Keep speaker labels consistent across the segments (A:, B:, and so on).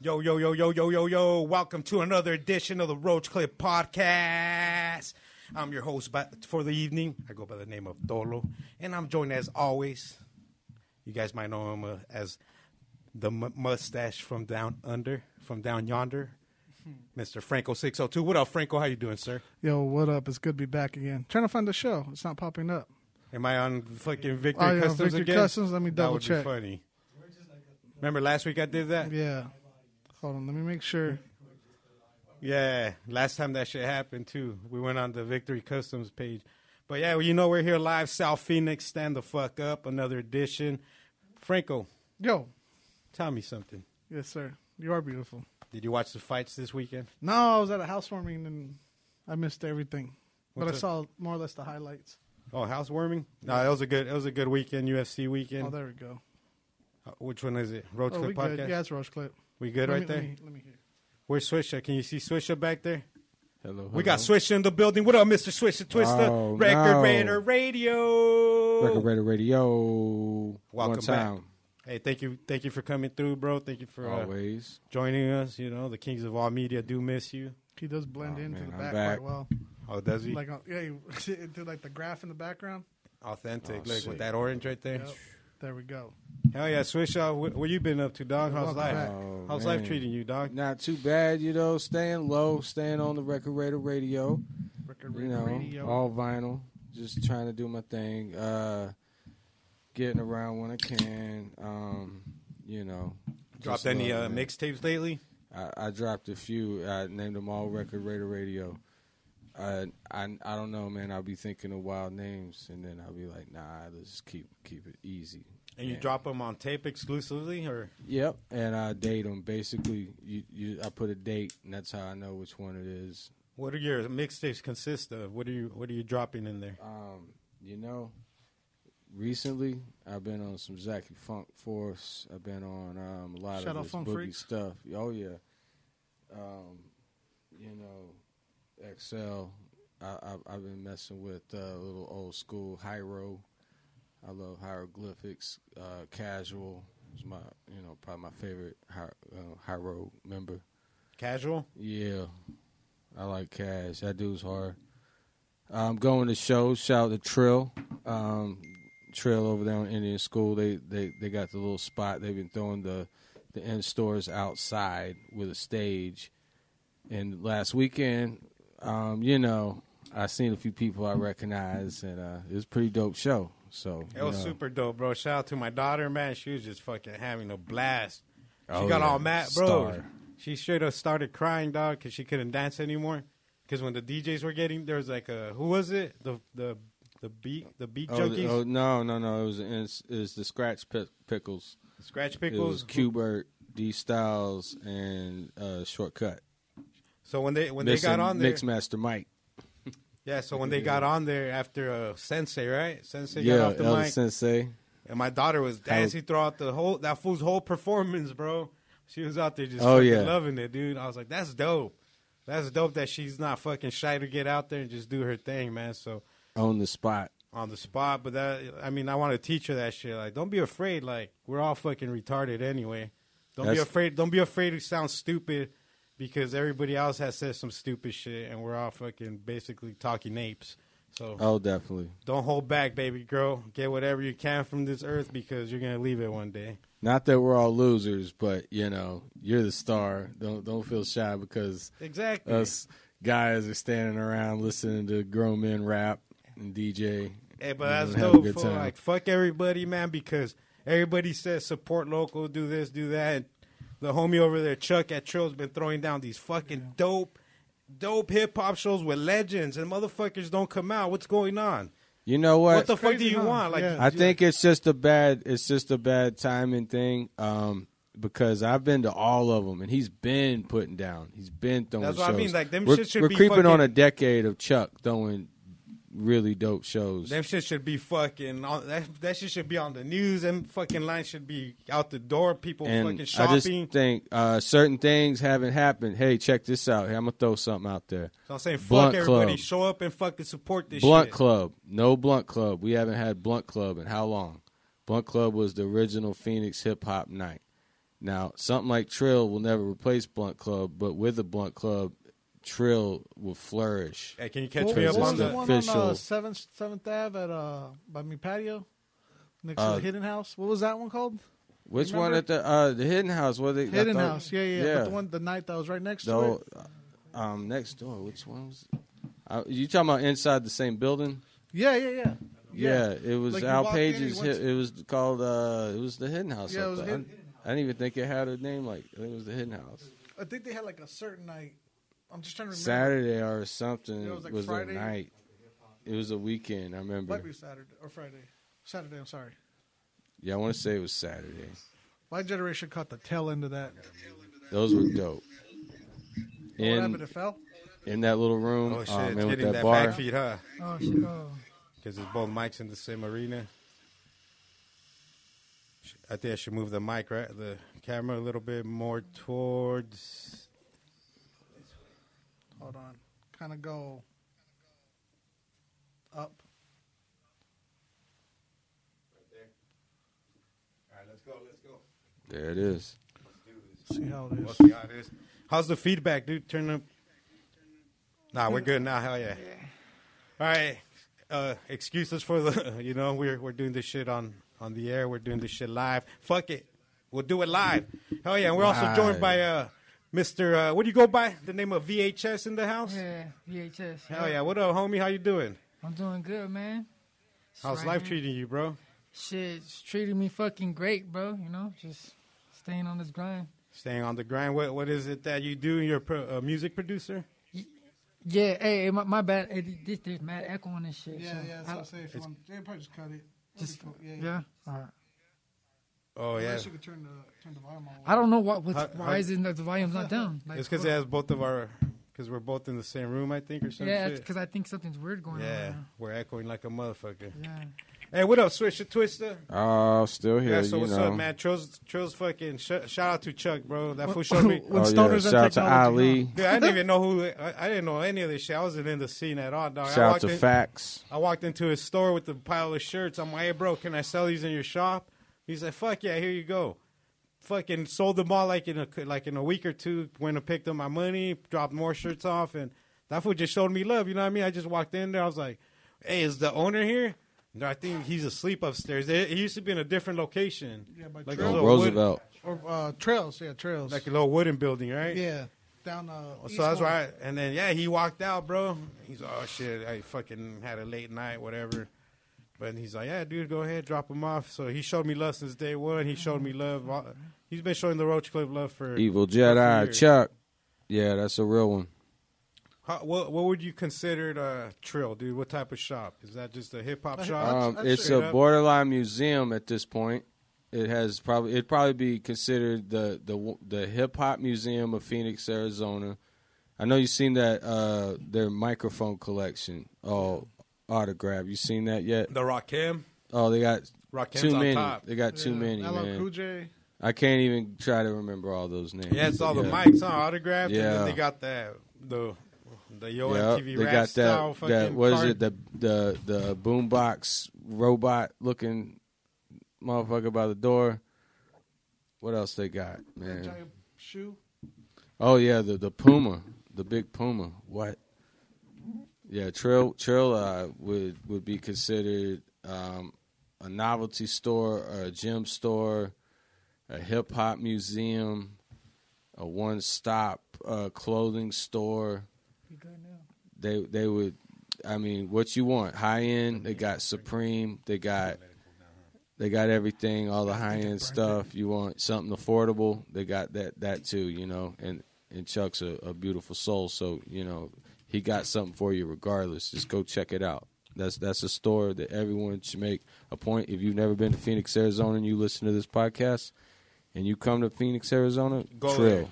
A: Yo, yo, yo, yo, yo, yo, yo. Welcome to another edition of the Roach Clip Podcast. I'm your host by, for the evening. I go by the name of Dolo. And I'm joined as always. You guys might know him uh, as the m- mustache from down under, from down yonder.
B: Hmm.
A: Mr. Franco602. What up, Franco? How you doing, sir?
B: Yo, what up? It's good to be back again. Trying to find the show. It's not popping up.
A: Am I on fucking Victor
B: Oh, yeah,
A: Customs
B: Victor
A: again?
B: Customs. Let me
A: that
B: double
A: would be
B: check.
A: funny. Remember last week I did that?
B: Yeah. Hold on. Let me make sure.
A: Yeah, last time that shit happened too. We went on the Victory Customs page. But yeah, well, you know we're here live, South Phoenix. Stand the fuck up, another edition. Franco,
B: Yo.
A: tell me something.
B: Yes, sir. You are beautiful.
A: Did you watch the fights this weekend?
B: No, I was at a housewarming and I missed everything. but
A: What's
B: I
A: up?
B: saw more or less the highlights.
A: Oh, housewarming. No, that was a good. It was a good weekend. UFC
B: oh,
A: weekend.
B: there we go.
A: Uh, Which one is it? Road
B: Oh,
A: Clip
B: we
A: Podcast.
B: good. Yeah, it's Roach Clip.
A: We good
B: Let
A: right
B: me-
A: there.
B: Let me, let me hear.
A: Where's Swisher? Can you see Swisher back there?
C: Hello,
A: We got
C: hello.
A: Swisher in the building. What up, Mister Swisher Twister?
C: Oh,
A: Record
C: no.
A: Raider Radio.
C: Record Raider Radio.
A: Welcome
C: One time.
A: Hey, thank you, thank you for coming through, bro. Thank you for uh,
C: Always.
A: joining us. You know, the kings of all media do miss you.
B: He does blend
C: Oh,
B: into
C: man,
B: the
C: I'm
B: back,
C: back.
B: quite well.
A: Oh, does he?
B: Like, uh, yeah, he- into like the graph in the background.
A: Authentic.
C: Oh,
A: Look
C: shit.
A: with that orange right there.
B: Yep. There we go.
A: Hell yeah, Swish off. What, what you been up to, dog? How's
B: Welcome
A: life?
B: back.
C: Oh,
A: How's
C: man.
A: life treating you, dog?
C: Not too bad, you know. Staying low, staying on the Record Raider Radio.
B: Record
C: You know,
B: radio.
C: all vinyl. Just trying to do my thing. Uh, getting around when I can. Um, you know.
A: Dropped
C: just
A: any
C: love
A: uh,
C: it, man.
A: mixtapes lately?
C: I, I dropped a few. I named them all Record Raider Radio. Uh, I I don't know, man. I'll be thinking of wild names, and then I'll be like, nah, let's just keep keep it easy.
A: And you
C: Yeah.
A: drop them on tape exclusively, or
C: Yep, and I date them. Basically, you, you I put a date, and that's how I know which one it is.
A: what are your mixtapes consist of? What are you What are you dropping in there?
C: Um, you know, recently I've been on some Zachy Funk Force. I've been on um, a lot
B: Shout out
C: of this
B: Funk
C: boogie
B: Freaks.
C: stuff. Oh yeah, um, you know, XL. I, I, I've been messing with uh, a little old school Hyro. I love hieroglyphics. Uh, casual is my, you know, probably my favorite Hy- uh, Hyro member.
A: Casual.
C: Yeah, I like Cash. That dude's hard. I'm going to shows. Shout out to Trill, um, Trill over there on Indian School. They they they got the little spot. They've been throwing the the in stores outside with a stage. And last weekend, um, you know, I seen a few people I recognize, and uh, it was a pretty dope show. So
A: It was
C: you know.
A: super dope, bro. Shout out to my daughter, man. She was just fucking having a blast. She
C: Oh,
A: got
C: yeah.
A: all mad, bro.
C: Star.
A: She straight up started crying, dog, because she couldn't dance anymore. Because when the DJs were getting, there was like a who was it? The the the beat the beat
C: Oh,
A: junkies,
C: the- oh, no, no, no! It was it's, it's the Scratch Pick- Pickles.
A: Scratch
C: It was
A: Pickles,
C: Qbert, D Styles, and uh, Shortcut.
A: So when they when
C: Missing
A: they got on there,
C: Mixmaster Mike.
A: yeah. So when they got on there after uh, Sensei, right? Sensei
C: yeah,
A: got off the
C: Elder
A: mic,
C: Sensei.
A: and my daughter was dancing throughout the whole that fool's whole performance, bro. She was out there just
C: Oh,
A: fucking
C: yeah.
A: loving it, dude. I was like, that's dope. That's dope that she's not fucking shy to get out there and just do her thing, man. So
C: On the spot.
A: on the spot. But that, I mean, I want to teach her that shit. Like, don't be afraid. Like, we're all fucking retarded anyway. Don't be
C: That's-
A: afraid. Don't be afraid to sound stupid because everybody else has said some stupid shit, and we're all fucking basically talking apes. So
C: Oh, definitely.
A: don't hold back, baby girl. Get whatever you can from this earth because you're gonna leave it one day.
C: Not that we're all losers, but you know, you're the star. Don't don't feel shy because
A: Exactly.
C: us guys are standing around listening to grown men rap and DJ.
A: Hey, but
C: We're
A: that's
C: gonna have a
A: dope.
C: good
A: Fool.
C: time.
A: Like fuck everybody, man, because everybody says support local, do this, do that. And the homie over there, Chuck at Trill's, been throwing down these fucking dope, dope hip hop shows with legends, and motherfuckers don't come out. What's going on?
C: You know
A: What,
C: what?
A: the fuck do
B: crazy,
A: you
B: huh?
A: want? Like,
B: Yeah.
C: I think it's just a bad it's just a bad timing thing um, because I've been to all of them and he's been putting down. He's been throwing.
A: That's what I
C: shows.
A: mean, like, them
C: we're,
A: shit should
C: we're
A: be
C: creeping on
A: fucking-
C: a decade of Chuck throwing really dope shows.
A: them shit should be fucking. On, that that shit should be on the news. Them fucking lines should be out the door. People
C: and
A: fucking
C: I just
A: shopping.
C: think uh, certain things haven't happened. Hey, check this out. Hey, I'm gonna throw something out there.
A: so I'm saying, fuck
C: Blunt
A: everybody.
C: Club.
A: Show up and fucking support this
C: Blunt
A: shit.
C: Club. No Blunt Club. We haven't had Blunt Club in how long? Blunt Club was the original Phoenix hip hop night. Now, something like Trill will never replace Blunt Club, but with the Blunt Club, Trill will flourish.
A: Hey, can you catch
B: What-
A: me
B: what
A: up
B: was
A: on
B: the
A: the?
B: one on uh,
C: official-
B: Seventh Seventh Ave at uh by me patio next to
C: Uh,
B: the Hidden House? What was that one called?
C: Which one
B: Remember-
C: at the uh, the Hidden House? What they, I
B: Hidden
C: thought-
B: House. Yeah, yeah. But the one the night that was right next to
C: No,
B: it.
C: um, next door. Which one was? Uh, you talking about inside the same building?
B: Yeah, yeah, yeah.
C: Yeah, it was
B: Like you
C: Al
B: walked in and you
C: Page's.
B: went
C: hit- it was called. Uh, it was the Hidden House.
B: Yeah,
C: up
B: it was
C: there.
B: Hidden-
C: I, I didn't even think it had a name. Like I think it was the Hidden House.
B: I think they had like a certain night. I'm just trying to remember.
C: Saturday or something
B: Yeah, it
C: was,
B: was like
C: the
B: Friday.
C: night. It was a weekend. I remember.
B: Might be Saturday or Friday. Saturday. I'm sorry.
C: Yeah, I want to say it was Saturday.
B: My generation caught the tail end of that.
C: Those were dope.
B: what happened?
C: In
B: It fell.
C: in that little room,
A: Oh shit!
C: um, and
A: it's
C: with
A: getting
C: that,
A: that,
C: bar.
A: back feed, huh?
B: Oh, shit. oh.
A: Because it's both mics in the same arena. Sh- I think I should move the mic, right? The camera a little bit more towards.
B: Hold on. Kind of go up.
A: All right, let's go. Let's go.
C: There it is.
B: See how it
A: We'll
B: is.
A: see how it is. How's the feedback, dude? Turn up. Nah, we're good now. Hell yeah. All right. Uh, excuses for the, you know, we're we're doing this shit on on the air. We're doing this shit live. Fuck it. We'll do it live. Hell yeah. And we're also
C: Live.
A: joined by uh, Mr. Uh, what do you go by? The name of VHS in the house?
D: Yeah, VHS.
A: Hell yeah. What up, homie? How you doing?
D: I'm doing good, man. Just
A: How's
D: right
A: life
D: here.
A: treating you, bro?
D: Shit, it's treating me fucking great, bro. You know, just staying on this grind.
A: Staying on the grind. What what is it that you do? You're a pro, a music producer.
D: Yeah, hey, hey, my, my bad. Hey, th- this there's mad echo on this shit.
B: Yeah,
D: so
B: yeah. That's
D: I-
B: what I say. If you want, yeah, probably just cut it.
D: Just-
B: That'd be cool.
D: yeah. All right.
A: Oh yeah.
B: Unless you could turn the turn the volume on.
D: I don't know what, what's,
A: How-
D: why
A: how-
D: is it that the volume's not down? Like,
A: It's because it
D: what-
A: has both of our. Because we're both in the same room, I think, or some
D: yeah,
A: shit.
D: it's because I think something's weird going
A: Yeah,
D: on.
A: we're echoing like a motherfucker.
D: Right now. Yeah.
A: Hey, what up, Swisher Twister?
C: Oh, still here.
A: Yeah, so
C: you
A: what's
C: know.
A: up, man? Trills, Trills fucking sh- shout out to Chuck, bro. That fool
B: When-
A: showed me.
B: when
C: oh, yeah.
B: stoners and
C: Shout out to
B: technology,
C: Ali.
B: huh?
A: Dude, I didn't even know who. I, I didn't know any of this shit. I wasn't in the scene at all, dog. I
C: Shout out
A: walked
C: to
A: in,
C: Facts.
A: I walked into his store with a pile of shirts. I'm like, hey, bro, can I sell these in your shop? He's like, fuck yeah, here you go. Fucking sold them all like in a like in a week or two. Went and picked up my money, dropped more shirts off, and that fool just showed me love. You know what I mean? I just walked in there. I was like, hey, is the owner here? No, I think he's asleep upstairs. They- He used to be in a different location.
B: Yeah, by
A: like a
B: Trail.
A: little
C: Oh,
A: wood-
C: Roosevelt.
B: Or uh, trails. Yeah, trails.
A: like a little wooden building, right? Oh,
B: yeah, down uh.
A: So that's why, I- and then yeah, he walked out, bro. He's oh shit, I fucking had a late night, whatever. But he's like, yeah, dude, go ahead, drop him off. So he showed me love since day one. He showed me love. all- He's been showing the Roach Clip love for.
C: Evil
A: Jedi,
C: Jedi. Chuck. Yeah, that's a real one.
A: How, what what would you consider a trill, dude? What type of shop is that? Just a hip hop
B: Uh,
A: shop?
C: Um,
B: that's
C: it's
A: straight
C: a
A: up.
C: borderline museum at this point. It has probably it'd probably be considered the the the hip hop museum of Phoenix, Arizona. I know you've seen that uh, their microphone collection, all autograph. You seen that yet?
A: the Rakim,
C: Oh, they got
A: Rakim's
C: too
A: on
C: many.
A: top.
C: They got too many,
B: LL
C: man.
B: Cool J.
C: I can't even try to remember all those names.
A: Yeah, it's all the
C: Yeah.
A: mics, huh? Autographed, and
C: Yeah.
A: then they got that the the Yo
C: Yeah,
A: MTV
C: they
A: rap
C: got
A: style
C: that.
A: fucking.
C: That what is
A: card.
C: it? The the the boombox robot looking motherfucker by the door. What else they got, man?
B: Giant shoe.
C: Oh yeah, the the puma, the big puma. What? Yeah, trail trail uh, would would be considered um, a novelty store, or a gym store, a hip hop museum, a one stop uh, clothing store
D: You good now?
C: they they would I mean what you want high end they got supreme they got they got everything all the high end stuff you want something affordable they got that that too you know and and Chuck's a, a beautiful soul so you know he got something for you regardless just go check it out that's that's a store that everyone should make a point if you've never been to Phoenix Arizona and you listen to this podcast and you come to Phoenix Arizona
A: Go
C: Trill
A: there.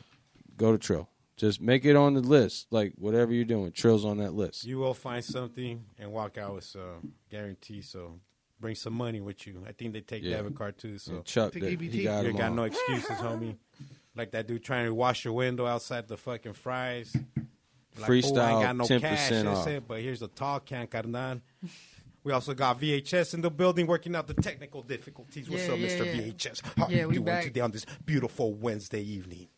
C: go to Trill just make it on the list like whatever you're doing Trill's on that list
A: You will find something and walk out with some guarantee. So bring some money with you. I think they take
C: Yeah.
A: debit card too. So
C: And Chuck,
B: Take
C: that- he
B: EBT.
C: got him
A: you ain't got
C: on.
A: no excuses, homie. Like that dude trying to wash your window outside the fucking fries. Like, fool, I ain't
C: Freestyle
A: got no
C: 10%
A: cash. That's
C: off.
A: it, but here's a tall can, carnal. We also got VHS in the building working out the technical difficulties. What's
D: Yeah,
A: up,
D: yeah,
A: Mr.
D: yeah.
A: VHS? How
D: Yeah,
A: you
D: we
A: doing
D: back.
A: today on this beautiful Wednesday evening?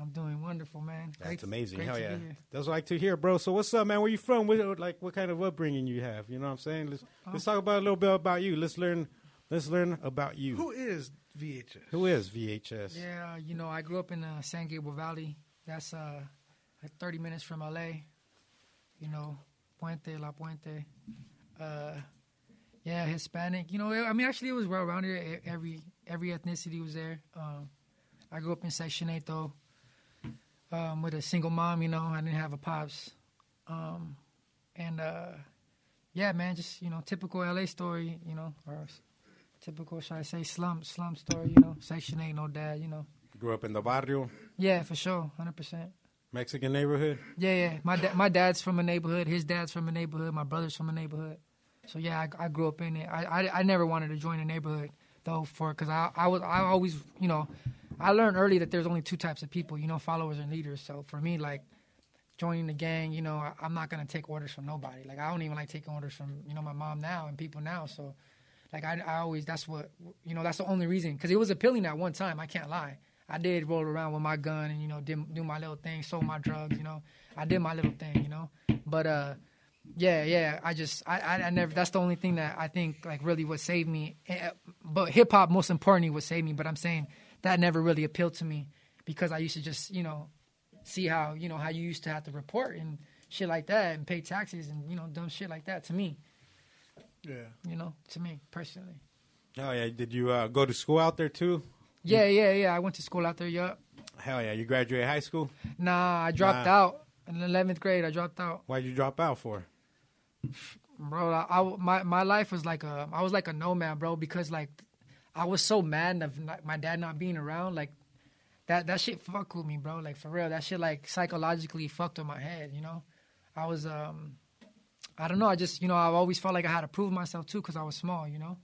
D: I'm doing wonderful, man.
A: That's
D: Great-
A: amazing.
D: great
A: Hell
D: to
A: yeah.
D: be here.
A: That's what I like to hear, bro. So what's up, man? Where you from? What, like, what kind of upbringing you have? You know what I'm saying? Let's let's talk about a little bit about you. Let's learn. Let's learn about you.
B: Who is VHS?
A: Who is VHS?
D: Yeah, you know, I grew up in uh, San Gabriel Valley. That's uh, like 30 minutes from LA. You know, Puente, La Puente. Uh, yeah, Hispanic. You know, I mean, actually, it was well rounded. E- Every every ethnicity was there. Um, I grew up in Section 8, though, um, with a single mom. You know, I didn't have a pops. Um, and uh, yeah, man, just, you know, typical LA story, you know, or s- typical, should I say, slum, slum story, you know, Section 8, no dad, you know.
A: Grew up in the barrio,
D: Yeah, for sure, hundred percent.
A: Mexican neighborhood.
D: Yeah, yeah. My da- my dad's from a neighborhood. His dad's from a neighborhood. My brother's from a neighborhood. So yeah, I, I grew up in it. I, I I never wanted to join a neighborhood though, for because I I was I always you know, I learned early that there's only two types of people, you know, followers and leaders. So for me, like joining the gang, you know, I, I'm not gonna take orders from nobody. Like I don't even like taking orders from you know my mom now and people now. So like I, I always that's what you know that's the only reason because it was appealing at one time. I can't lie. I did roll around with my gun and you know did, do my little thing, sold my drugs. You know, I did my little thing. You know, but uh, yeah, yeah. I just I I, I never. That's the only thing that I think like really what saved me. Eh, But hip hop most importantly what saved me. But I'm saying that never really appealed to me because I used to just you know see how you know how you used to have to report and shit like that and pay taxes and you know dumb shit like that to me.
B: Yeah.
D: You know, to me personally.
A: Hell yeah! Did you uh, go to school out there too?
D: Yeah, yeah, yeah. I went to school out there. Yup.
A: Hell yeah! You graduated high school.
D: Nah, I dropped
A: Nah.
D: out in eleventh grade. I dropped out,
A: Why'd you drop out for?
D: bro. I, I- my my life was like a I was like a nomad, bro, because like I was so mad of not, my dad not being around. Like that that shit fucked with me, bro. Like for real, that shit like psychologically fucked with my head. You know, I was um, I don't know. I just you know I've always felt like I had to prove myself too because I was small. You know,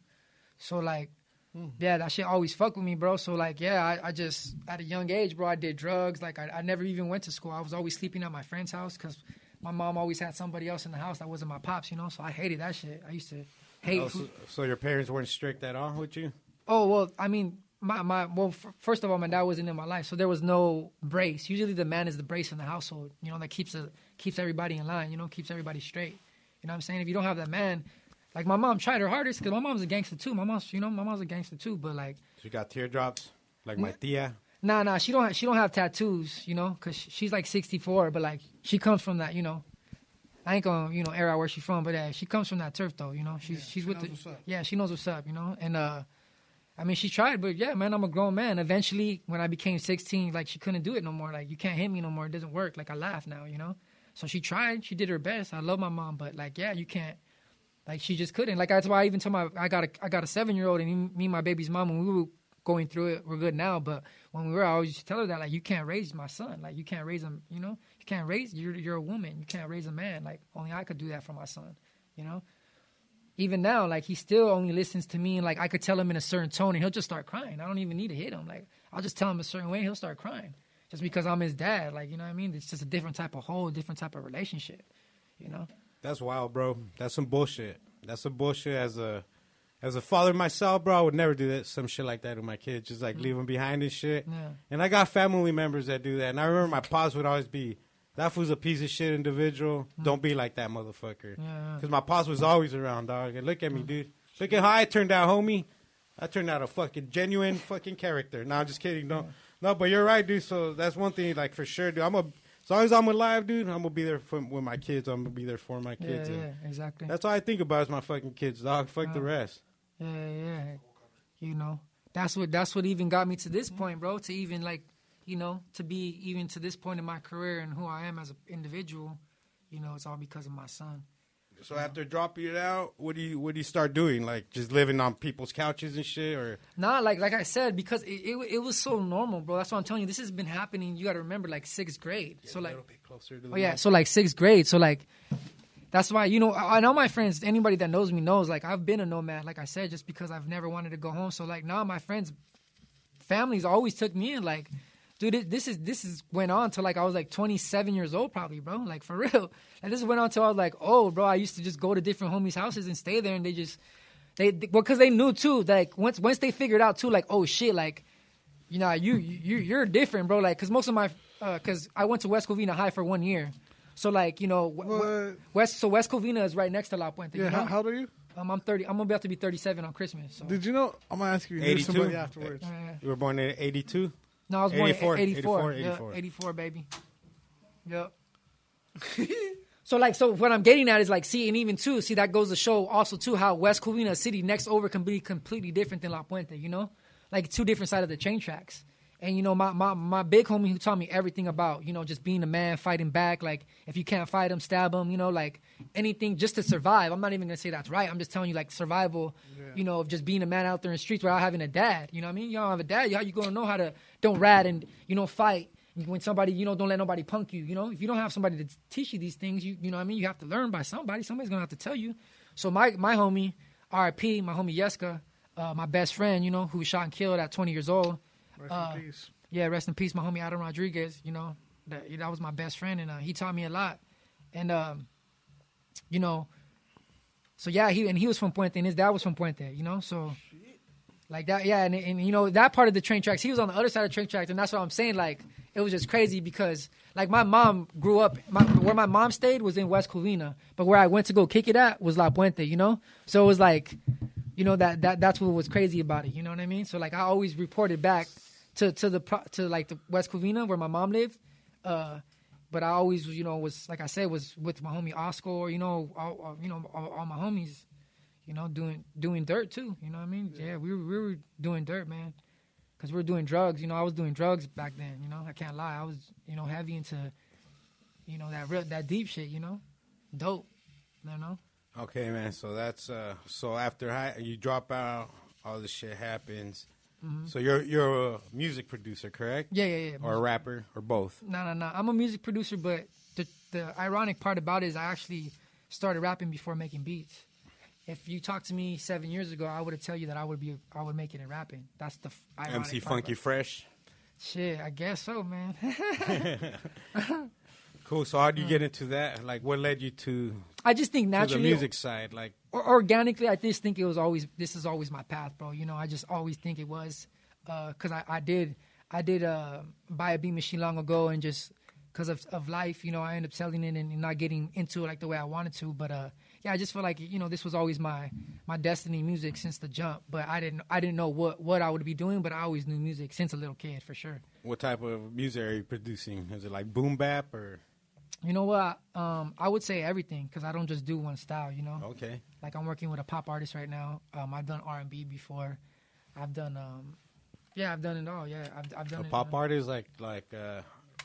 D: so like.
A: Hmm.
D: Yeah, that shit always fucked with me, bro. So like, yeah, I, I just at a young age, bro, I did drugs. Like, I, I never even went to school. I was always sleeping at my friend's house because my mom always had somebody else in the house that wasn't my pops, you know. So I hated that shit. I used to hate.
A: Oh,
D: who-
A: so, so your parents weren't strict at all with you?
D: Oh well, I mean, my my well, f- first of all, my dad wasn't in my life, so there was no brace. Usually, the man is the brace in the household. You know that keeps a, keeps everybody in line. You know, keeps everybody straight. You know what I'm saying? If you don't have that man, like my mom tried her hardest because my mom's a gangster too. My mom's you know my mom's a gangster too, but like.
A: You got teardrops like my tia.
D: Nah, nah, she don't. Have, she don't have tattoos, you know, cause she- she's like 64, but like she comes from that, you know. I ain't gonna, you know, air out where she's from, but uh, she comes from that turf though, you know. She's she's
B: she
D: with
B: knows
D: the,
B: what's up.
D: yeah, she knows what's up, you know. And uh, I mean, she tried, but yeah, man, I'm a grown man. Eventually, when I became 16, like she couldn't do it no more. Like you can't hit me no more. It doesn't work. Like I laugh now, you know. So she tried. She did her best. I love my mom, but like, yeah, you can't. Like she just couldn't. Like that's why I even told my I got a I got a seven year old and he- me and my baby's mom when we were going through it, we're good now. But when we were, I always used to tell her that like you can't raise my son. Like you can't raise him. You know, you can't raise you're you're a woman. You can't raise a man. Like only I could do that for my son. You know. Even now, like he still only listens to me, and like I could tell him in a certain tone, and he'll just start crying. I don't even need to hit him. Like I'll just tell him a certain way, and he'll start crying, just because I'm his dad. Like you know what I mean? It's just a different type of whole, different type of relationship. You know?
A: That's wild, bro. That's some bullshit. That's some bullshit. As a as a father myself, bro, I would never do that. Some shit like that with my kids, just like leave them behind and shit.
D: Mm. Yeah.
A: And I got family members that do that. And I remember my pops would always be, "That fool's a piece of shit individual. Don't be like that motherfucker."
D: Mm. Yeah. Mm.
A: Because my pops was always around, dog. And look at me, dude. Look at how I turned out, homie. I turned out a fucking genuine fucking character. No, I'm just kidding. No, no, but you're right, dude. So that's one thing, like for sure, dude. I'm a as long as I'm alive, dude. I'm gonna be there for with my kids. I'm gonna be there for my
D: Yeah,
A: kids. and
D: yeah, exactly.
A: That's all I think about is my fucking kids, dog. Fuck the
D: Yeah.
A: rest.
D: Yeah, yeah. You know, that's what that's what even got me to this point, bro. To even like, you know, to be even to this point in my career and who I am as an individual, you know, it's all because of my son.
A: So after dropping it out, what do you what do you start doing? Like just living on people's couches and shit, or
D: Nah, like like I said, because it, it it was so normal, bro. That's what I'm telling you. This has been happening. You got to remember, like sixth grade. so like,
A: bit closer to the
D: Oh yeah, so like sixth grade. So like that's why you know I I know my friends. Anybody that knows me knows like I've been a nomad, like I said, just because I've never wanted to go home. So like now my friends, families always took me in. Like dude, it, this is this is went on till like I was like 27 years old, probably, bro. Like for real. Like this went on till I was like, oh, bro, I used to just go to different homies' houses and stay there, and they just they, they well, cause they knew too. Like once once they figured out too, like oh shit, like you know you you you're different, bro. Like cause most of my uh, cause I went to West Covina High for one year. So like you know, w- w-
B: What?
D: West so West Covina is right next to La Puente.
B: Yeah,
D: you know?
B: how, how old are you?
D: Um, I'm 30. I'm about to be 37 on Christmas. So.
B: Did you know? I'm gonna ask you. There's
A: 82?
B: somebody afterwards.
D: Uh,
A: You were born in '82.
D: no, I was born
A: 84,
D: in 84.
A: 84,
D: 84,
A: 84.
D: 84 baby. Yep. so like, so what I'm getting at is like, see, and even too, see, that goes to show also too how West Covina a city next over can be completely different than La Puente. You know, like two different side of the train tracks. And you know, my, my my big homie who taught me everything about you know just being a man, fighting back. Like if you can't fight him, stab him. You know, like anything just to survive. I'm not even gonna say that's right. I'm just telling you like survival. You know, of just being a man out there in the streets without having a dad. You know what I mean? You don't have a dad. How you gonna know how to don't rat and you know fight? when somebody you know don't let nobody punk you you know if you don't have somebody to teach you these things you you know what i mean you have to learn by somebody somebody's gonna have to tell you so my my homie rp my homie yeska uh, my best friend you know who was shot and killed at 20 years old
B: Rest in peace.
D: Uh, yeah, rest in peace, my homie Adam Rodriguez. You know, that that was my best friend, and uh, he taught me a lot. And um, you know, so yeah, he and he was from Puente, and his dad was from Puente. You know, so like that, yeah, and, and you know that part of the train tracks, he was on the other side of the train tracks, and that's what I'm saying. Like it was just crazy because like my mom grew up, my, where my mom stayed was in West Covina, but where I went to go kick it at was La Puente. You know, so it was like. You know that, that that's what was crazy about it. You know what I mean? So like I always reported back to to the pro- to like the West Covina where my mom lived. Uh, but I always, you know, was like I said, was with my homie Oscar. You know, all, all- you know, all, all my homies. You know, doing doing dirt too. You know what I mean? Yeah, we were, we were doing dirt, man. Cause we were doing drugs. You know, I was doing drugs back then. You know, I can't lie. I was, you know, heavy into, you know, that real that deep shit. You know, dope. You know.
A: Okay, man. So that's uh, so after high, you drop out, all this shit happens.
D: Mm-hmm.
A: So you're you're a music producer, correct?
D: Yeah, yeah, yeah.
A: Or a rapper, or both.
D: No, no, no. I'm a music producer, but the the ironic part about it is I actually started rapping before making beats. If you talked to me seven years ago, I would have tell you that I would be I would make it in rapping. That's the f- ironic
A: MC
D: part
A: Funky
D: about-
A: Fresh.
D: Shit, I guess so, man.
A: Cool. So how do you get into that? Like, what led you to,
D: Mm. I just think
A: to the
D: naturally,
A: music side? Like,
D: or organically, I just think it was always this is always my path, bro. You know, I just always think it was because I, I did I did uh, buy a beat machine long ago, and just because of, of life, you know, I ended up selling it and not getting into it like the way I wanted to. But uh, yeah, I just feel like you know this was always my my destiny, music since the jump. But I didn't I didn't know what what I would be doing, but I always knew music since a little kid for sure.
A: what type of music are you producing? Is it like boom bap or
D: You know what? Um, I would say everything because I don't just do one style. You know.
A: okay?
D: like I'm working with a pop artist right now. Um, I've done R and B before. I've done um, yeah, I've done it all. Yeah, I've I've done
A: A
D: it.
A: pop artist like like uh,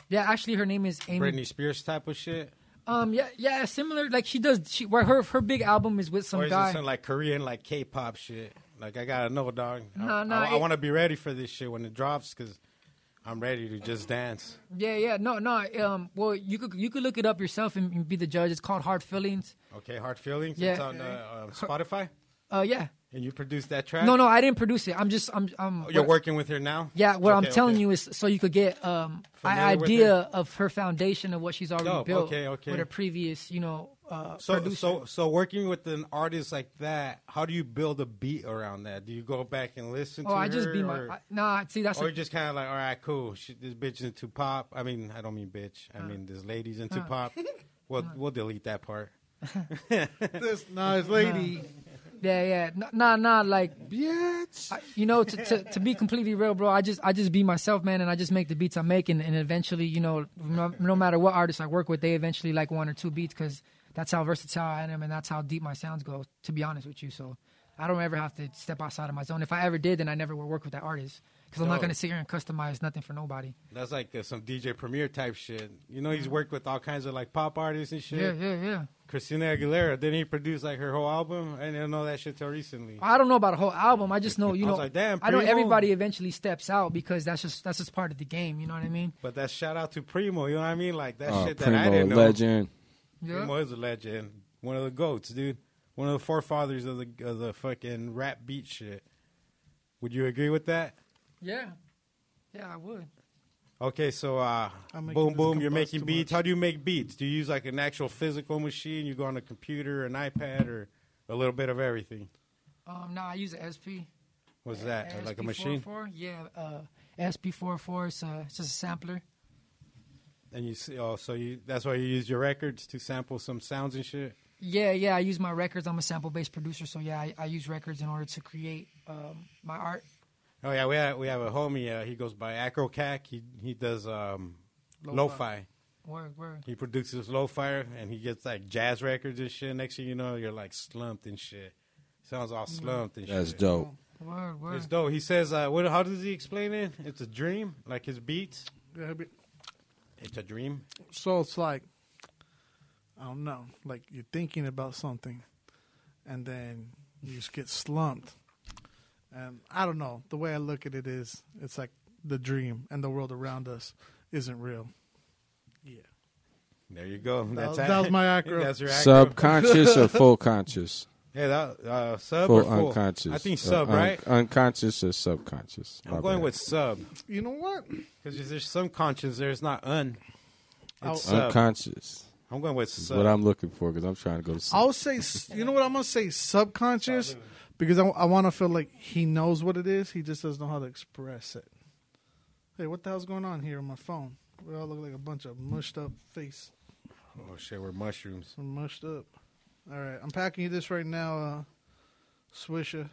D: Yeah, actually, her name is Amy.
A: Britney Spears type of shit,
D: Um, yeah, yeah, similar. Like she does. She where her her big album is with
A: or
D: some
A: is
D: guy.
A: it some like Korean like K-pop shit? Like, I gotta know, dog.
D: No,
A: I,
D: no,
A: I, I
D: it-
A: want to be ready for this shit when it drops because I'm ready to just dance.
D: yeah, yeah, no, no. Um, well, you could you could look it up yourself and, and be the judge. It's called Hard Feelings.
A: Okay, Hard Feelings.
D: Yeah.
A: It's on uh, uh, Spotify,
D: Uh, yeah.
A: and you produced that track. Oh,
D: No, no, I didn't produce it. I'm just I'm I'm.
A: you're
D: what-
A: working with her now.
D: Yeah, what I'm
A: Okay,
D: telling
A: okay.
D: you is so you could get um, an
A: Familiar with
D: idea of her foundation of what she's already
A: Dope,
D: built
A: okay, okay.
D: with her previous, you know, uh,
A: So,
D: producer.
A: so, so working with an artist like that, how do you build a beat around that? Do you go back and listen
D: Oh,
A: to
D: I
A: her,
D: just be my.
A: or,
D: I, nah, see, that's
A: or
D: a,
A: you're just kind of like, all right, cool. She, this bitch into pop. I mean, I don't mean bitch. I mean, this lady's into pop. We'll we'll delete that part.
B: this nice lady.
D: yeah, yeah. Nah, nah, nah like
C: Bitch.
D: I, you know, to, to to be completely real, bro. I just I just be myself, man, and I just make the beats I make, and, and eventually, you know, no, no matter what artist I work with, they eventually like one or two beats because that's how versatile I am, and that's how deep my sounds go. To be honest with you, so I don't ever have to step outside of my zone. If I ever did, then I never would work with that artist because I'm not
A: Dope.
D: gonna sit here and customize nothing for nobody.
A: That's like uh, some DJ Premier type shit. You know, he's worked with all kinds of like pop artists and shit.
D: Yeah, yeah, yeah.
A: Christina Aguilera. Didn't he produce like her whole album? I didn't know that shit till recently.
D: I don't know about a whole album. I just know, you
A: I
D: know,
A: was like, damn,
D: I know
A: Primo.
D: everybody eventually steps out because that's just that's just part of the game. You know what I mean?
A: But that's shout out to Primo. You know what I mean? Like that
C: Uh,
A: shit that I
C: Primo,
A: didn't know.
C: legend.
A: Primo is a legend. One of the goats, dude. One of the forefathers of the of the fucking rap beat shit. Would you agree with that?
D: Yeah, yeah, I would.
A: Okay, so uh,
B: I'm making
A: boom,
B: this
A: boom, you're
B: combust
A: making
B: too
A: beats.
B: much.
A: How do you make beats? Do you use like an actual physical machine? You go on a computer, an iPad, or a little bit of everything?
D: Um, no, I use an SP.
A: What's that? like a machine?
D: SP44? Yeah, uh, SP44. It's, a, it's just a sampler.
A: And you see, oh, so you, that's why you use your records to sample some sounds and shit?
D: Yeah, yeah. I use my records. I'm a sample-based producer, so yeah, I, I use records in order to create um, my art.
A: Oh, yeah, we have, we have a homie. Uh, he goes by Acrocac. He, he does um,
D: Lo-fi.
A: lo
D: Word, word.
A: He produces lo-fi and he gets like jazz records and shit. Next thing you know, you're like slumped and shit. Sounds all
B: Mm-hmm.
A: slumped and
C: That's
A: shit.
C: dope.
D: Word, word.
A: It's dope. He says, uh, what, how does he explain it? It's a dream, like his beats.
B: Yeah, but-
A: It's a dream.
B: So it's like, I don't know, like you're thinking about something, and then you just get slumped. And I don't know. The way I look at it is, it's like the dream and the world around us isn't real. Yeah.
A: There you go. That's
B: was- that was my acro.
A: That's your acro.
C: Subconscious or full conscious?
A: Yeah, that, uh, sub
C: Full
A: or full?
C: unconscious.
A: I think
C: Uh,
A: sub,
C: un-
A: right?
C: unconscious or subconscious. My
A: I'm going
C: bad.
A: with sub
B: You know what?
A: because there's some conscious. There's not un.
B: I'll,
A: It's- sub.
C: unconscious.
A: I'm going with
C: Is
A: sub.
C: what I'm looking for because I'm trying to go to sleep.
B: I'll say, s- you know what? I'm gonna say subconscious, because I, want to feel like he knows what it is. He just doesn't know how to express it. Hey, what the hell's going on here on my phone? We all look like a bunch of mushed up face.
A: oh shit, we're mushrooms.
B: I'm mushed up. All right, I'm packing you this right now, uh, Swisher.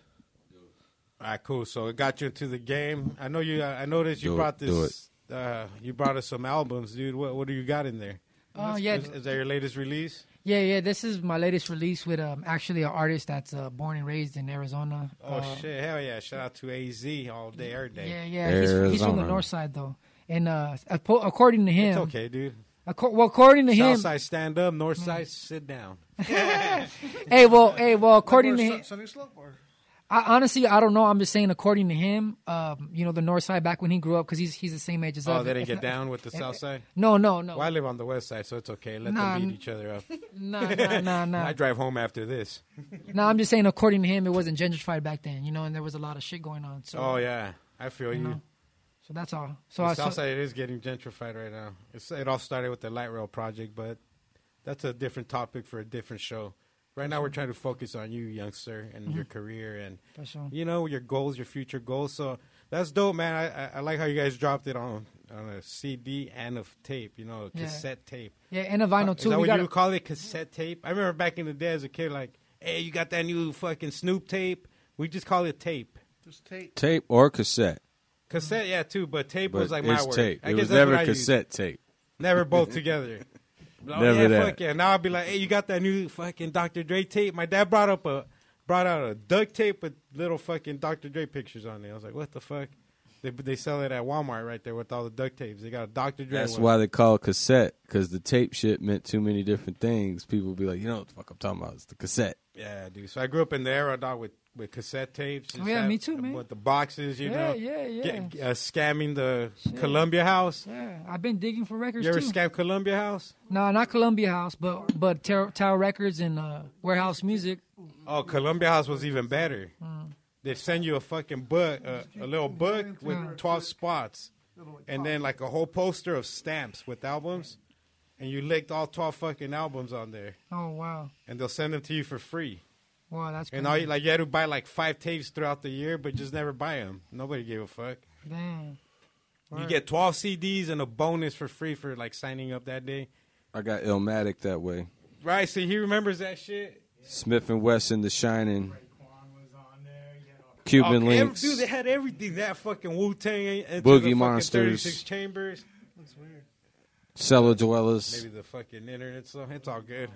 A: All right, cool. So it got you into the game. I know you. I noticed you
C: Do it,
A: brought
C: do
A: this. Uh, you brought us some albums, dude. What What do you got in there?
D: Oh yeah,
A: Is, is that your latest release?
D: yeah, yeah. This is my latest release with um, actually an artist that's uh, born and raised in Arizona.
A: Oh
D: Uh,
A: shit, hell yeah! Shout out to AZ all day, every day.
D: Yeah, yeah. He's, he's from the
C: Arizona.
D: north side though, and uh, apo- according to him,
A: Oh, It's okay, dude.
D: acco- well, according to him,
A: South side stand up, north side sit down.
D: hey, well, hey, well, according to him,
B: Sunny Slope or
D: I, honestly, I don't know. I'm just saying, according to him, um, you know, the north side back when he grew up, because he's he's the same age as us.
A: Oh, they didn't
D: if
A: get
D: not-
A: down with the south side.
D: No, no, no,
A: Well, I live on the west side, so it's okay. Let
D: Nah,
A: them
D: n-
A: beat each other up.
D: no, no, no,
A: I
D: no.
A: drive home after this.
D: No, I'm just saying, according to him, it wasn't gentrified back then, you know, and there was a lot of shit going on. So,
A: Oh yeah, I feel you.
D: know. so that's all. So,
A: The
D: I,
A: South
D: so
A: Side is getting gentrified right now. It's, it all started with the light rail project, but that's a different topic for a different show. Right now, we're trying to focus on you, youngster, and
D: Mm-hmm.
A: your career, and
D: that's all.
A: you know your goals, your future goals. So that's dope, man. I, I, I like how you guys dropped it on on a CD and a tape. You know,
D: Yeah.
A: cassette tape. Uh,
D: yeah, and a vinyl
A: Is
D: too.
A: that
D: We
A: what
D: got
A: you would call it? Cassette tape. I remember back in the day as a kid, like, hey, you got that new fucking Snoop tape? We just call it tape.
B: just tape.
C: Tape or cassette,
A: Cassette, yeah, too, but tape
C: but
A: was like
C: it's
A: my word.
C: tape.
A: I
C: it
A: guess
C: was
A: that's what
C: never
A: I used.
C: cassette tape.
A: Never both together. Oh,
C: Never
A: yeah,
C: that.
A: fuck yeah. Now I'll be like, hey, you got that new fucking Dr. Dre tape? My dad brought up a brought out a duct tape with little fucking Dr. Dre pictures on it. I was like, what the fuck? They they sell it at Walmart right there with all the duct tapes. They got a Dr. Dre.
C: That's
A: one.
C: why they call it cassette because the tape shit meant too many different things. People be like, you know what the fuck I'm talking about? It's the cassette.
A: Yeah, dude. So I grew up in the era dog with with cassette tapes.
D: Oh, yeah,
A: Just
D: me
A: have-
D: too, man.
A: With the boxes, you
D: Yeah,
A: know.
D: yeah, yeah.
A: Get, uh, scamming the Columbia House.
D: yeah, I've been digging for records
A: You ever
D: too.
A: scam Columbia House?
D: no, not Columbia House, but but Tower, Tower Records and uh, Warehouse Music.
A: Oh, Columbia House was even better. They'd send you a fucking book, a, a little book with 12 spots, and then like a whole poster of stamps with albums, and you licked all 12 fucking albums on there,
D: Oh wow,
A: and they'll send them to you for free.
D: wow, that's
A: And all you, like you had to buy like five tapes throughout the year, but just never buy them. Nobody gave a fuck.
D: damn.
A: You get 12 CDs and a bonus for free for like signing up that day.
C: I got Illmatic that way.
A: Right, so he remembers that shit.
C: Smith and Wesson, The Shining,
E: Quan was on there. You had all
C: Cuban
A: Oh, every,
C: Links.
A: dude, they had everything. That fucking Wu Tang,
C: Boogie Monsters.
A: the Monsters, 36 Chambers.
B: That's weird.
C: Cellar Dwellers.
A: Maybe the fucking internet stuff. It's all good.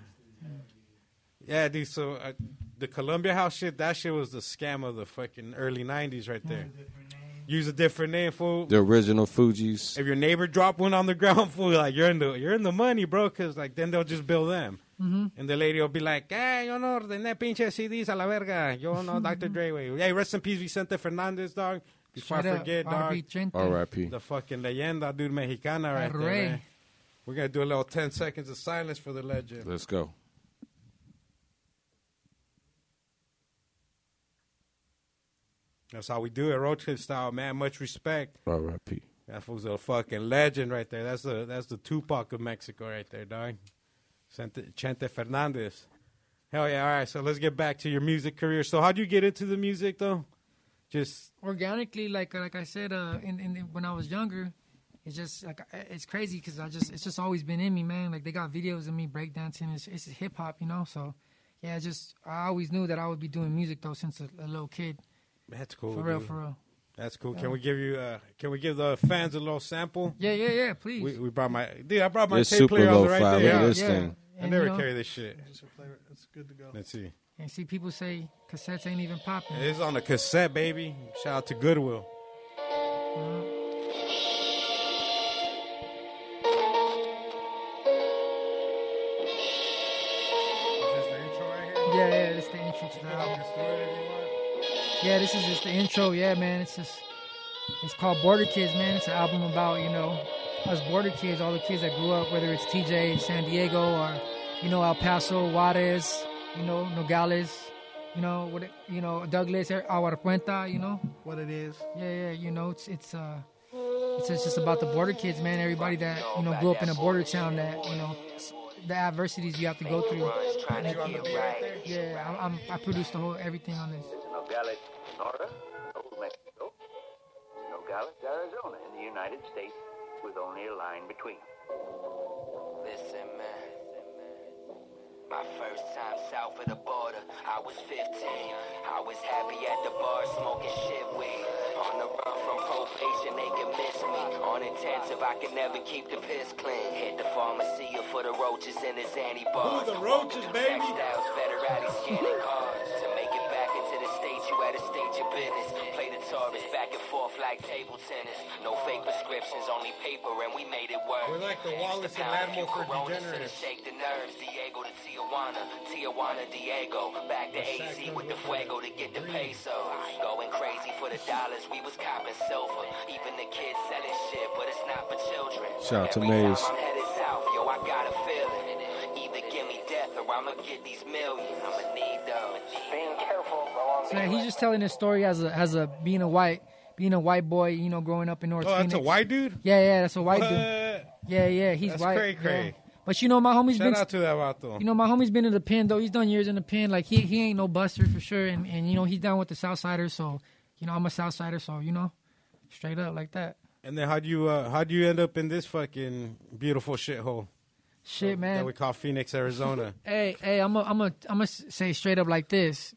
A: Yeah, dude. So uh, the Columbia House shit, that shit was the scam of the fucking early '90s, right there.
E: different names.
A: Use a different name, fool.
C: The original Fuji's.
A: If your neighbor dropped one on the ground, fool, like you're in the you're in the money, bro. Cause like then they'll just bill them, and the lady will be like, "Ah, yo no ordené pinche CDs a la verga. Yo no, Dr. Dre. Way. Hey, rest in peace, Vicente Fernandez, dog. Before
D: Straight
A: I
D: up,
A: forget, dog.
D: RB30.
C: R.I.P.
A: The fucking leyenda, dude, mexicana, right there.
D: Arre.
A: man. We're gonna do a little 10 seconds of silence for the legend.
C: Let's go.
A: That's how we do it, road trip style, man. Much respect.
C: R.I.P.
A: That was a fucking legend right there. That's the that's the Tupac of Mexico right there, dog. Chente, Chente Fernandez. Hell yeah! All right, so let's get back to your music career. So how'd you get into the music though? Just
D: organically, like like I said, uh, in, in when I was younger, it's just like I- it's crazy because I just it's just always been in me, man. Like they got videos of me breakdancing. It's it's hip hop, you know. So yeah, it's just I always knew that I would be doing music though since a, a little kid.
A: that's cool.
D: for real,
A: dude.
D: for real.
A: That's cool. Can we give you? Uh, can we give the fans a little sample?
D: Yeah, yeah, yeah. Please.
A: We, we brought my dude. I brought my
C: It's
A: tape
C: super
A: player on the
C: lo-fi.
A: right
C: Look
A: there.
C: at
A: Yeah.
C: this thing.
A: I
D: you
A: never
D: know,
A: carry this shit.
B: Just It's good to go.
A: Let's see.
D: And see, people say cassettes ain't even popping.
A: It's on the cassette, baby. Shout out to Goodwill. Is this the intro right here?
D: Yeah, yeah, this the intro to the
A: Is that
D: album.
A: the story that you want?
D: Yeah, this is just the intro. Yeah, man, it's just it's called Border Kids, man. It's an album about you know us border kids, all the kids that grew up, whether it's TJ, San Diego, or you know El Paso, Juarez, you know Nogales, you know what it- you know Douglas, Aguarpuenta, you know.
B: What it is?
D: Yeah, yeah, you know it's it's uh. It's it's just about the border kids, man. Everybody that you know grew up in a border town, that you know, the adversities you have to go through.
F: trying to get right.
D: Yeah, I, I'm, I produced the whole everything on this.
F: Nogales, Sonora, Old Mexico, Nogales, Arizona, in the United States, with only a line between them.
G: Listen, man. My first time south of the border, I was 15. I was happy at the bar smoking shit weed. On the run from probation, they can miss me. On intensive, I can never keep the piss clean. Hit the pharmacy for the roaches and his anti bars.
A: Who the roaches, baby?
G: Textiles, Federati scanning cars. To make it back into the States, you had to state your business. Play the Taurus back and forth like table tennis. No fake prescriptions, only paper, and we made it work.
A: We're like the Wallace and
G: Pound a few
A: Lattimore for
G: Coronas and
A: degenerates.
G: Shake the nerves, Diego to Tijuana, Tijuana, Diego. Back to AZ with the fuego to get the pesos. Going crazy for the dollars, we was copping silver. Even the kids selling shit, but it's not for children.
C: Shout out to
G: Every time
C: Maze.
G: I'm headed south, yo, I got a feeling. Either give me death or I'ma get these millions. I'ma need those. Being careful,
D: So yeah, he's just telling his story as a as a being a white being a white boy, you know, growing up in North
A: Oh,
D: Phoenix.
A: that's a white dude.
D: Yeah, yeah, that's a white dude.
A: What?
D: Yeah, yeah, he's
A: That's
D: white.
A: cray cray.
D: yeah. But you know, my homie's
A: Shout
D: been
A: out to that vato.
D: you know my homie's been in the pen though. He's done years in the pen. Like he he ain't no buster for sure, and and you know he's down with the Southsiders. So you know I'm a Southsider, so you know, straight up like that.
A: and then how do you uh, how do you end up in this fucking beautiful shithole
D: Shit, man.
A: that we call Phoenix, Arizona?
D: Hey, hey, I'm a, I'm a, I'm a say straight up like this.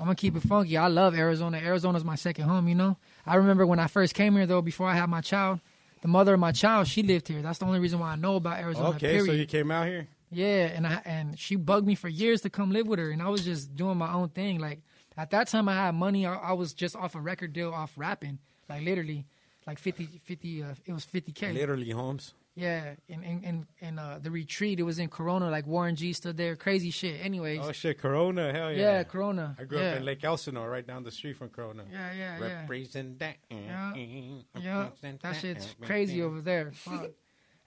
D: I'm gonna keep it funky. I love Arizona. Arizona's my second home. You know. I remember when I first came here though. Before I had my child, the mother of my child, she lived here. That's the only reason why I know about Arizona.
A: okay,
D: period.
A: so you came out here.
D: Yeah, and I and she bugged me for years to come live with her, and I was just doing my own thing. Like at that time, I had money. I, I was just off a record deal, off rapping, like literally, like 50, 50 uh, It was fifty k.
A: Literally, Holmes.
D: Yeah, and and and, and uh, the retreat. It was in Corona. Like Warren G stood there, crazy shit. Anyways,
A: Oh shit, Corona. Hell yeah.
D: yeah, Corona.
A: I grew
D: yeah.
A: up in Lake Elsinore, right down the street from Corona.
D: Yeah, yeah, yeah.
A: Represent that. Mm-hmm.
D: Yeah. Yeah, that shit's crazy over there. Fuck.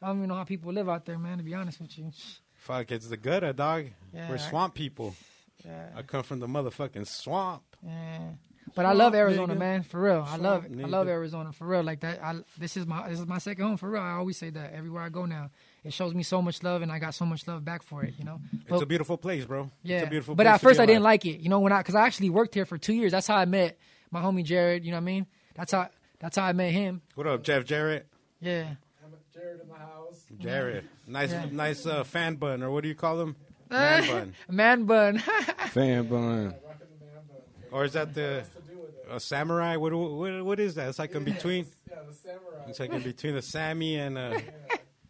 D: I don't even know how people live out there, man. To be honest with you,
A: Fuck, it's the gutter, dog.
D: Yeah,
A: We're
D: I-
A: swamp people.
D: yeah,
A: I come from the motherfucking swamp.
D: yeah. But I love Arizona,
B: nigga.
D: man. For real, I love I love
A: nigga.
D: Arizona. For real, like that. I this is my this is my second home. For real, I always say that everywhere I go now. It shows me so much love, and I got so much love back for it. You know, But-
A: it's a beautiful place, bro.
D: Yeah,
A: It's a beautiful
D: but
A: place
D: at
A: to
D: first
A: be
D: I didn't
A: alive.
D: like it. You know, when I because I actually worked here for two years. That's how I met my homie Jared. You know what I mean? That's how that's how I met him.
A: What up, Jeff Jarrett?
D: Yeah.
E: Jared in the house.
A: Jarrett. Nice
D: Yeah. Eh.
A: nice uh, fan bun, or what do you call them? Man bun.
D: Man bun.
C: Fan bun.
E: Rocking the man bun.
A: Or is that the
E: What to do with it?
A: a samurai? What, what what is that? It's like in between.
E: Yeah, the samurai.
A: It's like in between a Sammy and a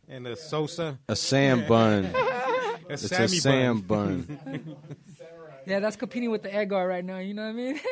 A: and a Sosa.
C: A Sam bun.
A: A
C: It's
A: Sammy
C: a Sam
A: bun.
C: bun.
E: Samurai.
D: yeah, that's competing with the Edgar right now. You know what I mean?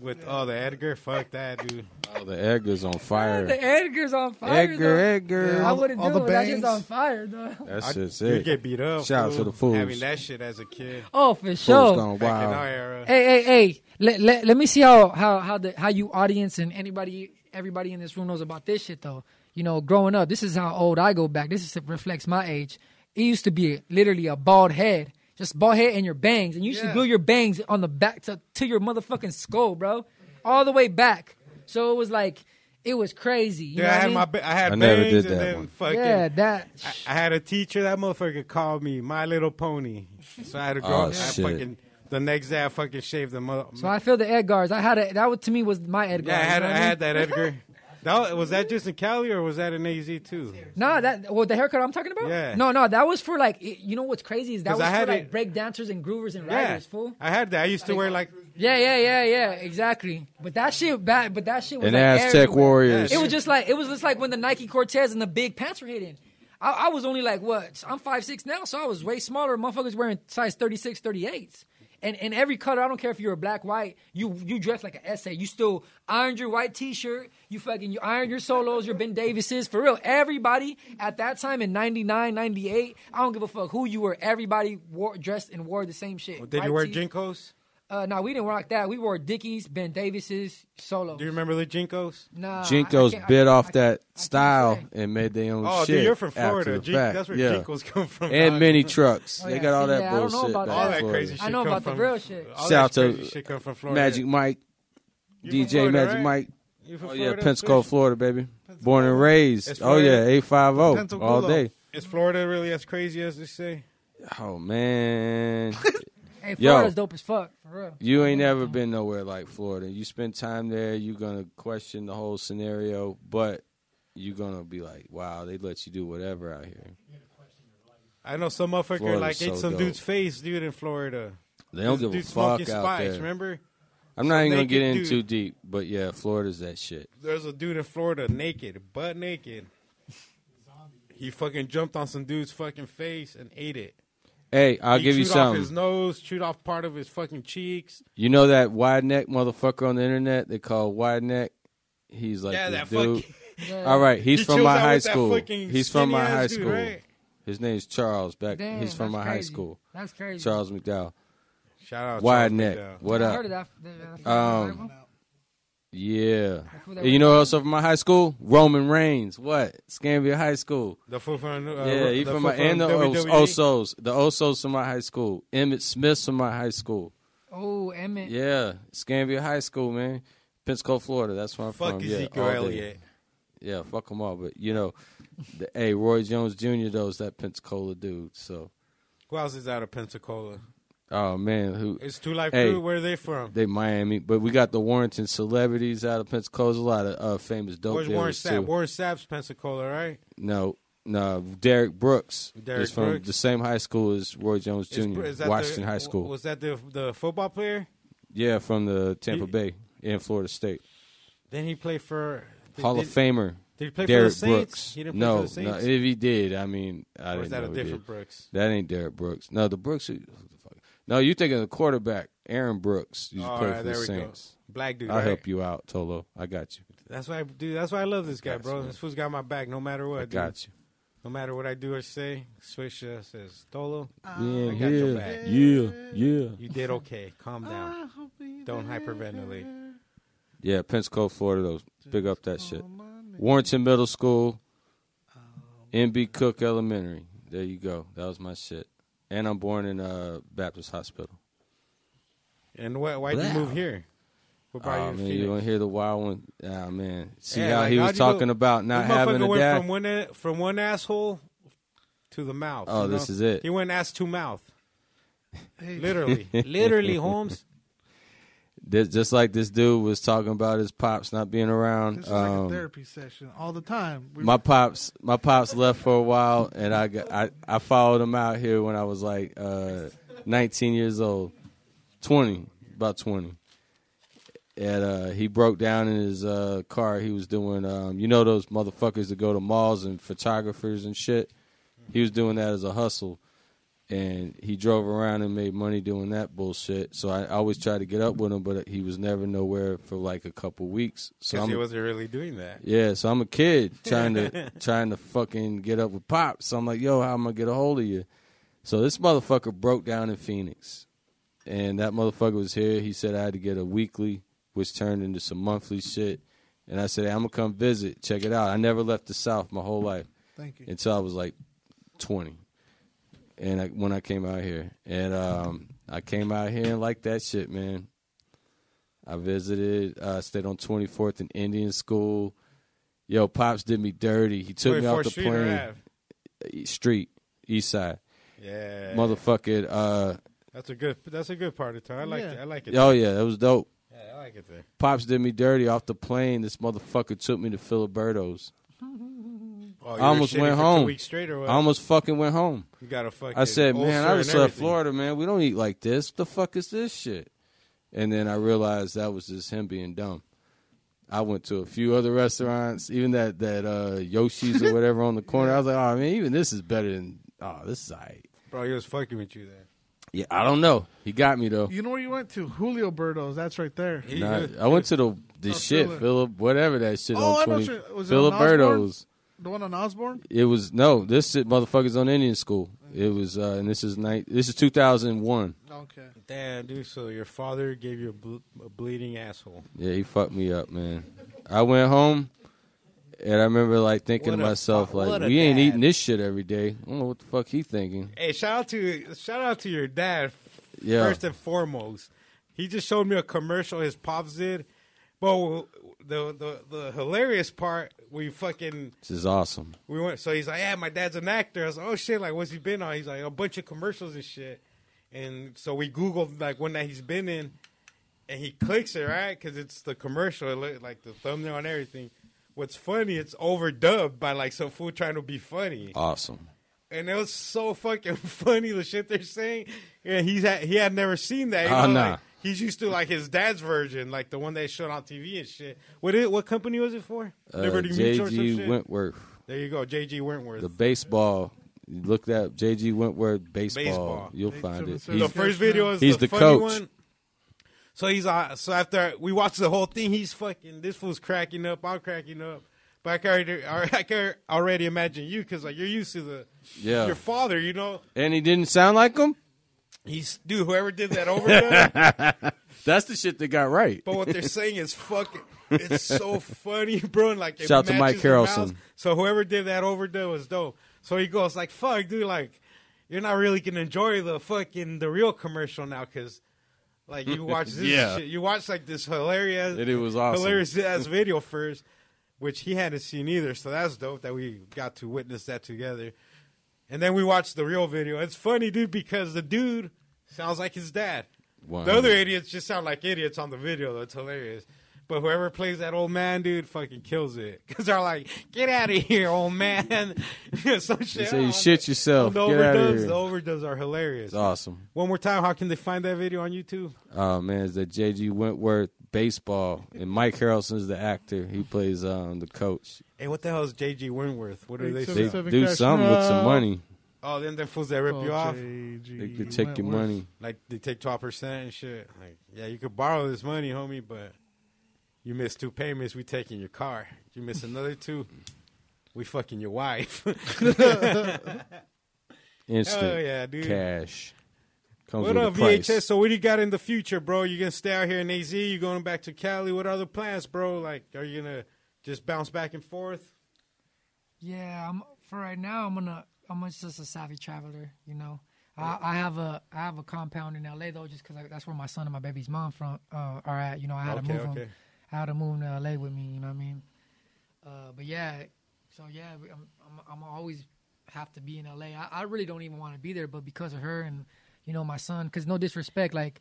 A: with oh the Edgar. Fuck that, dude.
C: Oh, the Edgar's on fire.
D: the Edgar's on fire.
C: Edgar,
D: though.
C: Edgar.
D: I wouldn't
B: All
D: do
B: the
D: it. That's just
B: bangs.
D: on fire, though.
C: That shit's
A: You
C: it.
A: get beat up.
C: Shout out
A: fool,
C: to the fools.
A: Having that shit as a kid.
D: Oh, for
C: Fool's
D: sure.
C: gone
A: Back in our
C: wild.
A: era.
D: Hey, hey, hey! Let, let, let me see how how how the how you audience and anybody everybody in this room knows about this shit though. You know, growing up, this is how old I go back. This is reflects my age. It used to be literally a bald head, just bald head and your bangs, and you used to glue your bangs on the back to to your motherfucking skull, bro, all the way back. So it was like, it was crazy. You
A: Dude,
D: know what
A: I had
D: I mean?
A: my ba- I had
C: I
A: bangs
C: never did
A: and
C: that
A: then
C: one.
A: fucking
D: yeah, that.
A: I, I had a teacher. That motherfucker called me My Little Pony. So I had to grow
C: Oh,
A: up. I
C: shit.
A: fucking the next day I fucking shaved the mother.
D: so I feel the Edgars. I had a, that was, to me was my Edgar.
A: yeah, I
D: you
A: had I
D: know what
A: had that Edgar. That, was that just in Cali or was that in AZ too?
D: No, that well, the haircut I'm talking about.
A: Yeah.
D: No, no, that was for like it- you know what's crazy is that
A: 'Cause
D: was
A: I had
D: for like
A: it-
D: break dancers and groovers and
A: Yeah,
D: riders, fool.
A: I had that. I used to wear like
D: Yeah, yeah, yeah, yeah, exactly. But that shit, bad. But that shit was
C: And
D: like
C: Aztec
D: everywhere.
C: Warriors.
D: It was just like it was just like when the Nike Cortez and the big pants were hitting. I, I was only like what I'm five six now, so I was way smaller. Motherfuckers wearing size 36, 38s. And and every color, I don't care if you're a black, white, you you dress like an essay. You still ironed your white t-shirt. You fucking you ironed your solos, your Ben Davises. For real, everybody at that time in 99, 98, I don't give a fuck who you were. Everybody wore dressed and wore the same shit.
A: did
D: White
A: you wear
D: tee-
A: Jinkos?
D: uh, no, we didn't rock that. We wore Dickies, Ben Davises, solo.
A: Do you remember the Jinkos?
D: Nah, I- I
C: Jinkos
D: can't-
C: bit
D: I-
C: off
D: I- I
C: that
D: can't
C: style
D: say.
C: and made their own
A: Oh,
C: shit.
A: dude, you're from
C: after
A: Florida.
C: the
A: Jink,
C: fact.
A: that's where
C: yeah.
A: Jinkos come from.
C: And
A: dog.
C: mini trucks.
D: Oh,
C: they
D: yeah,
C: got all
D: see,
C: that
D: yeah, I don't know
C: bullshit.
D: about
C: back
A: all
C: in
A: that
C: Florida.
A: crazy shit.
D: I know
A: come
D: about the
A: from,
D: real shit.
A: All
C: Shout
A: that
C: out
A: crazy
C: to
A: shit come from Florida.
C: Magic Mike,
A: You from
C: DJ
A: Florida,
C: Magic
A: right?
C: Mike.
A: You from
C: Oh yeah,
A: Florida,
C: Pensacola,
A: Fish?
C: Florida, baby. Born and
A: It's
C: raised. Oh
A: Florida.
C: yeah, eight five zero all
B: Pensacola.
C: day.
A: Is Florida really as crazy as they say?
C: Oh man,
D: Hey,
C: Yo.
D: Florida's dope as fuck, for real.
C: you ain't ever been nowhere like Florida. You spend time there, you're gonna question the whole scenario, but you're gonna be like, wow, they let you do whatever out here.
A: I know some motherfucker
C: Florida's
A: like ate
C: so
A: some
C: dope.
A: dude's face, dude, in Florida.
C: They don't
A: This
C: give a
A: dude
C: fuck out
A: smoking spice,
C: there.
A: Remember,
C: I'm not even gonna
A: naked
C: get in
A: dude.
C: too deep, but yeah, Florida's that shit.
A: there's a dude in Florida naked, butt naked. He fucking jumped on some dude's fucking face and ate it.
C: Hey, I'll
A: he
C: give you
A: chewed off his
C: something.
A: nose, chewed off part of his fucking cheeks.
C: You know that wide neck motherfucker on the internet they call wide neck? He's like
A: yeah,
C: this
A: that
C: dude.
A: fucking.
D: Yeah.
C: All right, he's
A: He
C: from
A: chills
C: my
A: out
C: high
A: with that
C: school.
A: fucking
C: He's from my
A: skinny
C: high
A: ass dude,
C: school.
A: right?
C: His name's Charles. Back,
D: Damn,
C: he's
D: that's
C: from my high
D: crazy.
C: school.
D: That's crazy.
C: Charles McDowell.
A: Shout out
C: Wide
A: Charles
C: neck.
A: McDowell.
C: What
D: I
C: up?
D: heard of that. that- that-
C: Um, Yeah.
D: who that
C: And you know who else from my high school? Roman Reigns. What? Scambia High School.
A: The fool from E? uh,
C: Yeah, he
A: the
C: from
A: fool
C: my and the Os-
A: WWE.
C: Osos. The Osos from my high school. Emmett Smith's from my high school.
D: oh, Emmett.
C: Yeah, Scambia High School, man. Pensacola, Florida. That's where I'm
A: Fuck
C: from. yeah,
A: Ezekiel
C: all day.
A: Elliott.
C: Yeah, fuck them all. But you know, the, hey, Roy Jones Jr. though is that Pensacola dude. So,
A: Who else is out of Pensacola?
C: oh man, who
A: It's Two Life
C: Hey.
A: Crew. Where are they from?
C: they Miami? But we got the Warrington celebrities out of Pensacola. There's A lot of uh, famous dope
A: Where's Warren
C: dealers
A: Sapp?
C: too.
A: Warren Sapp's Pensacola, right?
C: No, no, Derek Brooks
A: Derek
C: is from
A: Brooks.
C: the same high school as Roy Jones Jr.
A: Is- is that
C: Washington
A: the-
C: High School.
A: Was that the the football player?
C: yeah, from the Tampa
A: He-
C: Bay in Florida State.
A: Then he played for did-
C: Hall
A: did-
C: of Famer.
A: Did he play for the
C: Derek
A: Saints?
C: Brooks.
A: He didn't play
C: no,
A: for the Saints.
C: no. If he did, I mean, I
A: or
C: didn't
A: is that
C: know
A: a
C: he did.
A: different Brooks?
C: That ain't Derek Brooks. No, the Brooks. Who, who the fuck? No, you thinking the quarterback, Aaron Brooks. You
A: All
C: play
A: right,
C: for
A: there
C: the
A: we
C: Saints.
A: go. Black dude.
C: I'll
A: right?
C: help you out, Tolo. I got you.
A: That's why, I, dude. That's why I love this guy,
C: Got you,
A: bro.
C: man.
A: This fool's got my back, no matter what.
C: I
A: dude.
C: got you.
A: No matter what I do or say, Swish uh, says, "Tolo,
C: yeah,
A: I got your
C: yeah,
A: back.
C: yeah, yeah,
A: you did okay. Calm
B: Oh,
A: down.
B: I'll be
A: Don't
B: there
A: hyperventilate."
C: yeah. Pensacola, Florida. Though, pick up that shit.
B: for my man.
C: Warrenton Middle School,
A: Um,
C: MB Cook Elementary. There you go. That was my shit. And I'm born in uh, Baptist Hospital.
A: And why why'd you
C: Blah.
A: move here? What brought
C: Oh,
A: you to
C: man,
A: Phoenix?
C: you want to hear the wild one? Ah, man. See
A: Yeah,
C: how
A: like,
C: he
A: how'd
C: was
A: you go-
C: talking about not
A: This motherfucker
C: having a
A: went
C: dad.
A: From one, from one asshole to the mouth.
C: Oh,
A: you
C: this
A: know?
C: is it.
A: He went ass to mouth.
B: Hey.
A: Literally. Literally, Holmes.
C: This, just like this dude was talking about his pops not being around.
B: This is like
C: um,
B: a therapy session all the time. We-
C: my pops, my pops left for a while, and I, got, I I followed him out here when I was like uh, 19 years old, 20, about 20. And uh, he broke down in his uh, car. He was doing, um, you know, those motherfuckers that go to malls and photographers and shit. He was doing that as a hustle, and he drove around and made money doing that bullshit. So I, I always tried to get up with him, but he was never nowhere for like a couple weeks. So
A: Because
C: I'm
A: he wasn't really doing that.
C: yeah, so I'm a kid trying to trying to fucking get up with pops. So I'm like, yo, how am I gonna get a hold of you? So this motherfucker broke down in Phoenix, and that motherfucker was here. He said I had to get a weekly, which turned into some monthly shit. And I said, hey, I'm gonna come visit, check it out. I never left the South my whole life
B: Thank you.
C: until I was like 20, and I, when I came out here, and um, I came out here and liked that shit, man. I visited. Uh, stayed on 24th and Indian School. Yo, pops did me dirty. He took me off
A: 24th
C: the
A: Street or
C: plane.
A: Ave?
C: E- Street, East Side,
A: Yeah,
C: motherfucking. Uh,
A: That's a good. That's a good part of town. I like.
B: Yeah.
A: It. I like it.
C: oh yeah, that was dope.
A: Yeah, I like it there.
C: Pops did me dirty off the plane. This motherfucker took me to Filiberto's.
A: Oh, you
C: I almost
A: were shitting
C: went
A: for
C: home.
A: Two weeks straight or what?
C: I almost fucking went home.
A: you got a fucking.
C: I said, man,
A: ulcer
C: I
A: and
C: just left
A: everything."
C: Florida, man. We don't eat like this. The fuck is this shit? And then I realized that was just him being dumb. I went to a few other restaurants, even that that uh, Yoshi's or whatever on the corner. I was like, oh man, even this is better than oh this is alright.
A: Bro, he was fucking with you there.
C: Yeah, I don't know. He got me though.
B: You know where you went to? Julio Berto's. That's right there.
A: He,
C: Nah, I went to the the
B: Oh,
C: shit
B: Philip.
C: Philip whatever that shit
B: Oh,
C: on
B: I know
C: twenty
B: what you- was it on
C: Filiberto's.
B: The one on Osborne?
C: It was no this shit motherfuckers on Indian school. It was uh, and this is night. This is two thousand one.
B: Okay.
A: Damn, dude. So your father gave you a, ble- a bleeding asshole.
C: Yeah, he fucked me up, man. I went home and I remember like thinking
A: What
C: to
A: a
C: myself,
A: fu-
C: like,
A: what a
C: we ain't
A: dad.
C: eating this shit every day. I don't know what the fuck he thinking.
A: Hey, shout out to shout out to your dad.
C: Yeah.
A: First and foremost, he just showed me a commercial his pops did. But the the the hilarious part, we fucking
C: This is awesome.
A: We went. So he's like, "Yeah, my dad's an actor." I was like, "Oh shit! Like, what's he been on?" He's like, "A bunch of commercials and shit." And so we googled like one that he's been in, and he clicks it right because it's the commercial, it look- like the thumbnail and everything. What's funny? It's overdubbed by like some fool trying to be funny,
C: Awesome.
A: and it was so fucking funny the shit they're saying. And he's had, he had never seen that. You
C: Oh,
A: know?
C: nah.
A: like, he's used to like his dad's version, like the one they showed on TV and shit. What it? What company was it for?
C: Uh,
A: or some
C: J.G.
A: shit?
C: Wentworth,
A: There you go, JG Wentworth.
C: the baseball. You Look that up, J.G. Wentworth baseball.
A: Baseball.
C: You'll
B: They
C: find
B: took
C: it.
B: us to
C: He's-
A: the first video is
C: he's
A: the,
C: the
A: funny
C: coach.
A: one. So he's uh, so after we watched the whole thing, he's fucking this fool's cracking up. I'm cracking up, but I can already, I can already imagine you because like you're used to the
C: Yeah.
A: your father, you know.
C: and he didn't sound like him.
A: He's dude, whoever did that overdub.
C: That's the shit they got right.
A: but what they're saying is fucking, it's so funny, bro. And like it
C: Shout out to
A: matches
C: Mike
A: the
C: Harrelson.
A: mouse. So whoever did that overdub was dope. So he goes like, "Fuck, dude, like you're not really gonna enjoy the fucking the real commercial now because." Like you watch this
C: Yeah.
A: shit. You watch like this hilarious
C: And it was awesome.
A: hilarious ass video first, which he hadn't seen either, so that's dope that we got to witness that together. And then we watched the real video. It's funny, dude, because the dude sounds like his dad.
C: Wow.
A: The other idiots just sound like idiots on the video. That's hilarious. But whoever plays that old man, dude, fucking kills it. Cause they're like, "Get out of here, old man!" Some shit.
C: They say you
A: on
C: shit
A: the-
C: yourself.
A: on The
C: Get out of
A: overdubs,
C: here.
A: the overdubs are hilarious.
C: It's awesome.
A: One more time, how can they find that video on YouTube?
C: Oh man, it's the J.G. Wentworth baseball, and Mike Harrelson's the actor. He plays um, the coach.
A: Hey, what the hell is JG Wentworth? What are they?
B: Big
C: They
A: saying?
B: Seven
C: do
B: cash
C: something with some
B: now.
C: money.
A: Oh, then them fools that rip you off,
C: They could take your money.
A: like they take twelve percent and shit. Like, yeah, you could borrow this money, homie, but you miss two payments, we taking your car. You miss another two, we fucking your wife.
C: Instant
A: Oh, yeah, dude.
C: cash. Comes
A: what
C: with
A: up,
C: a price.
A: VHS? So what do you got in the future, bro? You gonna stay out here in AZ? You going back to Cali? What other plans, bro? Like, are you gonna just bounce back and forth?
D: Yeah, I'm for right now. I'm gonna I'm gonna just a savvy traveler. You know, I, I have a I have a compound in L.A. though, just because that's where my son and my baby's mom from uh, are at. You know, I had
A: Okay,
D: to move 'em.
A: okay.
D: I had to move 'em to L.A. with me. You know what I mean? Uh, but yeah, so yeah, we- I'm I'm, I'm always have to be in L.A. I, I really don't even want to be there, but because of her and you know my son, because no disrespect, like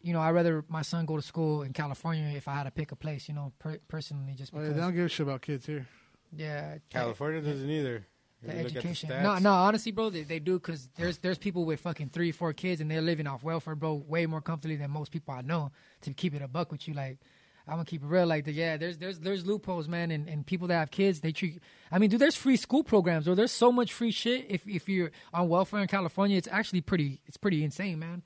D: you know I'd rather my son go to school in California if I had to pick a place. You know, per- personally, just
B: Oh,
D: because
B: yeah, they don't give a shit about kids here.
D: yeah,
A: California doesn't either. If
D: the
A: you look at
D: education.
A: stats.
D: no, no, honestly, bro, they, they do because there's there's people with fucking three, four kids and they're living off welfare, bro, way more comfortably than most people I know. To keep it a buck with you, like I'm gonna keep it real, like the, yeah, there's there's there's loopholes, man, and, and people that have kids, they treat. I mean, dude, there's free school programs, or there's so much free shit. If if you're on welfare in California, it's actually pretty, it's pretty insane, man.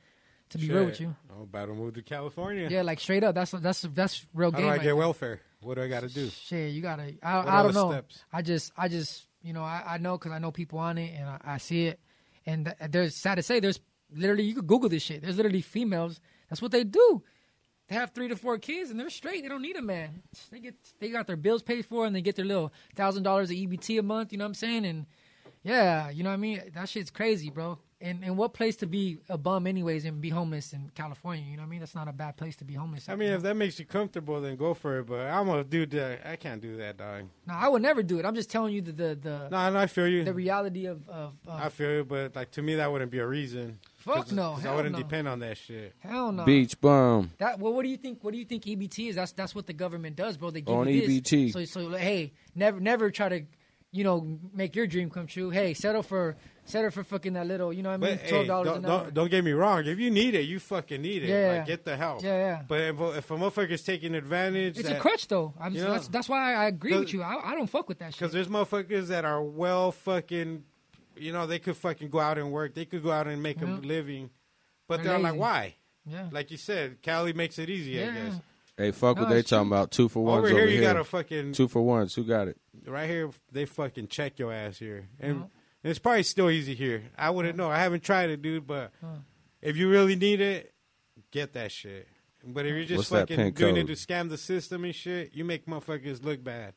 D: To be real with
A: Shit.
D: you,
A: I'm about to move to California.
D: yeah, like straight up, that's that's that's real
A: How
D: game.
A: do I
D: right
A: get
D: there.
A: welfare? What do I got to do?
D: Shit, you gotta. I,
A: What
D: I
A: are
D: don't
A: the
D: know.
A: steps?
D: I just, I just, you know, I, I know because I know people on it and I, I see it. And th- there's sad to say, there's literally you could Google this shit. There's literally females. That's what they do. They have three to four kids and they're straight. They don't need a man. They get, they got their bills paid for and they get their little E thousand dollars of EBT a month. You know what I'm saying? And yeah, you know what I mean. That shit's crazy, bro. and, and what place to be a bum anyways and be homeless in California? You know what I mean? That's not a bad place to be homeless.
A: I mean, if that makes you comfortable, then go for it. But I'm a dude that I can't do that, dog.
D: no, I would never do it. I'm just telling you the the the,
A: No, I know, I feel you.
D: the reality of of, of
A: I feel you, but like to me, that wouldn't be a reason.
D: Fuck no,
A: I
D: hell
A: wouldn't
D: no.
A: depend on that shit.
D: hell no
C: Beach bum.
D: That well, what do you think? What do you think EBT is? That's that's what the government does, bro. They give
C: On
D: you this.
C: EBT.
D: So so like, hey, never never try to, you know, make your dream come true. Hey, settle for settle for fucking that little. You know what I mean?
A: But hey,
D: Twelve dollars
A: don't,
D: an hour.
A: don't, don't get me wrong. If you need it, you fucking need it.
D: Yeah.
A: Like, get the help.
D: Yeah, yeah.
A: But if, if a motherfucker's taking advantage,
D: it's a
A: that-
D: crutch though. I'm,
A: You know-
D: that's that's why I agree
A: Cause-
D: with you. I, I don't fuck with that shit.
A: Because there's motherfuckers that are well fucking, you know, they could fucking go out and work. They could go out and make
D: Yeah.
A: a living. But
D: They're
A: they're, like,
D: lazy.
A: why?
D: yeah.
A: Like you said, Cali makes it easy, I
D: Yeah.
A: guess.
C: Hey, fuck
D: No,
C: what they
D: it's true.
C: talking about. Two for ones
A: Over
C: over,
A: here, you got to fucking,
C: Two for ones. Who got it?
A: right here, they fucking check your ass here. And,
D: Yeah.
A: and it's probably still easy here. I wouldn't know. I haven't tried it, dude, but if you really need it, get that shit. But if you're just
C: What's that
A: fucking
C: pin
A: doing
C: code?
A: it to scam the system and shit, you make motherfuckers look bad.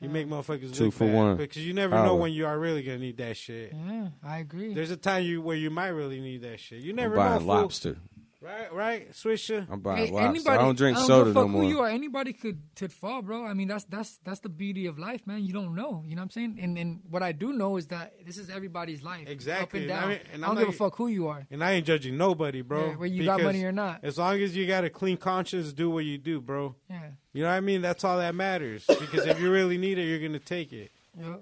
A: You make motherfuckers
C: Two
A: look
C: for
A: bad
C: one.
A: because you never know
C: Hour.
A: when you are really gonna need that shit.
D: yeah, I agree.
A: There's a time you where you might really need that shit. You
C: I'm
A: never know.
C: buying
A: fool.
C: lobster.
A: Right, right, Swisher.
C: I'm buying
D: Hey,
C: lobster. I don't drink
D: give
C: soda
D: a
C: no
D: fuck
C: more.
D: Who you are, anybody could could fall, bro. I mean, that's that's that's the beauty of life, man. You don't know. You know what I'm saying? And and what I do know is that this is everybody's life, Up and
A: Exactly. And I
D: down. I,
A: mean- and
D: don't
A: I'm
D: give a
A: not-
D: fuck who you are.
A: And I ain't judging nobody, bro.
D: Yeah, whether you got
A: because
D: money or not.
A: As long as you got a clean conscience, do what you do, bro.
D: Yeah.
A: You know what I mean? That's all that matters. Because if you really need it, you're gonna take it.
D: yeah.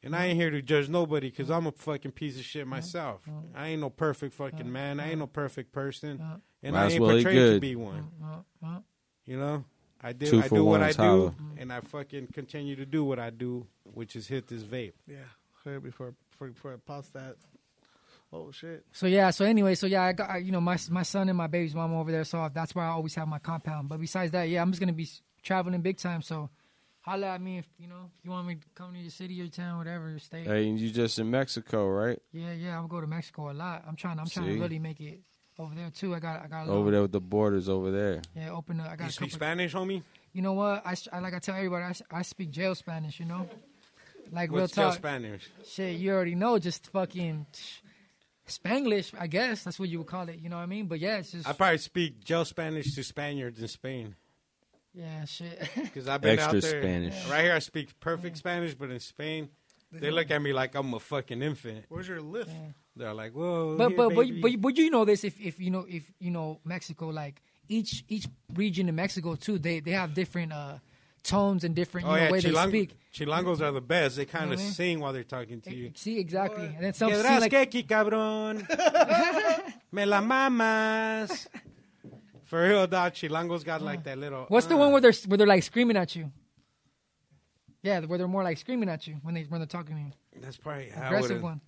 A: And I ain't here to judge nobody because I'm a fucking piece of shit myself. I ain't no perfect fucking man. I ain't no perfect person. And
C: Might
A: I
C: as
A: ain't
C: well eat
A: portrayed to
C: good.
A: be one.
D: Uh, uh,
A: You know? I do
C: Two
A: I
C: for
A: do what I
C: ones,
A: do
C: holla.
A: and I fucking continue to do what I do, which is hit this vape.
B: Yeah, heard before before, before I post that. Oh shit!
D: So yeah, so anyway, so yeah, I got I, you know my my son and my baby's mom over there, so that's where I always have my compound. But besides that, yeah, I'm just gonna be s- traveling big time. So holla at me if you know if you want me to come to your city, your town, whatever, your state.
C: Hey, and you just in Mexico, right?
D: Yeah, yeah, I'm going to Mexico a lot. I'm trying. I'm trying
C: See?
D: to really make it over there too. I got. I got a
C: Over
D: little-
C: there with the borders over there.
D: Yeah, open. Up. I got.
A: You
D: a
A: speak
D: couple,
A: Spanish, homie?
D: You know what? I, s- I- like. I tell everybody. I, s- I speak jail Spanish. You know, like real
A: What's your
D: talk.
A: Spanish?
D: Shit, you already know. Just fucking Spanglish. I guess that's what you would call it. You know what I mean? But yeah, it's just
A: I probably speak gel Spanish to Spaniards in Spain.
D: yeah, shit.
A: Because I've been
C: Extra
A: out there.
C: Spanish.
A: Right here, I speak perfect Spanish, but in Spain, they look at me like I'm a fucking infant.
B: Where's your lift?
A: They're like, whoa.
D: but
A: here,
D: but, but
A: baby.
D: but but you know this if if you know if you know Mexico like each each region in Mexico too they they have different uh tones and different you know way
A: Chilang-
D: they speak.
A: Oh, Chilangos are the best. They kind
D: know
A: of
D: what I mean?
A: sing while they're talking to you.
D: See
A: Oh,
D: exactly, and then some see,
A: Quedas
D: like
A: quequi, cabrón. Me la mamas. For real, dog. Chilangos got like that little.
D: What's the
A: uh,
D: one where they're where they're like screaming at you? Yeah, where they're more like screaming at you when they when they're talking to you.
A: That's probably I
D: Aggressive
A: would've-
D: one.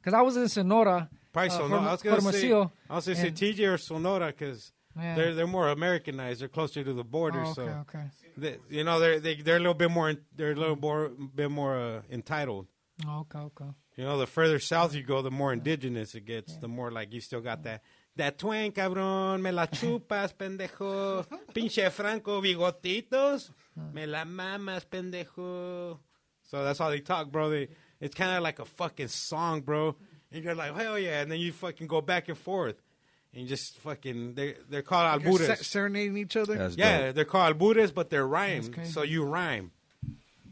D: Because I was in Sonora.
A: Probably
D: uh,
A: Sonora.
D: Horm-
A: I was gonna say.
D: Hormozillo,
A: I was gonna say
D: and-
A: TJ or Sonora because
D: Yeah.
A: they're they're more Americanized. They're closer to the border,
D: Oh,
A: so.
D: okay, okay.
A: They, you know they're they, they're a little bit more they're a little more bit more uh, entitled.
D: Oh, okay, okay.
A: You know, the further south you go, the more indigenous it gets. The more like you still got that that twang, cabrón, me la chupas, pendejo, pinche Franco, bigotitos, me la mamas, pendejo. So that's how they talk, bro. They it's kind of like a fucking song, bro. And you're like, hell yeah, and then you fucking go back and forth, and you just fucking they they're called
B: You're
A: alburas.
B: se- serenading each other.
C: That's
A: Yeah,
C: dope.
A: they're called albures, but they're rhyme.
D: crazy.
A: So you rhyme.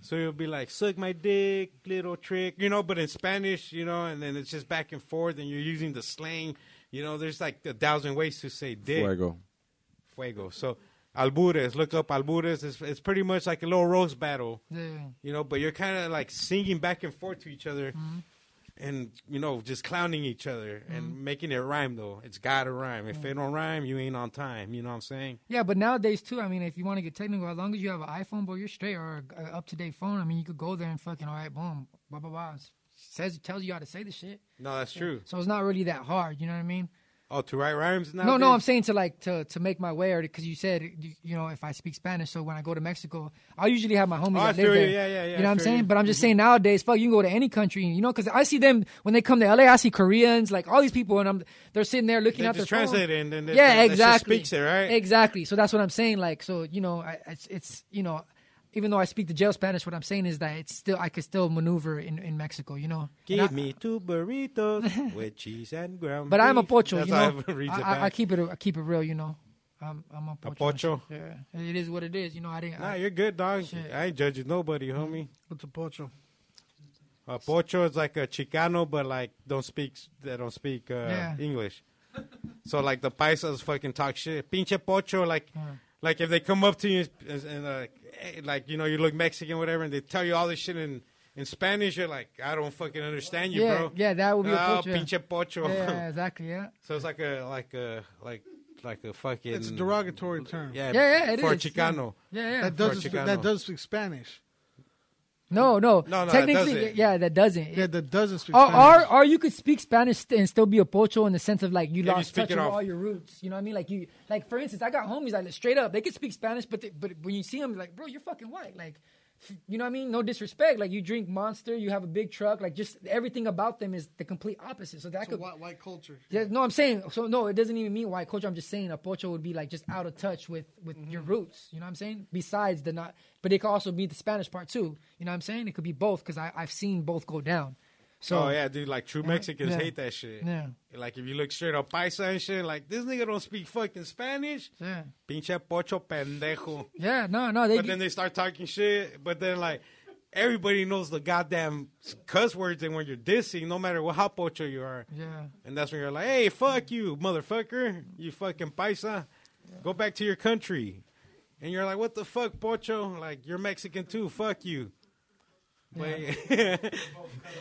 A: So you'll be like, suck my dick, little trick, you know, but in Spanish, you know, and then it's just back and forth, and you're using the slang. You know, there's like a thousand ways to say dick.
C: Fuego.
A: Fuego. So albures, look up albures. It's, it's pretty much like a little roast battle,
D: Yeah.
A: you know, but you're kind of like singing back and forth to each other
D: Mm-hmm.
A: and, you know, just clowning each other
D: Mm-hmm.
A: and making it rhyme, though. It's got to rhyme. If it don't rhyme, you ain't on time. You know what I'm saying?
D: Yeah, but nowadays too. I mean, if you want to get technical, as long as you have an iPhone, bro, you're straight or an up to date phone. I mean, you could go there and fucking all right, boom, blah blah blah. Says tells you how to say the shit.
A: No, that's true.
D: So it's not really that hard. You know what I mean?
A: Oh, to write rhymes now?
D: No, no, I'm saying to like to to make my way, or because you said you, you know if I speak Spanish, so when I go to Mexico, I usually have my homies
A: Oh, I
D: that
A: feel
D: live there.
A: you. Yeah, yeah, yeah,
D: You
A: I
D: know what I'm
A: feel
D: saying?
A: you. Mm-hmm.
D: But I'm just saying nowadays, fuck, you can go to any country, you know, because I see them when they come to LA, I see Koreans, like all these people, and I'm they're sitting there looking
A: They
D: at
A: just
D: their phone.
A: translate it and then that-
D: yeah,
A: that shit
D: exactly.
A: speaks it, right?
D: Exactly. So that's what I'm saying. Like, so you know, I, it's it's you know. even though I speak the jail Spanish, what I'm saying is that it's still I could still maneuver in, in Mexico, you know. And
A: Give
D: I-
A: me two burritos with cheese and ground
D: But I'm a
A: beef.
D: pocho,
A: That's
D: you
A: how
D: know.
A: everyone reads
D: I,
A: it
D: I, I
A: back.
D: keep it I keep it real, you know. I'm I'm a pocho. and
A: pocho?
D: shit. Yeah, it is what it is. You know, I didn't.
A: Nah,
D: I,
A: you're good, dog.
D: Shit. Mm-hmm.
A: I ain't judging nobody, homie.
B: What's a pocho?
A: A pocho is like a Chicano, but like don't speak they don't speak uh,
D: Yeah.
A: English. So like the paisas fucking talk shit. Pinche pocho, like
D: Yeah.
A: like if they come up to you and, and uh, eh, like you know you look Mexican, whatever, and they tell you all this shit in in Spanish, you're like, I don't fucking understand you,
D: yeah,
A: bro.
D: yeah, that would be a
A: Ah,
D: pocho. yeah.
A: pinche pocho.
D: Yeah, yeah, exactly. Yeah.
A: so it's like a like a like like a fucking.
B: It's a derogatory term.
A: Mm. Yeah,
D: Yeah, yeah, it
A: for
D: is,
A: a Chicano.
D: Yeah, yeah.
B: That doesn't
A: For
B: speak, that
A: Chicano.
B: doesn't speak Spanish.
D: no, no.
A: No, no, that
D: Technically,
A: doesn't.
D: yeah, that doesn't.
B: Yeah, that doesn't speak
D: or,
B: Spanish.
D: or or you could speak Spanish st- and still be a pocho in the sense of like you
A: Yeah, you
D: lost
A: speak
D: touch
A: it
D: of
A: off.
D: all your roots. You know what I mean? Like you, like for instance, I got homies like straight up they could speak Spanish, but they, but when you see them, like bro, you're fucking white. Like, f- you know what I mean? No disrespect. Like you drink Monster, you have a big truck. Like just everything about them is the complete opposite. So that
B: It's a
D: could
B: white, white culture.
D: yeah, no, I'm saying so. No, it doesn't even mean white culture. I'm just saying a pocho would be like just out of touch with with
A: Mm-hmm.
D: your roots. You know what I'm saying? Besides the not, but it could also be the Spanish part too. You know what I'm saying? It could be both because I I've seen both go down. So
A: oh yeah, dude, like true Mexicans
D: Yeah.
A: hate that shit.
D: Yeah.
A: Like if you look straight up paisa and shit, like this nigga don't speak fucking Spanish.
D: yeah,
A: Pinche pocho pendejo.
D: yeah. No, no. They,
A: But then they start talking shit. But then like everybody knows the goddamn cuss words, and when you're dissing, no matter what how pocho you are,
D: yeah.
A: and that's when you're like, hey, fuck you, motherfucker, you fucking paisa, go back to your country. And you're like, what the fuck, pocho? Like you're Mexican too, fuck you. But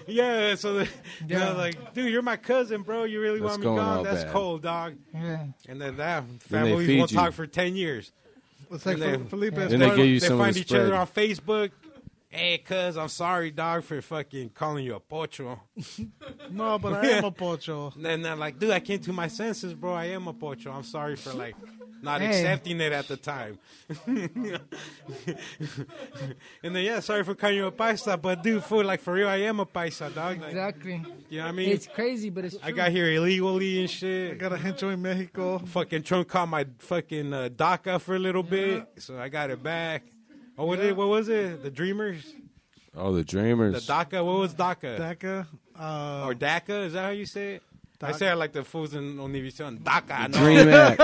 A: yeah, so the, you
D: Yeah.
A: know, like, dude, you're my cousin, bro. You really
C: That's
A: want me
C: going
A: gone?
C: all
A: That's
C: bad.
A: cold, dog.
D: Yeah.
A: And then that
C: Then they
A: families
C: feed
A: won't
C: you.
A: talk for ten years.
B: It's like
A: Then
B: Fel-
A: they-
B: Felipe
C: Then they
B: Esparza.
C: give you
A: they
C: some of
A: find
C: the
A: each other
C: spread.
A: on Facebook. Hey, cuz, I'm sorry, dog, for fucking calling you a pocho.
B: No, but I am a pocho.
A: And then they're like, dude, I came to my senses, bro. I am a pocho. I'm sorry for like not
D: Hey.
A: accepting it at the time. and then yeah, sorry for calling you a paisa, but dude, fool, like for real, I am a paisa, dog. Like,
D: Exactly.
A: You know what I mean?
D: It's crazy, but it's true.
A: I got here illegally and
B: I
A: shit.
B: got a hencho in Mexico.
A: fucking Trump caught my fucking uh, DACA for a little bit, so I got it back. Oh, what, it, what was it? The Dreamers?
C: Oh, the
A: The
C: Dreamers.
A: DACA? What was DACA?
B: DACA. Uh,
A: or DACA? Is that how you say it? I
B: Dac-
A: say it like the fools in Univision. DACA, no.
C: Dream Act.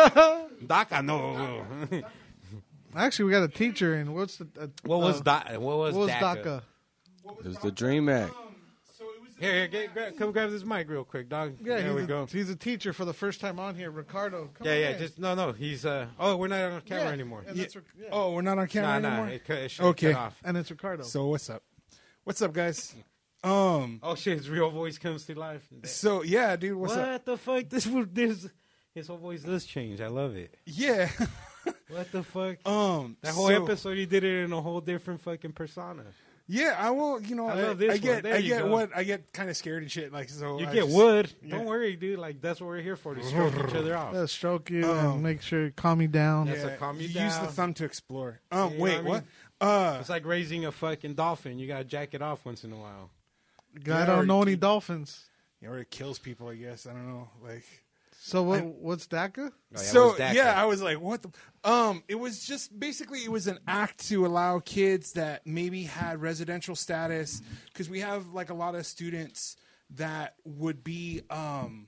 A: DACA, no.
B: actually, we got a teacher in. What's the. Uh,
A: what was
B: uh,
A: DACA? What was,
B: What was
A: DACA?
B: DACA?
C: It's the Dream Act.
A: Here, here get, gra- come grab this mic real quick, dog.
B: Yeah,
A: there
B: he's
A: we
B: a,
A: go.
B: He's a teacher for the first time on here. Ricardo. Come
A: yeah,
B: on
A: yeah,
B: in.
A: just no, no. He's uh. Oh, we're not on camera
B: Yeah,
A: anymore.
B: And, it's, Ri- yeah.
H: Oh, we're not
A: Nah,
H: on camera
A: nah.
H: anymore.
A: It, cut- it should
H: Okay.
A: cut off.
B: and it's Ricardo.
H: So what's up? What's up, guys? Um.
A: Oh shit, his real voice comes to life.
H: So yeah, dude. What's
A: what
H: up?
A: the fuck? This was this. His whole voice does change. I love it.
H: Yeah.
A: What the fuck?
H: um.
A: that whole
H: so-
A: episode, you did it in a whole different fucking persona.
H: Yeah, I will. You know,
A: I
H: I,
A: love this
H: I
A: one.
H: get.
A: There
H: I
A: you
H: get
A: go.
H: what I get kind of scared and shit. Like so.
A: You
H: I
A: get
H: just-
A: wood.
H: yeah.
A: Don't worry, dude. Like that's what we're here for to stroke each other off.
B: Yeah, stroke you
H: Um,
B: and make sure you calm you down.
A: Yes.
H: Yeah,
A: So calm you
H: you use the
A: down.
H: thumb to explore. Um.
A: You know
H: wait.
A: what
H: What? Uh.
A: It's like raising a fucking dolphin. You gotta jack it off once in a while.
B: I
H: Yeah, or
B: don't know any
H: keep-
B: dolphins.
H: yeah, Or it kills people. I guess I don't know. Like.
B: So what? what's
A: Oh,
B: DACA?
A: yeah,
H: so
A: what's that
H: yeah,
A: called?
H: I was like, what the? Um, it was just basically it was an act to allow kids that maybe had residential status because we have like a lot of students that would be um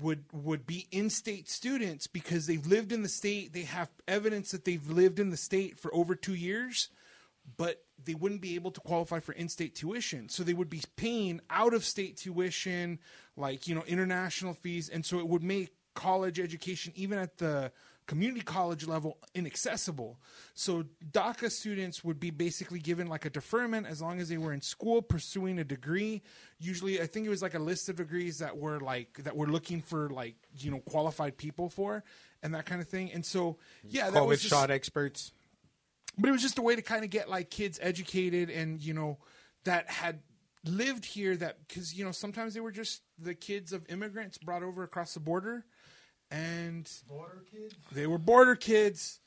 H: would would be in-state students because they've lived in the state. They have evidence that they've lived in the state for over two years but they wouldn't be able to qualify for in-state tuition so they would be paying out-of-state tuition like you know international fees and so it would make college education even at the community college level inaccessible so daca students would be basically given like a deferment as long as they were in school pursuing a degree usually i think it was like a list of degrees that were like that were looking for like you know qualified people for and that kind of thing and so yeah that
A: COVID
H: was just-
A: shot experts.
H: but it was just a way to kind of get like kids educated and you know that had lived here that because you know sometimes they were just the kids of immigrants brought over across the border and border kids they were border kids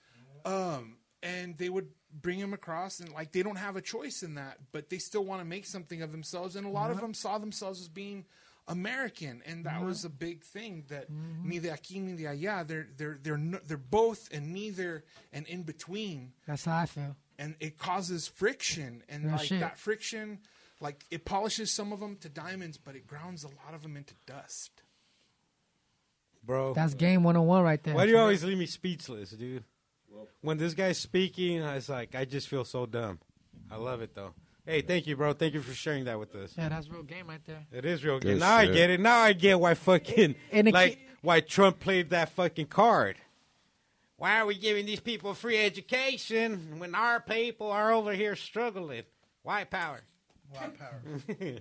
H: um and they would bring them across and like they don't have a choice in that but they still want to make something of themselves and a lot of them saw themselves as being American, and that was a big thing that ni de aquí ni de allá. They're they're they're no, they're both and neither and in between.
D: That's how I feel.
H: and it causes friction, and
D: No
H: like
D: Oh, shit.
H: that friction, like it polishes some of them to diamonds, but it grounds a lot of them into dust.
A: bro.
D: That's game 101 right there.
A: Oh. Why do you always leave me speechless, dude? When this guy's speaking, I was like, I just feel so dumb. I love it though. Hey, thank you, bro. Thank you for sharing that with us.
D: yeah, that's real game right there.
A: It is real
C: Good
A: good. Now I
C: shit.
A: get it. Now I get why fucking
D: And it
A: like
D: ki-
A: why Trump played that fucking card. Why are we giving these people free education when our people are over here struggling? Why power?
B: Wow, power.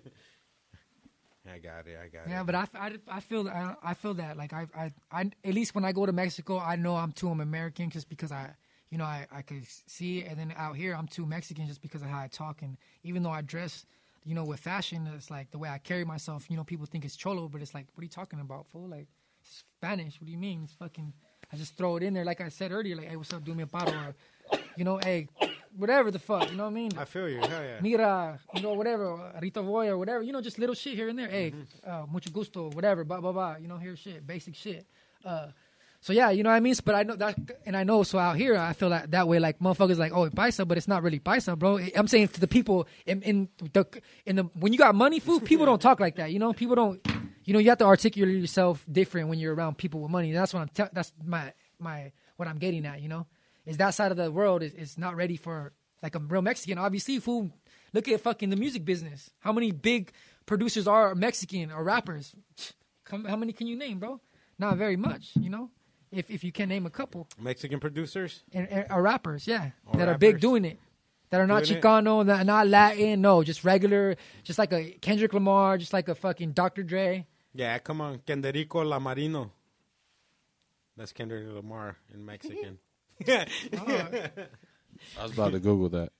A: I got it. I got
D: Yeah,
A: it.
D: but I, I, I feel I, I feel that like I, I I at least when I go to Mexico, I know I'm too American just because I you know I I could see it, and then out here I'm too Mexican just because of how I talk and even though I dress you know with fashion, it's like the way I carry myself. You know, people think it's cholo, but it's like what are you talking about, fool? Like Spanish? What do you mean? It's fucking. I just throw it in there, like I said earlier, like hey, what's up? Do me a bottle, or you know, hey, whatever the fuck, you know what I mean?
A: I feel you. Hell yeah.
D: Mira, you know, whatever, Rita Voy or whatever, you know, just little shit here and there. Hey, uh, mucho gusto, whatever, blah, blah, blah, you know, here shit, basic shit. Uh, so yeah, you know what I mean? But I know that, and I know, so out here, I feel like that way, like motherfuckers like, oh, paisa, but it's not really paisa, bro. I'm saying to the people in, in the, in the, when you got money, food, people don't talk like that, you know, people don't, you know, you have to articulate yourself different when you're around people with money. That's what I'm, te- that's my, my, what I'm getting at, you know? is that side of the world is, is not ready for like a real Mexican. Obviously, fool. Look at fucking the music business. How many big producers are Mexican or rappers? Come, how many can you name, bro? Not very much, you know. If if you can name a couple
A: Mexican producers.
D: and, and or rappers, yeah,
A: Or
D: that are big
A: rappers.
D: doing it, that are not
A: Doing it.
D: Chicano, that are not Latin, no, just regular, just like a Kendrick Lamar, just like a fucking Dr. Dre.
A: Yeah, come on, Kenderico Lamarino. That's Kendrick Lamar in Mexican.
C: I was about to Google that.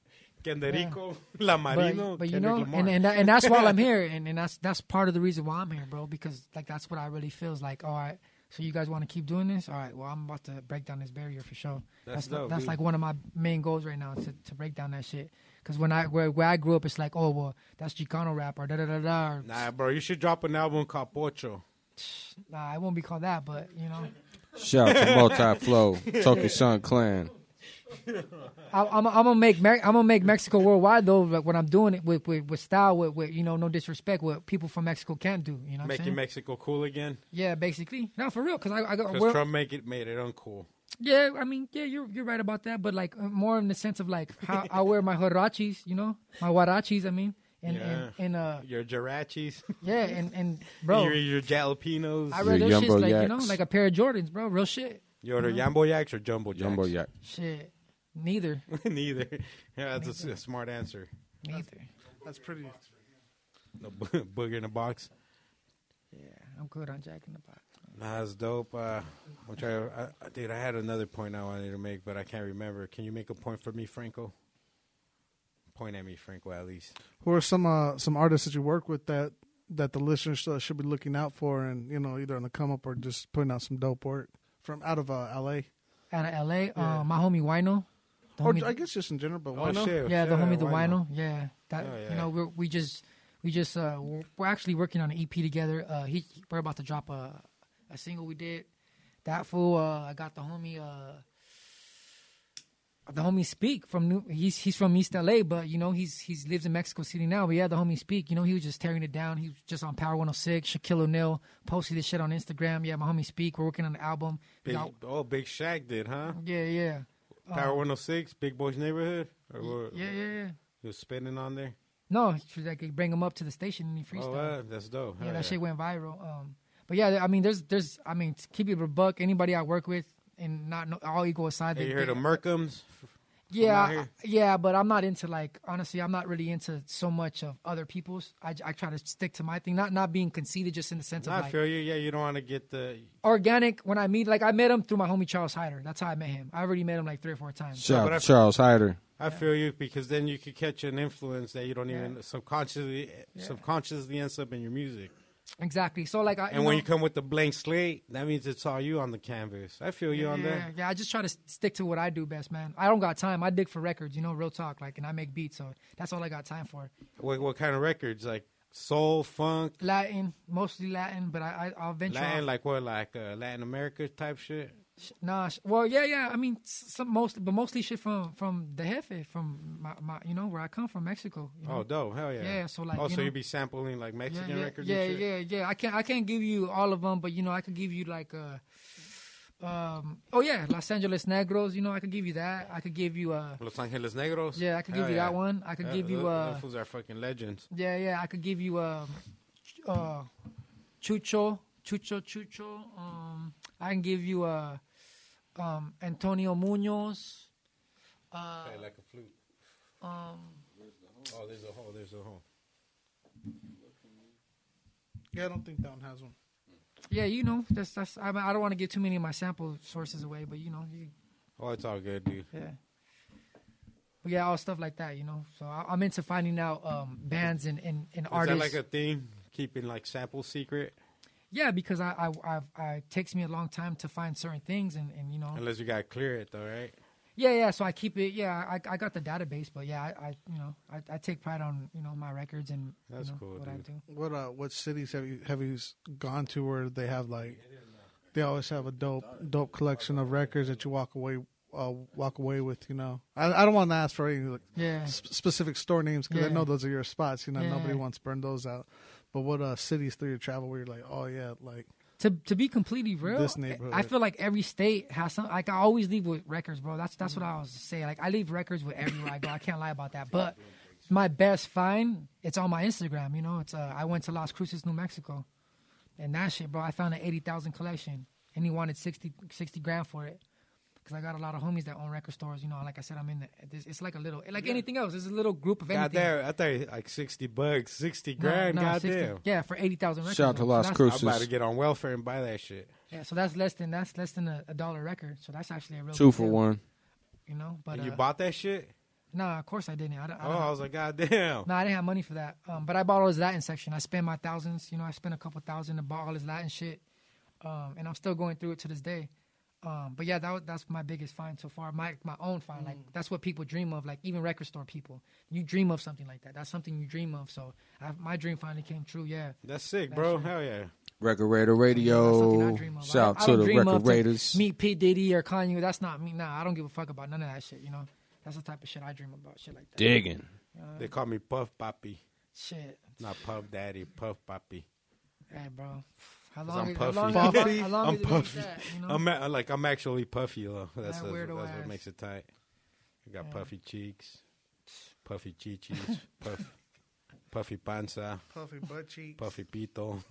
A: Kenderico
D: but,
A: Lamarino.
D: but you
A: Kendrick
D: know,
A: Lamar.
D: and and, that, and that's why I'm here, and, and that's that's part of the reason why I'm here, bro. Because like that's what I really feels like. All right, so you guys want to keep doing this? All right, well I'm about to break down this barrier for sure. That's
A: That's dope,
D: that's
A: dude.
D: like one of my main goals right now to, to break down that shit. Because when I where, where I grew up, it's like oh well that's Chicano rap or da da da da. or-
A: nah, bro, you should drop an album called Pocho.
D: Nah, it won't be called that, but you know,
C: Shout out to Multi Flow, Token Sun Clan.
D: I, I'm I'm gonna make Me- I'm gonna make Mexico worldwide though. Like when I'm doing it with with, with style, with, with you know, no disrespect, what people from Mexico can't do. You know, what I'm
A: Making
D: saying? Uh,
A: Mexico cool again.
D: yeah, basically, no, for real. Because I, I go
A: Because
D: we're-
A: Trump make it made it uncool.
D: Yeah, I mean, yeah, you're you're right about that, but like uh, more in the sense of like how I wear my huarachis, you know, my huarachis. I mean, and and,
A: Yeah.
D: and uh,
A: Your Jirachis,
D: yeah, and and bro,
A: your, your Jalapenos,
D: I wear
C: Your
D: those shits
C: Yumbo
D: like you know,
C: Yaks.
D: like a Uh-huh. pair of Jordans, bro, real shit,
A: your Yambo Yaks or Jumbo Jacks?
C: Jumbo Yak.
D: shit, neither,
A: Neither. Yeah, that's a, s- a smart answer.
D: neither.
B: That's pretty.
A: No bo- booger in a box.
D: Yeah, I'm good on Jack in the Box.
A: Nah, that's dope. Uh, I'm trying. I, I- dude, I had another point I wanted to make, but I can't remember. Can you make a point for me, Franco? Point at me, Franco, at least.
B: Who are some uh, some artists that you work with that that the listeners uh, should be looking out for, and you know, either on the come up or just putting out some dope work from out of uh, L.A.
D: Out of L.A., uh, my homie Wino. The
B: Or
D: homie-
B: Oh, I guess just in general, but
A: Oh,
B: why not?
A: shit.
D: yeah, the
A: Shout
D: homie
A: out,
D: the
A: why not?
D: Wino. Yeah, that
A: Oh, yeah.
D: you know we we just we just uh we're, we're actually working on an EP together. Uh, he we're about to drop a a single we did. That fool, uh, I got the homie uh. The homie Speak from New, he's he's from East LA, but you know he's he's lives in Mexico City now. But yeah, the homie Speak, you know he was just tearing it down. He was just on Power 106. Shaquille O'Neal posted this shit on Instagram. Yeah, my homie Speak. We're working on an album. We
A: Big,
D: got-
A: oh, Big Shaq did, huh?
D: yeah, yeah, Um,
A: Power 106, Big Boys Neighborhood? Or what?
D: uh, yeah, yeah, yeah.
A: He was spinning on there?
D: No, he- like they bring him up to the station and he freestyle.
A: Oh, uh, that's dope.
D: yeah,
A: Hell
D: that shit went viral. Um, but yeah, I mean, there's, there's, I mean, to keep it a buck. Anybody I work with, and not no, all ego aside,
A: Hey,
D: they-
A: you heard
D: they-
A: of Merkums?
D: Yeah,
A: out
D: I-
A: here?
D: yeah, but I'm not into like honestly, I'm not really into so much of other people's. I, I try to stick to my thing, not not being conceited, just in the sense
A: I
D: of like
A: feel you. Yeah, you don't want to get the.
D: organic. When I meet, like I met him through my homie Charles Hyder. That's how I met him. I already met him like three or four times.
A: No,
C: Shout
A: but
C: out
A: I-
C: to Charles Hyder.
A: I feel you because then you could catch an influence that you don't
D: Yeah.
A: even subconsciously subconsciously ends up in your music.
D: exactly. So like, I,
A: And when
D: know-
A: you come with the blank slate, that means it's all you on the canvas. I feel you on
D: yeah,
A: that.
D: Yeah, I just try to s- stick to what I do best, man. I don't got time. I dig for records, you know, real talk, like, and I make beats, so that's all I got time for.
A: What, what kind of records? Like soul, funk,
D: Latin, mostly Latin, but I, I I'll venture.
A: Latin,
D: off.
A: like what, like uh, Latin America type shit?
D: Sh- Nah, sh- well, yeah, yeah. I mean, s- some most, but mostly shit from from the jefe, from my, my you know where I come from, Mexico. You know?
A: Oh, dope. Hell yeah.
D: mm-hmm. Yeah, so, like,
A: Oh,
D: you
A: so
D: know-
A: you'd be sampling like Mexican
D: yeah,
A: records
D: yeah,
A: and shit?
D: yeah, yeah. I can't, I can't give you all of them, but you know, I could give you like uh um, oh yeah, Los Angeles Negros. You know, I could give you that. I could give you uh,
A: Los Angeles Negros?
D: yeah, I could give
A: Hell
D: you
A: yeah.
D: that one. I could
A: Yeah,
D: give you
A: tho-
D: uh,
A: Those fools are fucking legends.
D: yeah, yeah, I could give you um, ch- uh, Chucho, Chucho, Chucho. Um, I can give you uh, um, Antonio Munoz. Uh,
A: Play like a flute.
D: um,
A: Oh, there's a hole. There's a hole.
B: Yeah, I don't think that one has one.
D: yeah, you know, that's that's. I, mean, I don't want to give too many of my sample sources away, but you know, you,
A: Oh, it's all good, dude.
D: Yeah. But yeah, all stuff like that, you know. So I, I'm into finding out um, bands and, and, and
A: Is that
D: artists.
A: like a thing? Keeping like samples secret?
D: yeah, because I, I, I've, I it takes me a long time to find certain things, and, and you know.
A: Unless you gotta clear it though, right?
D: Yeah, yeah. So I keep it. Yeah, I, I got the database, but yeah, I, I you know, I, I take pride on you know my records and you
A: That's
D: know,
A: cool,
D: what I
A: dude.
D: do.
B: What uh, what cities have you have you s- gone to where they have like they always have a dope dope collection of records that you walk away uh, walk away with? You know, I, I don't want to ask for any like,
D: Yeah.
B: sp- specific store names because I
D: Yeah.
B: know those are your spots. You know,
D: Yeah.
B: nobody wants to burn those out. But what uh, cities through your travel where you're like, oh yeah, like
D: To to be completely real,
B: This neighborhood.
D: I feel like every state has some. Like I always leave with records, bro. That's that's what I was saying. Like I leave records with everywhere I go. I can't lie about that. But my best find, it's on my Instagram. You know, it's uh, I went to Las Cruces, New Mexico, and that shit, bro. I found an eighty thousand collection, and he wanted 60, 60 grand for it. Cause I got a lot of homies that own record stores, you know. Like I said, I'm in. The, this, it's like a little, like anything else. It's a little group of
A: God
D: anything.
A: damn, I thought you- like sixty bucks, sixty
D: No,
A: grand.
D: no,
A: God
D: 60.
A: damn.
D: Yeah, for eighty thousand records.
C: Shout out to
D: though. So
C: Las
D: that's-
A: I'm about to
C: Cruces.
A: get on welfare and buy that shit.
D: Yeah, so that's less than that's less than a, a dollar record. So that's actually a real
C: Two
D: good
C: for
D: deal,
C: one.
D: You know, but
A: And you
D: uh,
A: bought that shit?
D: nah, of course I didn't. I, don't- I,
A: Oh, I was like, God damn.
D: no, I didn't have money for that. Um, but I bought all his Latin section. I spent my thousands. You know, I spent a couple thousand to buy all his Latin shit, um, and I'm still going through it to this day. Um, but yeah, that was, that's my biggest find so far. My my own find, like that's what people dream of. Like even record store people, you dream of something like that. That's something you dream of. So I, my dream finally came true. Yeah.
A: That's sick, bro.
D: shit.
A: Hell yeah.
C: Record Raider
D: That's something I
C: Radio.
D: dream of. I
C: Shout
D: don't-
C: out
D: I
C: to
D: don't
C: the
D: dream
C: Record
D: of to
C: Raiders.
D: Meet P Diddy or Kanye. That's not me. Nah, I don't give a fuck about none of that shit. You know, that's the type of shit I dream about. Shit like that.
C: Digging.
A: They call me Puff Poppy.
D: Shit.
A: Not Puff Daddy, Puff Poppy.
D: Hey, bro. How
A: 'Cause
D: long? how
A: I'm puffy.
D: long- how long-
B: Puffy?
D: How long
A: I'm
D: is it
A: puffy.
D: That, you know?
A: I'm a- like I'm actually puffy though. That's,
D: That
A: what-
D: weirdo
A: that's
D: ass.
A: what makes it tight. I got
D: Yeah.
A: puffy cheeks, puffy chichis, puff, puffy panza,
B: puffy butt cheeks.
A: puffy pito.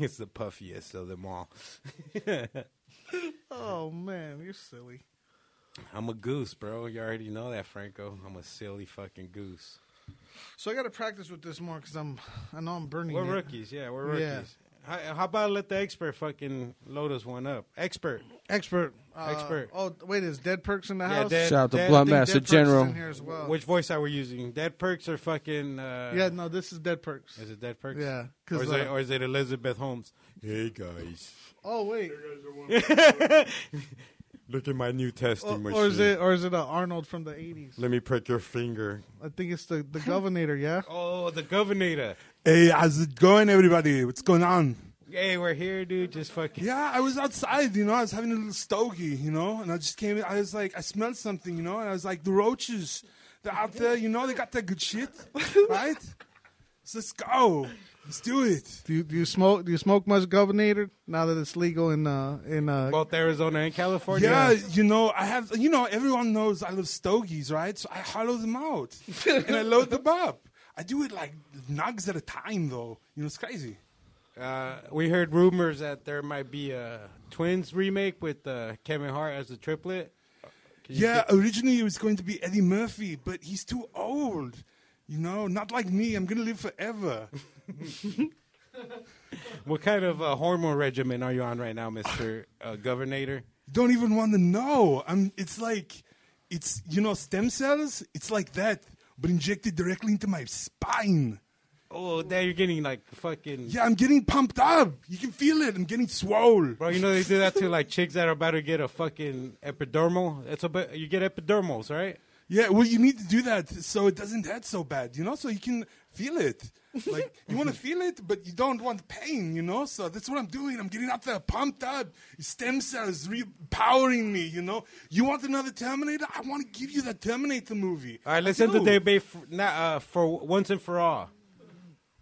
A: it's the puffiest of them all.
B: Oh man, you're silly.
A: I'm a goose, bro. You already know that, Franco. I'm a silly fucking goose.
B: So I got to practice with this more because I'm I know I'm burning.
A: We're
B: it.
A: rookies, yeah. We're rookies.
B: Yeah.
A: How, how about let the expert fucking load us one up? Expert.
B: Expert. Uh,
A: Expert.
B: Oh wait, is Dead Perks in the
A: Yeah,
B: house?
A: Dead-
C: Shout out to
A: Dead-
B: I
C: Blunt
B: think
C: Master
B: Dead Perks is
C: General.
B: in here as well.
A: Which voice are we using? Dead perks or fucking? Uh,
B: yeah, no, this is Dead Perks.
A: Is it Dead Perks?
B: Yeah,
A: Or
B: 'cause,
A: is, it,
B: uh,
A: or is it Elizabeth Holmes? Hey guys,
B: Oh wait,
A: look at my new
B: or,
A: testing machine.
B: or is it or is it uh, Arnold from the '80s?
A: Let me prick your finger.
B: I think it's the the Governor. Yeah.
A: Oh, the governor.
H: Hey, how's it going, everybody? What's going on?
A: Hey, we're here, dude. Just fucking.
H: Yeah, I was outside, you know, I was having a little stogie, you know, and I just came in. I was like, I smelled something, you know, and I was like, the roaches, they're out there, you know, they got that good shit, right? So let's go. Let's do it.
B: Do you, do you smoke? Do you smoke much Governor now that it's legal in uh in uh?
A: Both Arizona and California.
H: Yeah, Uh, you know, I have, you know, everyone knows I love stogies, right? So I hollow them out and I load them up. I do it like nugs at a time, though. You know, it's crazy.
A: Uh, we heard rumors that there might be a Twins remake with uh, Kevin Hart as the triplet. Can you
H: Yeah,
A: get-
H: originally it was going to be Eddie Murphy, but he's too old. You know, not like me. I'm going to live forever.
A: What kind of uh, hormone regimen are you on right now, Mister uh, Governor?
H: don't even want to know. I'm, it's like, it's, you know, stem cells, it's like that, but injected directly into my spine.
A: Oh, now you're getting like fucking.
H: Yeah, I'm getting pumped up. You can feel it. I'm getting swole.
A: Bro, you know they do that to like chicks that are about to get a fucking epidermal. It's a bit, you get epidermals, right?
I: Yeah, well, you need to do that so it doesn't hurt so bad, you know, so you can feel it. Like, you want to feel it, but you don't want pain, you know? So that's what I'm doing. I'm getting out there pumped up. Stem cells repowering me, you know? You want another Terminator? I want to give you that Terminator movie.
A: All
I: I
A: right, let's end the
I: do.
A: debate for, now, uh, for once and for all.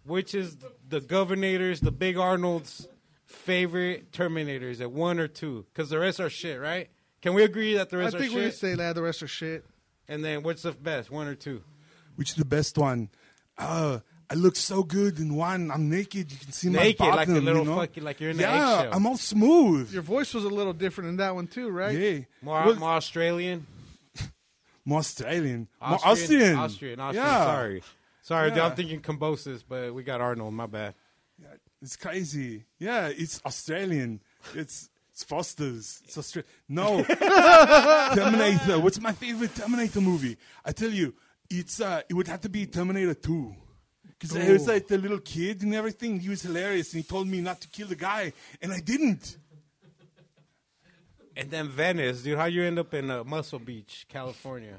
A: Which is the Governor's, the Big Arnold's favorite Terminators at one or two? Because the rest are shit, right? Can we agree that the
B: I
A: rest are
B: think we
A: shit?
B: would say that the rest are shit.
A: and then what's the best, one or two?
I: Which is the best one? Uh, I look so good in one. I'm naked. You can see
A: Naked,
I: my bottom,
A: like a little
I: you know?
A: fucking- like you're in an
I: yeah,
A: eggshell.
I: I'm all smooth.
B: Your voice was a little different in that one too, right?
I: yeah.
A: More,
I: Well,
A: more Australian?
I: more Australian. More
A: Austrian?
I: Austrian.
A: Austrian, Austrian,
I: Yeah.
A: sorry. Sorry,
I: Yeah.
A: I'm thinking Cambosis, but we got Arnold, my bad.
I: It's crazy. Yeah, it's Australian. It's it's Foster's. It's Austra- No, Terminator. What's my favorite Terminator movie? I tell you, it's uh, it would have to be Terminator Two. Because I was like the little kid and everything. He was hilarious, and he told me not to kill the guy, and I didn't.
A: And then Venice, dude. How you end up in uh, Muscle Beach, California?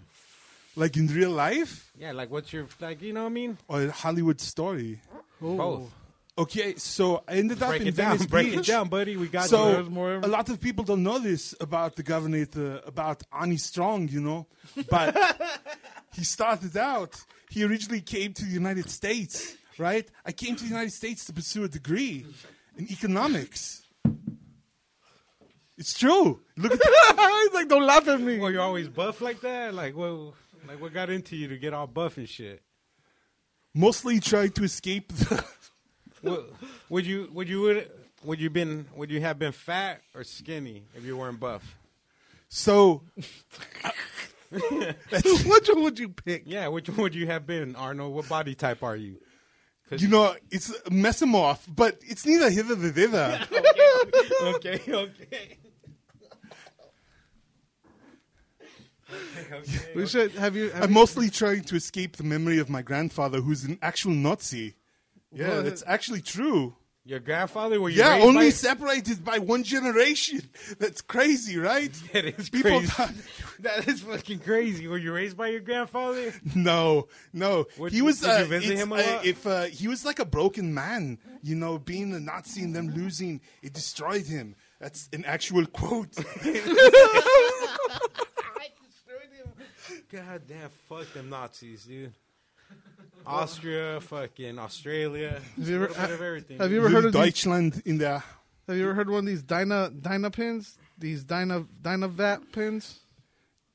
I: Like in real life
A: Yeah, like what's your like? You know what I mean?
I: or a Hollywood story.
A: Both.
I: Okay, so I ended up
A: Break
I: in
A: it down.
I: Venice
A: Break it
I: Beach.
A: down, buddy. We got
I: so
A: you.
I: a lot of people don't know this about the governor uh, about Arnie Strong, you know, but he started out. He originally came to the United States, right? I came to the United States to pursue a degree in economics. It's true. Look at that. like don't laugh at me.
A: Well, you're always buff like that. Like what? Like what got into you to get all buff and shit?
I: Mostly tried to escape. The
A: Would, would you? Would you? Would, would you been? Would you have been fat or skinny if you weren't buff?
I: so
B: Which one would you pick?
A: Yeah, which one would you have been, Arnold? What body type are you?
I: you know it's a mesomorph, but it's neither hither nor thither.
A: Okay, okay.
B: We should have you. Have
I: I'm mostly trying to escape the memory of my grandfather, who's an actual Nazi. Yeah,
B: What?
I: that's actually true.
A: Your grandfather? uh, Were you
I: Yeah,
A: raised
I: only
A: by-
I: separated by one generation. That's crazy, right?
A: That is
I: People
A: crazy.
I: thought-
A: that is fucking crazy. Were you raised by your grandfather?
I: no, no.
A: Would-
I: he was.
A: did you
I: uh,
A: visit
I: it's,
A: him a
I: uh,
A: lot?
I: if uh, he was like a broken man, you know, being a Nazi and them losing, it destroyed him. That's an actual quote.
A: God damn, fuck them Nazis, dude. Austria, fucking Australia.
B: Have
A: a
B: you ever-
A: little bit of everything.
B: have you ever heard
I: Little
B: of these,
I: Deutschland in there.
B: Have you ever heard of one of these Dyna Dyna pins? These Dyna Dynavat pins?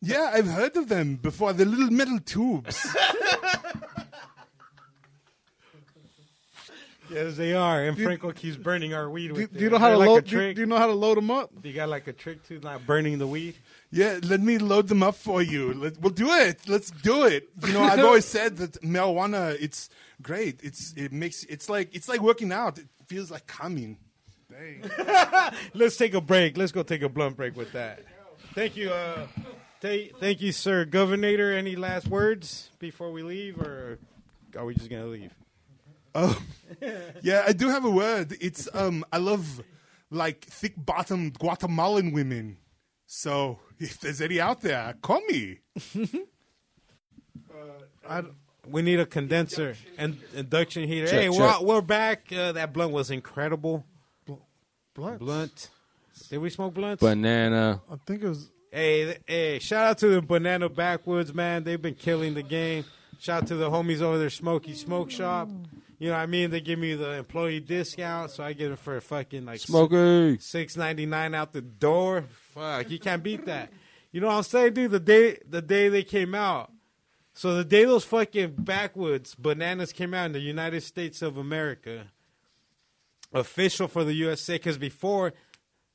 I: Yeah, I've heard of them before. The little metal tubes.
A: yes, they are. And Franco keeps burning our weed
B: Do,
A: with
B: do you
A: it.
B: know how
A: Is there
B: to
A: like
B: load?
A: A
B: Do,
A: trick?
B: do you know how to load them up?
A: You got like a trick to not burning the weed?
I: Yeah, let me load them up for you. Let, we'll do it. Let's do it. You know, I've always said that marijuana it's great. It's it makes it's like it's like working out. It feels like coming.
A: Let's take a break. Let's go take a blunt break with that. Thank you, uh, ta- thank you, sir. Governor, any last words before we leave, or are we just gonna leave?
I: Oh, yeah, I do have a word. It's um, I love like thick-bottomed Guatemalan women. So if there's any out there, call me.
A: We need a condenser and induction heater.
C: Check,
A: hey,
C: check.
A: We're, out- we're back. Uh, that blunt was incredible.
B: Blunt.
A: Blunt. Did we smoke blunts?
C: Banana.
B: I think it was.
A: Hey, th- hey! Shout out to the Banana Backwoods, man. They've been killing the game. Shout out to the homies over there, Smoky Smoke Shop. You know what I mean? They give me the employee discount, so I get it for fucking like
C: Smokey.
A: six ninety nine out the door. Fuck, you can't beat that. You know what I'm saying, dude? The day the day they came out. So the day those fucking backwoods bananas came out in the United States of America, official for the USA, because before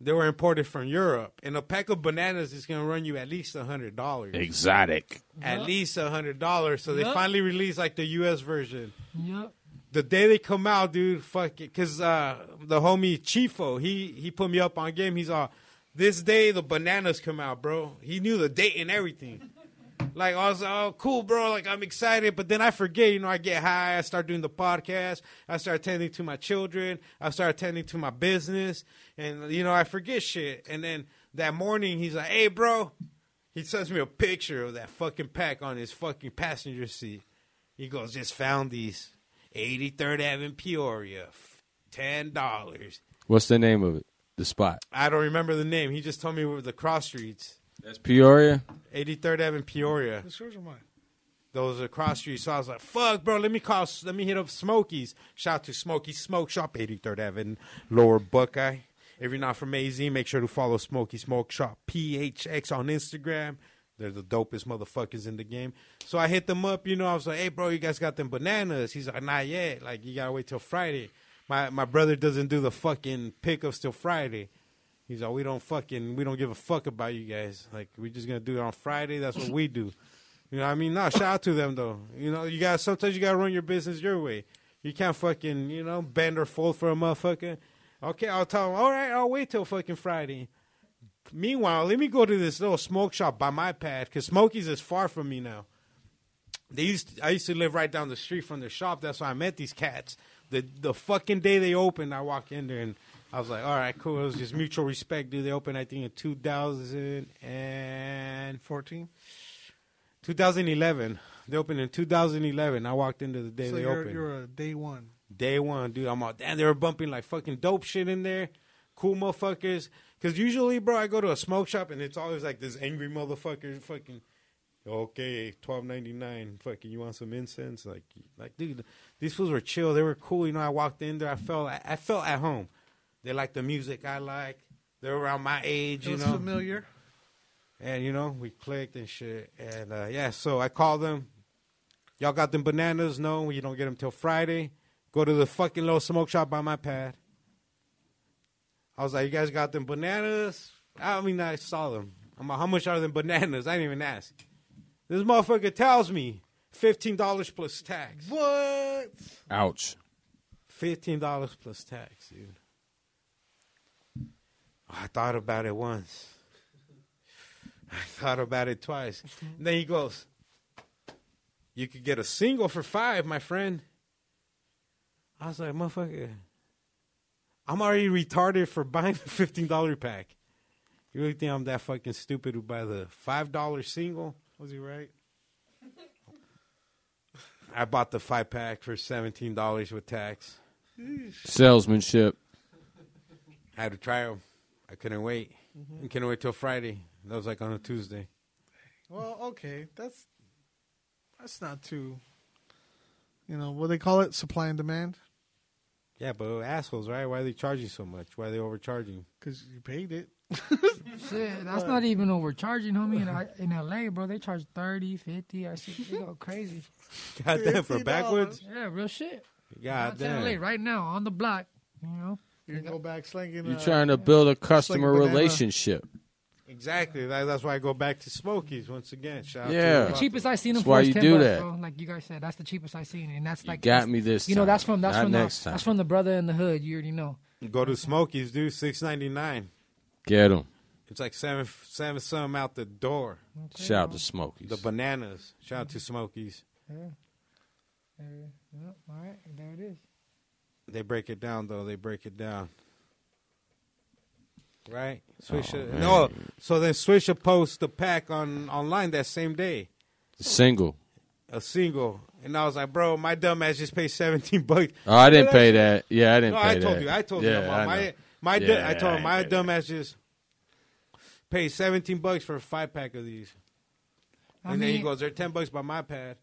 A: they were imported from Europe, and a pack of bananas is gonna run you at least a hundred dollars,
C: Exotic.
A: at least a hundred dollars. So they
D: Yup.
A: finally released like the U.S. version
D: Yep.
A: the day they come out, dude, fuck it, cause uh, the homie Chifo, he he put me up on game. He's all, this day the bananas come out, bro. He knew the date and everything. Like I was like, oh cool, bro. Like I'm excited, but then I forget. You know, I get high. I start doing the podcast. I start attending to my children. I start attending to my business, and you know I forget shit. And then that morning, he's like, hey, bro, He sends me a picture of that fucking pack on his fucking passenger seat. He goes, just found these, 83rd Avenue Peoria, f- ten dollars.
C: What's the name of it? The spot.
A: I don't remember the name. He just told me where the cross streets,
C: That's Peoria.
A: 83rd Avenue Peoria.
B: Who's yours or mine?
A: Those are cross streets. So I was like, fuck, bro. Let me call. Let me hit up Smokey's. Shout out to Smokey's Smoke Shop, 83rd Avenue, Lower Buckeye. If you're not from AZ, make sure to follow Smokey Smoke Shop PHX on Instagram. They're the dopest motherfuckers in the game. So I hit them up. You know, I was like, hey, bro, you guys got them bananas? He's like, not yet. Like, you gotta wait till Friday. My my brother doesn't do the fucking pickups till Friday. He's like, we don't fucking, we don't give a fuck about you guys. Like, we're just gonna do it on Friday. That's what we do. You know, what I mean, no, shout out to them though. You know, you got to sometimes you gotta run your business your way. You can't fucking, you know, bend or fold for a motherfucker. Okay, I'll tell him. All right, I'll wait till fucking Friday. Meanwhile, let me go to this little smoke shop by my pad because Smokey's is far from me now. They used I used to live right down the street from their shop. That's why I met these cats. The the fucking day they opened, I walked in there and I was like, all right, cool. It was just mutual respect, dude. They opened, I think, in 2000 and
B: 14.
A: 2011. They opened in 2011. I walked into the day
B: so
A: they
B: you're,
A: opened.
B: you're a day one.
A: Day one, dude. I'm all damn. They were bumping like fucking dope shit in there. Cool motherfuckers. Cause usually, bro, I go to a smoke shop and it's always like this angry motherfucker fucking. Okay, twelve ninety nine. Fucking, you want some incense? Like, like, dude, these fools were chill. They were cool. You know, I walked in there. I felt, I, I felt at home. They like the music I like. They're around my age.
B: It
A: You
B: was
A: know,
B: familiar.
A: and you know, we clicked and shit. And uh, yeah, so I called them. Y'all got them bananas? No, you don't get them till Friday. Go to the fucking little smoke shop by my pad. I was like, you guys got them bananas? I mean, I saw them. I'm like, how much are them bananas? I didn't even ask. This motherfucker tells me fifteen dollars plus tax.
B: What?
C: Ouch.
A: Fifteen dollars plus tax, dude. I thought about it once. I thought about it twice. And then he goes, "You could get a single for five, my friend." I was like, "Motherfucker, I'm already retarded for buying the fifteen dollar pack. You really think I'm that fucking stupid to buy the five dollar single?"
B: Was he right?
A: I bought the five pack for seventeen dollars with tax.
C: Salesmanship.
A: I had to try them. I couldn't wait.
D: Mm-hmm.
A: I couldn't wait till Friday. That was like on a Tuesday.
B: Well, okay. That's that's not too. You know what they call it? Supply and demand.
A: Yeah, but assholes, right? Why are they charging so much? Why are they overcharging?
B: Because you paid it.
D: Shit, that's not even overcharging, homie. In, I- in LA, bro, they charge 30, 50. I see they go crazy.
A: God damn, for
B: $50.
A: backwards?
D: Yeah, real shit.
A: God
D: Downtown LA
A: damn.
D: right now on the block, you know.
B: You can go back slinging.
C: You're
B: uh,
C: trying to build a customer
B: banana.
C: relationship.
A: Exactly. That, that's why I go back to Smokies once again. Shout
C: Yeah.
A: Out to
D: The
A: the
D: cheapest I seen them
C: That's why
D: for is
C: you
D: 10
C: do
D: bucks,
C: that.
D: bro. Like you guys said, that's the cheapest I seen, and that's
C: You
D: like
C: got me this.
D: You know,
C: time.
D: that's from that's
C: Not
D: from
C: next
D: the,
C: time.
D: that's from the brother in the hood. You already know.
A: Go to Smokies, dude. Six ninety nine.
C: Get them.
A: It's like seven seven some out the door.
C: Shout out to Smokies.
A: The bananas. Shout out to Smokies.
D: There- yep, all right, there it is.
A: They break it down though. They break it down. Right? Swisha.
C: Oh, man.
A: no. So then Swisha posts the pack on online that same day.
C: Single.
A: a single, and I was like, "Bro, my dumb ass just paid seventeen bucks."
C: Oh, I didn't
A: But
C: pay
A: that's-
C: that. Yeah, I didn't
A: No,
C: pay
A: I told
C: that.
A: you. I told
C: yeah,
A: you. My
C: I
A: my,
C: know.
A: my du-
C: Yeah,
A: I told
C: I
A: him my
C: did
A: dumb ass just paid seventeen bucks for a five pack of these,
D: I
A: and then he
D: mean-
A: goes, "They're ten bucks by my pad."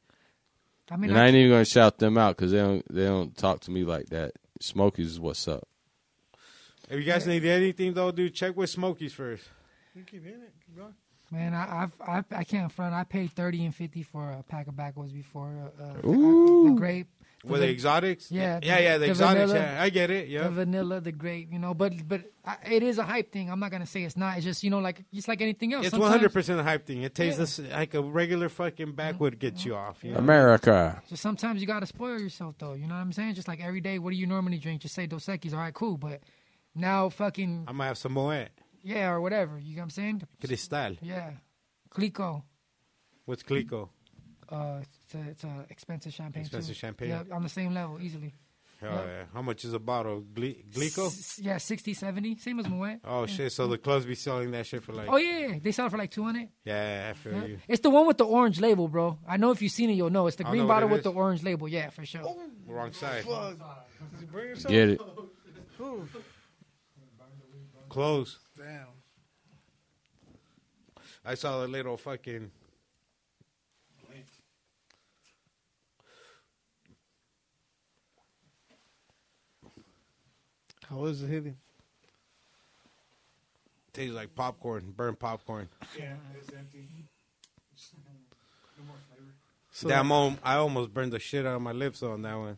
D: I mean,
C: and I
D: I,
C: ain't even gonna shout them out because they don't they don't talk to me like that. Smokies is what's up.
A: If you guys need anything though, dude, check with Smokies first.
B: You keep hitting it. Keep going.
D: man, I, I've, I I can't front. I paid thirty and fifty for a pack of backwoods before. Uh, uh, the grape, the
A: Were they
D: van-
A: exotics?
D: Yeah,
A: yeah, yeah. The,
D: the
A: exotics.
D: vanilla.
A: Yeah, I get it. Yeah,
D: the vanilla, the grape. You know, but but I, it is a hype thing. I'm not gonna say it's not. It's just you know, like just like anything else.
A: it's one
D: sometimes-
A: hundred percent a hype thing. It tastes
D: Yeah.
A: this, like a regular fucking backwood gets you off. You know?
C: America.
D: So sometimes you gotta spoil yourself though. You know what I'm saying? Just like every day, what do you normally drink? Just say Dos Equis. All right, cool. But now, fucking
A: I might have some Moet
D: yeah, or whatever. You know what I'm saying?
A: Cristal.
D: Yeah, Clico.
A: What's Clico? Oh,
D: Uh, it's a, it's a expensive champagne.
A: Expensive
D: too.
A: champagne.
D: Yeah, on the same level, easily. Yeah.
A: yeah. How much is a bottle of Gle- Glico?
D: S- yeah, 60, 70, same as Moet.
A: Oh shit! So the clubs be selling that shit for like.
D: Oh yeah, they sell it for like two hundred.
A: Yeah, I feel you.
D: It's the one with the orange label, bro. I know if you've seen it, you'll know. It's the
A: I
D: green
A: know what
D: bottle
A: it
D: with
A: is. Oh.
D: the orange label. Yeah, for sure.
A: Wrong side.
C: Get it.
A: Close.
B: Damn.
A: I saw a little fucking.
B: How is it hitting?
A: Tastes like popcorn, burnt popcorn.
E: Yeah, it's empty. No more flavor.
B: So,
A: Damn, I al- I almost burned the shit out of my lips on that one.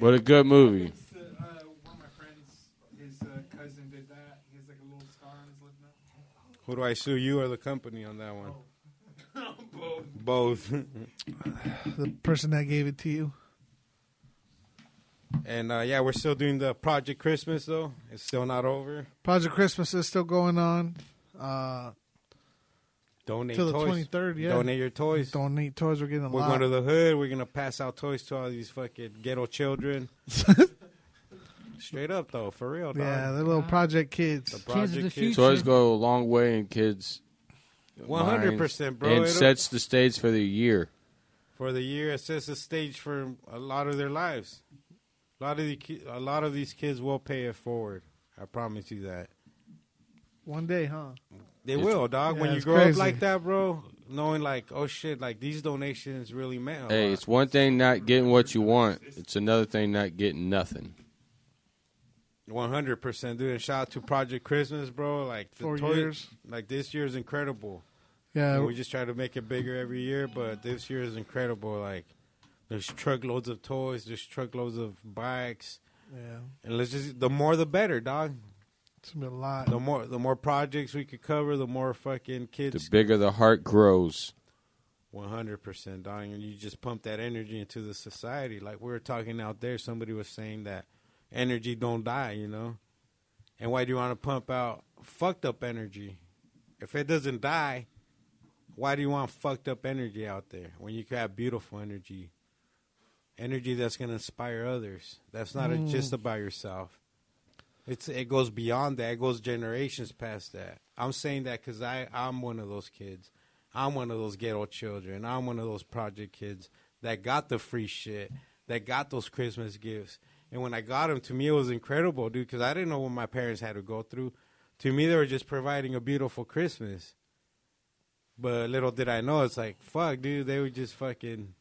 C: But a good movie.
E: It's the, uh, one of my friends, his uh, cousin did that. He has like a little scar on his lip now.
A: Who do I sue, you or the company on that one? Both.
B: the person that gave it to you.
A: and uh, yeah, we're still doing the Project Christmas though. It's still not over.
B: Project Christmas is still going on. Uh,
A: Donate
B: Till the
A: toys.
B: 23rd, yeah.
A: Donate your toys.
B: don't need toys. We're getting a
A: we're
B: lot.
A: going to the hood. We're gonna pass out toys to all these fucking ghetto children. Straight up though, for real. Dog.
B: yeah, they're little project kids.
D: Kids of the
A: Project
D: future.
C: Toys go a long way in kids.
A: One hundred percent,
C: minds
A: bro.
C: And
A: It'll-
C: sets the stage for the year.
A: for the year, it sets the stage for a lot of their lives. A lot of the ki- a lot of these kids will pay it forward. I promise you that.
B: One day, huh?
A: They will, dog.
B: Yeah,
A: when you
B: it's
A: grow up
B: crazy.
A: like that, bro, knowing like, oh shit, like these donations really meant a
C: Hey,
A: lot.
C: it's one thing not getting what you want. It's another thing not getting nothing.
A: One hundred percent, dude. And shout out to Project Christmas, bro. Like the
B: Four
A: toy-
B: years.
A: Like this year is incredible.
B: Yeah,
A: And we just try to make it bigger every year, but this year is incredible. Like there's truckloads of toys, there's truckloads of bikes,
B: yeah.
A: and let's just the more the better, dog.
B: It's gonna be a lot.
A: The more the more projects we could cover, the more fucking
C: The
A: kids.
C: bigger the heart grows.
A: One hundred percent, dog. And you just pump that energy into the society. Like we were talking out there, somebody was saying that energy don't die, you know. And why do you want to pump out fucked up energy? If it doesn't die, why do you want fucked up energy out there when you can have beautiful energy? Energy that's gonna inspire others. That's not just about yourself. It's it goes beyond that. It goes generations past that. I'm saying that because I I'm one of those kids. I'm one of those ghetto children. I'm one of those project kids that got the free shit, that got those Christmas gifts. And when I got them, to me it was incredible, dude, because I didn't know what my parents had to go through. To me, they were just providing a beautiful Christmas. But little did I know, it's like fuck, dude. They were just fucking.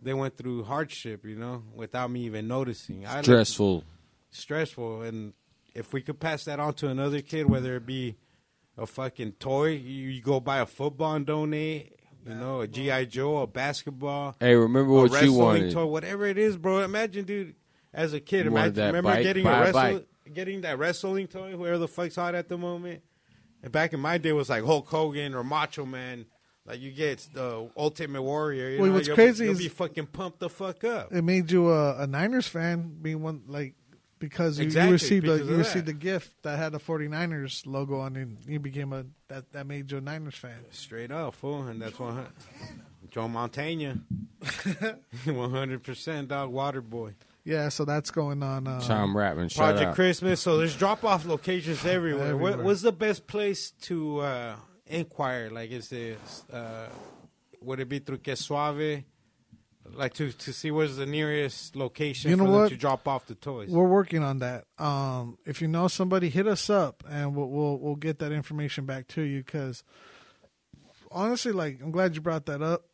A: They went through hardship, you know, without me even noticing. I let-
C: Stressful.
A: stressful and if we could pass that on to another kid whether it be a fucking toy you, you go buy a football and donate you know a gi joe a basketball
C: Hey, remember
A: a
C: what you
A: wrestling
C: wanted.
A: toy whatever it is bro imagine dude as a kid
C: You wanted
A: imagine
C: that
A: remember
C: bike?
A: getting
C: Buy
A: a
C: a
A: wrestling
C: bike.
A: getting that wrestling toy whoever the fuck's hot at the moment and back in my day it was like hulk hogan or macho man like you get the ultimate warrior you
B: Well,
A: know,
B: what's
A: you'll,
B: crazy
A: you'll
B: is-
A: be fucking pumped the fuck up
B: it made you a, a Niners fan, being one like because you,
A: Exactly,
B: you received a,
A: because of
B: you received
A: that.
B: a gift that had a 49ers logo on it. and You became a that that made you a Niners fan.
A: Straight up, fool, and that's one hundred. Joe Montana, one hundred percent dog water boy.
B: Yeah, so that's going on. Uh,
C: Tom Ratman, shout
A: Project
C: out.
A: Christmas. So there's drop off locations everywhere.
B: Everywhere.
A: What, what's the best place to uh, inquire? Like, is this uh, would it be through Que Suave? Like to to see where's the nearest location
B: You know
A: for them
B: what?
A: to drop off the toys.
B: We're working on that. Um, if you know somebody, hit us up, and we'll we'll, we'll get that information back to you. Because honestly, like I'm glad you brought that up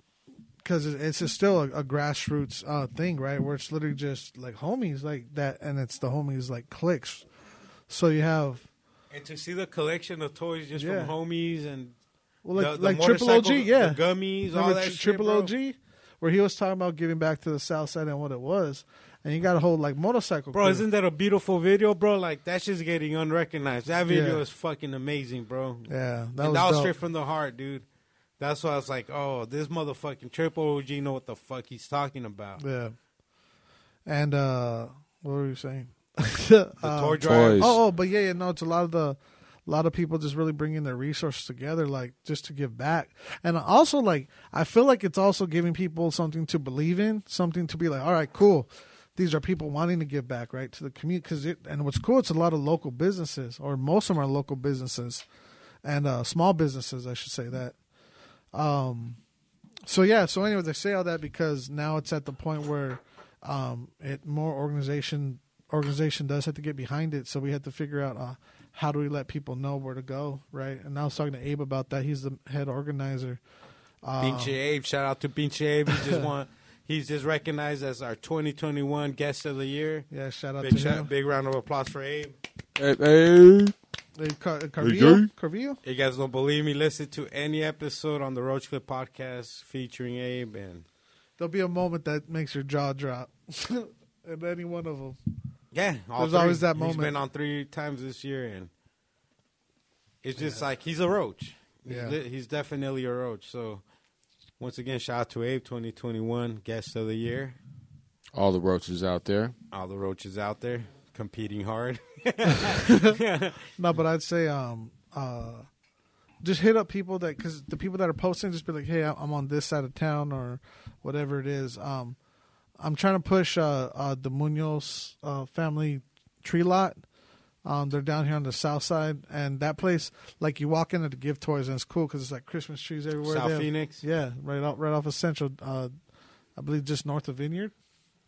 B: because it's just still a, a grassroots uh, thing, right? Where it's literally just like homies like that, and it's the homies like clicks. So you have
A: and to see the collection of toys just
B: Yeah.
A: from homies and
B: well, like
A: the, the
B: like Triple OG,
A: motorcycle,
B: yeah,
A: the gummies, all
B: Remember
A: that
B: Tri-
A: shit,
B: Triple
A: bro.
B: OG, where he was talking about giving back to the South Side and what it was, and you got a whole like motorcycle.
A: Bro,
B: crew.
A: isn't that a beautiful video, bro? Like that shit's getting unrecognized. That video
B: Yeah.
A: is fucking amazing, bro.
B: yeah, that
A: and that
B: was,
A: was
B: dope.
A: straight from the heart, dude. That's why I was like, oh, this motherfucking triple OG know what the fuck he's talking about.
B: Yeah. And uh what were you saying?
A: The
B: Uh,
A: toy drive.
C: toys.
B: Oh, oh, but yeah, yeah, no, it's a lot of the a lot of people just really bringing their resources together like just to give back. And also like I feel like it's also giving people something to believe in, something to be like, "All right, cool. these are people wanting to give back, right, to the community. Cause it, and what's cool, it's a lot of local businesses, or most of them are local businesses, and uh, small businesses, I should say that. Um, So yeah, so anyways, I say all that because now it's at the point where um, it more organization organization does have to get behind it. So we have to figure out uh, how do we let people know where to go, right? And I was talking to Abe about that. He's the head organizer. Um,
A: Pinche
B: Uh.
A: Abe. Shout out to Pinche Abe. He just won. He's just recognized as our 2021 guest of the year.
B: Yeah, shout out
A: Big,
B: to
A: shout,
B: him.
A: big round of applause for Abe.
C: Hey, hey.
B: Abe Car- Carvillo? Carvillo?
A: You guys don't believe me? Listen to any episode on the Roach Clip podcast featuring Abe and
B: There'll be a moment that makes your jaw drop. In any one of them.
A: yeah. all
B: There's always that
A: He's
B: moment.
A: been on three times this year, and it's just like he's a Roach. He's
B: Yeah.
A: li- he's definitely a Roach. So once again, shout out to Abe, 2021 guest of the year.
C: All the roaches out there.
A: All the Roaches out there competing hard.
B: No, but I'd say um uh just hit up people that because the people that are posting just be like, hey, I- I'm on this side of town or whatever it is. Um, I'm trying to push uh, uh the Munoz uh, family tree lot. Um, they're down here on the south side, and that place, like you walk into the gift toys, and it's cool because it's like Christmas trees everywhere.
A: South
B: They have-
A: Phoenix?
B: yeah, right off right off of Central. Uh, I believe just north of Vineyard.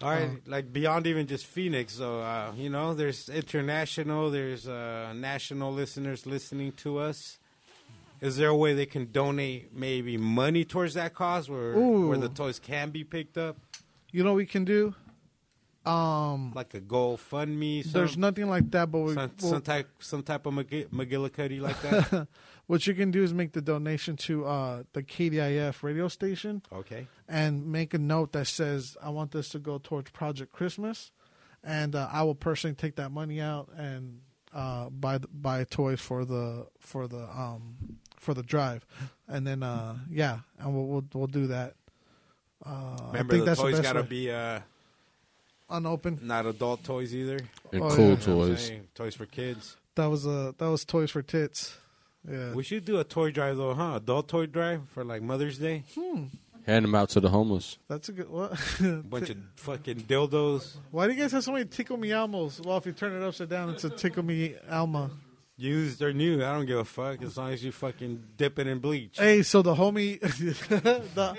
B: Um,
A: All right,
B: Uh-huh.
A: like beyond even just Phoenix, so uh, you know, there's international, there's uh, national listeners listening to us. Is there a way they can donate maybe money towards that cause, where where the
B: Ooh.
A: toys can be picked up,
B: You know what we can do? Um,
A: like a GoFundMe? Some,
B: Hmm. There's nothing like that, but we,
A: some,
B: we'll-
A: some type some type of McGi- McGillicuddy like that.
B: What you can do is make the donation to uh, the KDIF radio station
A: okay,
B: and make a note that says, I want this to go towards Project Christmas. And uh, I will personally take that money out and uh, buy the, buy toys for the for the um, for the drive, and then uh, yeah, and we'll we'll, we'll do that. Uh,
A: remember
B: I think
A: the
B: that's
A: toys
B: the best
A: gotta
B: way.
A: be uh,
B: unopened.
A: not adult toys either.
C: And cool
A: You
B: Oh, yeah.
A: know what I'm
C: toys.
A: saying? toys for kids.
B: That was uh, that was toys for tits. Yeah,
A: We should do a toy drive though, huh? Adult toy drive for like Mother's Day.
C: Hand them out to the homeless.
B: that's a good. What?
A: bunch of fucking dildos.
B: Why do you guys have so many tickle me almos? Well, if you turn it upside down, it's a tickle me alma.
A: Used or new, I don't give a fuck as long as you fucking dip it in bleach.
B: Hey, so the homie, the,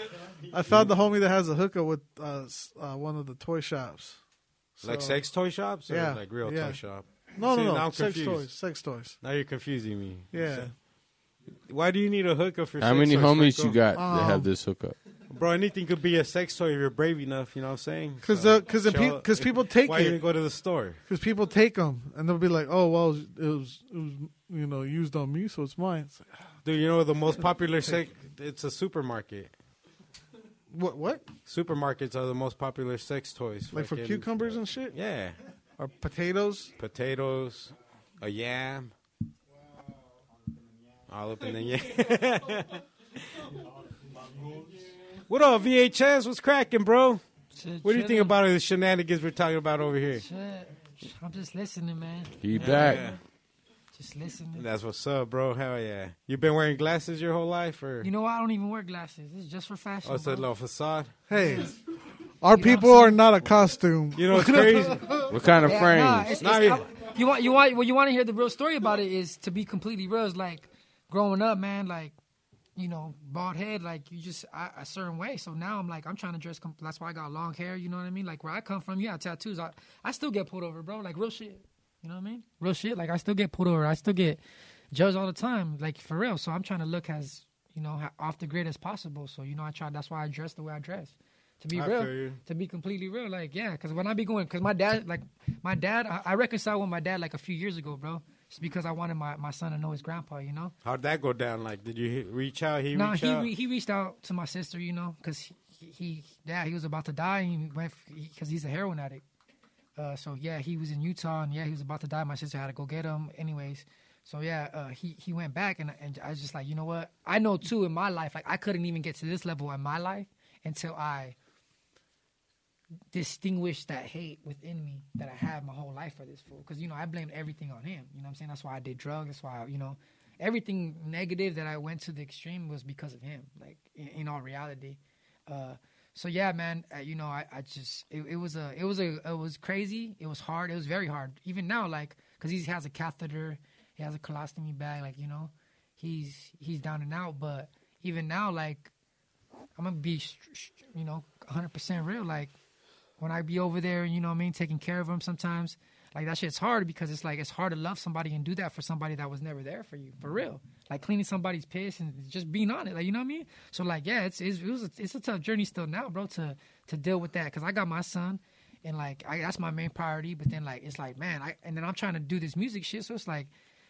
B: I found the homie that has a hookup with uh, s- uh, one of the toy shops.
A: like
B: so-
A: sex toy shops or
B: Yeah,
A: like real
B: yeah.
A: toy shop?
B: No,
A: See,
B: no,
A: now
B: no,
A: I'm
B: sex
A: confused.
B: toys, sex toys.
A: Now you're confusing me.
B: Yeah,
A: Why do you need a hookup for
C: How
A: sex
C: many
A: toys,
C: homies
A: Franco?
C: you got that
B: Um,
C: have this hookup?
A: Bro, anything could be a sex toy if you're brave enough, you know what I'm saying?
B: because
A: So,
B: because
A: chill-
B: because people take
A: Why even
B: it
A: go to the store?
B: because people take them and they'll be like, oh well, it was it was you know used on me, so it's mine. It's like, "Ah."
A: Dude, you know the most popular sex it's a supermarket.
B: what what
A: Supermarkets are the most popular sex toys.
B: like for
A: Fucking-
B: cucumbers and shit
A: Yeah.
B: or potatoes?
A: potatoes, a yam. All up in the yam. what up, VHS? What's cracking, bro?
D: Shit,
A: What do you think
D: chillin'.
A: about all the shenanigans we're talking about over here?
D: Shit. Uh, I'm just listening, man.
C: He back.
A: Yeah.
D: Just listening.
A: That's what's up, bro. Hell yeah. You've been wearing glasses your whole life, or
D: You know, what? I don't even wear glasses. It's just for fashion.
A: oh, it's a
D: bro.
A: little facade.
B: Hey, our people are not a costume.
A: You know what's crazy?
C: What kind of
D: Yeah,
C: frames?
D: nah, it's-
A: Nah,
D: it's-
A: yeah.
D: I- you want you want what you want to hear the real story about it is to be completely real. Is like growing up, man. Like you know, bald head. Like you just I, a certain way. So now I'm like I'm trying to dress. Com- that's why I got long hair. You know what I mean? Like where I come from, yeah, tattoos. I I still get pulled over, bro. Like real shit. You know what I mean? Real shit. Like I still get pulled over. I still get judged all the time. Like for real. So I'm trying to look as you know ha- off the grid as possible. So you know I try. That's why I dress the way I dress. To be
A: I
D: real,
A: feel you.
D: to be completely real, like yeah, because when I be going, because my dad, like my dad, I, I reconciled with my dad like a few years ago, bro. Just because I wanted my, my son to know his grandpa, you know.
A: How'd that go down? Like, did you he- reach out? He
D: No,
A: reached
D: he
A: out.
D: re- he reached out to my sister, you know, because he, he, he yeah he was about to die and he went because he's a heroin addict. Uh, so yeah, he was in Utah and yeah he was about to die. My sister had to go get him, anyways. So yeah, uh, he he went back and and I was just like, you know what? I know too in my life, like I couldn't even get to this level in my life until I distinguish that hate within me that I had my whole life for this fool. Because, you know, I blamed everything on him. You know what I'm saying? That's why I did drugs. That's why, I, you know, everything negative that I went to the extreme was because of him, like in, in all reality. Uh, so yeah, man, uh, you know, I, I just it, it was a it was a it was crazy. It was hard. It was very hard. Even now, like, cause he has a catheter, he has a colostomy bag, like you know, he's he's down and out. But even now, like, I'm gonna be, str- str- you know, 100 percent real. Like, when I be over there, you know what I mean, taking care of him sometimes. Like that shit's hard because it's like it's hard to love somebody and do that for somebody that was never there for you, for real. Like cleaning somebody's piss and just being on it, like you know what I mean. So like, yeah, it's it's it was a, it's a tough journey still now, bro, to to deal with that because I got my son, and like I, that's my main priority. But then like it's like man, I and then I'm trying to do this music shit, so it's like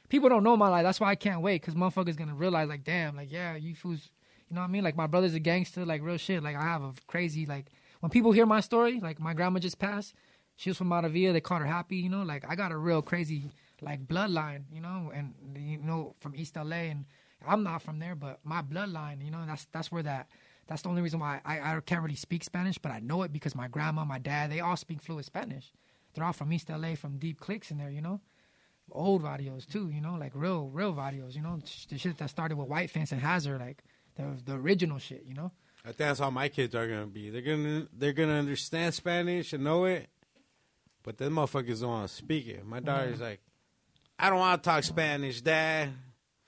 D: people don't know my life. That's why I can't wait because motherfuckers gonna realize like, damn, like yeah, you fools, you know what I mean? Like my brother's a gangster, like real shit. Like I have a crazy like when people hear my story, like my grandma just passed. She was from Matavia. They called her Happy. You know, like I got a real crazy like bloodline. You know, and you know from East LA, and I'm not from there, but my bloodline. You know, that's that's where that. That's the only reason why I, I can't really speak Spanish, but I know it because my grandma, my dad, they all speak fluent Spanish. They're all from East LA, from deep cliques in there, you know old videos too, you know, like real, real videos, you know, sh- the shit that started with White Fence and Hazard, like the the original shit, you know.
A: I think that's how my kids are gonna be. They're gonna they're gonna understand Spanish and know it, but them motherfuckers don't want to speak it. My daughter's like, I don't want to talk Spanish, Dad.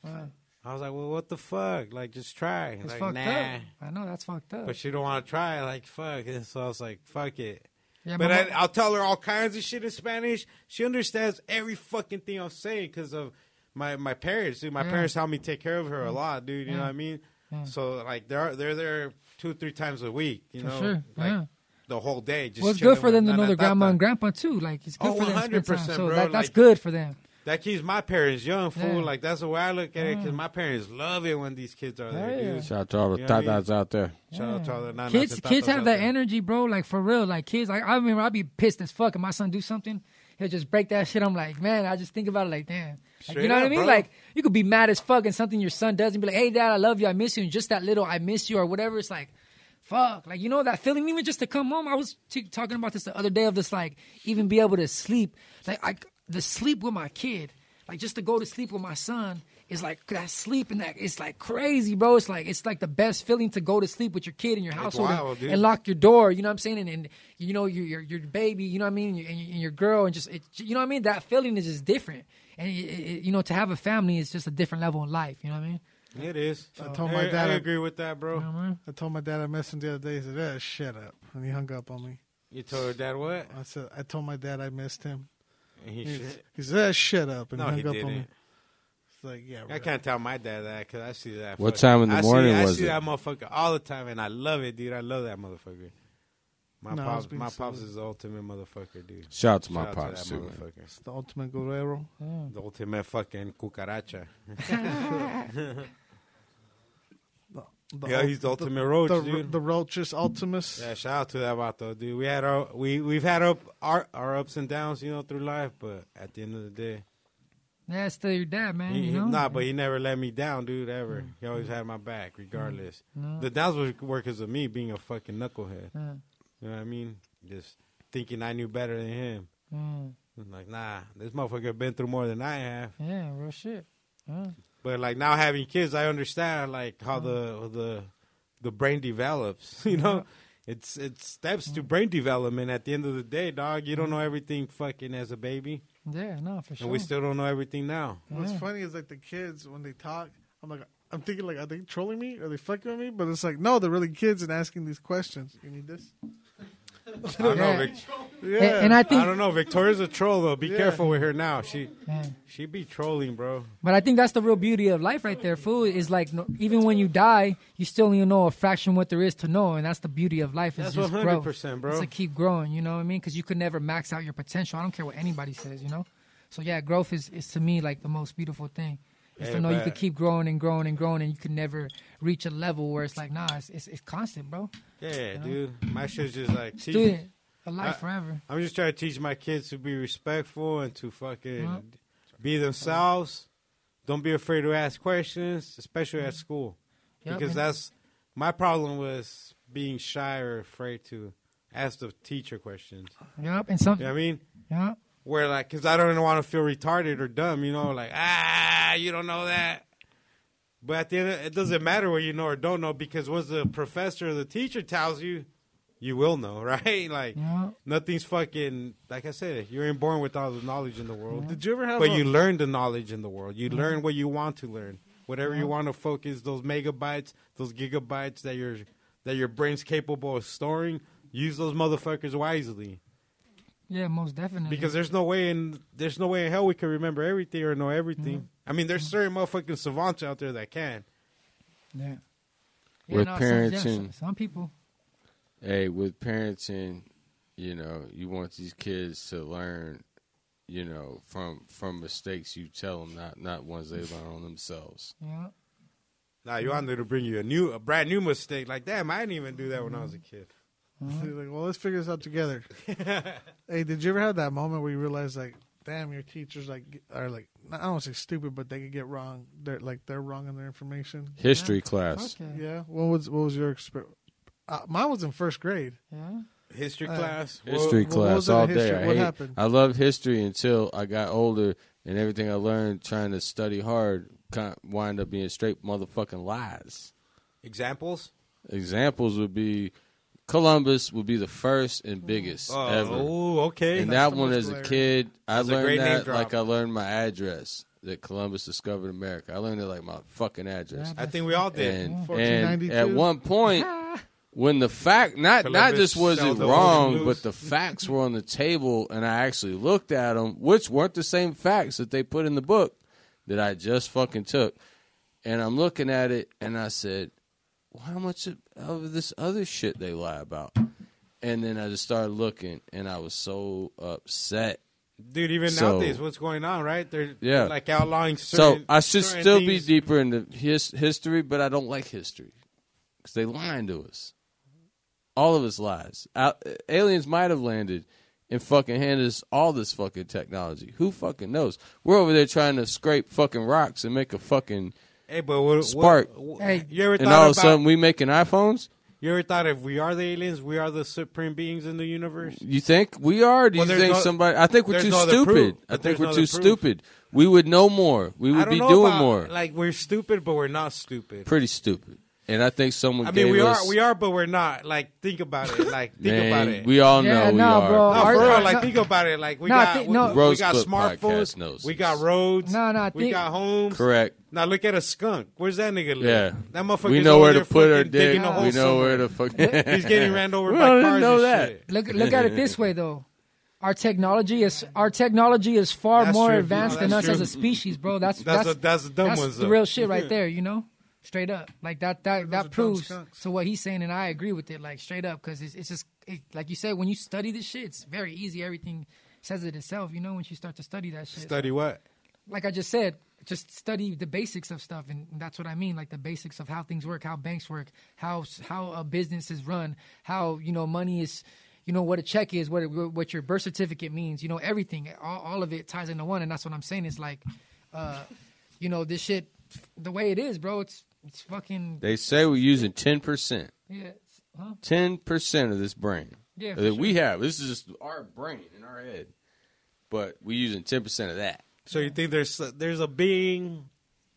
D: Wow.
A: I was like, well, what the fuck? Like, just try.
D: It's
A: like,
D: fucked
A: nah.
D: up. I know that's fucked up.
A: But she don't want to try. Like, fuck. And so I was like, fuck it.
D: yeah,
A: But
D: my
A: I,
D: mom-
A: I'll tell her all kinds of shit in Spanish. She understands every fucking thing I'm saying because of my, my parents, dude. My
D: Yeah. Mm.
A: parents help me take care of her a lot, dude. You know
D: Yeah.
A: what I mean?
D: Yeah.
A: So like they're they're there two three times a week. You
D: For
A: know,
D: sure,
A: like
D: yeah.
A: the whole day. Just
D: well, it's
A: chilling
D: good for
A: with
D: them to know
A: Nana
D: their grandma
A: Tata.
D: and grandpa too. Like it's good
A: Oh,
D: for them. to spend time.
A: 100%,
D: So
A: bro,
D: that, that's
A: like-
D: good for them.
A: That keeps my parents young, fool.
D: Yeah.
A: Like that's the way I look at it because my parents love it when these kids are there.
D: Yeah.
A: Dude.
C: Shout out to all the
A: You know what I mean?
C: tatas out there.
A: Shout out to all the nanas
D: kids
A: and
D: kids
A: tatas
D: have
A: out
D: that
A: there.
D: energy, bro. Like for real, like kids. Like I remember, I'd be pissed as fuck if my son do something. He'll just break that shit. I'm like, man, I just think about it like, damn. Like, you
A: Straight
D: know what I
A: up,
D: mean?
A: bro.
D: Like you could be mad as fuck and something your son does and be like, hey dad, I love you, I miss you, and just that little I miss you or whatever. It's like, fuck. Like you know that feeling. Even just to come home, I was t- talking about this the other day of this like even be able to sleep. Like I the sleep with my kid. Like just to go to sleep with my son is like that sleep and that it's like crazy, bro. It's like it's like the best feeling to go to sleep with your kid in your household and-
A: wild, dude.
D: and lock your door. You know what I'm saying? And, and you know your, your your baby. You know what I mean? And your, and your- and your girl and just it, you know what I mean? That feeling is just different. And it, it, you know to have a family is just a different level in life. You know what I mean?
A: It is.
B: I told my
A: I-
B: dad-
A: I agree with that, bro.
B: I told my dad I messed him the other day. He said, "Eh, shut up," and he hung up on me.
A: You told your dad what?
B: I said, "I told my dad I missed him."
A: And he
B: He,
A: shit.
B: he said, "Eh, "Shut up," and
A: No,
B: hung
A: he
B: up on me.
A: didn't.
B: It's like, yeah,
A: I
B: right.
A: can't tell my dad that because I see that.
C: What
A: fuck-
C: time in the
A: I see-
C: morning
A: I
C: was
A: see
C: it?
A: that motherfucker all the time, and I love it, dude. I love that motherfucker. My
B: No, I was
A: pops,
B: being
A: my pops
B: silly.
A: is the ultimate motherfucker, dude.
C: Shout out to my
A: Shout out
C: pops
A: to that
C: too.
A: motherfucker.
B: It's the ultimate guerrero.
A: The ultimate fucking cucaracha.
B: The
A: yeah,
B: ul-
A: he's the ultimate roach,
B: the,
A: dude.
B: the roaches ultimus.
A: yeah, shout out to that vato, dude. We had our we we've had up our our ups and downs, you know, through life, but at the end of the day,
D: Yeah, it's still your dad, man.
A: He,
D: you
A: he-
D: know? Mm.
A: nah, but he never let me down, dude. Ever. He always had my back, regardless. The downs were were 'cause of me being a fucking knucklehead.
D: Yeah.
A: You know what I mean? Just thinking I knew better than him.
D: Mm.
A: I'm like, nah, this motherfucker been through more than I have.
D: yeah, real shit. Yeah.
A: But like now having kids, I understand like how
D: Mm.
A: the the the brain develops. You know, it's it's steps
D: Mm.
A: to brain development. At the end of the day, dog, you don't know everything fucking as a baby,
D: Yeah, no, for sure.
A: and we still don't know everything now.
B: What's funny is like the kids when they talk, I'm like, I'm thinking like, are they trolling me? Are they fucking with me? But it's like, no, they're really kids and asking these questions. You need this?
A: I don't know,
D: Yeah.
A: Vic.
B: Yeah.
D: and, and I think,
A: I don't know. Victoria's a troll though. Be
B: Yeah.
A: careful with her now. She
D: Yeah.
A: she be trolling, bro.
D: but I think that's the real beauty of life, right there. Fool is like, no, even when you die, you still only know a fraction what there is to know, and that's the beauty of life. Is
A: That's
D: just
A: one
D: growth.
A: hundred percent, bro.
D: It's to keep growing. You know what I mean? Because you could never max out your potential. I don't care what anybody says. You know. So yeah, growth is, is to me like the most beautiful thing. Is
A: Yeah,
D: to know you
A: but-
D: could keep growing and growing and growing, and you can never reach a level where it's like, nah, it's it's, it's constant, bro.
A: yeah, dude. My shit's just like teach-
D: Student, a life
A: I-
D: forever.
A: I'm just trying to teach my kids to be respectful and to fucking be themselves. Don't be afraid to ask questions, especially at school,
D: Yep,
A: because
D: Mm. and-
A: that's my problem was being shy or afraid to ask the teacher questions.
D: Yep, and some.
A: You know what I mean?
D: Yep.
A: where like because I don't want to feel retarded or dumb, you know, like ah, you don't know that. But at the end, of, it doesn't matter what you know or don't know because once the professor or the teacher tells you, you will know, right? Like
D: Yeah.
A: nothing's fucking like I said, you ain't born with all the knowledge in the world.
B: Did you ever have?
A: But
B: a, Mm-hmm.
A: you learn the knowledge in the world. You learn what you want to learn. Whatever you want to focus, those megabytes, those gigabytes that your that your brain's capable of storing, use those motherfuckers wisely.
D: Yeah, most definitely.
A: Because there's no way in there's no way in hell we can remember everything or know everything. I mean, there's certain motherfucking savants out there that can.
D: yeah.
C: We're
D: some-
C: parents
D: some,
C: and-
D: some people.
C: hey, with parenting, you know, you want these kids to learn, you know, from from mistakes you tell them, not not ones they learn on themselves.
B: Mm.
D: Yeah.
A: Now you want them to bring you a new, a brand new mistake. Like, damn, I didn't even do that when I was a kid.
B: He's like, well, let's figure this out together. hey, did you ever have that moment where you realize, like, damn, your teachers like are like, I don't want to say stupid, but they could get wrong. They're like they're wrong in their information.
C: History class.
D: Okay. Yeah.
B: Yeah. What was what was your experience? Uh, mine was in first grade.
D: Yeah.
A: History
B: Uh,
A: class.
C: History
B: what was
C: class
B: it in
C: all
B: history?
C: day. I,
B: What
C: hate-
B: happened?
C: I loved history until I got older, and everything I learned trying to study hard kind wind up being straight motherfucking lies.
A: Examples.
C: Examples would be Columbus would be the first and biggest
A: Oh,
C: ever.
A: ooh, okay.
C: And
B: That's
C: that
B: the
C: one
B: most
C: as a
B: glaring.
C: kid, I
A: That's a great
C: learned
A: name
C: that
A: drop.
C: like I learned my address that Columbus discovered America. I learned it like my fucking address.
A: I think we all did.
C: And, and
B: 1492.
C: at one point, when the fact not not
A: Columbus
C: just was it
A: sailed the ocean
C: wrong,
A: blues.
C: but the facts were on the table, and I actually looked at them, which weren't the same facts that they put in the book that I just fucking took. And I'm looking at it, and I said, well, "How much of- of this other shit they lie about?" And then I just started looking, and I was so upset.
A: Dude, even
C: So-
A: nowadays, what's going on, right? They're
C: Yeah.
A: they're, like outlawing
C: So
A: certain.
C: I should
A: certain
C: still be
A: things.
C: deeper into his history, but I don't like history because they lying to us. All of us lies. Out, aliens might have landed and fucking handed us all this fucking technology. Who fucking knows? We're over there trying to scrape fucking rocks and make a fucking
A: Hey, but what, what-
C: Spark.
A: what-
D: Hey.
A: you ever
C: and
A: thought
C: all
A: about?
C: of a sudden we making iPhones.
A: you ever thought if we are the aliens, we are the supreme beings in the universe?
C: You think we are? Do you
A: Well, there's
C: think
A: no-
C: somebody? I think we're
A: there's
C: too
A: no other
C: stupid. I
A: proof, but
C: think
A: there's
C: we're
A: no
C: too
A: other proof.
C: stupid. We would know more. We
A: I
C: would
A: don't
C: be
A: know
C: doing
A: about-
C: more.
A: Like we're stupid, but we're not stupid.
C: Pretty stupid. And I think someone.
A: I mean,
C: gave
A: we
C: us,
A: are, we are, but we're not. Like, think about it. Like, think
C: Man,
A: about it.
C: We all know
D: Yeah,
C: Oh, we
D: no,
C: are.
D: bro.
A: No,
D: Our-
A: for
D: our-
A: real. Like,
D: no-
A: think about it. Like, we
D: No, I
A: got
D: think-
A: we,
D: no.
A: we
C: Rose
A: got
C: Clip
A: smartphones,
C: Podcast knows
A: we
C: this.
A: got roads,
D: No, no, I
A: we
D: think-
A: got homes.
C: Correct.
A: Now look at a skunk. Where's that nigga live?
C: Yeah.
A: that motherfucker.
C: we know where to put our
A: her
C: dick.
A: dick.
C: We
A: A
C: know
A: hole
C: where
A: somewhere.
C: to fucking.
A: He's getting ran over
C: We
A: by
C: don't
A: cars.
C: even know
A: and
C: that.
A: Shit.
D: Look look at it this way though. Our technology is our technology is far
A: That's
D: more
A: true.
D: advanced
A: No,
D: than us
A: that's
D: as a
A: true.
D: species, bro. That's
A: That's
D: that's
A: a- that's a dumb
D: that's
A: ones,
D: the
A: though.
D: real shit right there, you know. Straight up, like that that
B: are dumb
D: that proves
B: skunks.
D: to what he's saying, and I agree with it. Like straight up, because it's it's just it, like you said when you study this shit, it's very easy. Everything says it itself, you know. Once you start to study that shit,
A: Study what?
D: like I just said, just study the basics of stuff, and that's what I mean, like the basics of how things work, how banks work, how how a business is run, how you know money is, you know what a check is, what it, what your birth certificate means, you know everything, all, all of it ties into one, and that's what I'm saying. It's like, uh, you know, this shit, the way it is, bro. It's it's fucking
C: They say we're using ten percent,
D: yeah, it's- huh?
C: ten percent of this brain
D: Yeah, for
C: that we have. This is just our brain in our head, but we're using ten percent of that.
A: So you think there's there's a being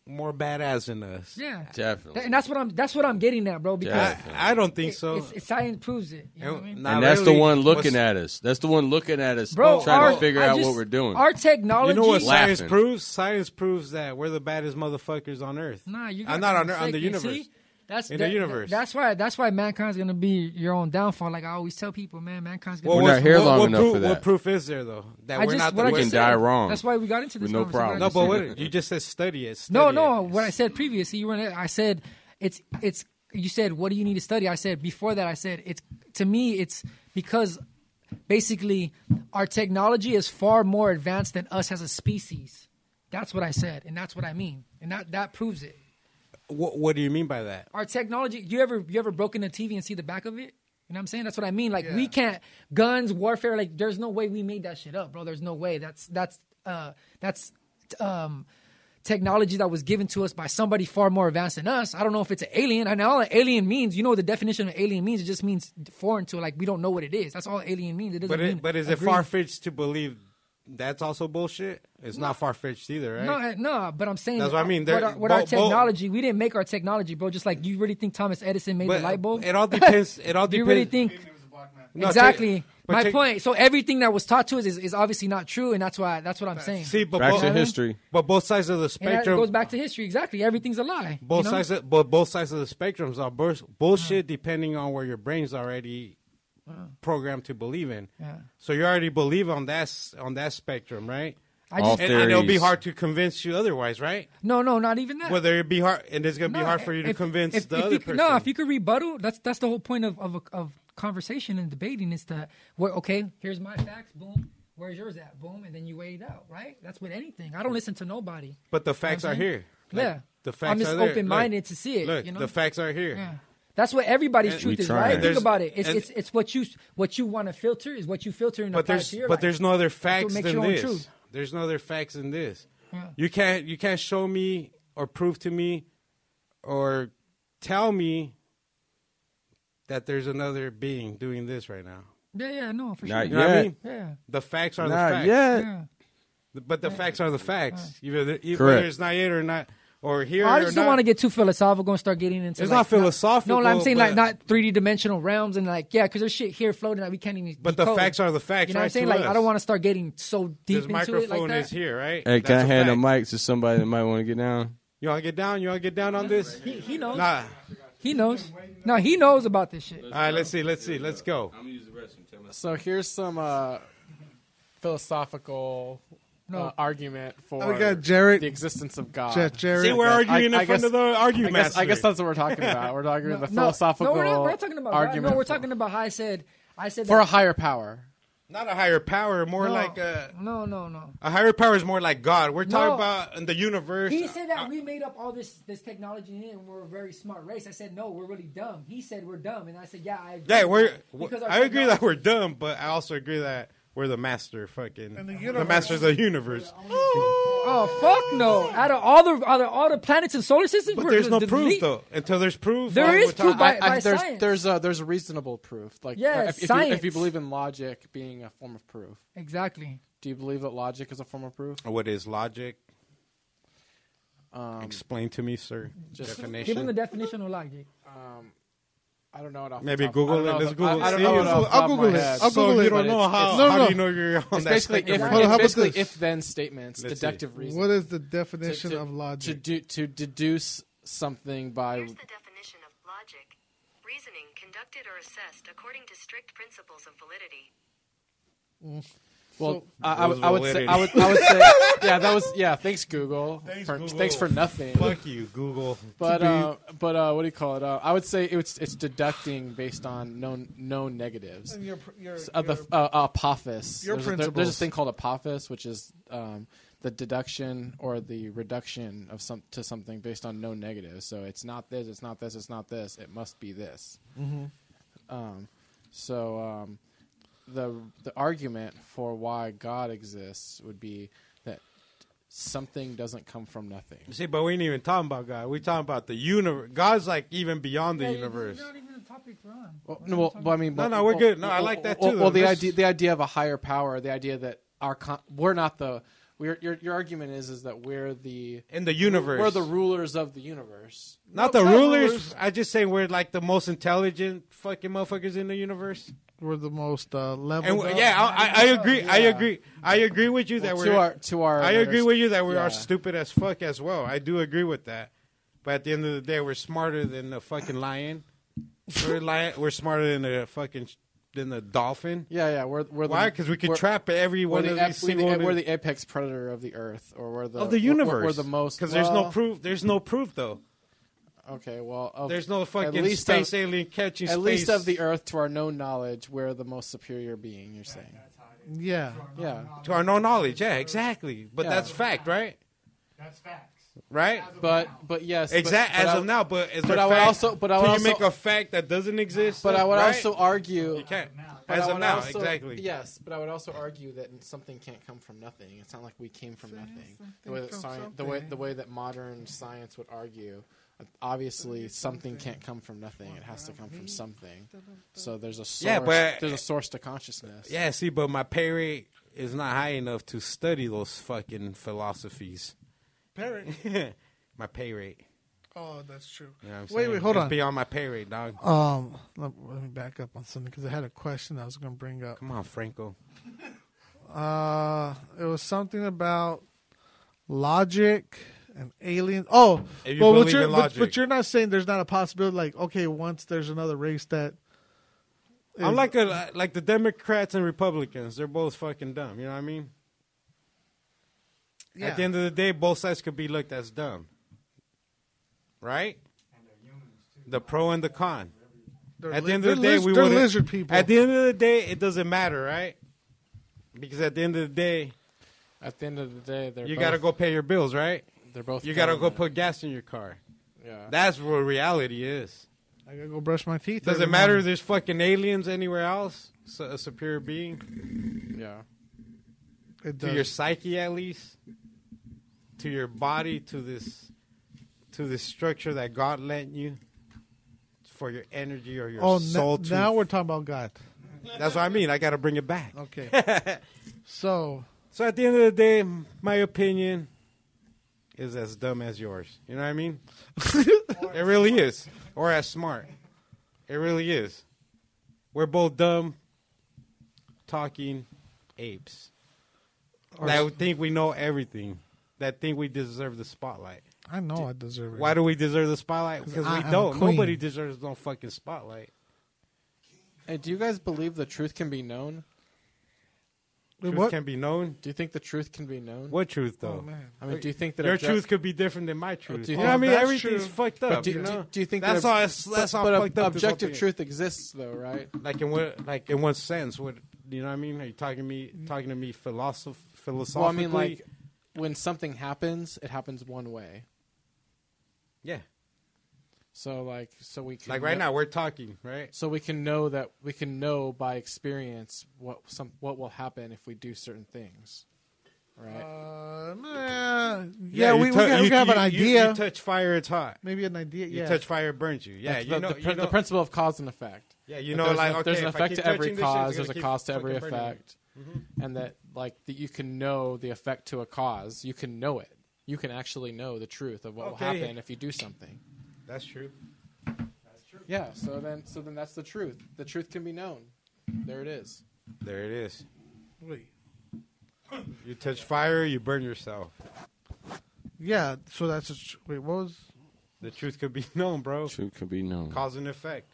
A: more badass than us?
D: yeah.
C: Definitely.
D: That- and that's what I'm that's what I'm getting at, bro. Because
C: Yeah.
A: I, I don't think
D: it-
A: so.
D: it's, it's science proves it. You know what I mean?
A: And- nah,
C: and that's the
A: really,
C: one looking
A: what's-
C: at us. That's the one looking at us,
D: Bro,
C: trying
D: our-
C: to figure
D: I
C: out what
D: just-
C: we're doing.
D: Our technology.
A: You know what
C: Technology-
A: science
C: Laughing.
A: proves? Science proves that we're the baddest motherfuckers on Earth.
D: Nah, you
A: I'm
D: got
A: not
D: me
A: on Earth, on the
D: mistaken.
A: universe.
D: See? That's
A: In
D: that-
A: the universe.
D: That's why. That's why mankind's gonna be your own downfall. Like I always tell people, man, mankind's gonna.
C: We're
D: be
C: not
A: what's-
C: here long
A: what
C: enough
A: proof,
C: for that.
A: What proof is there though that
D: I
A: we're
D: just,
A: not
D: what
A: the
D: I
C: can
A: worst?
D: just
C: die
D: said-
C: wrong.
D: That's why we got into
C: With
D: this.
C: no
D: conversation.
C: problem.
A: No,
D: What
A: but
D: I just
A: what you just said study it.
D: said- no,
A: study
D: no.
A: it.
D: What I said previously, you were. I said, it's, it's. You said, what do you need to study? I said before that, I said it's. To me, it's because basically our technology is far more advanced than us as a species. That's what I said, and that's what I mean, and that that proves it.
A: What, what do you mean by that?
D: our technology you ever you ever broken a tv and see the back of it you know what i'm saying that's what i mean like we can't guns warfare like there's no way we made that shit up bro there's no way that's that's uh that's um technology that was given to us by somebody far more advanced than us i don't know if it's an alien and all an alien means you know what the definition of alien means it just means foreign to like we don't know what it is that's all alien means it doesn't
A: But
D: mean
A: it, but is it
D: agreement.
A: far fetched to believe that's also bullshit? It's not far fetched either, right?
D: No, eh, no, but I'm saying
A: That's what I mean. There-
D: With our, with our
A: bo- bo-
D: technology, we didn't make our technology, bro. Just like you really think Thomas Edison made the light bulb?
A: It all depends. It all
D: Do you
A: depends.
D: really think?
A: No, take-
D: exactly.
A: but
D: My
A: take-
D: point. So everything that was taught to us is, is obviously not true, and that's why that's what I'm saying.
A: See, but
C: Back
A: both,
C: to history.
A: but both sides of the
D: and that goes
A: spectrum,
D: back to history. Exactly. Everything's a lie. you
A: both
D: know?
A: sides, of, but both sides of the spectrums are burs- bullshit, depending on where your brain's already programmed to believe in.
D: Yeah.
A: So you already believe on that s- on that spectrum, right?
D: I
C: All
D: just,
A: And, and it'll be
C: Theories.
A: hard to convince you otherwise, right?
D: no, no, not even that.
A: Whether it be hard, and it's gonna be
D: No,
A: hard for you to
D: if-
A: convince
D: if-
A: the
D: if
A: other
D: you,
A: person.
D: No, if you could rebuttal, that's that's the whole point of of, of conversation and debating is to where okay, here's my facts, boom. Where's yours at? Boom, and then you weigh it out, right? That's with anything. I don't listen to nobody.
A: but the facts
D: I'm
A: are
D: saying?
A: here.
D: yeah,
A: the facts
D: I'm just
A: are there. Look,
D: open-minded to see it.
A: Look,
D: you know?
A: the facts are here.
D: Yeah. That's what everybody's
A: And-
D: truth
C: We
D: is,
C: try.
D: right? Think
A: There's-
D: about it. It's,
A: and-
D: it's it's what you what you want to filter is what you filter and
A: but
D: apply
A: there's
D: to your
A: but
D: life.
A: there's no other
D: what
A: facts
D: makes
A: than
D: your own
A: this.
D: truth.
A: There's no other facts than this.
D: Yeah.
A: You can't you can't show me or prove to me or tell me that there's another being doing this right now.
D: yeah, yeah, no, for
C: Not
A: You
D: sure.
A: know what I
C: yet.
A: mean?
D: Yeah,
A: The facts are the
C: Not
A: facts.
C: yet.
D: yeah.
A: But the facts are the facts. Either, either
C: Correct.
A: it's not yet or not or here
D: I
A: or
D: just
A: not.
D: don't want to get too philosophical and start getting into.
A: It's
D: like,
A: not philosophical,
D: no, like I'm saying like
A: but-
D: not 3D dimensional realms and like yeah, because there's shit here floating that we can't even.
A: But the
D: decode.
A: facts are the facts,
D: You know what I'm
A: right,
D: saying?
A: to
D: Like
A: us.
D: I don't want to start getting so deep
A: this
D: into it like
A: microphone
D: that.
A: is here, right?
C: Hey, can
A: That's
C: I hand
A: fact.
C: a mic to somebody that might want to get down?
A: You want to get down? You want to get down on this?
D: He, he knows.
A: Nah.
D: He knows. No, Uh, he knows about this shit.
A: All right, let's see. Let's see. Let's go.
C: I'm gonna use the restroom. Tell
J: So here's some uh, philosophical uh,
D: No.
J: argument for
A: Oh,
B: we got Jared-
J: the existence of God.
B: Jer- Jerry,
A: See, we're arguing
J: I- I
A: in front
J: guess-
A: of the
J: I
A: argument
J: guess,
A: master.
J: I guess that's what we're talking about. We're talking
D: No,
J: about the
D: no,
J: philosophical
D: No, we're not. We're not talking about
J: argument.
D: God. No, we're
J: for-
D: talking about how I said. I said
J: for a
D: that,
J: higher power.
A: not a higher power, more
D: no,
A: like a,
D: no, no, no.
A: a higher power is more like God. We're
D: No.
A: talking about in the universe.
D: He said
A: Uh,
D: that we made up all this this technology here and we're a very smart race. I said no, we're really dumb. He said we're dumb, and I said yeah, I agree.
A: yeah, we're.
D: Because our
A: I agree that
D: technology-
A: we're dumb, but I also agree that we're the master. Fucking
B: And the
A: the,
B: universe-
A: masters of the universe.
D: Oh fuck no! Out of all the out of all the planets in solar systems,
A: But
D: we're
A: there's
D: the-
A: no
D: the
A: proof
D: lead-
A: though. Until there's proof,
D: There
A: all
D: is
A: we're
D: proof by-
A: talking-
J: I, I, there's
D: science.
J: there's a there's a reasonable proof. Like uh,
D: Yeah,
J: if, if, you,
D: science.
J: if you believe in logic being a form of proof,
D: Exactly.
J: do you believe that logic is a form of proof?
A: What is logic?
J: Um,
A: Explain to me, sir.
J: Just-
D: Give him the
A: Definition.
D: definition of logic.
J: um, I don't know it off the
A: Maybe
J: top- I don't
A: Google
J: know
A: it.
J: off
A: Let's
J: the-
A: Google.
J: I, I
A: it.
J: don't
A: See,
J: know it
A: I'll
J: off the top of
A: Google
J: my
A: it.
J: head.
A: I'll
J: So
A: Google
J: you
A: it.
J: don't know
A: how,
B: No,
A: how
B: no.
A: do you know you're on
J: It's
A: that
J: basically if,
A: spectrum?
B: Hold on, how
J: it's
B: about
J: basically
B: this?
J: if then statements,
A: Let's see.
J: deductive reasoning.
B: What is the
J: To-
B: definition
J: to-
B: of
J: To,
B: logic?
J: do, to deduce something by
K: Here's the definition of logic reasoning conducted or assessed according to strict principles of validity.
J: well, I, I, would-
A: Those
J: I would say I would, I would say yeah that was yeah thanks Google thanks for,
A: Google.
J: thanks for nothing
A: Fuck you, Google.
J: but uh, but uh, what do you call it uh, I would say it's it's deducting based on known known negatives
B: Your, your,
J: uh, the uh, apophis.
B: Your
J: there's, a, there- there's
B: principles.
J: this thing called apophis, which is um, the deduction or the reduction of some to something based on no negative. So it's not this, it's not this, it's not this. It must be this. Um, so um, the the argument for why God exists would be that something doesn't come from nothing.
A: See, but we ain't even talking about God. We talking about the universe. God's like even beyond the
D: Yeah,
A: universe.
D: It's not even a topic we're on.
J: Well, no, well, well, I mean,
A: No,
J: but-
A: no, we're
J: well,
A: good. No, I
J: well,
A: like that
J: well,
A: too,
J: Well, the
A: though.
J: idea, the idea of a higher power, the idea that our con- we're not the we're, your your argument is is that we're the
A: In the universe.
J: we're the rulers of the universe.
A: Not
D: No,
A: the
D: not
A: rulers.
D: rulers.
A: I just say we're like the most intelligent fucking motherfuckers in the universe.
B: We're the most uh,
A: And
B: leveled.
A: we-
B: up.
A: yeah, I, I, I agree. I agree. I agree with you that
J: Well,
A: we're.
J: to our to our
A: I agree
J: letters-
A: with you that we
J: yeah.
A: are stupid as fuck as well. I do agree with that. But at the end of the day, we're smarter than the fucking lion. we're lion. We're smarter than the fucking than the dolphin.
J: Yeah, yeah, we're we're
A: Why?
J: the,
A: Because we could
J: we're-
A: trap every
J: We're
A: one
J: the,
A: of
J: ap-
A: these
J: we're,
A: single.
J: the, we're the apex predator of the earth, or we're the
A: of the
J: we're- we're-
A: universe.
J: We're, the most
A: because there's no
J: well,
A: proof. There's no proof though.
J: Okay, well, of,
A: There's no
J: at
A: fucking
J: least
A: space
J: of,
A: alien catching
J: at
A: space.
J: least of the earth to our known knowledge, we're the most superior being. You're saying,
B: Yeah.
J: yeah,
A: to our known knowledge. Yeah, exactly. But
J: Yeah.
A: that's fact, right?
L: That's facts.
A: Right.
J: but but yes,
A: Exact
J: but, but
A: as
J: I-
A: of now, but as
J: but
A: a
J: I would
A: fact,
J: also- but I would
A: can
J: also-
A: you make a fact that doesn't exist?
J: But I would
A: right?
J: also argue
A: you can't
J: But
A: as
J: I
A: of
J: would
A: now
J: also-
A: exactly.
J: Yes, but I would also argue that something can't come from nothing. It's not like we came from nothing. The way that
B: from
J: science, the way
B: something.
J: the way that modern science would argue, uh, obviously something can't come from nothing. It has to come from something. So there's a source.
A: Yeah, but-
J: there's a source to consciousness.
A: Yeah, see, but my pay rate is not high enough to study those fucking philosophies. Pay rate. my pay rate.
B: Oh, that's true.
A: You know what I'm
B: wait,
A: saying?
B: wait, hold
A: It's
B: on.
A: beyond my pay rate, dog.
J: Uh,
B: Um, let, let me back up on something because I had a question I was going to bring up.
A: Come on, Franco.
B: Uh, it was something about logic and aliens. Oh,
A: If you
B: well, but
A: believe
B: you're
A: in
B: but,
A: logic.
B: but you're not saying there's not a possibility. Like, okay, once there's another race that.
A: I'm
B: is-
A: like a like the Democrats and Republicans. They're both fucking dumb. You know what I mean?
B: Yeah.
A: At the end of the day, both sides could be looked as dumb, right? The pro and the con.
B: They're
A: at the
B: li-
A: end of the
B: they're
A: day,
B: lis-
A: we
B: they're
A: wouldn't-
B: lizard people.
A: At the end of the day, it doesn't matter, right? Because at the end of the day,
J: At the end of the day, they're
A: you
J: both-
A: gotta go pay your bills, right?
J: They're both
A: You gotta go
J: government.
A: put gas in your car.
J: Yeah.
A: That's what reality is.
B: I gotta go brush my teeth.
A: Does it
B: every
A: matter if
B: morning.
A: there's fucking aliens anywhere else? So, a superior being?
J: Yeah.
B: It
A: to
B: does.
A: your psyche, at least. To your body, to this, to this structure that God lent you, for your energy or your
B: Oh,
A: soul.
B: now,
A: to
B: now we're talking about God.
A: That's what I mean. I got to bring it back.
B: Okay. so.
A: So at the end of the day, m- my opinion is as dumb as yours. You know what I mean? it really is. Or as smart. It really is. We're both dumb, talking apes that would think we know everything, that think we deserve the spotlight.
B: I know I deserve it.
A: Why do we deserve the spotlight?
B: 'Cause
A: Because
B: I am
A: we
B: a
A: don't.
B: queen.
A: Nobody deserves no fucking spotlight.
J: Hey, do you guys believe the truth can be known?
A: Truth can be known.
J: Do you think the truth can be known?
A: What truth, though?
J: I mean, do you think that
A: your
J: obje-
A: truth could be different than my truth?
J: do you
A: you know what I
J: think-
A: mean?
J: That's
A: Everything's
J: true.
A: fucked
J: But
A: up.
J: do-
A: you
J: do-
A: know?
J: do you think
A: that's
J: that-
A: all? That's, that's
J: but-
A: all
J: but ob-
A: fucked up. this whole
J: objective
A: thing.
J: truth exists, though, right?
A: Like in what? Like in what sense? What you know? what I mean, are you talking to me? Talking to me philosoph-
J: Mm-hmm. Well, I
A: philosophically?
J: mean, like when something happens, it happens one way.
A: Yeah.
J: So like, so we can
A: Like, right
J: know-
A: now, we're talking, right?
J: So we can know that we can know by experience what some what will happen if we do certain things, right?
B: Uh, yeah, we, we,
A: tou-
B: can, we
A: you-
B: can have an
A: you- you-
B: idea.
A: You, touch fire, it's hot.
B: Maybe an idea.
A: You
B: yeah.
A: touch fire, it burns you. Yeah,
J: That's
A: you,
J: the,
A: know,
J: the,
A: you
J: prin-
A: know-
J: the principle of cause and effect.
A: Yeah, you
J: That
A: know,
J: there's
A: like,
J: a- there's
A: okay,
J: an
A: if I
J: effect
A: keep
J: to every
A: touching this shit, it's
J: cause. There's
A: gonna
J: a
A: keep
J: cost to every
A: fucking burning Mm-hmm. me.
J: effect, and that like that you can know the effect to a cause. You can know it. You can actually know the truth of what
A: Okay.
J: will happen if you do something.
A: That's true.
J: Yeah. So then, so then that's the truth. The truth can be known. There it is.
A: There it is.
B: Wait.
A: You touch fire, you burn yourself.
B: Yeah, so that's a, tr- wait. What was
A: The truth could be known, bro.
C: Truth could be known.
A: Cause and effect.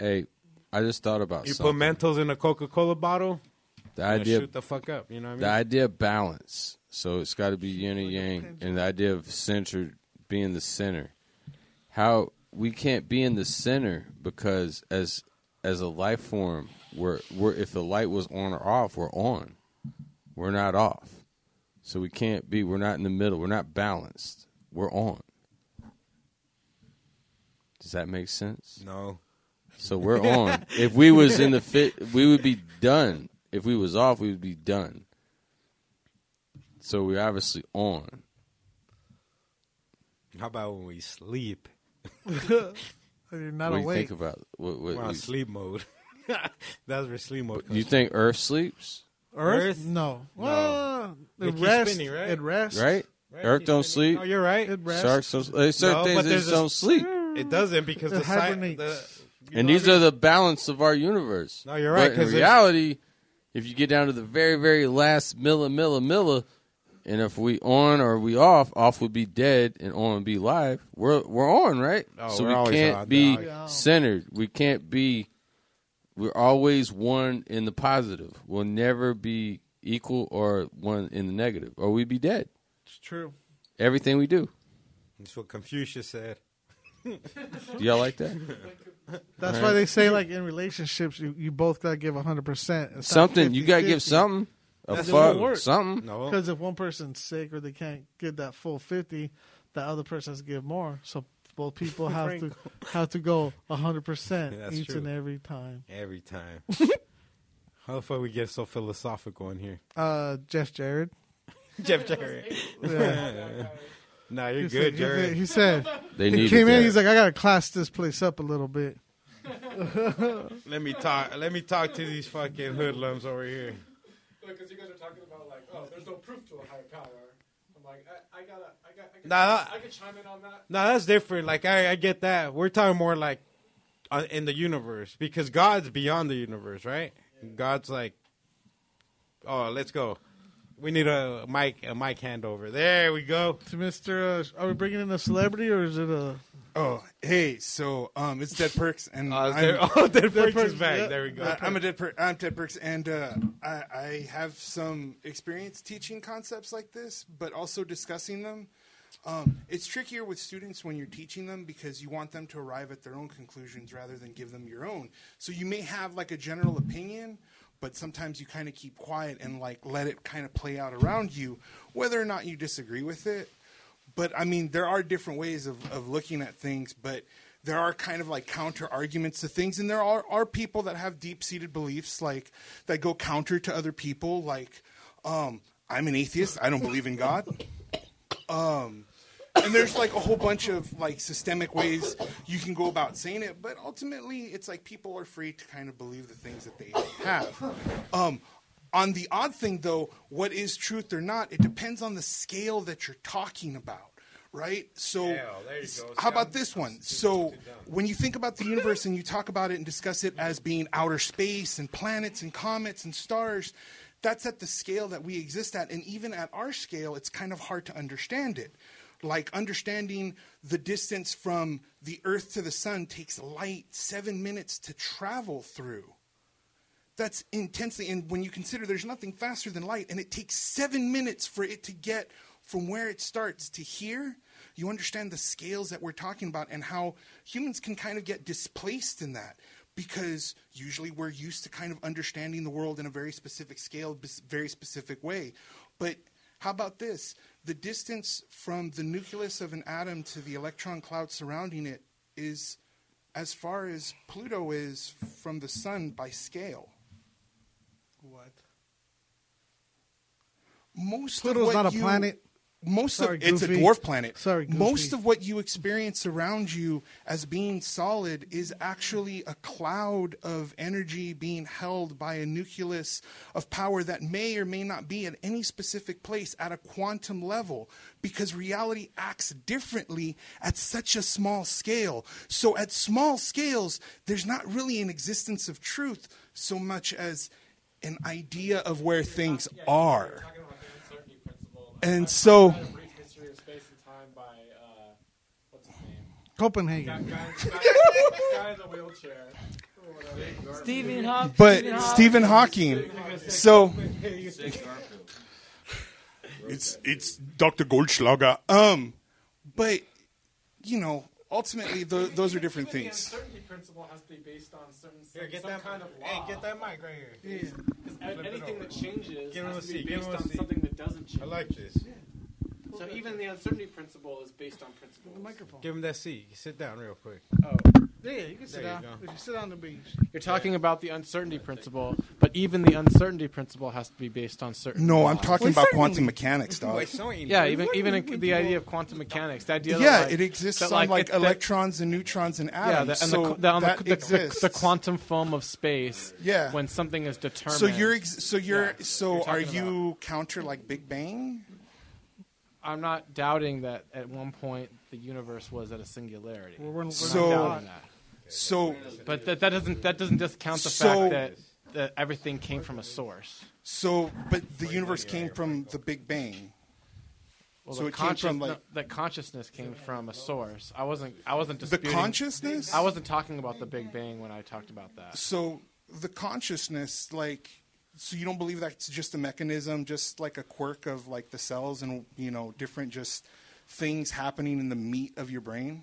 C: Hey, I just thought about
A: You put
C: something.
A: Mentos in a Coca Cola bottle.
C: the
A: gonna
C: idea
A: shoot the fuck up. You know what I mean?
C: the idea of balance. So it's got to be yin and yang, and the idea of centered being the center. How we can't be in the center because as as a life form, we're, we're if the light was on or off, we're on. We're not off, so we can't be. We're not in the middle. We're not balanced. We're on. Does that make sense?
A: No.
C: So we're on. if we was in the fit, we would be done. If we was off, we would be done. So we're obviously on.
A: How about when we sleep?
B: you're not
C: what do you
B: awake?
C: think about what, what
A: We're on
C: we-
A: sleep mode. That's where sleep mode.
C: You
A: comes
C: think Earth sleeps?
B: Earth? No. Well,
A: They
B: it
A: keep
B: rests.
A: spinning, right?
B: It rests.
C: Right? Earth don't sleep.
A: No, you're right. It
B: rests.
C: Sharks don't. There's certain
A: No,
C: things
A: but
C: that
A: there's
C: just
A: a- Mm.
C: don't sleep.
A: It doesn't because
B: It
A: the, sci-
B: hibernates.
A: the
C: and these are the balance of our universe.
A: No, you're right,
C: But in
A: 'cause there's-
C: reality, if you get down to the very, very last milla, milla, milla, and if we on or we off, off would be dead and on would be live. We're we're on, right?
A: No,
C: so
A: we're
C: we
A: always
C: can't
A: on,
C: be
A: dog.
C: centered. We can't be. We're always one in the positive. We'll never be equal or one in the negative, or we'd be dead.
B: It's true.
C: Everything we do.
A: That's what Confucius said.
C: Do y'all like that?
B: That's
C: All
B: why
C: right.
B: they say like in relationships, you, you both gotta give hundred percent.
C: Something. You gotta give something. A fuck, something. No.
B: Because if one person's sick or they can't get that full fifty, the other person has to give more. So both people have to have to go hundred percent
A: That's
B: each
A: true.
B: and every time.
A: Every time. How the fuck we get so philosophical in here?
B: Uh, Jeff Jarrett.
A: Jeff Jarrett.
B: Yeah.
A: nah, you're
B: He
A: good,
B: said- he
A: Jared.
B: said- He said
C: They
B: he
C: needed
B: came in.
C: that.
B: He's like, I gotta class this place up a little bit.
A: let me talk. Let me talk to these fucking hoodlums over here.
M: Because you guys are talking about like, oh, there's no proof to a higher power.
E: I'm like, I, I gotta, I got, I, got,
A: Nah,
E: I could chime in on that.
I: No, that's different. Like I, I get that. We're talking more like uh, in the universe because God's beyond the universe, right? God's like, oh, let's go. We need a mic, a mic handover. There we go.
B: To Mr. Uh, are we bringing in a celebrity or is it a?
H: Oh, hey, so um, it's Dead Perks and
I: Oh, is
H: I'm-
I: there- oh, Dead Dead Perks Perks, is back. yeah. There we go.
H: Uh, I'm a Dead Perk. I'm Dead Perks, and uh, I, I have some experience teaching concepts like this, but also discussing them. Um, it's trickier with students when you're teaching them because you want them to arrive at their own conclusions rather than give them your own. So you may have like a general opinion, but sometimes you kind of keep quiet and like let it kind of play out around you, whether or not you disagree with it but I mean, there are different ways of, of looking at things, but there are kind of like counter arguments to things, and there are, are people that have deep seated beliefs like that go counter to other people, like um, I'm an atheist, I don't believe in God. Um, and there's like a whole bunch of like systemic ways you can go about saying it, but ultimately, it's like people are free to kind of believe the things that they have. Um, on the odd thing, though, what is truth or not, it depends on the scale that you're talking about, right? So, how about this one? So, when you think about the universe and you talk about it and discuss it as being outer space and planets and comets and stars, that's at the scale that we exist at. And even at our scale, it's kind of hard to understand it. Like understanding the distance from the Earth to the Sun takes light seven minutes to travel through that's intensely and when you consider there's nothing faster than light and it takes seven minutes for it to get from where it starts to here you understand the scales that we're talking about and how humans can kind of get displaced in that because usually we're used to kind of understanding the world in a very specific scale bes- very specific way but how about this the distance from the nucleus of an atom to the electron cloud surrounding it is as far as pluto is from the sun by scale
B: What?
H: most
B: Pluto's
H: of what
B: not a
H: you-
B: planet.
H: Most
B: Sorry,
H: of it's a
B: Goofy.
H: dwarf planet.
B: Sorry, Goofy.
H: most of what you experience around you as being solid is actually a cloud of energy being held by a nucleus of power that may or may not be at any specific place at a quantum level because reality acts differently at such a small scale. So at small scales, there's not really an existence of truth so much as an idea of where things are. And so,
E: A brief history of space and time by uh, what's his name?
B: Copenhagen.
E: Guy, guy, guy in the wheelchair. or whatever.
D: Stephen Hawking.
H: but Stephen Hawking. So it's it's Dr. Goldschlager. Um, but you know, ultimately, tho- those are different
E: Even The
H: things.
E: uncertainty principle has to be based on certain some,
I: Here, get
E: some
I: that-
E: kind of law.
I: hey, get that mic right here.
E: Yeah.
I: Yeah.
E: 'Cause
I: Flip it
E: anything
I: over.
E: that changes
I: Give him a
E: has to be
I: seat, give
E: based
I: him a
E: on
I: seat.
E: something that doesn't change.
I: I like this.
E: So even the uncertainty principle is based on principles. The microphone.
I: Give him that seat. Sit down real quick.
J: Oh.
B: Yeah, you can
I: There
B: sit down.
I: you
B: If you sit on the beach.
J: You're talking about the uncertainty principle, but even the uncertainty principle has to be based on certain.
H: No, I'm
J: laws.
H: talking about quantum mechanics, dog.
J: Yeah, even even in the idea of quantum mechanics, the idea.
H: Yeah,
J: that like,
H: it exists
J: that,
H: on like
J: it- that-
H: electrons and neutrons and atoms.
J: Yeah, the, and
H: so
J: the, the, on the,
H: that
J: the, the,
H: exists.
J: the quantum foam of space.
H: Yeah.
J: when something is determined.
H: so you're ex- so you're
J: Yeah,
H: so
J: you're
H: are
J: talking
H: you counter like Big Bang?
J: I'm not doubting that at one point the universe was at a singularity.
B: Well, we're- we're
H: So-
J: not doubting that.
H: So
J: But that, that doesn't that doesn't discount the
H: So-
J: fact that, that everything came from a source.
H: so but the universe came from the Big Bang.
J: Well,
H: So
J: the
H: it came
J: conscious-
H: from,
J: no,
H: like-
J: the consciousness came from a source. I wasn't I wasn't
H: The
J: disputing
H: consciousness?
J: I wasn't talking about the Big Bang when I talked about that.
H: So the consciousness, like, so you don't believe that's just a mechanism, just like a quirk of like the cells and you know different just things happening in the meat of your brain.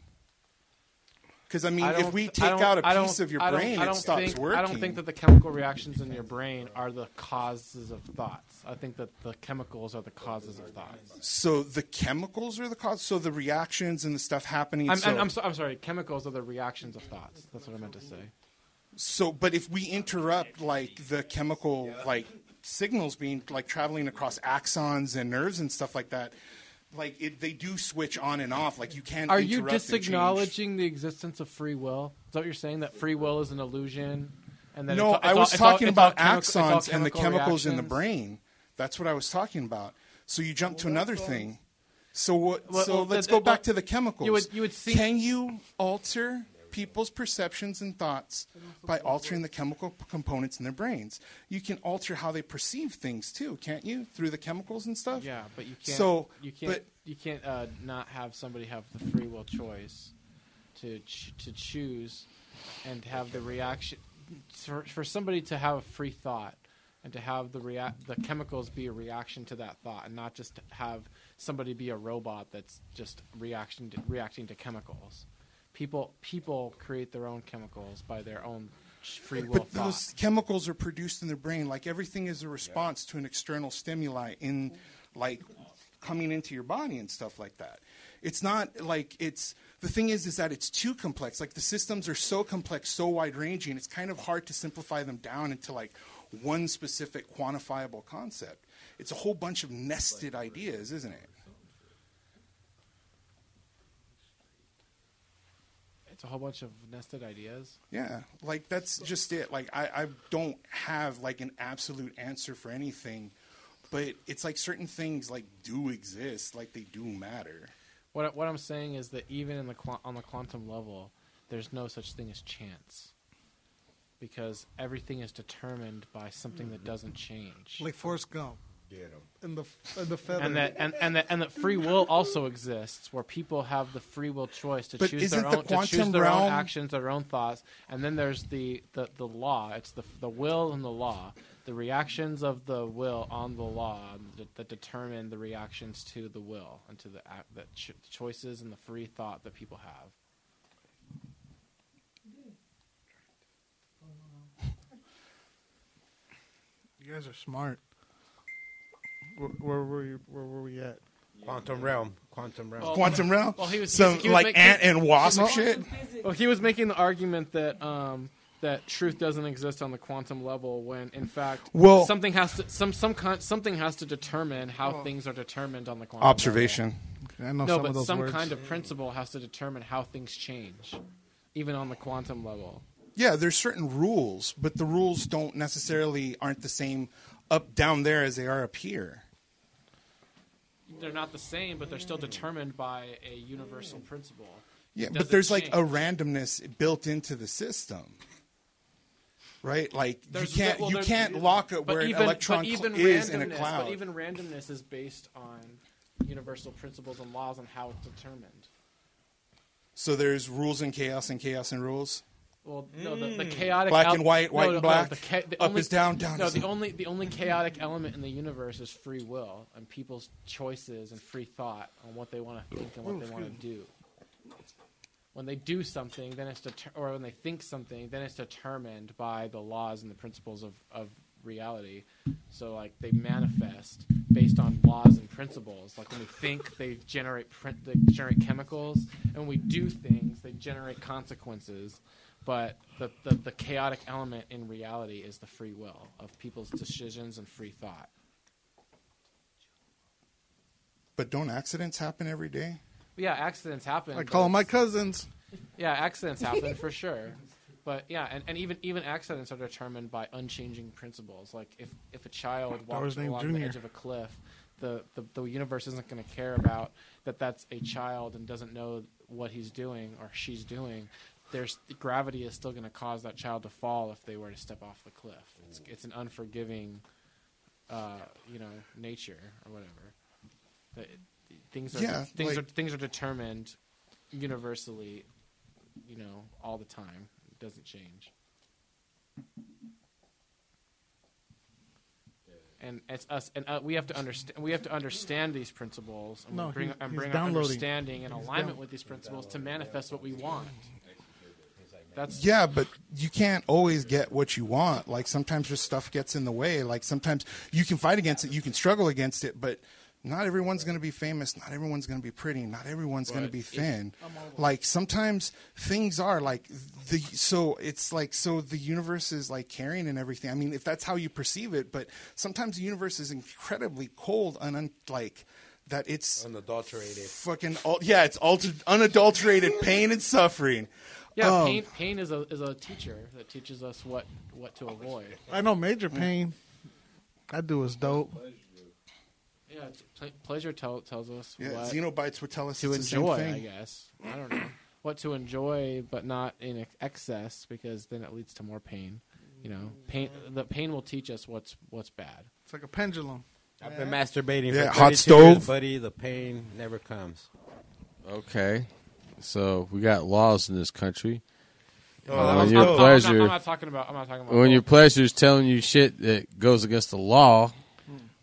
H: Because I mean, if
J: don't-
H: we
J: I
H: take
J: don't-
H: out a
J: I don't-
H: piece of your
J: I don't-
H: brain,
J: I don't
H: it stops
J: think,
H: working.
J: I don't think that the chemical reactions in your brain are the causes of thoughts. I think that the chemicals are the causes of thoughts.
H: so the chemicals are the cause. So the reactions and the stuff happening.
J: I'm,
H: so,
J: I'm, I'm, so, I'm sorry. Chemicals are the reactions of thoughts. That's what I meant to say.
H: so, but if we interrupt like the chemical like signals being like traveling across axons and nerves and stuff like that. Like it, they do switch on and off. Like you can't.
J: Are you
H: interrupt and
J: just
H: change.
J: acknowledging the existence of free will? Is that what you're saying? That free will is an illusion? And that
H: no,
J: it's, it's
H: I was
J: all, it's all-
H: talking
J: it's all
H: about
J: chemical- it's all
H: axons and the
J: chemical
H: chemicals in the
J: reactions?
H: brain. That's what I was talking about. So you jump to another thing. So what?
J: Well,
H: so
J: well,
H: let's
J: that-
H: go
J: well,
H: back to the chemicals.
J: you would- you would think-
H: Can you alter people's perceptions and thoughts by altering the chemical p- components in their brains? You can alter how they perceive things too, can't you? Through the chemicals and stuff.
J: Yeah, but you can't.
H: So
J: you can't.
H: but-
J: you can't uh, not have somebody have the free will choice to ch- to choose and have the reaction for, for somebody to have a free thought and to have the react the chemicals be a reaction to that thought and not just have somebody be a robot that's just reaction to, reacting to chemicals. People people create their own chemicals by their own ch- free will
H: But
J: thought.
H: those chemicals are produced in their brain. Like everything is a response to an external stimuli in, like, coming into your body and stuff like that. It's not like it's the thing is is that it's too complex. Like the systems are so complex, so wide ranging. It's kind of hard to simplify them down into like one specific quantifiable concept. It's a whole bunch of nested ideas, isn't it?
J: it's a whole bunch of nested ideas.
H: Yeah, like that's just it. Like I, I don't have like an absolute answer for anything, but it's like certain things like do exist, like they do matter.
J: What I- what I'm saying is that even in the quan- on the quantum level, there's no such thing as chance, because everything is determined by something that doesn't change,
B: Like Forrest Gump.
J: Get 'em.
B: And the and the feather.
J: and that and, and that and that free will also exists, where people have the free will choice to
H: But
J: choose
H: isn't
J: their
H: the
J: own to choose
H: quantum
J: their own
H: realm-
J: actions, their own thoughts, and then there's the the, the law. It's the the will and the law. The reactions of the will on the law that, that determine the reactions to the will and to the act, the cho- choices and the free thought that people have.
B: You guys are smart. Where, where were you? Where were we at?
A: Quantum realm. Quantum realm.
H: Quantum realm?
J: Well, he was
H: Some,
J: he was
H: like,
J: making-
H: ant and wasp
J: well,
H: shit?
J: Well, he was making the argument that um, that truth doesn't exist on the quantum level when, in fact,
H: Well-
J: something has to some some kind something has to determine how things are determined on the quantum.
H: Observation.
B: Okay, I know
J: no,
B: some
J: but
B: of those
J: some
B: words.
J: kind of principle has to determine how things change, even on the quantum level.
H: Yeah, there's certain rules, but the rules don't necessarily aren't the same up down there as they are up here.
J: They're not the same, but they're still determined by a universal principle.
H: Yeah, but
J: It doesn't
H: there's like a
J: change.
H: randomness built into the system. Right? Like
J: There's-
H: you can't
J: well,
H: you
J: there-
H: can't lock it
J: but
H: where
J: even-
H: an electron
J: but
H: cl-
J: even
H: is in a
J: randomness-
H: cloud.
J: But even randomness is based on universal principles and laws and how it's determined.
H: So there's rules and chaos and chaos and rules.
J: Well, no, the, the chaotic
H: Black
J: el-
H: and white,
J: no,
H: white
J: no,
H: and
J: no,
H: black,
J: the cha- the
H: up
J: only-
H: is down, down
J: No,
H: is
J: the
H: up.
J: only the only chaotic element in the universe is free will and people's choices and free thought on what they want to think and what they want to do. When they do something, then it's deter- or when they think something, then it's determined by the laws and the principles of, of reality. So like they manifest based on laws and principles. Like when we think, they generate print, they generate chemicals, and when we do things, they generate consequences. But the, the, the chaotic element in reality is the free will of people's decisions and free thought.
H: But don't accidents happen every day?
J: But yeah, accidents happen.
B: I
J: but
B: call
J: it's-
B: my cousins.
J: Yeah, accidents happen for sure. But yeah, and, and even even accidents are determined by unchanging principles. Like if, if a child walks
B: was named
J: along the
B: Junior.
J: edge of a cliff, the, the, the universe isn't going to care about that that's a child and doesn't know what he's doing or she's doing. There's gravity is still going to cause that child to fall if they were to step off the cliff. It's, it's an unforgiving, uh, you know, nature or whatever. That it- things are
H: Yeah,
J: things
H: like-
J: are things are determined universally you know, all the time. It doesn't change. And it's us, and uh, we have to understand. We have to understand these principles, and we
B: No,
J: bring
B: he's-
J: and
B: he's
J: bring our
B: downloading.
J: understanding and
B: He's
J: alignment
B: down-
J: with these principles to manifest what we want. That's
H: Yeah, but you can't always get what you want. Like sometimes just stuff gets in the way. Like sometimes you can fight against it, you can struggle against it, but not everyone's going to be famous, not everyone's going to be pretty, not everyone's going to be thin. Like sometimes things are like the so it's like so the universe is like caring and everything. I mean, if that's how you perceive it, but sometimes the universe is incredibly cold and un, like that it's
A: Unadulterated.
H: fucking al- yeah, it's altered unadulterated pain and suffering.
J: yeah.
H: Um,
J: pain, pain is a is a teacher that teaches us what what to avoid.
B: I know Major Pain. That dude was dope.
J: Yeah, Yeah, pl- pleasure tell, tells us.
N: Yeah,
J: what
N: Xenobites would tell us
J: to
N: it's the same
J: enjoy.
N: thing.
J: I guess I don't know what to enjoy, but not in ex- excess, because then it leads to more pain. You know, pain. The pain will teach us what's what's bad.
B: It's like a pendulum.
A: I've been masturbating
C: Yeah,
A: for
C: hot
A: 32
C: stove.
A: years, buddy. The pain never comes.
C: Okay. So we got laws in this country.
A: Oh,
C: Uh,
A: that
C: when
A: was
C: your
A: dope. I'm not-
C: pleasure,
J: I'm not talking about- I'm not talking about
C: When your
J: both.
C: pleasure is telling you shit that goes against the law,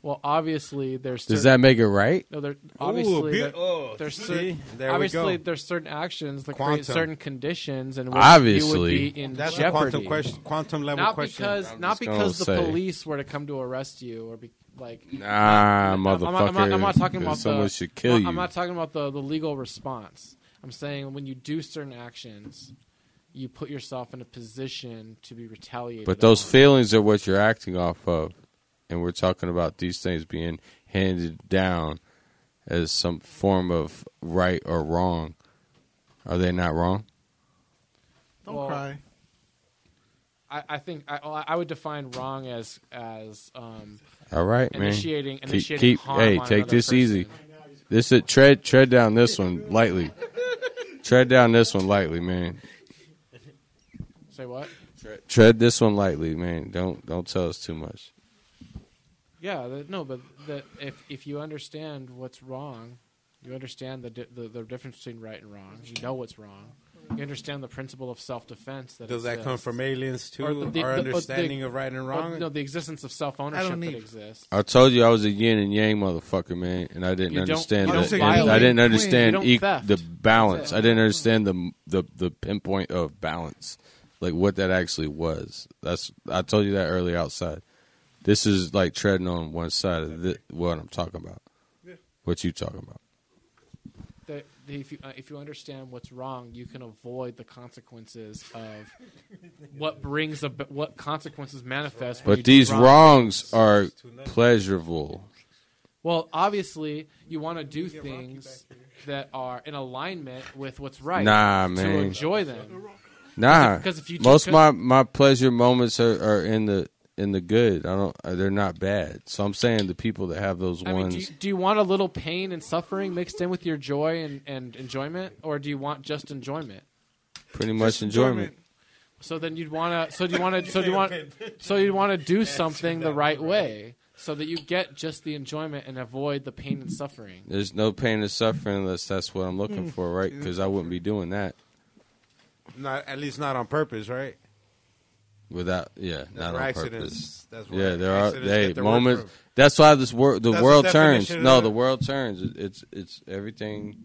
J: Well, obviously, there's.
C: Does
J: certain-
C: that make it right?
J: No, there
C: Ooh,
J: obviously.
C: be-
J: there-
C: oh,
J: there's
C: see?
J: certain,
C: There we
J: obviously
C: go.
J: there's certain actions that
A: Quantum.
J: create certain conditions, and which you would
C: Obviously.
J: be in
A: That's a
J: jeopardy.
A: quantum question- quantum level
J: not
A: question.
J: because
A: I'm
J: not
A: just gonna
J: because the
C: say.
J: police were to come to arrest you or be like.
C: Nah,
J: I'm
C: motherfucker.
J: not- I'm not, I'm not, I'm not talking about
C: someone
J: the,
C: should kill
J: I'm
C: you.
J: not- I'm not talking about the, the legal response. I'm saying when you do certain actions, you put yourself in a position to be retaliated.
C: But those
J: on.
C: feelings are what you're acting off of, and we're talking about these things being handed down as some form of right or wrong. Are they not wrong?
B: Don't
J: Well,
B: cry.
J: I, I think I, well, I would define wrong as as um,
C: All right, man.
J: initiating
C: Keep-
J: initiating
C: keep,
J: harm
C: hey,
J: on
C: take
J: another
C: this
J: person.
C: easy. This is, tread tread down this one lightly. tread down this one lightly, man. e-
J: Say what?
C: Tread this one lightly, man. Don't don't tell us too much.
J: Yeah, the, no, but the, if if you understand what's wrong, you understand the, di- the the difference between right and wrong. You know what's wrong. You understand the principle of self defense. That
A: Does that
J: exists.
A: come from aliens, too? Our
J: or
A: understanding of right and
J: or,
A: wrong?
J: no, the existence of self
A: I
J: ownership
A: don't
J: that
A: need-
J: exists.
C: I told you I was a yin and yang motherfucker, man, and I didn't
J: You don't-
C: understand.
J: you don't
C: the,
J: violate
C: I didn't
J: between-
C: understand
J: you don't
C: eq-
J: theft.
C: the balance. I didn't understand the, the the pinpoint of balance, like what that actually was. That's I told you that earlier outside. This is like treading on one side of thi- what I'm talking about. What you talking about?
J: That that if you uh, if you understand what's wrong, you can avoid the consequences of what brings ab- what consequences manifest. when you
C: But
J: do
C: these
J: wrong.
C: wrongs are pleasurable.
J: Well, obviously, you want to do things that are in alignment with what's right.
C: Nah,
J: To
C: man.
J: enjoy them.
C: Nah,
J: Because if, 'cause if you
C: most
J: do,
C: my my pleasure moments are, are in the in the good. I don't. uh, They're not bad. So I'm saying the people that have those
J: I mean,
C: ones.
J: do you, do you want a little pain and suffering mixed in with your joy and, and enjoyment, or do you want just enjoyment?
C: pretty much enjoyment.
J: So then you'd want to. So do you want to? So do you want? So you'd want to do something the right way, so that you get just the enjoyment and avoid the pain and suffering.
C: There's no pain and suffering unless that's what I'm looking
J: Mm.
C: for, right? Because I wouldn't be doing that
A: Not at least not on purpose, right?
C: without. Yeah,
A: That's
C: not
A: where
C: on
A: accidents-
C: purpose.
A: that's where
C: yeah, there are
A: accidents
C: hey,
A: get their word
C: moments.
A: from.
C: That's why this world the
A: That's the
C: world turns.
A: definition of
C: No,
A: it.
C: the world turns. It- It's it's everything.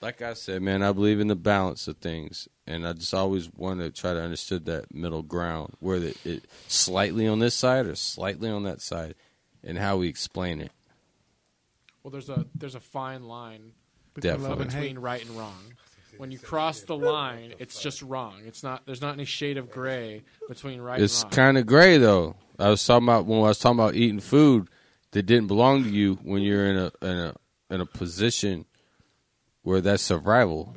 C: Like I said, man, I believe in the balance of things, and I just always want to try to understood that middle ground, where the, it slightly on this side or slightly on that side, and how we explain it.
J: Well, there's a there's a fine line
C: Between love and hate.
J: between right and wrong. When you cross the line, it's just wrong. It's not there's not any shade of gray between right
C: it's
J: and wrong.
C: kind of gray though. I was talking about when I was talking about eating food that didn't belong to you when you're in a in a in a position where that's survival.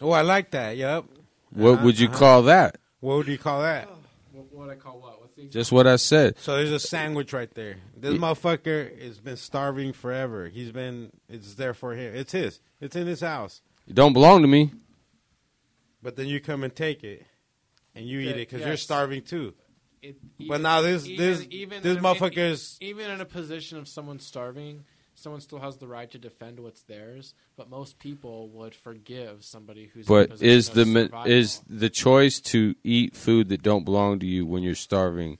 A: Oh, I like that. Yep.
C: What
A: Uh-huh,
C: would you
A: uh-huh.
C: call that?
A: What would you call that?
J: What would I call what? What's the
C: Just what I said.
A: So there's a sandwich right there. This motherfucker has been starving forever. He's been. It's there for him. It's his. It's in his house.
C: It don't belong to me.
A: But then you come and take it, and you eat
J: Yeah,
A: it because
J: yes.
A: you're starving too.
J: It-
A: but
J: even-
A: now this
J: E even-
A: this
J: even
A: this
J: in a-
A: motherfucker is
J: even in a position of someone starving, someone still has the right to defend what's theirs. But most people would forgive somebody who's. in a
C: But
J: position
C: is
J: of
C: the mi-
J: survival.
C: is the choice to eat food that don't belong to you when you're starving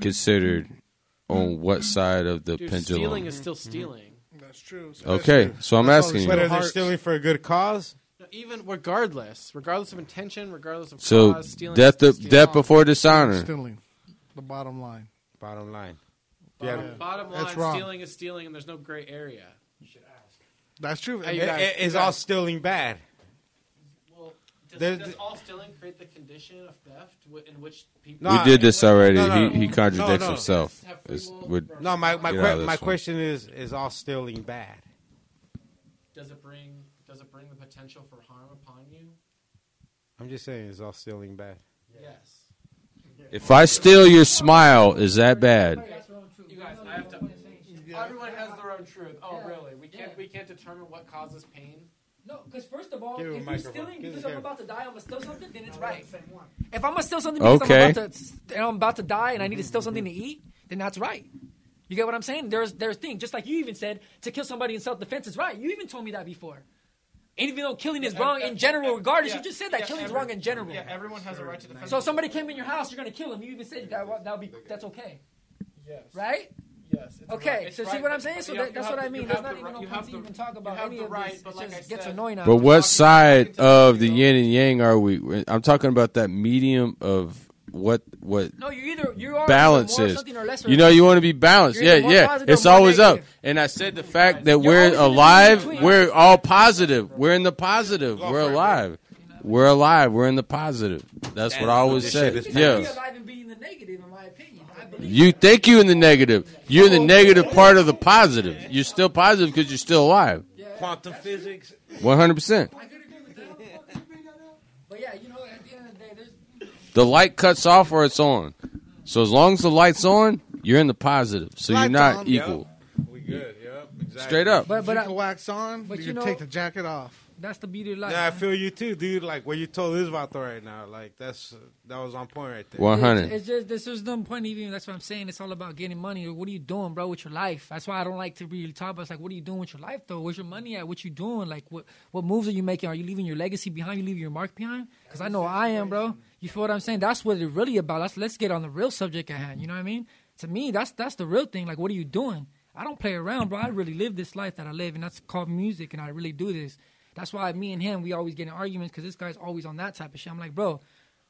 C: considered on what side of the
J: Dude,
C: pendulum?
J: stealing is still stealing.
B: That's true.
C: Okay, so I'm asking you.
A: But are they stealing for a good cause?
J: No, even regardless, regardless of intention, regardless of
C: So
J: cause, stealing
C: death
J: is
C: the,
J: still
C: death
J: stealing.
C: before dishonor.
B: Stealing. The bottom line.
A: Bottom line.
J: Bottom,
B: Yeah.
J: bottom line,
B: That's wrong.
J: stealing is stealing, and there's no gray area.
B: That's true.
J: Hey, you
A: It-
J: guys-
A: it-
J: you
A: it's
J: guys-
A: all stealing bad.
J: Well, does,
A: There-
J: does all stealing create the condition of theft wi- in which people?
A: No,
C: we did this
A: I-
C: already.
A: no, no,
C: he, he
A: no,
C: contradicts
A: no.
C: himself. It's- would-
A: No, my my,
C: get
A: que-
C: out of this
A: my
C: one.
A: question is is all stealing bad?
J: Does it bring? Does it bring the potential for harm upon you?
A: I'm just saying is all stealing bad.
J: Yes.
C: If I steal your smile, is that bad?
J: You guys, I have to.
B: yeah.
N: Everyone has their own truth. Oh,
D: Yeah.
N: really? We can't.
D: Yeah.
N: We can't determine what causes pain.
D: No, because first of all,
N: Give him a
D: if you're
N: microphone.
D: stealing
N: Give
D: because
N: him
D: I'm
N: a
D: about to die, I'm gonna steal something, then it's right. If I'm gonna steal something because
C: Okay.
D: I'm about to, and I'm about to die, and I need to steal something to eat, then that's right. You get what I'm saying? There's there's things just like you even said to kill somebody in self defense is right. You even told me that before. And even though killing is
N: Yeah,
D: wrong
N: ev-
D: in
N: ev-
D: general,
N: ev-
D: regardless,
N: yeah,
D: you just said that
N: yeah,
D: killing's
N: every-
D: wrong in general.
N: Yeah, everyone has a right to defend.
D: So if somebody came in your house, you're gonna kill them. You even said that that would be that's okay,
N: Yes.
D: right?
N: Yes. it's
D: Okay,
N: right- it's
D: so see
N: right,
D: what I'm
N: but-
D: saying?
N: but
D: So
N: you
D: that-
N: have- you
D: that's
N: have
D: what I
N: the-
D: mean.
N: you
D: There's
N: have
D: not
N: the
D: even
N: right-
D: no
N: you
D: point
N: have
D: to
N: the-
D: even talk about
N: have
D: any
N: the
D: of
N: right,
D: this.
N: but
D: It
N: like I
D: just gets
N: said-
D: annoying.
C: But what side of the yin and yang are we? I'm talking about that medium of what what
D: No, you either you are
C: balance
D: either more
C: is.
D: something or less or
C: You know, you
D: less.
C: want to be balanced.
D: You're
C: Yeah,
D: either more
C: yeah.
D: positive
C: It's
D: or more
C: always up.
D: negative.
C: And I said the fact that we're alive, we're all positive. We're in the positive. We're alive. We're alive. We're in the positive. That's what I always
A: This
C: say.
A: shit is
C: Yeah.
D: alive and being the negative, in my opinion. I believe
C: You think you in the negative. You're in the negative part of the positive. You're still positive because you're still alive.
A: Quantum physics.
C: 100%.
D: But yeah, you know, at the end of the day, there's
C: The light cuts off or it's on. So as long as the light's on, you're in the positive. So you're
B: Light's
C: not
B: on.
C: equal.
A: We good. Yep. Exactly.
C: Straight up.
D: But but
B: you
D: I-
B: can wax on,
D: but
B: you,
D: you
B: can
D: know-
B: take the jacket off.
D: that's the beauty of life.
A: Yeah, I
D: man.
A: feel you too, dude. Like what you told Isvato right now, like that's that was on point right there.
C: 100.
D: It's just this is no point even. That's what I'm saying. It's all about getting money. What are you doing, bro, with your life? That's why I don't like to really talk about. It's like, what are you doing with your life, though? Where's your money at? What you doing? Like, what what moves are you making? Are you leaving your legacy behind? You leaving your mark behind? Because I know I am, bro. You feel what I'm saying? That's what it's really about. Let's let's get on the real subject at hand. You know what I mean? To me, that's that's the real thing. Like, what are you doing? I don't play around, bro. I really live this life that I live, and that's called music, and I really do this. That's why me and him, we always get in arguments because this guy's always on that type of shit. I'm like, bro,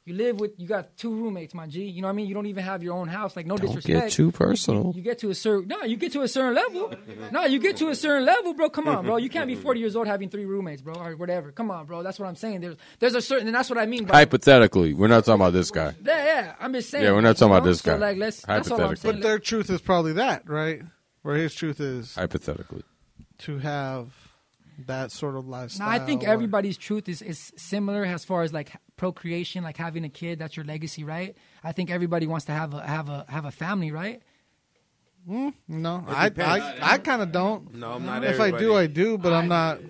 D: you live with you got two roommates, my G. You know what I mean? You don't even have your own house. Like no
C: Don't
D: disrespect.
C: get too personal.
D: You get to a certain no, you get to a certain level. No, you get to a certain level, bro. Come on, bro. You can't be 40 years old having three roommates, bro, or whatever. Come on, bro. That's what I'm saying. There's there's a certain, and that's what I mean. By,
C: Hypothetically, we're not talking about this guy.
D: yeah, yeah. I'm just saying.
C: Yeah, we're not talking
D: you
C: about
D: know?
C: this
D: So,
C: guy.
D: like, let's. That's all I'm
C: Hypothetically.
D: saying.
B: But their truth is probably that, right? Where his truth is
C: Hypothetically.
B: to have that sort of lifestyle.
D: No, I think
B: or-
D: everybody's truth is, is similar as far as like procreation, like having a kid. That's your legacy, right? I think everybody wants to have a have a have a family, right?
B: Mm, no,
D: It
B: I
D: depends.
B: I, I kind of don't.
A: No,
D: I'm not
B: If I do,
D: everybody.
B: I do, but I'm not.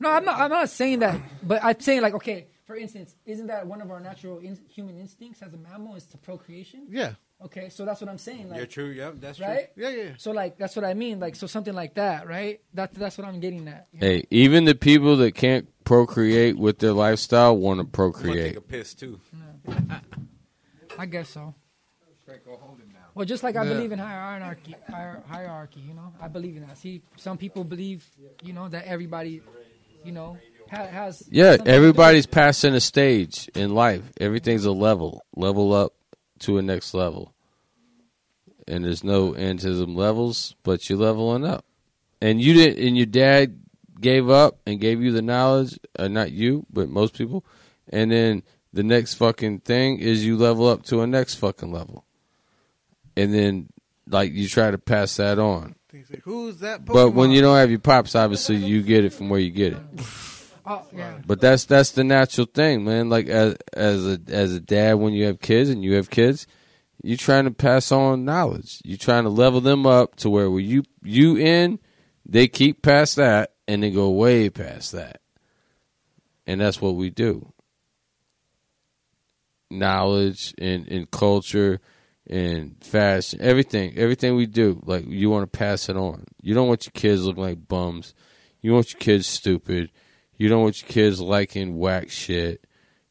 D: No, I'm not. I'm not saying that, but I'm saying like, okay, for instance, isn't that one of our natural in, human instincts as a mammal is to procreation?
B: Yeah.
D: Okay, so that's what I'm saying. Like,
A: You're true. Yep, that's
D: right?
A: true.
B: Yeah, yeah.
D: So like, that's what I mean. Like, so something like that, right? That's that's what I'm getting at.
C: Hey, even the people that can't procreate with their lifestyle want to procreate.
A: Take a piss too.
D: I guess so.
A: Franco, hold him down.
D: Well, just like I
A: Yeah.
D: believe in hierarchy, hier- hierarchy, you know, I believe in that. See, some people believe, you know, that everybody, you know, ha- has.
C: Yeah,
D: something to do
C: everybody's passing a stage in life. Everything's a level. Level up to a next level. And there's no end to them levels, but you're leveling up. And you didn't and your dad gave up and gave you the knowledge, uh, not you, but most people. And then the next fucking thing is you level up to a next fucking level. And then like you try to pass that on.
B: He's like, Who's that? Pokemon?
C: But when you don't have your pops, obviously you get it from where you get it.
D: Oh, yeah.
C: But that's that's the natural thing, man. Like as as a as a dad, when you have kids and you have kids, you're trying to pass on knowledge. You're trying to level them up to where where you you in, they keep past that and they go way past that, and that's what we do. Knowledge and and culture and fashion, everything, everything we do, like you want to pass it on. You don't want your kids looking like bums. You don't want your kids stupid. You don't want your kids liking whack shit.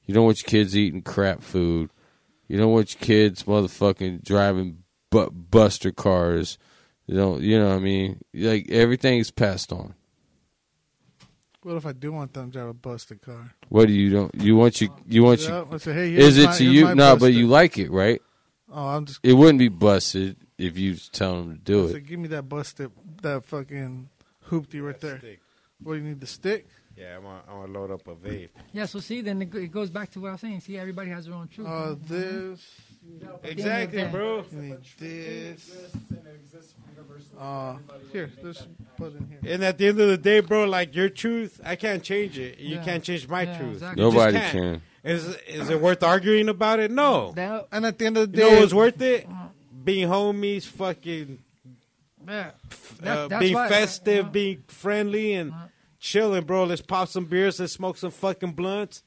C: You don't want your kids eating crap food. You don't want your kids motherfucking driving bu- buster cars. You don't, you know what I mean? Like everything's passed on.
B: What if I do want them to drive a busted car?
C: What do you don't? You want your you want
B: Yeah,
C: your.
B: I say, hey,
C: is
B: here's
C: it
B: my-
C: to
B: here's
C: you?
B: my
C: No, but you like it, right?
B: Oh, I'm just-
C: It wouldn't be busted if you tell them to do
B: I
C: it.
B: said, give me that busted, that fucking hoopty right there. What do you need the stick?
A: Yeah, I'm gonna, I'm gonna load up a vape.
D: Yeah, so see, then it, go- it goes back to what I was saying. See, everybody has their own truth.
B: Uh,
D: Mhm.
B: this.
A: Exactly, bro.
B: You need this. Uh, here, this put in here.
A: And at the end of the day, bro, like your truth, I can't change it. You
B: Yeah.
A: can't change my
B: Yeah,
A: truth.
B: exactly.
A: You just
C: Nobody
A: can't.
C: can.
A: Is is it worth arguing about it? No.
D: That, Uh-huh.
B: and at the end of
A: you know, it was worth it. Being homies, fucking
D: Yeah.
A: uh, being
D: why-
A: festive, being friendly, and chilling, bro. Let's pop some beers. Let's smoke some fucking blunts.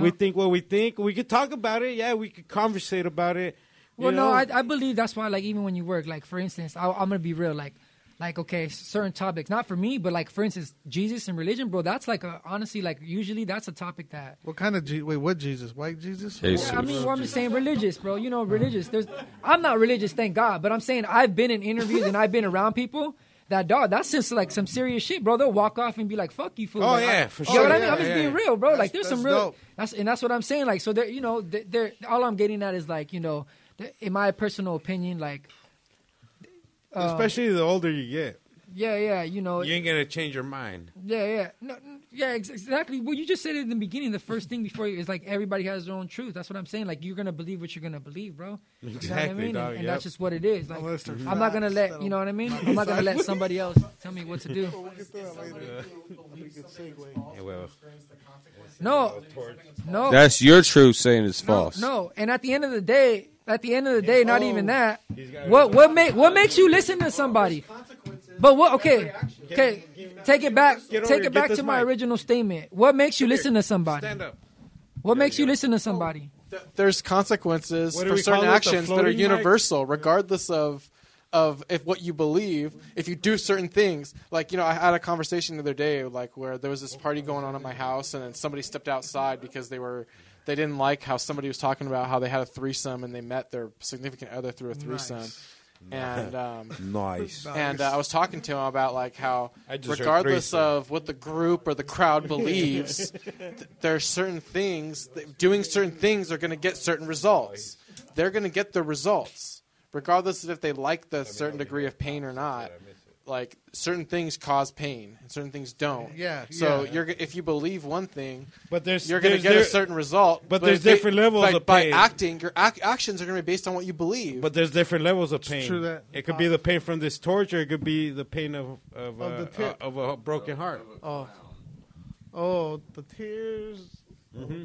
A: We
D: Yeah.
A: think what we think. We could talk about it. Yeah, we could conversate about it. you
D: Well, no,
A: know?
D: I, uh, I believe that's why, like, even when you work, like, for instance, I, I'm gonna be real, like, like, okay, certain topics, not for me, but like, for instance, Jesus and religion, bro. That's like, a, honestly, like, usually that's a topic that.
B: What kind of Je- wait? What Jesus? White Jesus?
D: Yeah, I mean, well, I'm just saying religious, bro. You know, religious. There's, I'm not religious, thank God, but I'm saying I've been in interviews and I've been around people. That dog, that's just like some serious shit, bro. They'll walk off and be like, "Fuck you, fool."
A: Oh,
D: Like,
A: yeah,
D: I,
A: for
D: you know
A: sure.
D: what I mean?
A: Yeah,
D: I'm just
A: yeah,
D: being
A: yeah.
D: real, bro. like, there's
A: That's-
D: some
A: that's
D: real.
A: dope.
D: That's and that's what I'm saying. Like, so they're, you know, they're, they're all I'm getting at is like, you know, th- in my personal opinion, like, um,
A: Especially the older you get,
D: yeah, yeah, you know,
A: you ain't gonna change your mind.
D: yeah, yeah, no, n- yeah, ex- exactly. Well, you just said it in the beginning. The first thing before you is like everybody has their own truth. That's what I'm saying. Like you're gonna believe what you're gonna believe, bro. You know what I
A: Exactly,
D: mean? And-
A: dog,
D: and,
A: yep.
D: that's just what it is. Like
A: they're
D: I'm not gonna
A: facts
D: let you know what I mean. I'm not gonna let somebody else tell me what to do. No, no,
C: That's your truth saying it's false.
D: no. And at the end of the day, at the end of the day, not even
A: Oh.
D: that.
C: He's got-
D: What what make what makes you listen to somebody? But what? Okay, okay. Take it back.
A: Get over
D: Take
A: here,
D: it
A: get
D: back
A: this
D: to my
A: mic.
D: original statement. What makes you listen to somebody?
A: Stand up.
D: What makes you listen to somebody?
J: There's consequences
D: What do
J: for
D: we
J: certain
D: call it? The
J: actions that are
D: floating mic?
J: universal, regardless of of if what you believe. If you do certain things, like you know, I had a conversation the other day, like where there was this party going on at my house, and then somebody stepped outside because they were they didn't like how somebody was talking about how they had a threesome and they met their significant other through a threesome. And um,
A: Nice.
J: And uh, I was talking to him about like how,
A: I just heard
J: regardless
A: threesome.
J: of what the group or the crowd believes, th- there are certain things. That doing certain things are going to get certain results. They're going to get the results, regardless of if they like the certain degree of pain or not. Like certain things cause pain and certain things don't.
B: Yeah,
J: So
B: yeah.
J: you're g- if you believe one thing,
A: but there's
J: you're going to
A: there's
J: get a
A: there-
J: certain result.
A: but there's
J: if they-
A: different levels
J: by,
A: of
J: by
A: pain.
J: acting. Your ac- actions are going to be based on what you believe.
A: But there's different levels of pain.
J: true that-
A: it could be the pain from this torture. It could be the pain of of,
B: Of the
A: uh,
B: tip.
A: uh, of a broken heart.
B: Oh, oh, the tears.
A: Mm-hmm.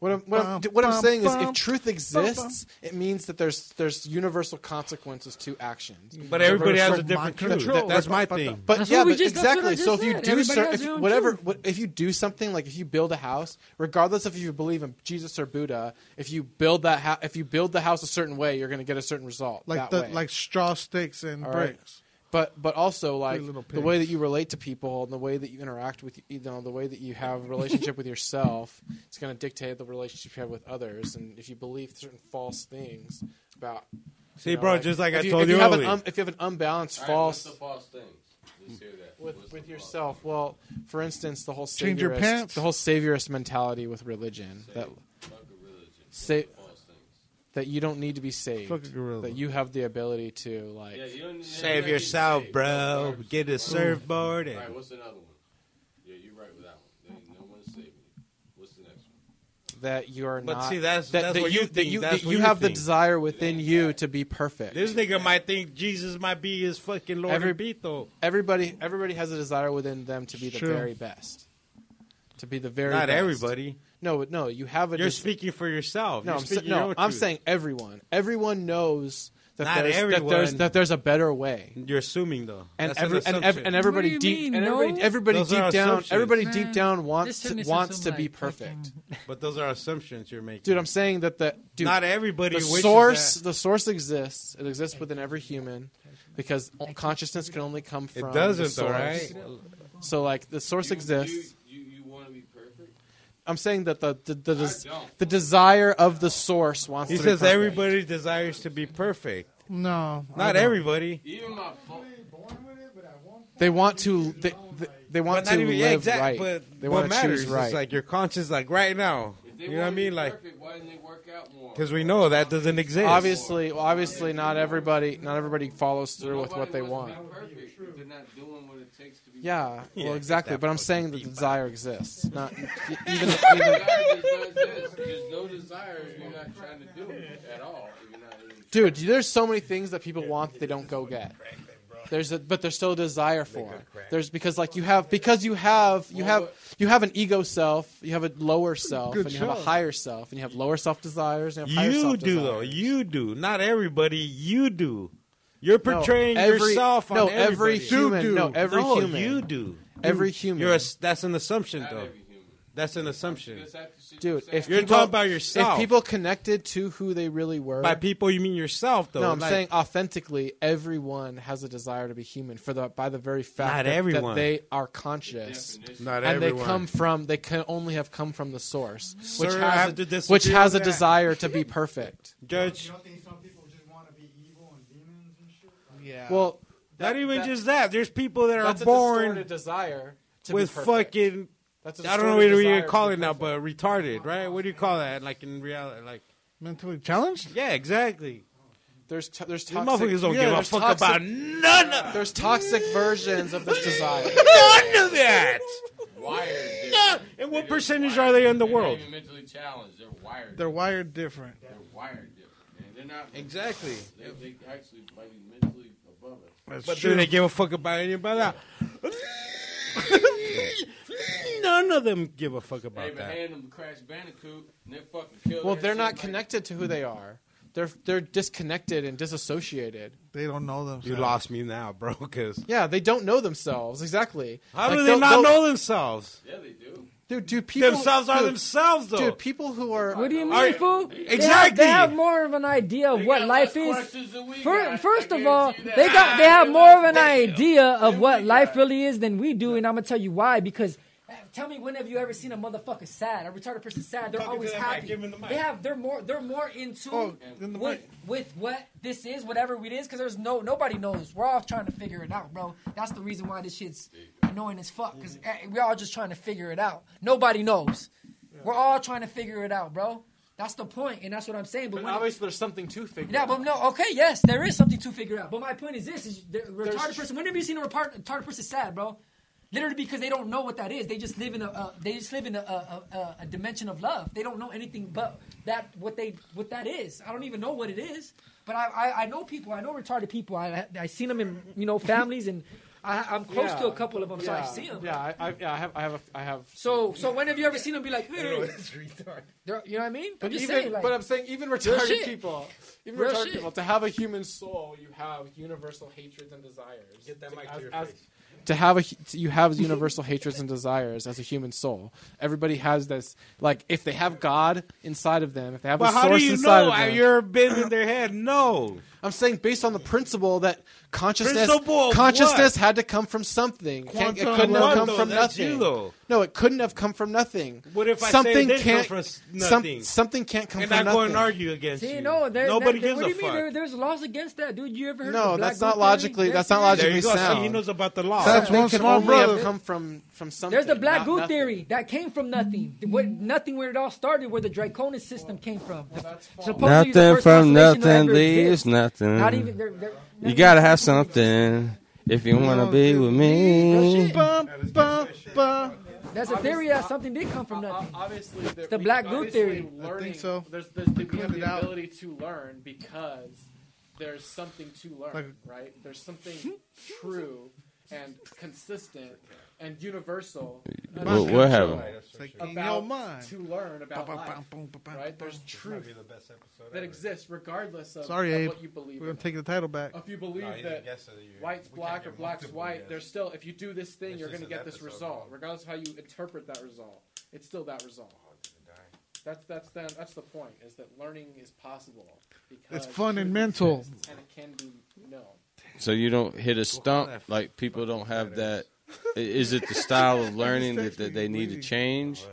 J: What I'm, what, I'm,
B: Bum,
J: what I'm
B: bum,
J: saying is,
B: bum,
J: if truth
B: bum,
J: exists, it means that there's there's universal consequences to actions.
A: But everybody has a
J: Universal
A: different
J: mind
A: truth. That- that's my
J: But-
A: thing.
J: But
A: That's
J: yeah,
A: what we
J: but
A: just- that's what I
J: exactly.
A: just
J: So if you
A: said.
J: do
A: Everybody
J: cer-
A: has
J: if
A: their
J: you-
A: own
J: whatever,
A: truth.
J: what, if you do something like if you build a house, regardless if you believe in Jesus or Buddha, if you build that hou- if you build the house a certain way, you're going to get a certain result.
B: Like
J: that
B: the
J: way.
B: like straw sticks and
J: All right.
B: bricks.
J: But but also like
B: little
J: the way
B: pigs.
J: that you relate to people and the way that you interact with you know the way that you have a relationship with yourself, it's going to dictate the relationship you have with others. And if you believe certain false things about you
A: See, bro, just like
J: if
A: I told
J: if
A: you
J: have an
A: earlier.
J: un- if you have an unbalanced
C: All right, what's
J: false
C: the false things? Let's hear that.
J: with with yourself. Well, for instance, the whole saviorist,
B: Change your pants.
J: the whole saviorist mentality with religion that sa- that you don't need to be saved,
A: Fuck a gorilla.
J: that you have the ability to like
A: Save yourself, bro. Get a surfboard.
C: All
A: And
C: right, what's another one? Yeah, you're right with that one. There ain't no one saving you. What's the next one?
J: that you are
A: But
J: not
A: see, that's-
J: that,
A: that's
J: that
A: what
J: you
A: you
J: that
A: think.
J: you,
A: That's
J: that
A: what
J: you
A: you
J: have the
A: think.
J: desire within you to be perfect.
A: uh, this nigga might think Jesus might be his fucking Lord
J: Every-
A: and Pito.
J: everybody everybody has a desire within them to be the
A: True.
J: very best. To be the very
A: Not
J: best.
A: everybody.
J: No, but no, you have a
A: You're
J: des-
A: speaking for yourself.
J: No,
A: You're
J: I'm, sa-
A: speaking your
J: no
A: own
J: I'm
A: truth.
J: saying everyone. Everyone knows that
A: Not
J: there's, that there's
A: everyone.
J: that there's a better way.
A: You're assuming though,
J: And
A: That's an
J: every, and, ev-
A: assumption.
J: and everybody
A: What do you
J: deep
A: mean,
J: and
A: no?
J: everybody, everybody
A: Those
J: deep
A: are
J: down
A: assumptions.
J: everybody
A: Man,
J: deep down
A: this
J: wants
A: shouldn't
J: to,
A: be so
J: wants to be
A: like
J: perfect.
A: but those are assumptions you're making.
J: Dude, I'm saying that the dude,
A: Not everybody
J: The
A: wishes
J: source, the source exists. It exists within every human because o- consciousness can only come from. the
A: doesn't,
J: source.
A: though, right?
J: So, like, the source exists.
C: You, you want to be perfect?
J: I'm saying that the the, the, des- the desire of the source wants.
A: He
J: to
A: says
J: be perfect.
A: everybody desires to be perfect.
B: No,
J: I
A: not
J: don't.
A: everybody.
C: Even my phone.
J: They want to. They, they, they want
A: But
J: to
A: not even-
J: live
A: yeah, exact-
J: right.
A: But
J: they
A: what
J: want to
A: matters
J: choose
A: is
J: right.
A: like your conscience, like right now. You know what I mean? Like
C: why didn't they work out more?
A: because we know that doesn't exist.
J: obviously, well, obviously, not everybody, not everybody follows through with what they want.
C: Perfect. They're not doing what it takes to be.
J: Yeah,
C: Yeah,
J: well,
C: get
J: exactly.
C: that
J: But I'm saying that the desire exists. Not e, even, even
C: Desire does not exist. There's no desire if you're not trying to do it at all. If you're not even
J: dude. There's so many things that people want that they don't go get. There's a, but there's still a desire for. it. There's because like you have because you have you have you have an ego self, you have a lower self,
A: Good
J: and you have a
A: job.
J: higher self, and you have lower self desires, and you have higher
A: you
J: self
A: do though. You do. Not everybody. You do. You're portraying
J: No, every-
A: yourself on
J: no, every
A: everybody.
J: human- You do. no, every human.
A: You do.
J: Every
A: You-
J: human.
A: You're a, that's an assumption, though. That's an assumption.
J: dude. If
A: you're
J: people,
A: talking about yourself,
J: if people connected to who they really were,
A: by people you mean yourself, though.
J: no, I'm
A: like-
J: saying authentically, everyone has a desire to be human for the by the very fact
A: Not
J: that, that
A: everyone.
J: they are conscious,
A: Not
J: and they
A: everyone.
J: come from they can only have come from the source, which
A: Sir, I have
J: has
A: to
J: a,
A: disagree
J: which has a
A: with that.
J: desire to be perfect.
A: Judge. You
O: don't think some people just want to be evil and demons and shit?
J: Yeah.
A: Well,
J: Well,
A: not
J: that-
A: even
J: that-
A: just that. There's people that are
J: That's a
A: born
J: distorted desire to be
A: with
J: perfect.
A: fucking.
J: That's a
A: I don't know what
J: distorted
A: we
J: desire
A: even
J: to
A: call
J: be
A: it now, but retarded, right? What do you call that? Like in reality, like
B: mentally challenged.
A: Yeah, exactly.
J: There's t- there's
A: These
J: toxic.
A: motherfuckers don't
J: yeah,
A: give a
J: there's
A: fuck
J: toxic-
A: about none of-
J: There's toxic versions of this desire.
A: None of that.
G: Wired
A: No. And what percentage are they in the world?
G: They're mentally challenged. They're wired.
B: They're wired different.
G: They're wired different, man. They're not
A: Exactly.
G: They, they actually might be mentally above us.
A: but do they give a fuck about anybody else? None of them give a fuck
G: They
A: about
G: even
A: that.
G: hand them Crash Bandicoot and they fucking kill.
J: Well,
G: that
J: they're
G: shit
J: not
G: like-
J: connected to who they are. They're they're disconnected and disassociated.
B: They don't know themselves.
A: You lost me now, bro. Because
J: Yeah, they don't know themselves exactly.
A: how
J: Like,
A: do they
J: they'll-
A: not
J: they'll-
A: know themselves?
G: Yeah, they do.
J: Dude, dude, people
A: Themselves are
J: dude,
A: themselves, though.
J: Dude, people who are
D: What do you mean,
A: Are-
D: fool? They have-
A: Exactly.
D: They have, more of an idea of what life is. Fir- first of all,
G: guarantee
D: they got they have more of an idea of what life really is than we do, and I'm gonna tell you why. Because tell me, when have you ever seen a motherfucker sad? A retarded person sad? They're
A: Talking to
D: always
A: the mic,
D: happy.
A: give him the mic.
D: They have they're more they're more in tune with with what this is, whatever it is. Because there's no nobody knows. We're all trying to figure it out, bro. That's the reason why this shit's annoying as fuck. Because we're all just trying to figure it out. Nobody knows. We're all trying to figure it out, bro. That's the point, and that's what I'm saying. But, when it-
J: obviously there's something to figure.
D: yeah,
J: out.
D: but no, okay, yes, there is something to figure out. But my point is this: is the retarded
J: There's-
D: person. When have you seen a retarded, retarded person sad, bro? Literally because they don't know what that is. They just live in a uh, they just live in a, a, a- a, a dimension of love. They don't know anything but that what they what that is. I don't even know what it is. But I I, I know people. I know retarded people. I I seen them in you know families and I, I'm close to a
J: Yeah.
D: couple of them, so I
J: Yeah.
D: see them.
J: Yeah, I, I, yeah, I have, I have, a, I have.
D: So so when have you ever seen them be like, hey, They're- you know what I mean?
J: But
D: I'm just
J: even,
D: saying, like-
J: but I'm saying even
D: Real
J: retarded
D: shit.
J: people, even
D: Real
J: retarded
D: shit.
J: people, to have a human soul, you have universal hatreds and desires. Get that mic
A: to your
J: face. to have a hu- you have universal hatreds and desires as a human soul. Everybody has this. Like if they have God inside of them, if they have
A: But
J: a
A: how do
J: source
A: you
J: inside
A: know?
J: of
A: Have
J: them,
A: you ever been in their head? No.
J: I'm saying based on the principle that consciousness
A: Principle of
J: consciousness
A: what?
J: had to come from something. Can't- it
A: Quantum
J: couldn't have
A: level.
J: come
A: Though,
J: from
A: that's
J: nothing.
A: you, though.
J: No, it couldn't have come from nothing.
A: What if I say it
J: something
A: didn't come
J: can't
A: from s-
J: some-
A: nothing?
J: something can't come
A: and
J: from
A: I
J: nothing.
A: go and argue against
D: See,
A: you.
D: no, there,
A: Nobody
D: there,
A: gives
D: what do
A: a
D: you mean?
A: fuck.
D: There, there's laws against that, dude. You ever heard
J: No,
D: of the
J: that's
D: Black
J: not
D: Group
J: logically-
D: Theory?
J: that's not
D: theory.
J: logically
A: There you go. See,
J: sound.
A: he knows about the law.
J: Something
B: one
J: can
B: small
J: only have
B: brother.
J: come from from something.
D: There's the Black
J: not
D: Goo
J: nothing.
D: theory that came from nothing. What, nothing where it all started, where the Draconian system came from. The- supposedly the
C: Nothing
D: first
C: from
D: constellation that
C: nothing
D: ever
C: leaves
D: exists.
C: nothing.
D: Not even. They're, they're,
C: You gotta have something if you wanna be with me.
B: Bum, bum, bum.
D: that's a theory that something did come from nothing.
J: Obviously,
D: It's the Black Goo theory.
B: I think so.
K: There's, there's the,
B: Cleaned it
K: the
B: out.
K: ability to learn because there's something to learn,
B: Like-
K: right? There's something true and consistent and universal.
C: What-
K: about-
C: what happened?
B: It's like in your
K: About
B: mind.
K: to learn about
B: Ba, ba,
K: life,
B: ba, ba, ba,
K: right?
B: ba.
K: There's truth that exists regardless of,
B: Sorry,
K: of
B: Abe.
K: what you believe.
B: We're gonna
K: in.
B: take the title back.
K: If you believe
A: No, you
K: that
A: guess that you-
K: white's
A: we can't
K: black or
A: get
K: black's
A: multiple
K: white,
A: guesses.
K: there's still if you do this thing,
A: This
K: you're gonna
A: is
K: get
A: an
K: this
A: episode,
K: result, regardless of how you interpret that result. It's still that result. That's that's the, that's the point. Is that learning is possible because
J: Uh,
B: fun and
K: truth
B: mental.
K: exists and it can be known.
C: So you don't hit a stump. Like people don't have that. i- Is it the style of learning that, that they need to change?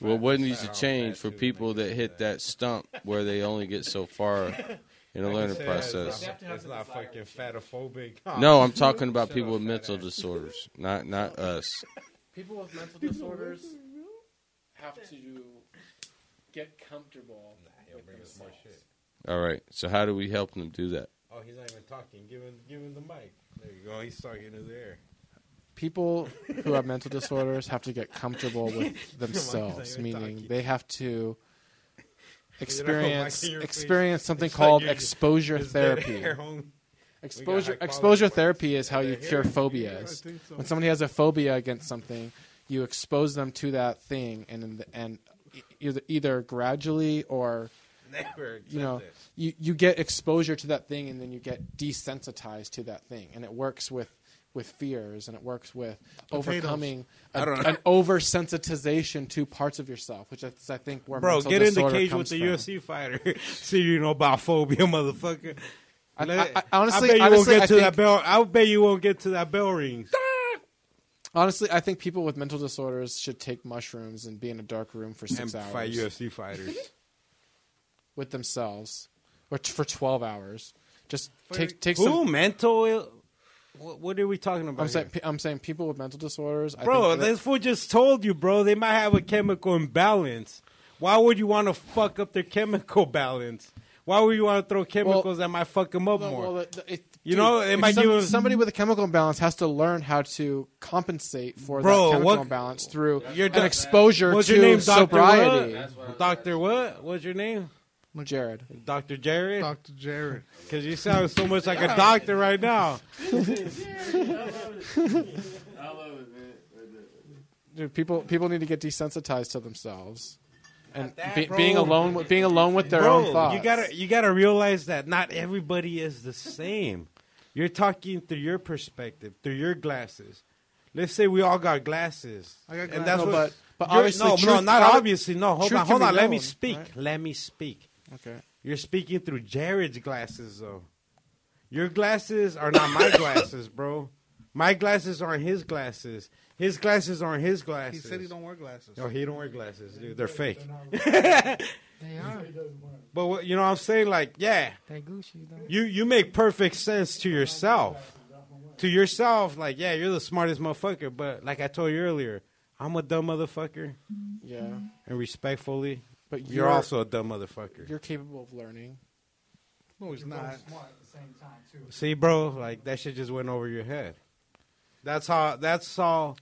C: Well, what needs to change for people that hit that stump where they only get so far in the learning process?
A: It's not fucking fatophobic.
C: No, I'm talking about people with mental disorders, not not us.
K: People with mental disorders have to get comfortable with themselves.
C: All right. So how do we help them do that?
A: Oh, he's not even talking. Give him, give him the mic. There you go. He's talking to the air.
J: people who have mental disorders have to get comfortable with themselves, meaning they have to experience
A: in your face.
J: experience something
A: It's like
J: called
A: you're-
J: exposure
A: it's dead
J: therapy.
A: air, homie.
J: Exposure
A: We got high
J: exposure
A: quality
J: therapy is how you
A: Yeah,
J: cure
A: yeah,
J: phobias.
B: I think so.
J: When somebody has a phobia against something, you expose them to that thing, and in the, and e- either, either gradually or
A: Never
J: you
A: accept
J: know
A: it.
J: you, you get exposure to that thing and then you get desensitized to that thing and it works with with fears and it works with
A: Potatoes.
J: overcoming
A: I
J: a,
A: don't know.
J: an oversensitization to parts of yourself which is i think where
A: Bro,
J: mental
A: get in the
J: disorder
A: cage
J: comes
A: with the
J: from.
A: UFC fighter. See, you know about phobia, motherfucker.
J: I-
A: Let-
J: I- I- honestly-
A: I bet you
J: honestly,
A: won't
J: I
A: get to
J: think-
A: that bell. I bet you won't get to that bell rings.
J: honestly i think people with mental disorders should take mushrooms and be in a dark room for six
A: And
J: hours
A: fight UFC fighters.
J: with themselves or t- for 12 hours just take take
A: Who
J: some
A: mental? Ill- what, what are we talking about?
J: I'm
A: here?
J: saying, pe- I'm saying people with mental disorders. I
A: Bro,
J: think that-
A: this fool just told you, bro. They might have a chemical imbalance. Why would you want to fuck up their chemical balance? Why would you want to throw chemicals that might fuck them up more? you
J: Dude,
A: know, it
J: if
A: might
J: some-
A: give 'em-
J: somebody with a chemical imbalance has to learn how to compensate for
A: Bro,
J: that chemical
A: what-
J: imbalance through
A: You're
J: an
A: done.
J: exposure
A: What's
J: to
A: your name, Dr.
J: sobriety.
A: What? Doctor what? What's your name?
J: Jared.
A: Doctor Jared. Doctor
B: Jared.
A: Because you sound so much like a doctor right now.
P: I love it, man.
J: Dude, people people need to get desensitized to themselves and
A: that,
J: be,
A: bro.
J: being alone with being alone with their
A: Bro,
J: own thoughts.
A: You gotta you gotta realize that not everybody is the same. You're talking through your perspective, through your glasses. Let's say we all got glasses,
B: I got
A: and
B: glasses.
A: that's
B: No,
A: what.
B: but- but
A: you're-
B: obviously
A: no, no,
B: truth-
A: not
B: ob-
A: obviously. No, hold
B: truth
A: on,
B: can
A: hold
B: be
A: on. Let me
B: known,
A: speak.
B: right?
A: Let me speak.
J: Okay.
A: You're speaking through Jared's glasses, though. Your glasses are not my glasses, bro. My glasses aren't his glasses. His glasses aren't his
B: He
A: glasses.
B: said he don't wear glasses.
A: No, he don't wear glasses, dude. They're fake.
D: They are.
A: But what, you know what I'm saying? Like, yeah,
D: They Gucci though.
A: you you make perfect sense to yourself. To yourself, like, yeah, you're the smartest motherfucker. But like I told you earlier, I'm a dumb motherfucker.
J: Yeah.
A: And respectfully,
J: But
A: you're,
J: you're-
A: also a dumb motherfucker.
J: You're capable of learning.
B: No, he's not.
A: See, bro, like that shit just went over your head. That's how. That's how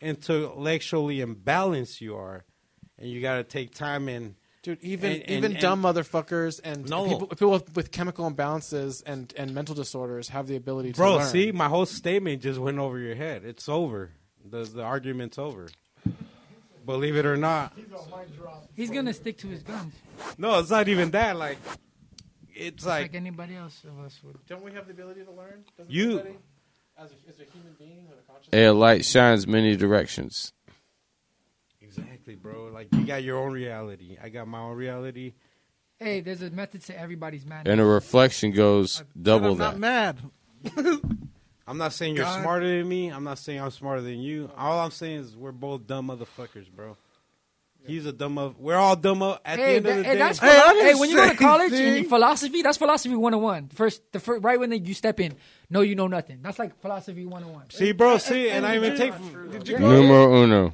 A: intellectually imbalanced you are, and you got to take time and.
J: Dude, even even dumb motherfuckers and
A: No.
J: people, people with, with chemical imbalances and, and mental disorders have the ability to
A: Bro,
J: learn.
A: see, my whole statement just went over your head. It's over. The the argument's over. Believe it or not.
D: He's gonna stick to his guns,
A: No, it's not even that. Like, it's
D: just like,
A: like
D: anybody else of us would.
J: Don't we have the ability to learn? Doesn't
A: You-
J: everybody, as a, as a human being with a conscious
C: A light shines many directions.
A: exactly, bro. Like you got your own reality. I got my own reality.
D: Hey, there's a method to everybody's madness.
C: And a reflection goes double that.
B: mad.
A: I'm not saying you're
D: God.
A: smarter than me. I'm not saying I'm smarter than you. All I'm saying is we're both dumb motherfuckers, bro. He's a dumb. Of, we're all dumb. Of, at
D: Hey,
A: the
D: that-
A: end of the
D: hey,
A: day,
D: that's philo- hey, when you go to college and you philosophy, that's philosophy 101. First, the first, right when they, you step in, no, you know nothing. That's like philosophy 101.
A: See, bro, see, and I even take. Did you go-
C: Numero uno.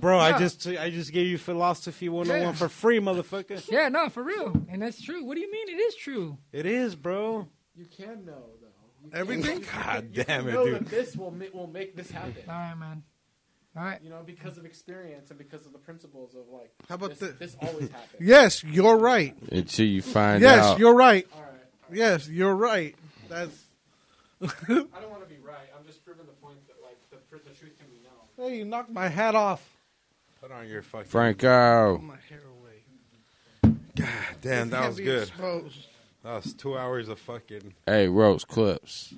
A: Bro,
D: Yeah.
A: I just I just gave you philosophy 101
D: Yeah.
A: for free, motherfucker.
D: Yeah, no, for real, and that's true. What do you mean? It is true.
A: It is, bro.
N: You can know though. You
A: Everything?
N: can- you can-
A: God
N: you can
A: damn it,
N: know
A: dude.
N: That this will ma- will make this happen.
D: All right, man. All right.
N: You know, because of experience and because of the principles of like.
B: How about
N: this?
B: the-
N: This always happens.
B: Yes, you're right.
C: Until you find
B: yes,
C: out.
B: you're right. Yes, you're right. That's.
N: I don't want to be right. I'm just proving the point that like the, pr- the truth can be known.
B: hey, you knocked my hat off.
A: Put on your fucking.
C: Franco.
A: God damn,
B: It
A: that
B: can't
A: was
B: be
A: good.
B: exposed.
A: That was two hours of fucking.
C: Hey, Rose Clips.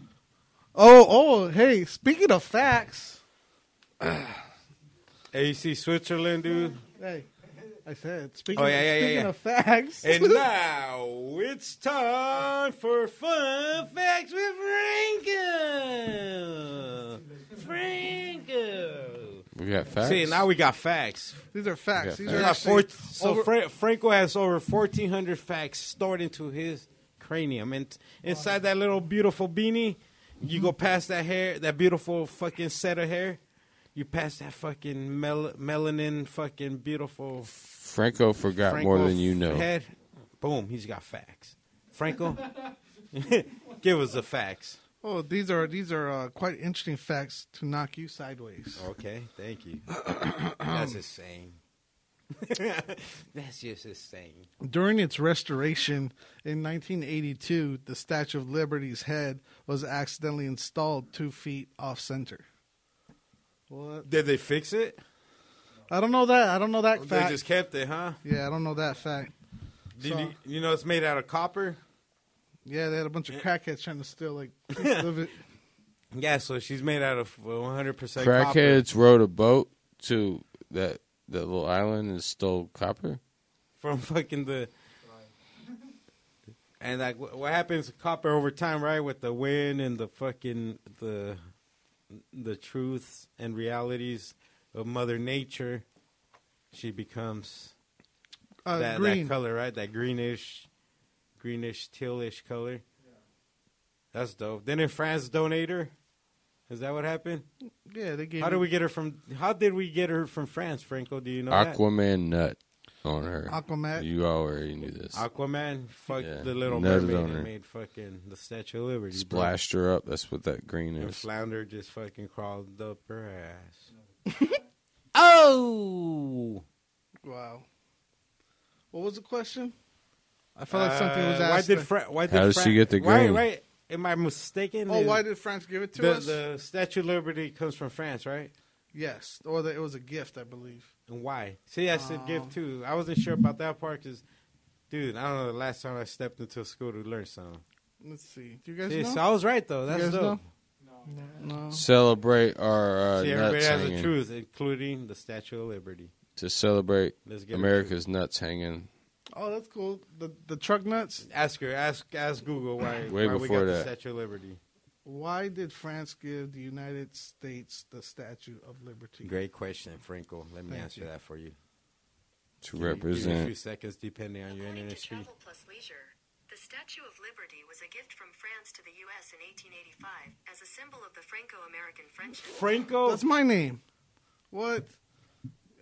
B: Oh, oh, hey, speaking of facts,
A: AC Switzerland, dude.
B: hey, I said, speaking,
A: Oh,
B: of,
A: yeah, yeah, yeah,
B: speaking
A: yeah.
B: of facts.
A: And now it's time for fun facts with Franco. Franco.
C: We got facts.
A: See, now we got facts.
B: These are facts.
A: We
B: These
A: got
B: are
A: facts.
B: actually
A: so
B: over-
A: Fra- Franco has over 1,400 facts stored into his cranium, and inside that little beautiful beanie, you go past that hair, that beautiful fucking set of hair. You pass that fucking mel- melanin, fucking beautiful
C: Franco forgot more
A: Franco
C: than you know.
A: Head, boom, he's got facts. Franco, give us the facts.
B: Oh, these are these are uh, quite interesting facts to knock you sideways.
A: Okay, thank you. That's a saying. That's just a saying.
B: During its restoration in 1982, the Statue of Liberty's head was accidentally installed two feet off center. What?
A: Did they fix it?
B: I don't know that. I don't know that
A: Or They
B: fact.
A: just kept it, huh?
B: Yeah, I don't know that fact.
A: Did
B: So-
A: you, you know it's made out of copper?
B: Yeah, they had a bunch of crackheads trying to steal like pieces of it.
A: Yeah, so she's made out of uh, 100% copper.
C: Crackheads rode a boat to that that little island and stole copper.
A: from fucking the. And like, wh- what happens to copper over time, right? With the wind and the fucking the the truths and realities of Mother Nature, she becomes
B: Uh,
A: that,
B: green.
A: that color, right? That greenish, greenish tealish color. That's dope. Then in France, donate her. Is that what happened?
B: Yeah, they gave
A: How did
B: her-
A: we get her from? How did we get her from France, Franco? Do you know? that?
C: Aquaman nut on her.
A: Aquaman.
C: You already knew this.
A: Aquaman fucked
C: Yeah,
A: the little
C: nutted
A: mermaid
C: on her.
A: and made fucking the Statue of Liberty. bro.
C: Splashed her up. That's what that green
A: And
C: is.
A: Flounder just fucking crawled up her ass. oh!
B: Wow. What was the question? I felt like something was
A: Uh,
B: asked.
A: Why did
B: that-
A: Fra- why did
C: How does she
A: Fran-
C: get the
A: why-
C: green?
A: Why, am I mistaken?
B: Oh,
A: Is-
B: why did France give it to
A: the,
B: us?
A: The Statue of Liberty comes from France, right?
B: Yes, or that it was a gift, I believe.
A: And why? See, I said
B: Oh.
A: give too. I wasn't sure about that part because, dude, I don't know the last time I stepped into a school to learn something.
B: Let's see. Do you guys
A: See,
B: know?
A: so I was right, though.
B: You
A: That's
B: guys
A: dope.
B: know? No.
C: Celebrate our uh,
A: See,
C: nuts
A: everybody has
C: hanging.
A: a truth, including the Statue of Liberty.
C: To celebrate
A: Let's get her
C: America's nuts hanging.
B: Oh, that's cool. The the truck nuts.
A: Ask her. Ask ask Google why,
C: Way
A: why we
C: before
A: got the
C: that.
A: Statue of Liberty.
B: Why did France give the United States the Statue of Liberty?
A: Great question, Franco. Let me
B: Thank
A: answer
B: you.
A: that for you.
C: To
A: Give me- Give me a few
C: represent.
A: seconds, depending on your internet speed.
K: Travel plus leisure. The Statue of Liberty was a gift from France to the U.S. in 1885 as a symbol of the Franco-American friendship.
A: Franco.
B: That's my name. What?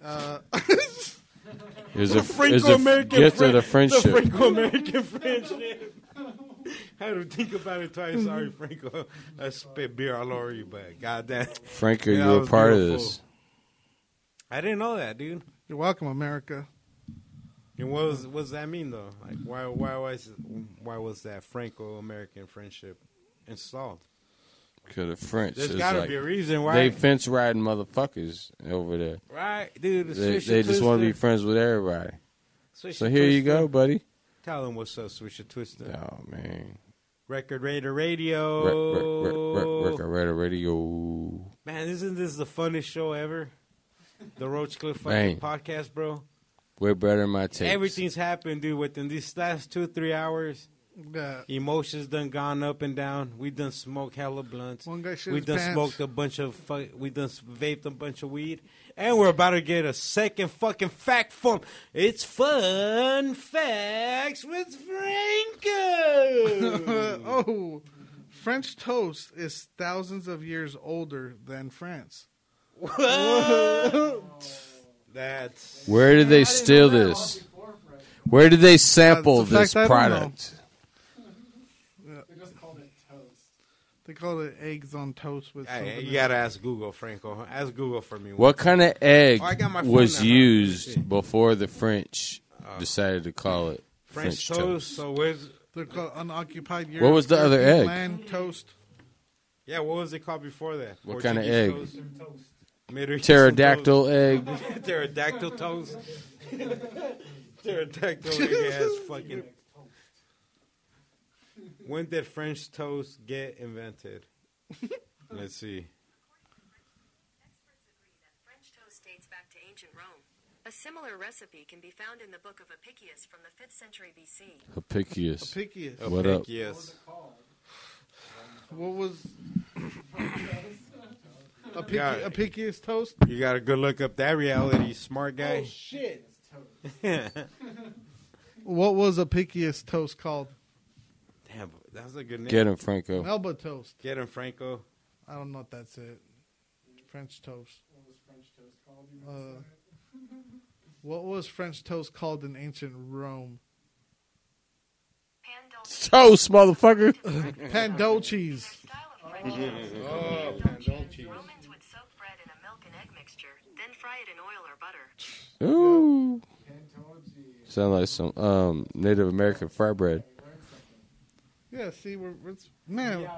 B: Uh,
C: Is
A: The
C: a is a
A: Franco-American
C: gift of
A: friend-
C: the
A: The
C: friendship.
A: Franco-American friendship. I had to think about it twice. Sorry, Franco. I spit beer all over you, but goddamn.
C: Franco,
A: Yeah,
C: you
A: I
C: were
A: was
C: part
A: beautiful.
C: of this.
A: I didn't know that, dude.
B: You're welcome, America.
A: And what was what does that mean though? Like why why was why was that Franco-American friendship installed?
C: Because the French
A: There's
C: is
A: gotta
C: like-
A: be a reason why-
C: they fence riding motherfuckers over there.
A: Right, dude. it's
C: They,
A: Swisher
C: they just want to be
A: Twister.
C: friends with everybody.
A: Swisher
C: so here you
A: Twister.
C: go, buddy.
A: Tell them what's up, Swisher Twister.
C: Oh man,
A: Record Raider
C: Rec-
A: Radio.
C: rec- rec- rec- rec- rec- radio.
A: Man, isn't this the funnest show ever? The Roach Cliff
C: Man.
A: fucking podcast, bro.
C: We're better than my tape.
A: Everything's happened, dude, within these last two, three hours.
B: Yeah.
A: Emotions done gone up and down. We done smoked hella blunts.
B: One guy shit
A: we
B: his
A: done
B: pants.
A: smoked a bunch of fu- we done s- vaped a bunch of weed, and we're about to get a second fucking fact form. It's fun facts with Franco.
B: oh, French toast is thousands of years older than France.
A: That's
C: Where did they steal this? Where did they sample
B: Uh, it's a
C: this
B: fact I don't
C: product?
B: They call it eggs on toast with.
A: Hey,
B: something
A: you
B: in
A: gotta
B: it.
A: ask Google, Franco. Ask Google for me.
C: What kind of egg
A: Oh, I got my phone
C: was
A: now.
C: used before the French decided to call it
A: Uh, French,
C: French,
A: toast. So where's
B: They're called unoccupied.
C: What was the
B: Europe-
C: other
B: European
C: egg?
B: Land toast.
A: yeah? What was it called before that?
C: What kind of egg?
A: Portuguese toast? Middle Eastern
C: Pterodactyl
A: toast.
C: egg.
A: Pterodactyl toast. Pterodactyl egg ass fucking. When did French toast get invented? Let's see.
K: French toast dates back to ancient Rome. A similar recipe can be found in the Book of Apicius from the 5th century BC.
C: Apicius.
B: Apicius.
C: What up?
A: Apicius.
B: What was
A: Yeah.
B: Apici- Apicius toast?
A: You got to go look up that reality, smart
B: Oh,
A: guy.
B: shit!
A: Damn,
B: What was Apicius toast called?
A: that was a good name.
C: Get him, Franco.
B: Melba toast.
A: Get him, Franco.
B: I don't know if that's it. French toast. What was French toast called? Uh, what was French toast called in ancient Rome?
C: Toast, motherfucker.
B: Pandolces.
A: Oh, Pandolces.
K: Romans would soak bread in a milk and egg mixture, then fry it in oil or butter.
C: Ooh. Sound like some um, Native American fry bread.
B: Yeah, see, we're, we're man.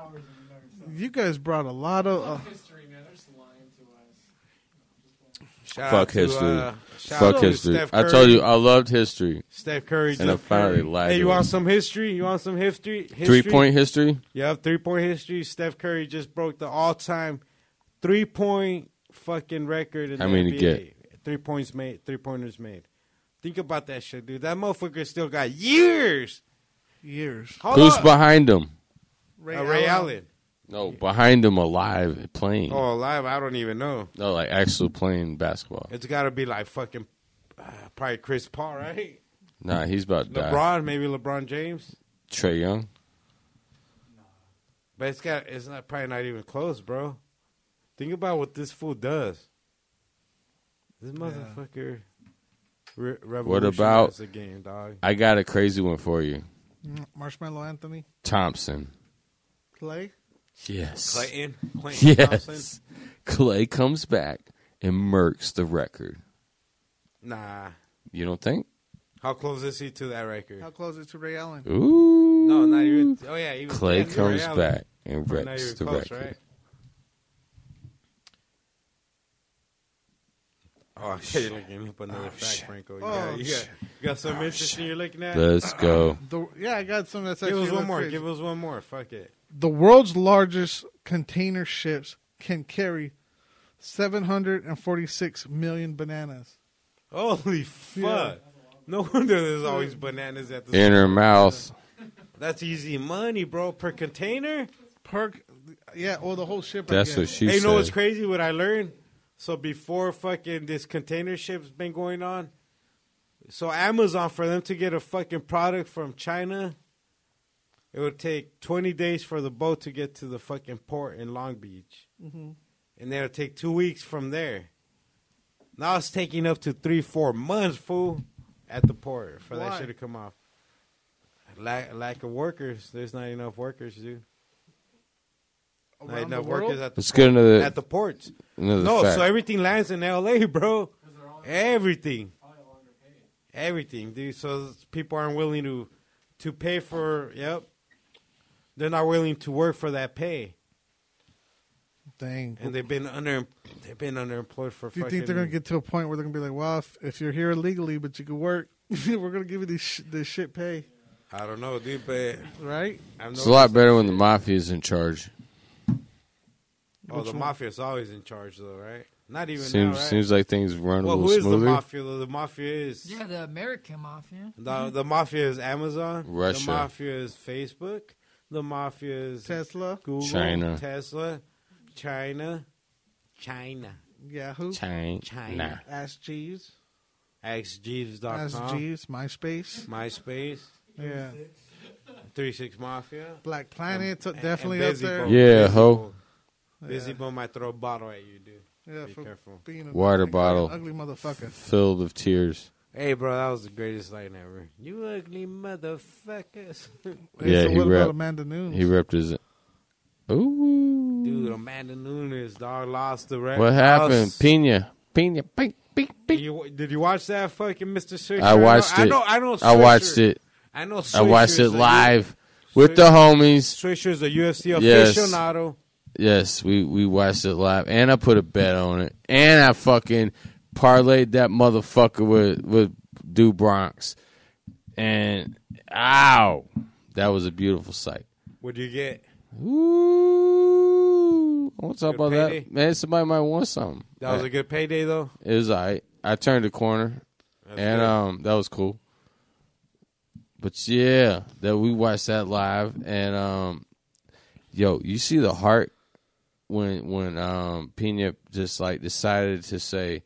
B: You guys brought a lot of. Uh,
Q: History, man. They're just lying to us.
R: Shout out
C: Fuck
R: to,
C: history.
R: uh, shout out
C: Fuck
R: to
C: history.
R: Steph
C: I
R: Curry.
C: told you I loved history.
R: Steph Curry.
C: And I
R: Steph
C: finally
R: Curry.
C: lied.
A: Hey, you
C: to
A: want
C: him.
A: some history? You want some history? history?
C: Three-point history?
A: Yeah, three point history. Steph Curry just broke the all time three point fucking record. In
C: How
A: the
C: many
A: NBA.
C: get?
A: Three points made. Three pointers made. Think about that shit, dude. That motherfucker still got years.
B: Years.
C: Who's behind him?
A: Ray, Uh, Ray Allen.
C: No, behind him alive playing.
A: Oh, alive? I don't even know.
C: No, like actually playing basketball.
A: It's got to be like fucking uh, probably Chris Paul, right?
C: Nah, he's about to die.
A: LeBron, maybe LeBron James.
C: Trey Young.
A: But it's got it's not probably not even close, bro. Think about what this fool does. This motherfucker re-
C: What about?
A: revolutionized the game, dog?
C: I got a crazy one for you.
B: Marshmallow Anthony
C: Thompson.
B: Clay.
C: Yes.
A: Clayton? Clayton
C: yes.
A: Thompson?
C: Clay comes back and murks the record.
A: Nah.
C: You don't think?
A: How close is he to that record?
B: How close is it to Ray Allen?
C: Ooh.
A: No, not even.
B: Mm.
A: Oh yeah, even
C: Clay
A: yeah, Ray
C: comes
A: Allen.
C: back and
A: Not
C: wrecks
A: even
C: the
A: Oh, close,
C: record.
A: right? Oh, shit! You're looking up another
C: Oh,
A: fact, Franco. You, got, you, got, you got some interesting you're looking at.
C: Let's go.
B: The, yeah, I got some that's
A: Give
B: actually
A: us one
B: look
A: more.
B: crazy.
A: Give us one more. Fuck it.
B: The world's largest container ships can carry 746 million bananas.
A: Holy fuck! No wonder there's always bananas at the
C: In her
A: store.
C: mouth.
A: That's easy money, bro, per container.
B: Per, yeah, or the whole ship.
C: I That's guess. what she
A: Hey, you know what's
C: said.
A: crazy? What I learned. So before fucking this container ship's been going on, so Amazon for them to get a fucking product from China, it would take twenty days for the boat to get to the fucking port in Long Beach,
D: Mm-hmm.
B: Mhm.
A: and then it'll take two weeks from there. Now it's taking up to three, four months, fool, at the port for that
B: Why?
A: shit to come off. Lack, lack of workers. There's not enough workers, dude. Not
B: Around
A: enough
B: the world?
A: workers at the
C: Let's get another-
A: at the ports.
C: another
A: no,
C: fact.
A: so everything lands in L.A., bro. Everything, everything, dude. So people aren't willing to to pay for. Yep, they're not willing to work for that pay,
B: Dang.
A: and they've been under they've been underemployed for.
B: Do you
A: fucking,
B: think they're going to get to a point where they're going to be like, well, if, if you're here illegally but you can work, we're going to give you this, sh- this shit pay?
A: I don't know, dude, but
B: right.
A: I've
C: It's a lot better when the mafia's in charge.
A: Oh,
B: Which
A: the
B: one?
A: mafia's always in charge, though, right? Not even
C: Seems-
A: now, right?
C: seems like things run a
A: well,
C: little
A: who is
C: smoother.
A: the mafia? though? The mafia is
D: Yeah, the American mafia.
A: The the mafia is Amazon.
C: Russia.
A: The mafia is Facebook. The mafia is
B: Tesla.
A: Google.
C: China.
A: Tesla. China. China.
B: Yahoo.
C: China.
A: China.
B: Ask Jeeves.
A: AskJeeves.com.
B: Ask Jeeves. MySpace.
A: MySpace.
B: Yeah.
A: 36 Mafia.
B: Black Planet,
A: And-
B: definitely
A: and
B: up
A: Busy
R: Oh,
B: there.
A: Bone.
C: Yeah,
A: Busy
C: ho.
A: Bone. Busy Bone might throw a bottle at you, dude.
B: Yeah,
A: Be
B: for
A: careful.
B: being a
C: Water
B: fucking
C: bottle.
B: ugly motherfucker.
C: Filled with tears.
A: Hey, bro, that was the greatest line ever. You ugly motherfuckers.
C: yeah,
B: so
C: he
B: what about
C: rep-
B: Amanda Nunes?
C: He ripped his. Ooh.
A: Dude, Amanda Nunes, dog, lost the record.
C: What happened? Pina. Pina.
A: You, did you watch that fucking Mr. Searcher?
C: I watched
A: know,
C: it.
A: I know, I know.
C: I watched
A: Swisher-
C: it.
A: I know.
C: I watched
A: Swisher's
C: it
A: a U-
C: live with the homies.
A: Swisher's a UFC
C: Yes.
A: aficionado.
C: Yes, we we watched it live, and I put a bet on it, and I fucking parlayed that motherfucker with with Du Bronx, and ow, that was a beautiful sight.
A: What do you get?
C: Ooh, what's up
A: Good
C: about
A: payday.
C: that? Man, somebody might want something.
A: That was a good payday, though.
C: It was all right. I turned the corner, and
A: good.
C: um, that was cool. But yeah, that we watched that live, and um, yo, you see the heart when when um Pena just like decided to say,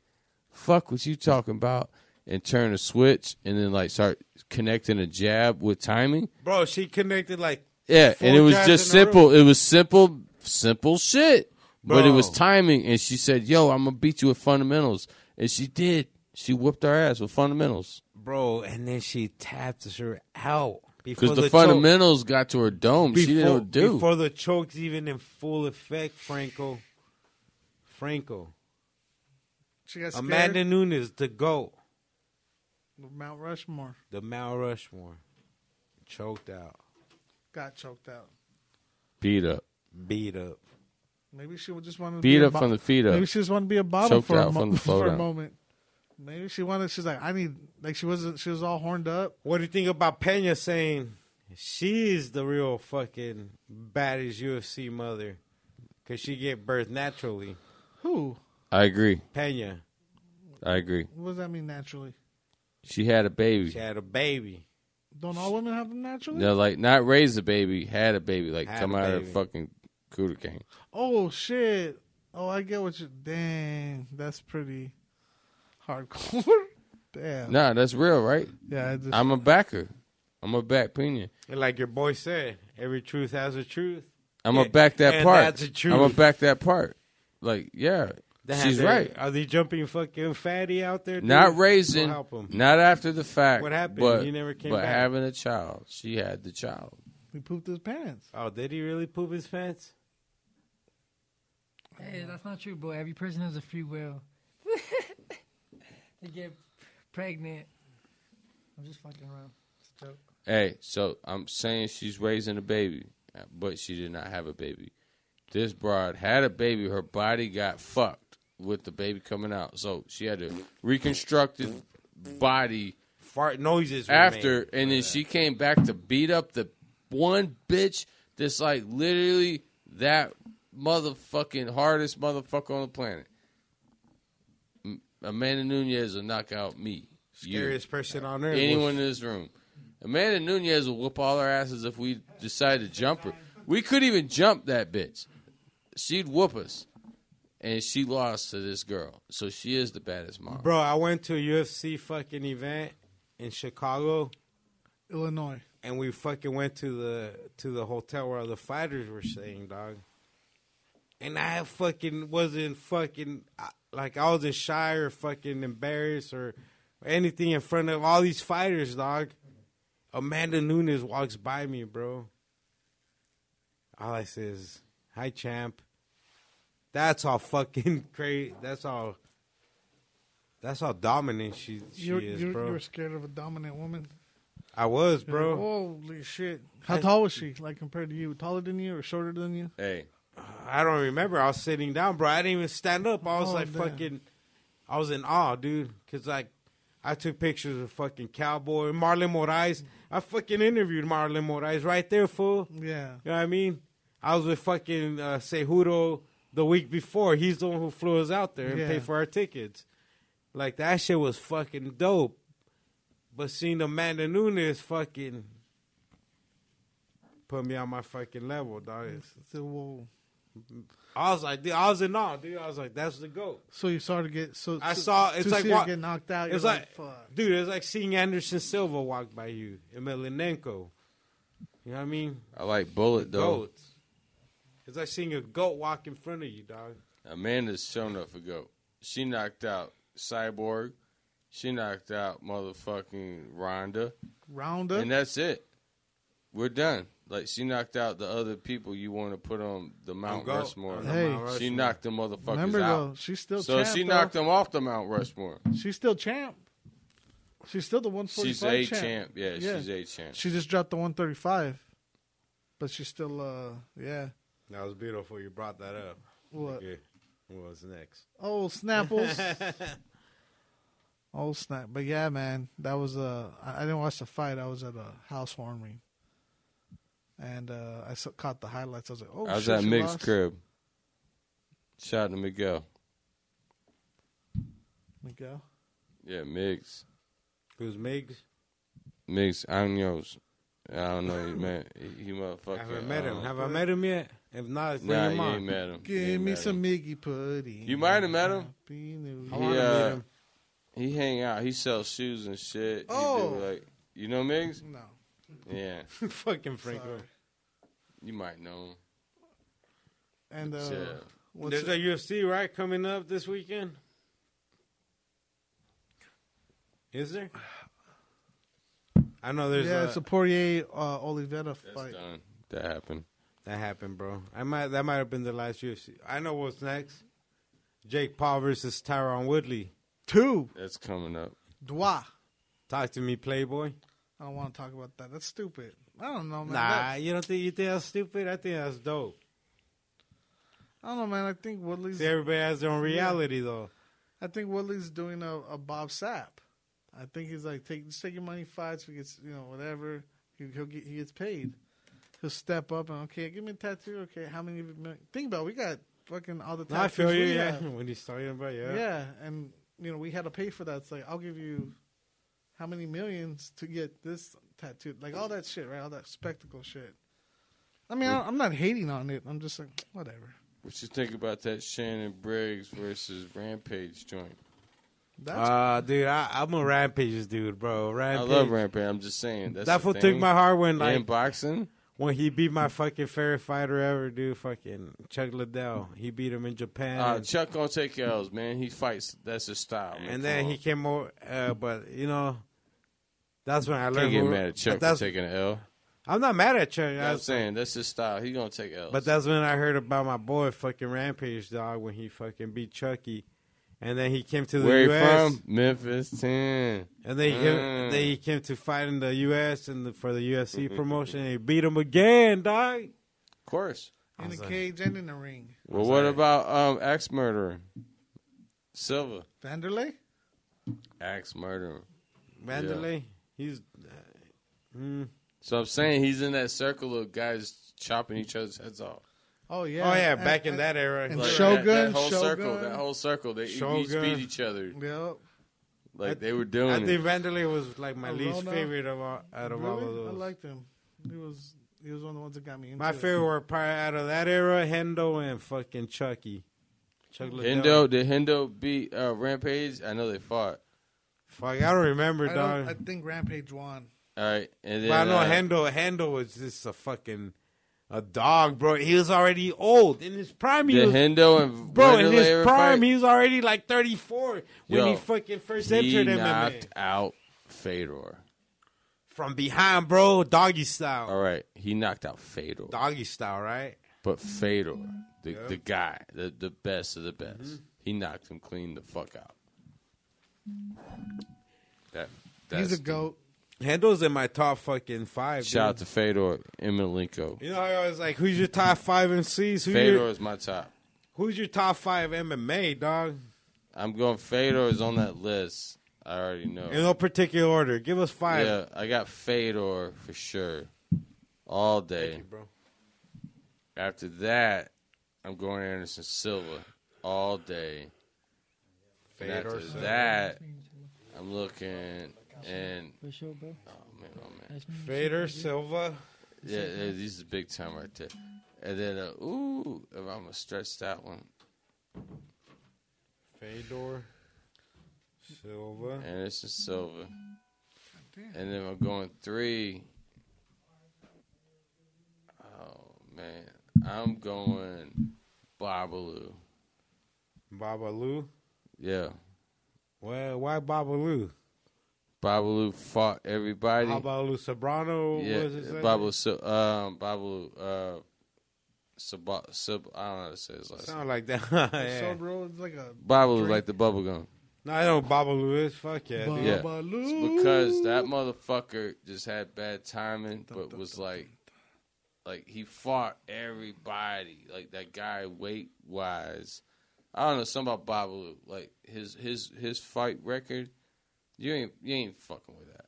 C: "Fuck what you talking about," and turn a switch, and then like start connecting a jab with timing.
A: Bro, she connected like.
C: Yeah,
A: four
C: and it was
A: jabs
C: just
A: in a row.
C: simple. It was simple, simple shit. But it was
A: Bro.
C: timing, and she said, "Yo, I'm gonna beat you with fundamentals," and she did. She whooped our ass with fundamentals
A: Bro, and then she tapped her out.
C: because
A: Before
C: the,
A: the choke-
C: fundamentals got to her dome. she
A: Before-
C: didn't do.
A: Before the choke's even in full effect, Franco. Franco.
B: She got scared.
A: Amanda Nunes, the GOAT.
B: Mount Rushmore
A: The Mount Rushmore. Choked out.
B: got choked out.
C: Beat up.
A: Beat up.
B: Maybe she would just want to
C: Beat
B: be a
C: up from the feet up.
B: Maybe she just wanted to be a bottle
C: Choked
B: for, a,
C: out
B: mo-
C: from the float
B: for a
C: up.
B: moment. Maybe she wanted. She's like, I need. Like she wasn't. She was all horned up.
A: What do you think about Pena saying she's the real fucking baddest UFC mother because she gave birth naturally?
B: Who?
C: I agree.
A: Pena.
C: I agree.
B: What does that mean naturally?
C: She had a baby.
A: She had a baby.
B: Don't all women have them naturally?
C: No, like not raise a baby, had a baby, like
B: Had
C: come
B: a
C: out of
B: baby.
C: fucking cooter king.
B: Oh shit! Oh, I get what you. Dang, that's pretty hardcore. Damn.
C: Nah, that's real, right?
B: Yeah, I just-
C: I'm a backer. I'm a back pinion.
A: And like your boy said, every truth has a truth.
C: I'm gonna back that
A: And
C: part.
A: That's a truth.
C: I'm gonna back that part. Like, yeah,
A: They have
C: she's
A: their-
C: right.
A: Are they jumping fucking fatty out there? dude?
C: Not
A: Go
C: raising,
A: help 'em.
C: not after the fact.
A: What happened?
C: But,
A: He never came
C: But
A: back.
C: having a child, she had the child.
B: He pooped his pants.
A: Oh, did he really poop his pants?
D: Hey, that's not true, boy. Every person has a free will to get pregnant. I'm just fucking around. It's a joke.
C: Hey, so I'm saying she's raising a baby, but she did not have a baby. This broad had a baby. Her body got fucked with the baby coming out, so she had a reconstructed body.
A: Fart noises were
C: after, and then she came back to beat up the one bitch that's like literally that motherfucking hardest motherfucker on the planet. M- Amanda Nunez will knock out me. you.
A: Scariest person on earth.
C: Anyone in this room. Amanda Nunez will whoop all our asses if we decide to jump her. We couldn't even jump that bitch. She'd whoop us. And she lost to this girl. So she is the baddest mom.
A: Bro, I went to a UFC fucking event in Chicago,
B: Illinois.
A: and we fucking went to the to the hotel where all the fighters were staying, dog. And I fucking wasn't fucking I- like I wasn't shy or fucking embarrassed or anything in front of all these fighters, dog. Amanda Nunes walks by me, bro. All I say is, "Hi, champ." That's all fucking crazy. That's all. That's how dominant she she
B: You
A: is,
B: you
A: bro.
B: you were scared of a dominant woman,
A: I was,
B: You're
A: bro.
B: like, Holy shit! How tall was she? Like compared to you, taller than you or shorter than you?
C: Hey.
A: I don't remember. I was sitting down, bro. I didn't even stand up. I was
B: Oh,
A: like
B: damn.
A: fucking. I was in awe, dude, because like I took pictures of fucking cowboy Marlon Moraes. I fucking interviewed Marlon Moraes right there, fool.
B: Yeah.
A: You know what I mean? I was with fucking uh, Cejudo the week before. He's the one who flew us out there and
B: Yeah.
A: paid for our tickets. Like that shit was fucking dope. But seeing Amanda Nunes fucking put me on my fucking level, dog.
B: So, well,
A: I was like, dude, I was in awe, dude. I was like, that's the goat.
B: so you started to get so.
A: I
B: so-
A: saw it's
B: to
A: like
B: see her
A: wa-
B: get knocked out.
A: It's
B: you're
A: like,
B: fuck.
A: dude, it's like seeing Anderson Silva walk by you and Melinenko. You know what I mean?
C: I like Bullet, though.
A: Goats. It's like seeing a goat walk in front of you, dog.
C: Amanda's shown up a goat. She knocked out Cyborg. She knocked out motherfucking Rhonda.
B: Rhonda?
C: And that's it. We're done. Like she knocked out the other people you want to put on the Mount
A: goat.
C: Rushmore.
A: On the Hey. Mount
C: she
A: Rushmore.
C: knocked the motherfuckers
B: Remember,
C: out.
B: though, she's still
C: so
B: champ,
C: she
B: though.
C: knocked them off the Mount Rushmore.
B: She's still champ. She's still the one forty
C: She's
B: five.
C: a champ. Yeah, she's a champ.
B: She just dropped the one thirty five, but she's still uh yeah.
A: That was beautiful. You brought that up.
B: What?
A: Okay. What's next?
B: Oh snapples. oh snap! But yeah, man, that was uh I I didn't watch the fight. I was at a housewarming, and uh I s- caught the highlights. I was like, oh,
C: I was
B: shit,
C: at
B: she
C: Mick's
B: lost.
C: crib. Shout out to Miguel.
B: Miguel.
C: Yeah, Migs.
A: Who's Migs?
C: Migs Años. I don't know, man. He, he motherfucker.
A: Have I met him?
C: um,
A: Have I met him yet? If not, bring
C: Nah,
A: him
C: you
A: on.
C: ain't met him. You
B: Give
C: ain't met
B: me
C: him.
B: some Miggy pudding.
C: You might have met him.
B: Happy New
C: He,
B: Year.
C: uh, he hang out. He sells shoes and shit. He do,
B: Oh.
C: like you know Migs?
B: No.
C: Yeah.
A: Fucking Franco.
C: You might know him.
B: And uh,
C: Yeah.
B: what's
A: There's
B: it-
A: a UFC right coming up this weekend. Is there? I know there's.
B: yeah,
A: a-
B: it's a Poirier uh, Oliveira fight.
C: That happened.
A: That happened, bro. I might. That might have been the last UFC. I know what's next. Jake Paul versus Tyron Woodley.
B: Two.
C: That's coming up.
B: Dwa.
A: Talk to me, Playboy.
B: I don't want to talk about that. That's stupid. I don't know, man.
A: Nah,
B: That-
A: you don't think you think that's stupid? I think that's dope.
B: I don't know, man. I think Woodley's.
A: See, everybody has their own
B: Yeah.
A: reality, though.
B: I think Woodley's doing a, a Bob Sapp. I think he's like, take just take your money, fights, we gets you know whatever. He, he'll get he gets paid. He'll step up and okay, give me a tattoo. Okay, how many? Of you, ma- think about it, we got fucking all the
A: No,
B: tattoos.
A: I feel you,
B: we
A: yeah.
B: have.
A: When he's talking about, yeah.
B: yeah. and you know we had to pay for that. It's like I'll give you how many millions to get this tattoo, like all that shit, right? All that spectacle shit. I mean, I, I'm not hating on it. I'm just like whatever.
C: What you think about that Shannon Briggs versus Rampage joint?
B: That's-
A: uh, dude, I, I'm a Rampage dude, bro.
C: I
A: Rampage.
C: love Rampage. I'm just saying. That's
A: that
C: the
A: fool took
C: thing.
A: my heart when, like.
C: in boxing.
A: When he beat my fucking favorite fighter ever, dude, fucking Chuck Liddell. He beat him in Japan.
C: Uh, Chuck gonna take L's, man. He fights. That's his style. Man.
A: and then
C: Come
A: he came over, uh, but, you know, that's when I
C: on.
A: learned.
C: can't get
A: who-
C: mad at Chuck
A: but that's-
C: for taking an L.
A: I'm not mad at Chuck.
C: You know what
A: I
C: I'm saying that's his style. He gonna take L's.
A: But that's when I heard about my boy fucking Rampage dog when he fucking beat Chucky, and then he came to the
C: Where he
A: U.S.
C: from? Memphis, ten.
A: And then he, came,
C: Mm.
A: then he came to fight in the U.S. and the, for the UFC promotion, and he beat him again, dog. Of
C: course.
B: In the cage and in the ring.
C: Well, what about um axe murderer? Silva,
B: Vanderlei.
C: axe murderer.
A: Vanderlei,
C: Yeah.
A: he's. uh, mm.
C: So I'm saying he's in that circle of guys chopping each other's heads off.
B: Oh yeah.
A: Oh, yeah,
B: And-
A: back in
B: and-
A: that era.
B: And
C: Like, that-
B: Shogun,
C: that, whole
B: Shogun.
C: circle, that whole circle, they each
A: Shogun.
C: beat each other.
B: Yep.
C: Like
A: I-
C: they were doing.
A: I
C: it.
A: think Vanderlei was like my least
B: Arona.
A: favorite of all, out of all
B: Really?
A: of those.
B: I liked him. He was he was one of the ones that got me into
A: my
B: it.
A: favorite were probably out of that era, Hendo and fucking Chucky. Chuck Liddell.
C: Hendo did Hendo beat uh, Rampage? I know they fought.
A: Fuck, I don't remember,
B: I,
A: dog.
B: don't, I think Rampage won.
C: All right, and then
A: But I know
C: uh,
A: Hendo. Hendo was just a fucking a dog, bro. He was already old in his prime. He
C: Did
A: was,
C: Hendo and
A: bro in
C: Vanderlei
A: his
C: ever
A: prime,
C: fight?
A: he was already like thirty four when
C: Yo,
A: he fucking first
C: he
A: entered MMA
C: knocked out Fedor.
A: from behind, bro, doggy style,
C: All right, he knocked out Fedor,
A: doggy style, right?
C: but Fedor, the
A: Yeah.
C: the guy, the the best of the best,
A: Mm-hmm.
C: he knocked him clean the fuck out. That that's
B: goat.
A: Hendo's in my top fucking five.
C: shout out
A: dude.
C: to Fedor and Malenko.
A: You know, how I was like, who's your top five MCs? Who's
C: Fedor
A: your,
C: is my top.
A: who's your top five MMA, dog?
C: I'm going. Fedor is on that list. I already know.
A: In no particular order. Give us five.
C: Oh. Yeah, I got Fedor for sure, all day,
A: bro.
C: After that, I'm going Anderson Silva all day. And
A: Fedor
C: after
A: Silva.
C: that, I'm looking and
D: For sure, bro.
C: oh man, oh man,
D: That's me.
A: Vader Silva.
C: yeah, yeah, these is big time right there. And then, uh, ooh, if I'm gonna stretch that one.
A: Fedor Silva.
C: Anderson Silva, and then I'm going three. Oh man, I'm going Babalu.
A: Babalu.
C: Yeah.
A: Well, why Babalu?
C: Babalu fought everybody.
A: Babalu Sobrano
C: yeah,
A: was his name?
C: Babalu. Sub- um, Babalu. Uh, Sub- Sub- I don't know how to say his last
A: Sound
C: name.
A: like that.
B: So
A: yeah.
B: bro, it's like a
C: Babalu, like the bubble gum.
A: No, I know Babalu is. Fuck yeah, dude.
C: Yeah. It's because that motherfucker just had bad timing, but was like, like he fought everybody. Like that guy, weight wise, I don't know something about Babalu. Like his his his fight record, you ain't you ain't fucking with that.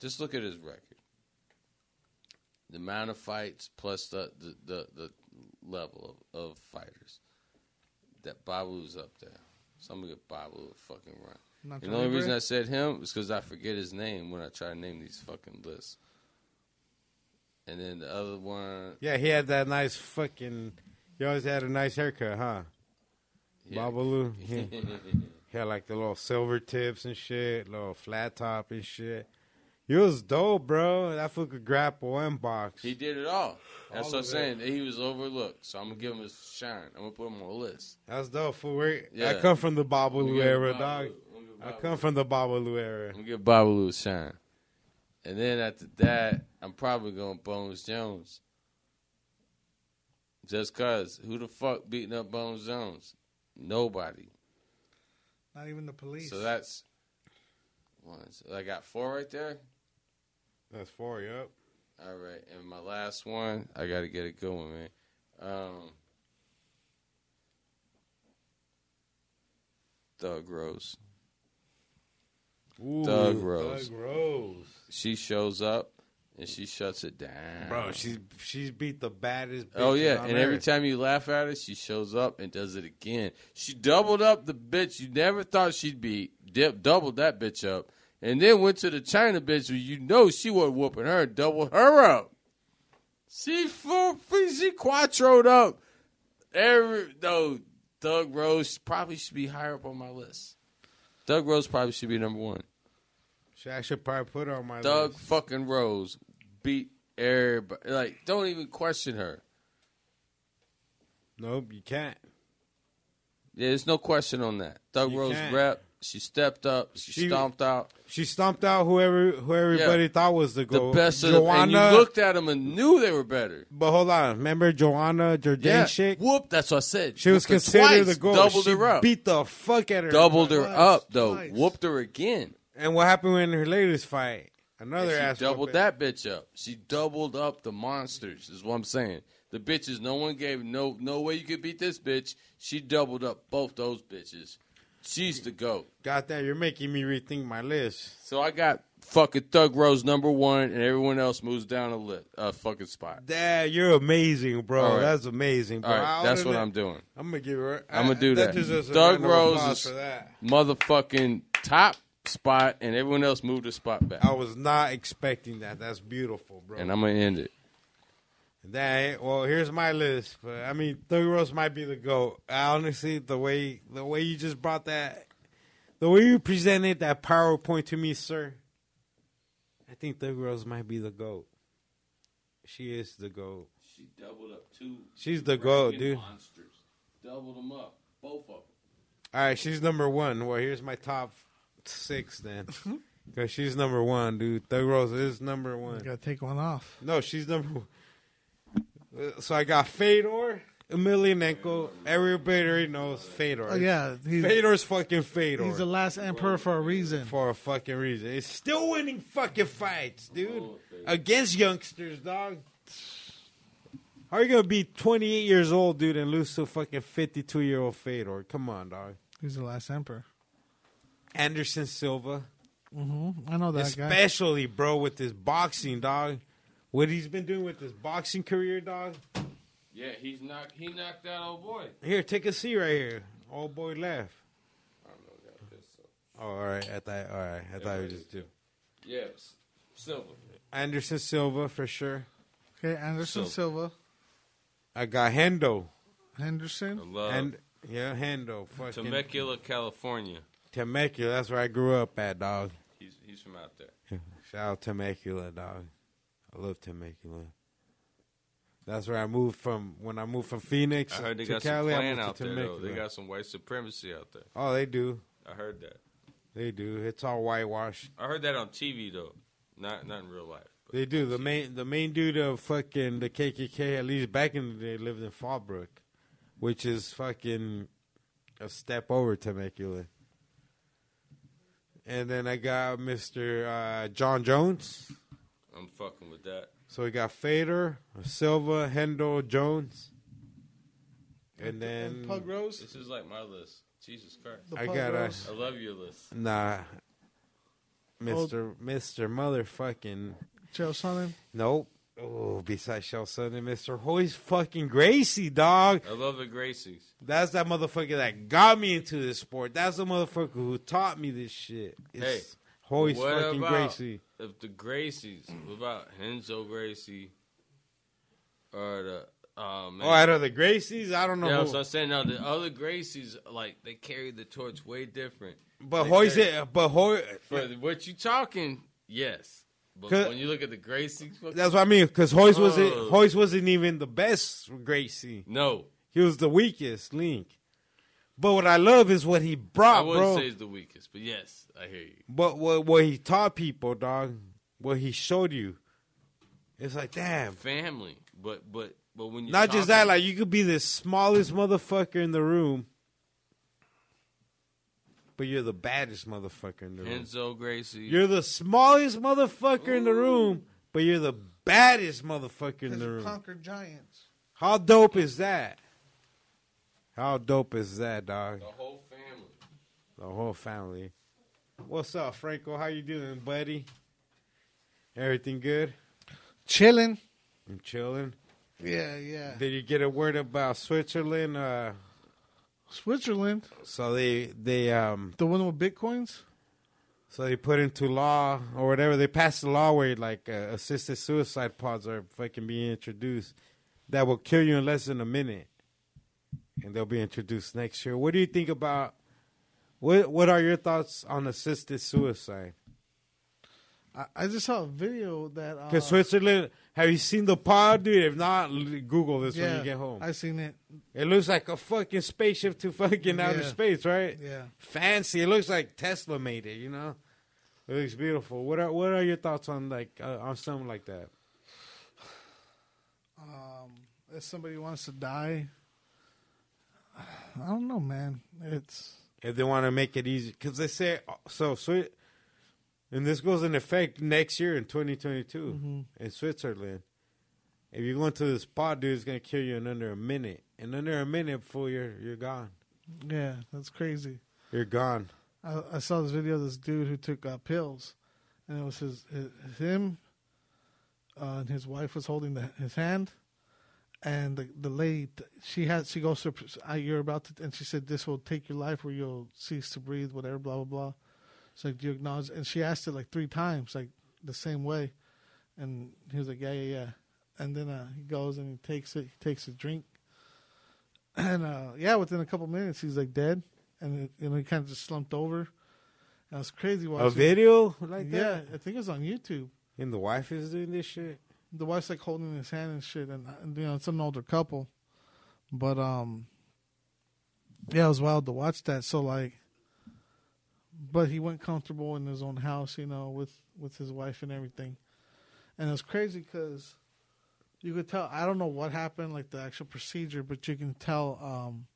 C: Just look at his record. The amount of fights plus the the the, the level of, of fighters that Babalu's up there. So I'm gonna give Babalu a fucking run.
B: Not
C: And the only
B: Johnny
C: reason
B: Brave?
C: I said him is because I forget his name when I try to name these fucking lists. And then the other one,
A: Yeah, he had that nice fucking. He always had a nice haircut, huh? Babalu. He, he had like the little silver tips and shit, little flat top and shit. He was dope, bro. That fool could grapple and box.
C: he did it all. That's
A: All
C: what I'm
A: of
C: saying. He was overlooked, so I'm gonna give him his shine. I'm gonna put him on the list.
A: That's dope, fool. We're- I
C: Yeah.
A: come from the Babalu
C: Yeah,
A: era,
C: Babalu.
A: dog. I come from the Babalu era.
C: I'm gonna give Babalu a shine. And then after that, I'm probably going Bones Jones. Just cause who the fuck beating up Bones Jones? Nobody.
B: not even the police.
C: So that's one. So I got four right there.
A: That's four, yep.
C: All right, and my last one, I got to get it going, man. Um, Thug Rose.
A: Ooh,
C: Thug Rose.
A: Thug Rose.
C: She shows up and she shuts it down.
A: Bro, she's she's beat the baddest. Bitch
C: Oh yeah,
A: on
C: and every
A: earth.
C: time you laugh at her, she shows up and does it again. She doubled up the bitch you never thought she'd be. Dip, doubled that bitch up, and then went to the China bitch who you know she was whooping her, and doubled her up. She full, she quattroed up. Every though, Doug Rose probably should be higher up on my list. Doug Rose probably should be number one.
A: She- I should probably put her on my
C: Doug
A: list.
C: fucking Rose beat everybody. Like, don't even question her.
A: Nope, you can't.
C: Yeah, there's no question on that. Doug
A: You
C: Rose
A: can't.
C: rep. She stepped up. She,
A: She-
C: stomped out.
A: She stomped out whoever who everybody thought was the
C: The
A: goal.
C: best of them.
A: Joanna,
C: And you looked at them and knew they were better.
A: but hold on, remember Joanna Jordan
C: Yeah.
A: shit?
C: Whoop. That's what I said.
A: She was
C: Whooped her
A: considered
C: twice,
A: the goal.
C: Doubled
A: she
C: her up.
A: beat the fuck out of her.
C: doubled her
A: Twice,
C: up though.
A: twice.
C: Whooped her again.
A: And what happened in her latest fight? Another
C: And she
A: ass
C: doubled
A: whooping.
C: that bitch up. She doubled up the monsters. Is what I'm saying. The bitches, no one gave no no way you could beat this bitch. She doubled up both those bitches. She's the goat.
A: Goddamn, you're making me rethink my list.
C: So I got fucking Thug Rose number one, and everyone else moves down a lit uh, fucking spot.
A: Dad, you're amazing, bro.
C: All right.
A: That's amazing, bro.
C: All right,
A: I
C: that's
A: would've
C: what
A: been-
C: I'm doing.
A: I'm gonna give her.
C: I'm gonna do that.
A: deserves a
C: Doug
A: round of
C: Rose
A: applause
C: is
A: for that.
C: motherfucking top spot, and everyone else moved the spot back.
A: I was not expecting that. That's beautiful, Oh, bro.
C: And I'm gonna end it.
A: That well, here's my list. But I mean, Thug Rose might be the goat. I honestly, the way the way you just brought that, the way you presented that PowerPoint to me, sir. I think Thug Rose might be the goat. She is the goat.
C: She doubled up two.
A: She's the goat, dude.
C: Monsters. Doubled them up, both of them.
A: All right, she's number one. Well, here's my top six then, because she's number one, dude. Thug Rose is number one.
B: You gotta take one off.
A: No, she's number one. Uh, So I got Fedor, Emelianenko. Everybody already knows Fedor.
B: Oh, yeah, he's-
A: Fedor's fucking Fedor.
B: He's the last emperor for a reason.
A: For a fucking reason. He's still winning fucking fights, dude. Against youngsters, dog. How are you going to be 28 years old, dude, and lose to fucking 52 year old Fedor? Come on, dog.
B: He's the last emperor.
A: Anderson Silva.
B: Mm-hmm. I know that guy.
A: Especially, bro, with this boxing, dog. What he's been doing with his boxing career, dog.
C: Yeah, he's knocked. He knocked out old boy.
A: Here, take a seat right here. Old boy left. Oh, all right. I thought. All right. I thought it was just two.
C: Yes, silver.
A: Anderson Silva for sure.
B: Okay, Anderson Silva.
A: I got Hendo.
B: Henderson.
C: love.
A: And yeah, Hendo. Fucking
C: Temecula, California.
A: Temecula. That's where I grew up at, dog.
C: He's he's from out there.
A: Shout out Temecula, dog. I love Temecula. That's where I moved from. When I moved from Phoenix
C: I heard they
A: to
C: got
A: Cali,
C: some
A: I
C: clan
A: moved
C: out
A: to
C: there. Though.
A: Temecula.
C: They got some white supremacy out there.
A: oh, they do.
C: I heard that.
A: They do. It's all whitewashed.
C: I heard that on TV though, not not in real life.
A: They do. The main the main dude of fucking the KKK, at least back in the day, lived in Fallbrook, which is fucking a step over Temecula. And then I got Mr. Uh, John Jones.
C: I'm fucking with that.
A: So we got Fader, Silva, Hendo, Jones. And then
B: Rose.
C: This is like my list. Jesus Christ.
A: The I Pug Oh. gotta- Rose.
C: I love your list.
A: Nah.
B: Old-
A: Mr. Mr. Motherfucking.
B: Chael Sonnen.
A: Nope. Oh, besides Shell Sunday, Mr. Hoy's fucking Gracie, dog.
C: I love the Gracies.
A: That's that motherfucker that got me into this sport. That's the motherfucker who taught me this shit. It's
C: Hey,
A: Hoy's
C: what
A: fucking
C: about
A: Gracie.
C: If the Gracies, what about Henzo Gracie or the oh man?
A: Oh, out of the Gracies, I don't know.
C: Yeah,
A: who-
C: that's what I'm saying. No, the other Gracies, like they carry the torch way different.
A: but
C: They
A: Hoy's
C: carry-
A: it. But Hoy.
C: for what you talking, yes. But
A: 'Cause-
C: when you look at the Gracies, fuck-
A: That's what I mean. Because Hoy's wasn't.
C: Oh.
A: Hoy's wasn't even the best Gracie.
C: No,
A: he was the weakest link. But what I love is what he brought,
C: I wouldn't
A: bro.
C: say it's the weakest, but yes, I hear you.
A: But what what he taught people, dog, what he showed you, it's like damn.
C: Family, but but but when you
A: Not just that, like you could be the smallest motherfucker in the room, but you're the baddest motherfucker in the room.
C: Enzo Gracie,
A: You're the smallest motherfucker in the room, but you're the baddest motherfucker in the room.
B: Conquered giants.
A: How dope is that? How dope is that, dog?
C: the whole family.
A: The whole family. What's up, Franco? How you doing, buddy? Everything good?
B: Chilling.
A: I'm chilling.
B: Yeah, yeah.
A: Did you get a word about Switzerland? Uh,
B: Switzerland.
A: So they they um
B: the one with bitcoins.
A: So they put into law or whatever they passed a law where like uh, assisted suicide pods are fucking being introduced that will kill you in less than a minute, and they'll be introduced next year. What do you think about? What What are your thoughts on assisted suicide?
B: I, I just saw a video that uh,
A: Because Switzerland, have you seen the pod, dude? If not, l- Google this when
B: Yeah,
A: you get home.
B: I seen it.
A: It looks like a fucking spaceship to fucking outer
B: Yeah.
A: space, right?
B: Yeah.
A: Fancy. It looks like Tesla made it. You know, it looks beautiful. What are What are your thoughts on like uh, on something like that?
B: Um, if somebody wants to die, I don't know, man. It's
A: if they want to make it easy because they say uh, so Swi and this goes in effect next year in 2022
B: Mhm.
A: in switzerland if you go into this spot dude it's going to kill you in under a minute in under a minute fool you're, you're gone
B: yeah, that's crazy.
A: you're gone
B: I, I saw this video of this dude who took uh, pills, and it was his, his him, uh, and his wife was holding the, his hand, and the the lady t- she had she goes to uh, you're about to and she said this will take your life where you'll cease to breathe whatever blah blah blah. It's like do you acknowledge? And she asked it like three times like the same way, and he was like yeah yeah yeah, and then uh, he goes and he takes it he takes a drink, and uh, yeah, within a couple minutes, he's like dead, and it, you know he kind of just slumped over. And it's crazy watching
A: video like
B: Yeah,
A: that?
B: I think it was on YouTube.
A: And the wife is doing this shit.
B: The wife's like holding his hand and shit, and, and you know it's an older couple, but um, yeah, it was wild to watch that. So like, but he went comfortable in his own house, you know, with with his wife and everything, and it was crazy because you could tell I don't know what happened, like the actual procedure, but you can tell um,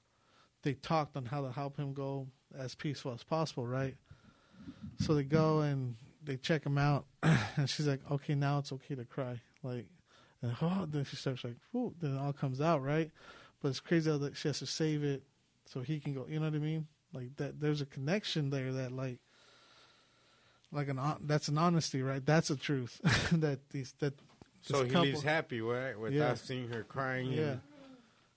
B: they talked on how to help him go as peaceful as possible, right? So they go and they check him out, and she's like, "Okay, now it's okay to cry." Like, and oh, then she starts like, "Whoa!" Then it all comes out, right? But it's crazy how that she has to save it so he can go. You know what I mean? Like that. There's a connection there that like like an hon- that's an honesty, right? That's a truth that these that.
A: so
B: this
A: he
B: couple-
A: leaves happy right without
B: Yeah.
A: seeing her crying
B: Yeah,
A: and-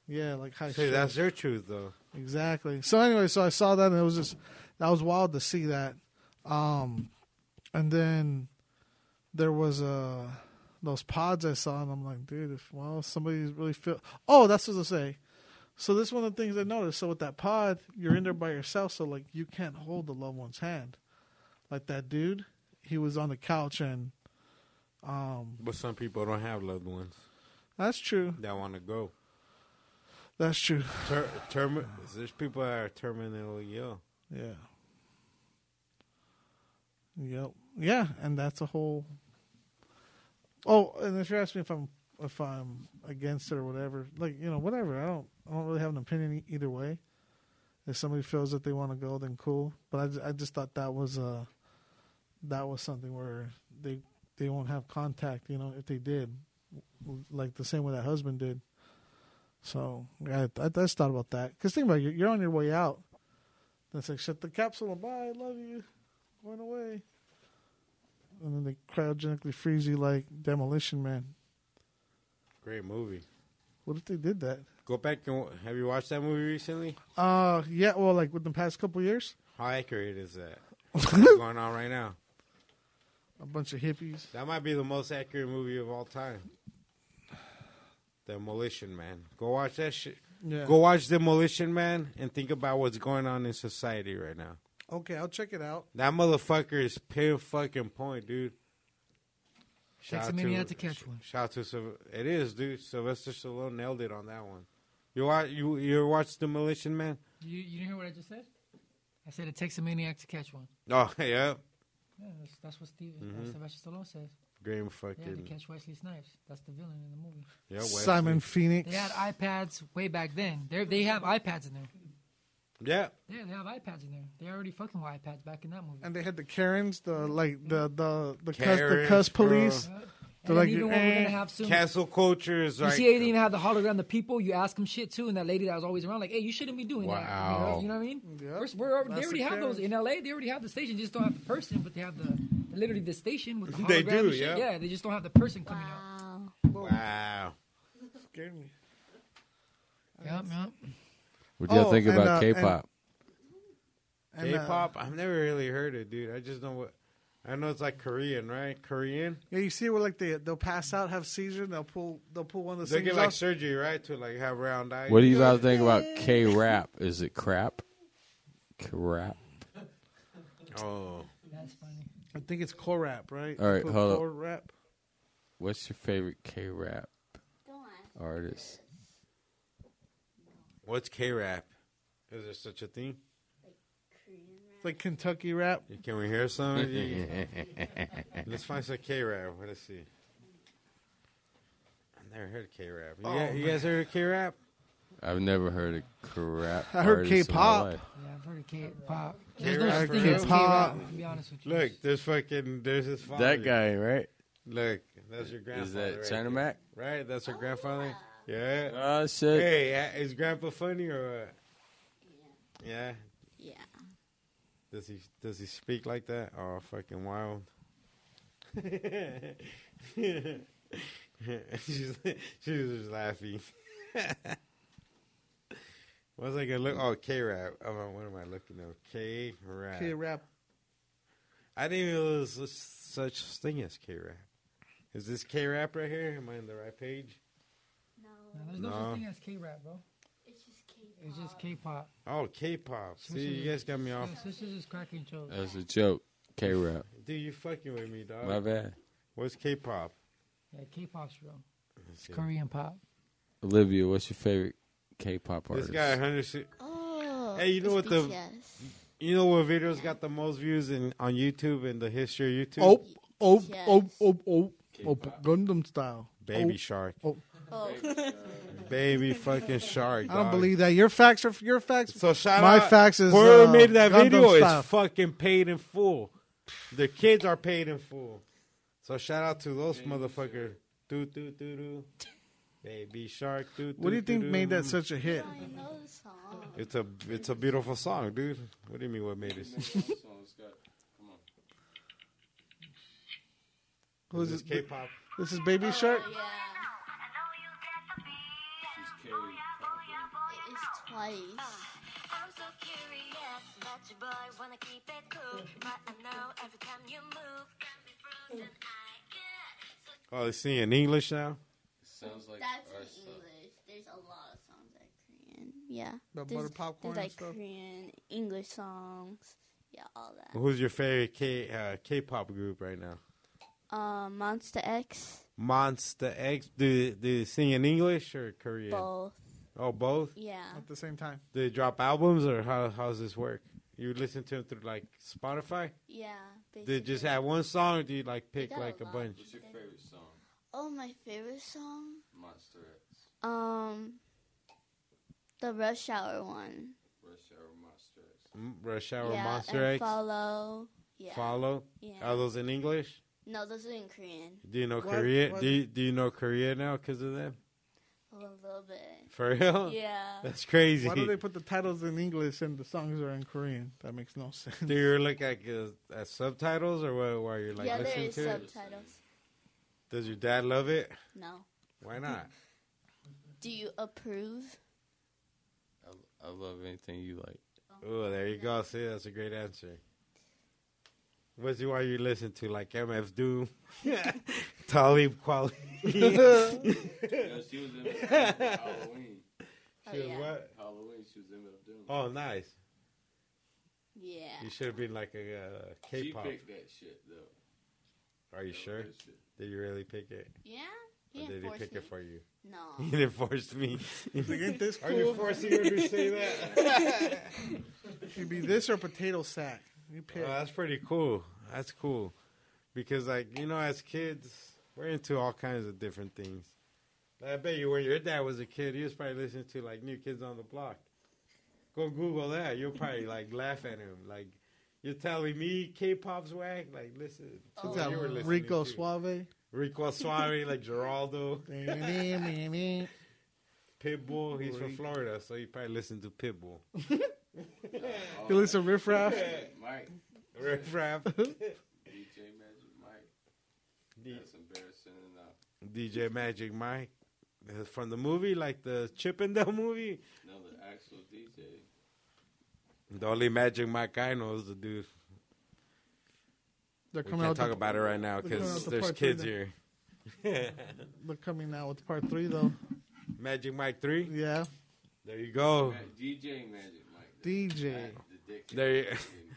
B: yeah, like high.
A: so that's their truth though
B: Exactly. So anyway, so I saw that and it was just that was wild to see that. Um and then there was uh those pods I saw and I'm like, dude, if well somebody's really feel Oh, that's what I say. So this is one of the things I noticed. So with that pod, you're in there by yourself, so like you can't hold the loved one's hand. Like that dude, he was on the couch and um
A: but some people don't have loved ones
B: that's true.
A: that want to go
B: That's true.
A: Ter- termi- there's people that are terminally ill
B: Yeah. Yep. Yeah, and that's a whole. Oh, and if you're asking me if I'm if I'm against it or whatever, like you know, whatever. I don't I don't really have an opinion e- either way. If somebody feels that they want to go, then cool. But I, ju- I just thought that was uh that was something where they they won't have contact. You know, if they did, W- like the same way that husband did. So yeah, I, I just thought about that because think about it, you're- you're on your way out. That's like shut the capsule and bye, love you, going away. And then they cryogenically freeze you like Demolition Man.
A: great movie
B: What if they did that?
A: go back and wa- have you watched that movie recently
B: Uh, yeah, well, like within the past couple years,
A: How accurate is that? What's going on right now?
B: a bunch of hippies.
A: That might be the most accurate movie of all time. Demolition Man. Go watch that shit.
B: Yeah.
A: Go watch Demolition Man and think about what's going on in society right now.
B: Okay, I'll check it out.
A: That motherfucker is pin fucking point, dude.
D: Takes a maniac to catch one.
A: Shout out to Syl- it is, dude. Sylvester Stallone nailed it on that one. You watch you you watched Demolition Man?
D: You you didn't hear what I just said? I said it takes a maniac to catch one.
A: Oh yeah,
D: Yeah, that's, that's what Steve,
A: Mhm.
D: that's Sylvester Stallone says.
A: Graham
D: Yeah, to
A: fucking
D: catch Wesley Snipes. That's the villain in the movie.
A: yeah.
B: Simon Phoenix.
D: They had iPads way back then. They they have iPads in there.
A: Yeah.
D: Yeah, they have iPads in there. They already fucking with iPads back in that movie.
B: And they had the Karens, the like the the the cuss, the
A: Karens,
B: cuss
A: bro.
B: police. "Eh."
D: And then even what we're gonna have soon.
A: "Eh, Cancel culture is
D: You
A: like. uh,
D: see, they even have the hologram, the people. You ask them shit too, and that lady that was always around, like, "Hey, you shouldn't be doing that." You know,
A: Wow.
D: you know what I mean? We're, we're already, they
A: That's
D: already
A: the
D: have those in LA. They already have the station, just don't have the person, but they have the literally the station with the hologram.
A: They do,
D: and shit.
A: yeah.
D: Yeah, they just don't have the person coming out.
A: wow.
B: Scared me.
D: Yep, yep.
S: What do y'all
A: Oh,
S: think
A: and,
S: about
A: uh, and-
S: K-pop?
B: And, uh,
A: K-pop. I've never really heard it, dude. I just know what. I know it's like Korean, right? Korean.
B: Yeah, you see where like they they'll pass out, have seizure, and they'll pull they'll pull one of the
A: They
B: singers
A: get like
B: off.
A: surgery, right, to like have round eyes.
S: What do you guys think about K-rap? Is it crap? Crap.
A: Oh,
D: that's funny.
B: I think it's Korap, right?
S: All right,
B: Put
S: hold up.
B: Korap.
S: What's your favorite K-rap artist?
A: What's K-rap? Is there such a thing?
B: It's like Kentucky rap.
A: Can we hear some? Let's find some K-rap. Let's see. I've never heard K-rap. You,
B: Oh,
A: guys, you guys heard of K-rap?
S: I've never heard of crap.
A: I heard
S: artist in my
A: K-pop.
S: life.
D: Yeah, I've heard of K-pop. There's no
A: K-rap.
D: such thing as K-pop. To be honest with you.
A: Look, there's fucking there's his father.
S: That guy, right?
A: Look, that's your grandfather.
S: Is that
A: right
S: China
A: there.
S: Mac?
A: Right, that's her grandfather. Yeah.
S: Oh, shit.
A: Hey, uh, is grandpa funny or what? Yeah.
T: Yeah.
A: Does he does he speak like that? Oh, fucking wild. she's she's just laughing. What's I gonna look? Oh, K rap. Oh, what am I looking up? K rap.
B: K rap.
A: I didn't even know there was such- such thing as K rap. Is this K rap right here? Am I on the right page?
D: No, there's no,
A: No.
D: such thing as K-rap, bro. It's just K-pop.
A: Oh, K-pop. See, you guys got me off.
D: This is just cracking jokes.
S: That's a joke. K-rap.
A: Dude, you fucking with me,
P: Uh,
A: dog.
S: My bad.
A: What's K-pop?
D: Yeah, K-pop's real.
A: It's
D: Korean pop.
S: Olivia, what's your favorite K-pop
A: This
S: artist?
A: guy, Hunter. Se- hey, you know what
T: it's
A: the?
T: BTS.
A: You know what videos got the most views in on YouTube in the history of YouTube?
B: Oh, oh, oh, oh, oh, oh, Gundam style.
A: Baby
B: Oh,
A: Shark.
B: Oh.
A: Baby fucking shark.
B: I don't
A: dog.
B: believe that. Your facts are your facts.
A: So shout
B: my
A: out.
B: facts is
A: whoever
B: uh,
A: made that
B: Gundam
A: video
B: style.
A: is fucking paid in full. Their kids are paid in full. So shout out to those motherfuckers. Do do do do. Baby shark. Do.
B: What do you think made that
A: doo.
B: such a hit?
A: It's a it's a beautiful song, dude. What do you mean? What made it? This
B: Who's
A: is
B: this?
A: K-pop.
B: This is Baby Shark.
T: It's twice.
A: Oh, they sing in English now.
S: Sounds like
T: That's in English. There's a lot of songs that are Korean. Yeah.
B: The
T: There's-
B: butter
T: there's,
B: popcorn and
T: like
B: stuff?
T: Korean English songs. Yeah, all that.
A: Who's your favorite K uh, K-pop group right now?
T: Um, Monster X.
A: Monster X. Do do they sing in English or Korean?
T: Both.
A: Oh, both.
T: Yeah.
B: At the same time.
A: Do they drop albums or how how's this work? You listen to them through like Spotify?
T: Yeah.
A: Do you just have one song or do you like pick
T: got a
A: like a
T: lot.
A: bunch?
T: What's
P: your favorite song?
T: Oh, my favorite song.
P: Monster X.
T: Um, the rush hour one.
P: Rush Hour Monster X.
A: M- Rush Hour
T: yeah,
A: Monster
T: and
A: X?
T: Follow. Yeah.
A: Follow?
T: Yeah.
A: Are those in English?
T: No, those are in Korean.
A: Do you know
T: What-
A: Korea?
T: what-
A: Do you, do you know Korea now because of them?
T: A little bit.
A: For real?
T: Yeah.
A: That's crazy.
B: Why do they put the titles in English and the songs are in Korean? That makes no sense.
A: Do you look at, uh, at subtitles or what, while you're like
T: yeah, there
A: listening
T: is
A: to it?
T: subtitles.
A: Does your dad love it?
T: No.
A: Why not?
T: Do you approve?
S: I love anything you like.
A: Oh, there you go. See, that's a great answer. What's why you listen to like MF Doom, Talib Kweli?
P: yeah, she was in it for Halloween.
A: She was what?
P: Halloween. She was in it doing.
A: Oh, nice.
T: Yeah.
A: You should have been like a uh,
P: She
A: K-pop.
P: picked that shit though.
A: Are you sure? Did you really pick it?
T: Yeah.
A: Or did he pick it for you?
T: No.
A: He didn't force me.
B: ain't this
A: Are you
B: cool?
A: forcing her to say that?
B: It'd be this or potato sack. You
A: Oh,
B: pick.
A: that's pretty cool. That's cool. Because, like, you know, as kids, we're into all kinds of different things. I bet you when your dad was a kid, he was probably listening to, like, New Kids on the Block. Go Google that. You'll probably, like, laugh at him. Like, you're telling me K pop's whack? Like, listen. To what
B: Is that
A: Oh, you were listening
B: Rico
A: to.
B: Suave?
A: Rico Swami, like Geraldo. Pitbull, he's from
B: Mm-hmm. Rico.
A: Florida, so he probably listened to Pitbull.
B: He looks a riff raff.
C: Mike.
A: Riff Raff.
C: DJ Magic Mike. That's embarrassing uh, enough.
A: DJ Magic Mike. uh, From the movie, like the Chippendale movie.
C: No, the actual DJ.
A: The only Magic Mike I know is the dude.
B: They're
A: we
B: coming
A: can't
B: out
A: talk
B: the-
A: about it right now
B: they're coming out
A: because
B: the
A: there's
B: part three
A: kids
B: then.
A: here.
B: They're coming out with part three though.
A: Magic Mike 3?
B: Yeah.
A: There you go.
C: Ma- DJ Magic Mike.
B: DJ.
A: There you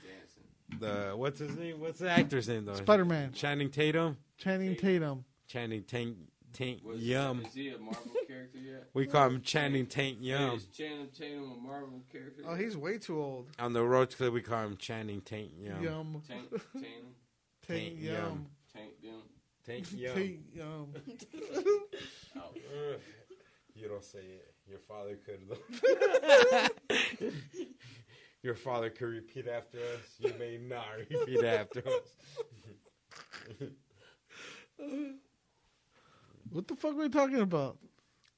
A: The what's his name? What's the actor's name though?
B: Spider-Man.
A: Channing Tatum.
B: Channing Tatum.
A: Channing Tank Tank Yum.
C: Is he a Marvel character yet?
A: Um, We call him Channing Tank
C: Yeah.
A: Yum.
C: Is Channing Tatum a Marvel character?
B: Oh, he's way too old.
A: On the road clip, we call him Channing Tank Yum.
B: Yum.
C: Tank, Tatum.
B: Tank
A: Tank
B: Yum.
A: Yum.
C: Tank them.
A: Tank Oh. Yum.
B: Tank Yum.
C: Out.
A: You don't say it. Your father could. though. Your father could repeat after us. You may not repeat after us.
B: What the fuck are we talking about?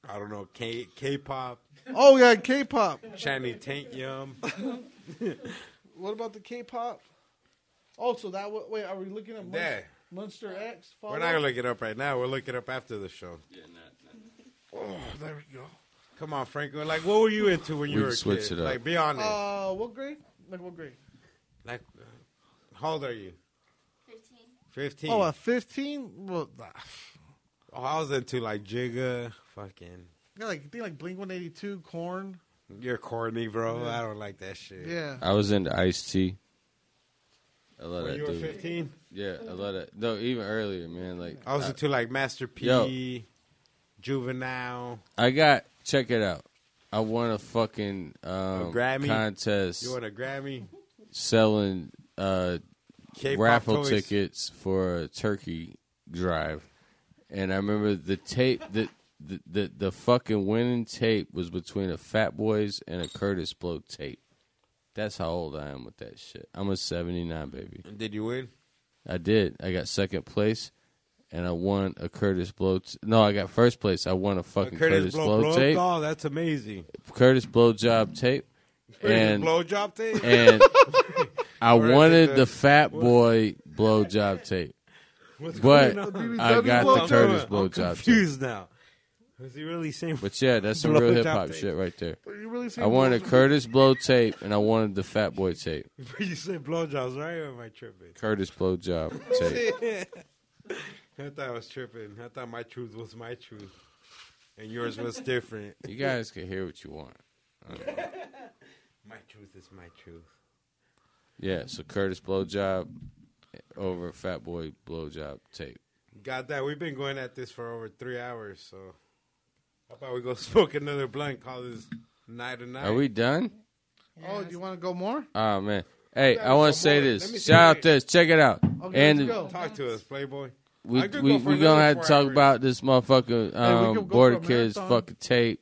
A: I don't know. K K-pop.
B: Oh yeah, K-pop.
A: Channing Tank Yum.
B: What about the K-pop? Oh, so that wa- wait, are we looking at
A: Yeah.
B: Monster, Monster X?
A: We're not
B: follow-up?
A: gonna look it up right now. We'll look it up after the show.
C: Yeah, not, not.
B: Oh, there we go.
A: Come on, Franco. Like, what were you into when you
C: We
A: were a
C: can switch
A: kid?
C: it up.
A: Like, be honest.
B: Uh, what grade? Like what grade?
A: like, uh, how old are you? Fifteen. Fifteen.
B: Oh, at fifteen. Well, ah, nah.
A: Oh, I was into like Jigga. Fucking,
B: yeah, like think like Blink One Eighty Two, Corn.
A: you're corny, bro.
B: Yeah.
A: I don't like that shit.
B: Yeah.
C: I was into Ice T. I love
A: When
C: that
A: you were
C: dude.
A: 15?
C: Yeah, I love that. uh, No, even earlier, man. Like
A: I was into like Master P,
C: Yo.
A: Juvenile.
C: I got check it out. I won a fucking um,
A: a Grammy
C: contest
A: You want a Grammy?
C: selling uh,
A: K-pop
C: raffle
A: toys.
C: tickets for a turkey drive, and I remember the tape that. The, the the fucking winning tape was between a Fat Boys and a Curtis Blow tape. That's how old I am with that shit. I'm a 79 baby.
A: Did you win?
C: I did. I got second place, and I won a Curtis Blow. T- no, I got first place. I won a fucking Curtis, Blow, tape.
A: Oh, that's amazing.
C: Curtis blowjob tape.
A: Curtis
C: and
A: blowjob tape?
C: And I
A: Or is it
C: wanted
A: the-
C: the Fat Boy blowjob tape.
A: What's
C: but
A: going on?
C: I
A: DBW
C: got the
A: blowjob?
C: Curtis
A: I'm
C: blowjob
A: confused
C: tape.
A: now. Was he really saying?
C: But yeah, that's some real
A: Blowjob
C: hip hop
A: tape.
C: shit right there.
A: Are you really saying
C: I wanted
A: blowjob?
C: a Curtis blow tape and I wanted the Fat Boy tape.
A: you said blowjobs, right? Or am I tripping?
C: Curtis blowjob tape.
A: I thought I was tripping. I thought my truth was my truth, and yours was different.
C: You guys can hear what you want.
A: my truth is my truth.
C: Yeah, so Curtis blowjob over Fat Boy blowjob tape.
A: God damn, we've been going at this for over three hours. So how about we go smoke another blunt? Call this night a night.
C: Are we done?
B: Oh, do you want to go more?
C: Oh man. Hey,
A: That
C: I
A: was
C: want
A: some
C: to say
A: more. Let me
C: this.
A: see
C: Shout
A: it.
C: out this. Check it out.
A: Okay,
C: and
A: let's go. Talk to us, Playboy.
C: we
A: I could
C: we
A: go for
C: we
A: another
C: gonna have to
A: four
C: talk
A: hours.
C: about this motherfucking
A: Hey, we
C: um,
A: could go
C: border
A: for a
C: kids
A: marathon.
C: fucking tape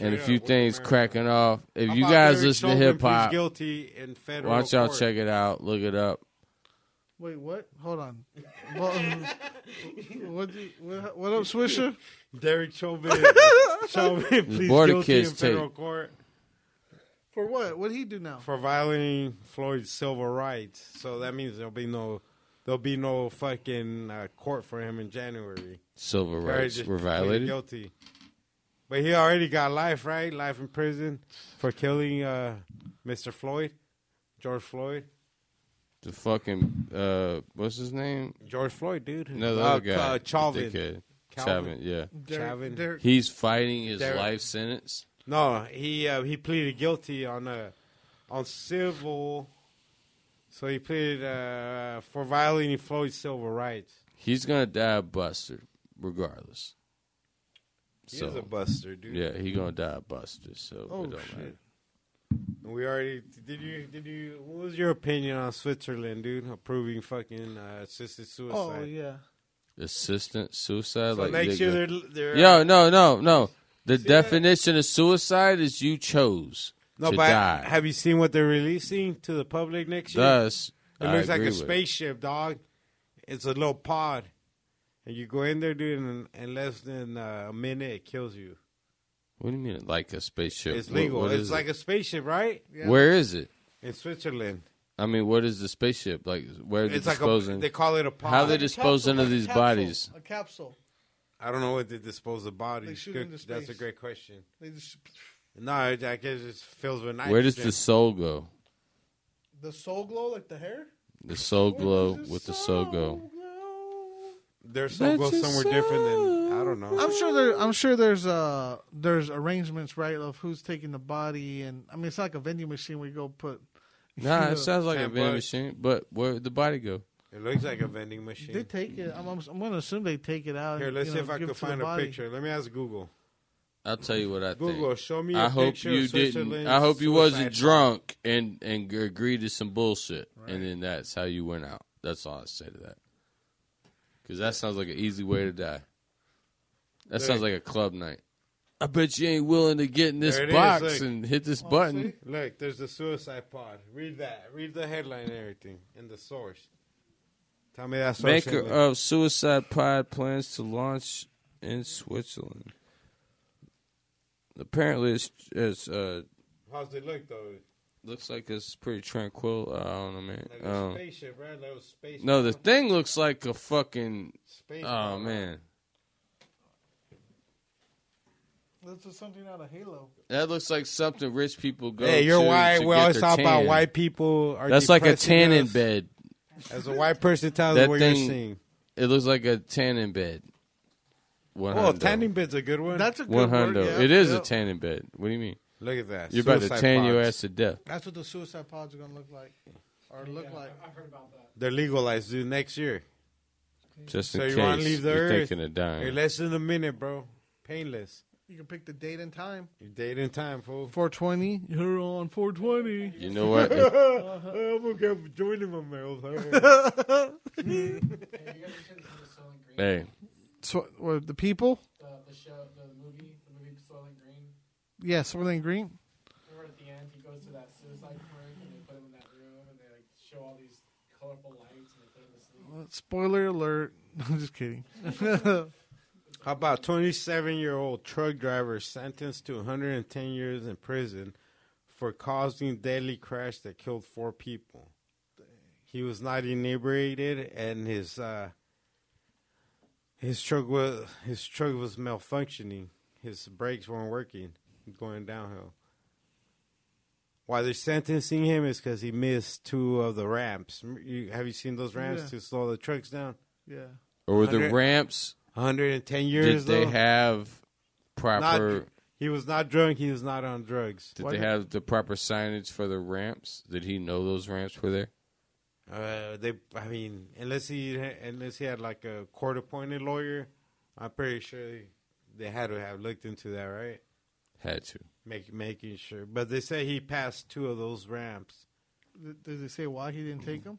C: and a
A: up,
C: few
A: we're
C: things cracking off. If
A: How
C: you
A: about
C: guys
A: Derek
C: listen to
A: Chauvin
C: hip hop,
A: pleads guilty in federal
C: watch y'all
A: court?
C: check it out, look it up.
B: Wait, what? Hold on. what, what, do you- what, what up, Swisher?
A: Derek Chauvin. Chauvin pleads
C: border
A: guilty
C: kids
A: in federal
C: tape.
A: court
B: For what? What would he do now?
A: for violating Floyd's civil rights. So that means there'll be no, there'll be no fucking uh, court for him in January.
C: Civil
A: He already
C: rights
A: just
C: were
A: pleaded
C: violated.
A: Guilty. But he already got life, right? Life in prison for killing uh, Mr. Floyd, George Floyd.
C: The fucking uh, what's his name?
A: George Floyd, dude.
C: No, the
A: Uh,
C: other guy,
A: uh,
C: the
A: Chauvin.
C: dickhead.
A: Calvin.
C: Chavin, yeah.
A: Derek- Chavin. Derek-
C: He's fighting his
A: Derek-
C: life sentence.
A: No, he uh, he pleaded guilty on uh, on civil. So he pleaded uh, for violating Floyd's civil rights.
C: He's gonna die a buster, regardless.
A: He is a buster, dude.
C: Yeah, he gonna die a buster. So
A: Oh,
C: it don't
A: shit.
C: matter.
A: We already did you did you what was your opinion on Switzerland, dude? Approving fucking uh, assisted suicide.
B: Oh yeah.
C: Assistant suicide.
A: So
C: like
A: next
C: nigga.
A: year they're- they're,
C: Yo,
A: uh,
C: no, no, no. The definition of suicide is you chose
A: No,
C: to
A: but
C: die.
A: have you seen what they're releasing to the public next year?
C: Thus,
A: it
C: I
A: looks like
C: agree
A: a
C: with it.
A: spaceship, dog. It's a little pod, And you go in there, dude, and in less than uh, a minute, it kills you.
C: What do you mean, like a spaceship?
A: It's
C: What-
A: legal.
C: what
A: it's
C: is
A: like
C: it?
A: a spaceship, right?
C: Where is it?
A: In Switzerland.
C: I mean, what is the spaceship like? Where are they
A: It's like a-
C: disposing?
A: they call it a pod.
C: How
A: Like
C: they
A: a
C: disposing
A: capsule,
C: of
A: like a
C: these
A: capsule.
C: bodies?
B: A capsule.
A: I don't know what they dispose of bodies.
B: They shoot
A: Good-
B: into space.
A: That's a great question.
B: They just,
A: No, I I guess it fills with nitrogen.
C: Where does the soul go?
B: the soul glow, like the hair.
C: The soul glow with the soul go.
A: Their soul goes somewhere different than I don't know.
B: I'm sure there. I'm sure there's uh there's arrangements right of who's taking the body, and I mean it's like a vending machine where you go put. you
C: Nah,
B: shoot
C: it
B: a-
C: sounds like a
A: Ten
C: vending
A: bucks.
C: machine, but where would the body go?
A: It looks like a vending machine.
B: They take it. I'm, I'm, I'm gonna assume they take it out.
A: Here,
B: and,
A: let's
B: you
A: see
B: know,
A: if I
B: give
A: can
B: it to the
A: find a
B: body.
A: picture. Let me ask Google.
C: I'll tell you what I think.
A: Google, show me
C: I
A: a
C: hope
A: picture
C: you
A: of
C: didn't.
A: Switzerland's
C: I hope you wasn't
A: suicide
C: drunk and and g- agreed to some bullshit, and then that's how you went out. That's all I say to that. Because that sounds like an easy way to die. That sounds like a club night. I bet you ain't willing to get in this
A: There it is,
C: box
A: look.
C: and hit this
B: Oh,
C: button.
A: Look, there's the suicide pod. Read that. Read the headline and everything and the source. Tell me that source.
C: Maker
A: ain't-
C: of Suicide Pod plans to launch in Switzerland. Apparently, it's, it's uh,
A: How's it look though?
C: looks like it's pretty tranquil. Uh, I don't know, man.
A: Like a
C: Um,
A: spaceship, right? Like a spaceship.
C: no, the thing looks like a fucking.
A: Space
C: oh
A: pod.
C: man,
B: That's just something out of Halo.
C: that looks like something rich people go.
A: Hey, you're
C: to
A: white.
C: to
A: We
C: get
A: always
C: their
A: talk about
C: tan.
A: white people are
C: That's like a
A: depressing
C: tan in
A: us.
C: bed.
A: As a white person, tell us
C: That
A: what
C: thing,
A: you're seeing.
C: it looks like a tan in bed. One
A: Oh,
C: hundo.
A: tanning bed's a good one. That's a
C: One hundo. it is a tan in bed. What do you mean?
A: Look at that.
C: You're about to
A: Suicide
C: tan your
A: pods.
C: ass to death.
B: That's what the suicide pods are gonna look like, or look like. I heard about that.
A: They're legalized, dude. Next year.
C: Just
A: so
C: in
A: you wanna
C: case
A: leave the
C: you're
A: earth?
C: thinking of dying.
A: You're less than a minute, bro. Painless.
B: You can pick the date and time.
A: You're date and time, fool.
B: 420. You're on 420.
C: You know what?
A: I'm okay with joining my male.
C: Hey,
B: So, or the people?
J: The show, the movie, the movie Soylent Green.
B: Yes, were they in green?
J: Remember at the end, he goes to that suicide clinic and they put him in that room and they like show all these colorful lights and they put him to sleep.
B: Well, spoiler alert. I'm just kidding.
A: How about 27 year old truck driver sentenced to 110 years in prison for causing deadly crash that killed four people? He was not inebriated, and his uh, his truck was his truck was malfunctioning. His brakes weren't working, going downhill. Why they're sentencing him is because he missed two of the ramps. You, have you seen those ramps
B: Yeah.
A: to slow the trucks down?
B: Yeah.
C: Or were the
A: 100
C: ramps?
A: 110 years.
C: Did they
A: though?
C: have proper?
A: Not- he was not drunk. He was not on drugs.
C: did they have the proper signage for the ramps? Did he know those ramps were there?
A: Uh, they. I mean, unless he unless he had like a court appointed lawyer, I'm pretty sure they had to have looked into that, right?
C: Had to.
A: Make, making sure, but they say he passed two of those ramps.
B: Did- Did they say why he didn't take them?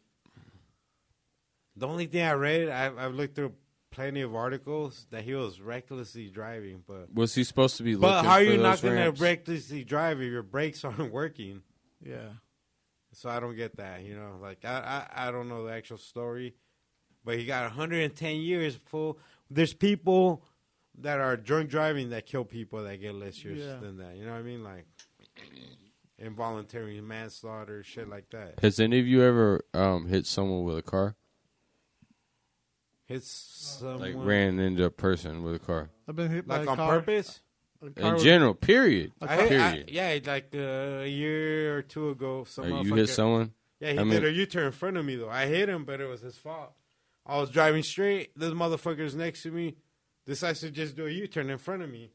A: The only thing I read, I've, I've looked through plenty of articles that he was recklessly driving, but
C: Was he supposed to be
A: But
C: looking
A: how are
C: for
A: you not
C: those
A: going to
C: ramps?
A: recklessly drive if your brakes aren't working?
B: Yeah.
A: So I don't get that, you know. Like I, I, I don't know the actual story, but he got 110 years full. There's people that are drunk driving that kill people that get less years
B: Yeah.
A: than that. You know what I mean? Like involuntary manslaughter, shit like that.
C: Has any of you ever um, hit someone with a car?
A: It's someone
C: Like ran into a person with a car?
B: I've been hit
A: like
B: by a
A: on
B: car. Uh,
A: purpose.
B: A car
C: In
B: was-
C: general, period.
A: I, I-
C: period.
A: yeah, like uh, a year or two ago, some
C: Uh, you hit
A: motherfucker-
C: someone?
A: Yeah, he
C: I
A: did
C: mean-
A: a U turn in front of me though. I hit him, but it was his fault. I was driving straight. This motherfucker's next to me. Decides to just do a U turn in front of me.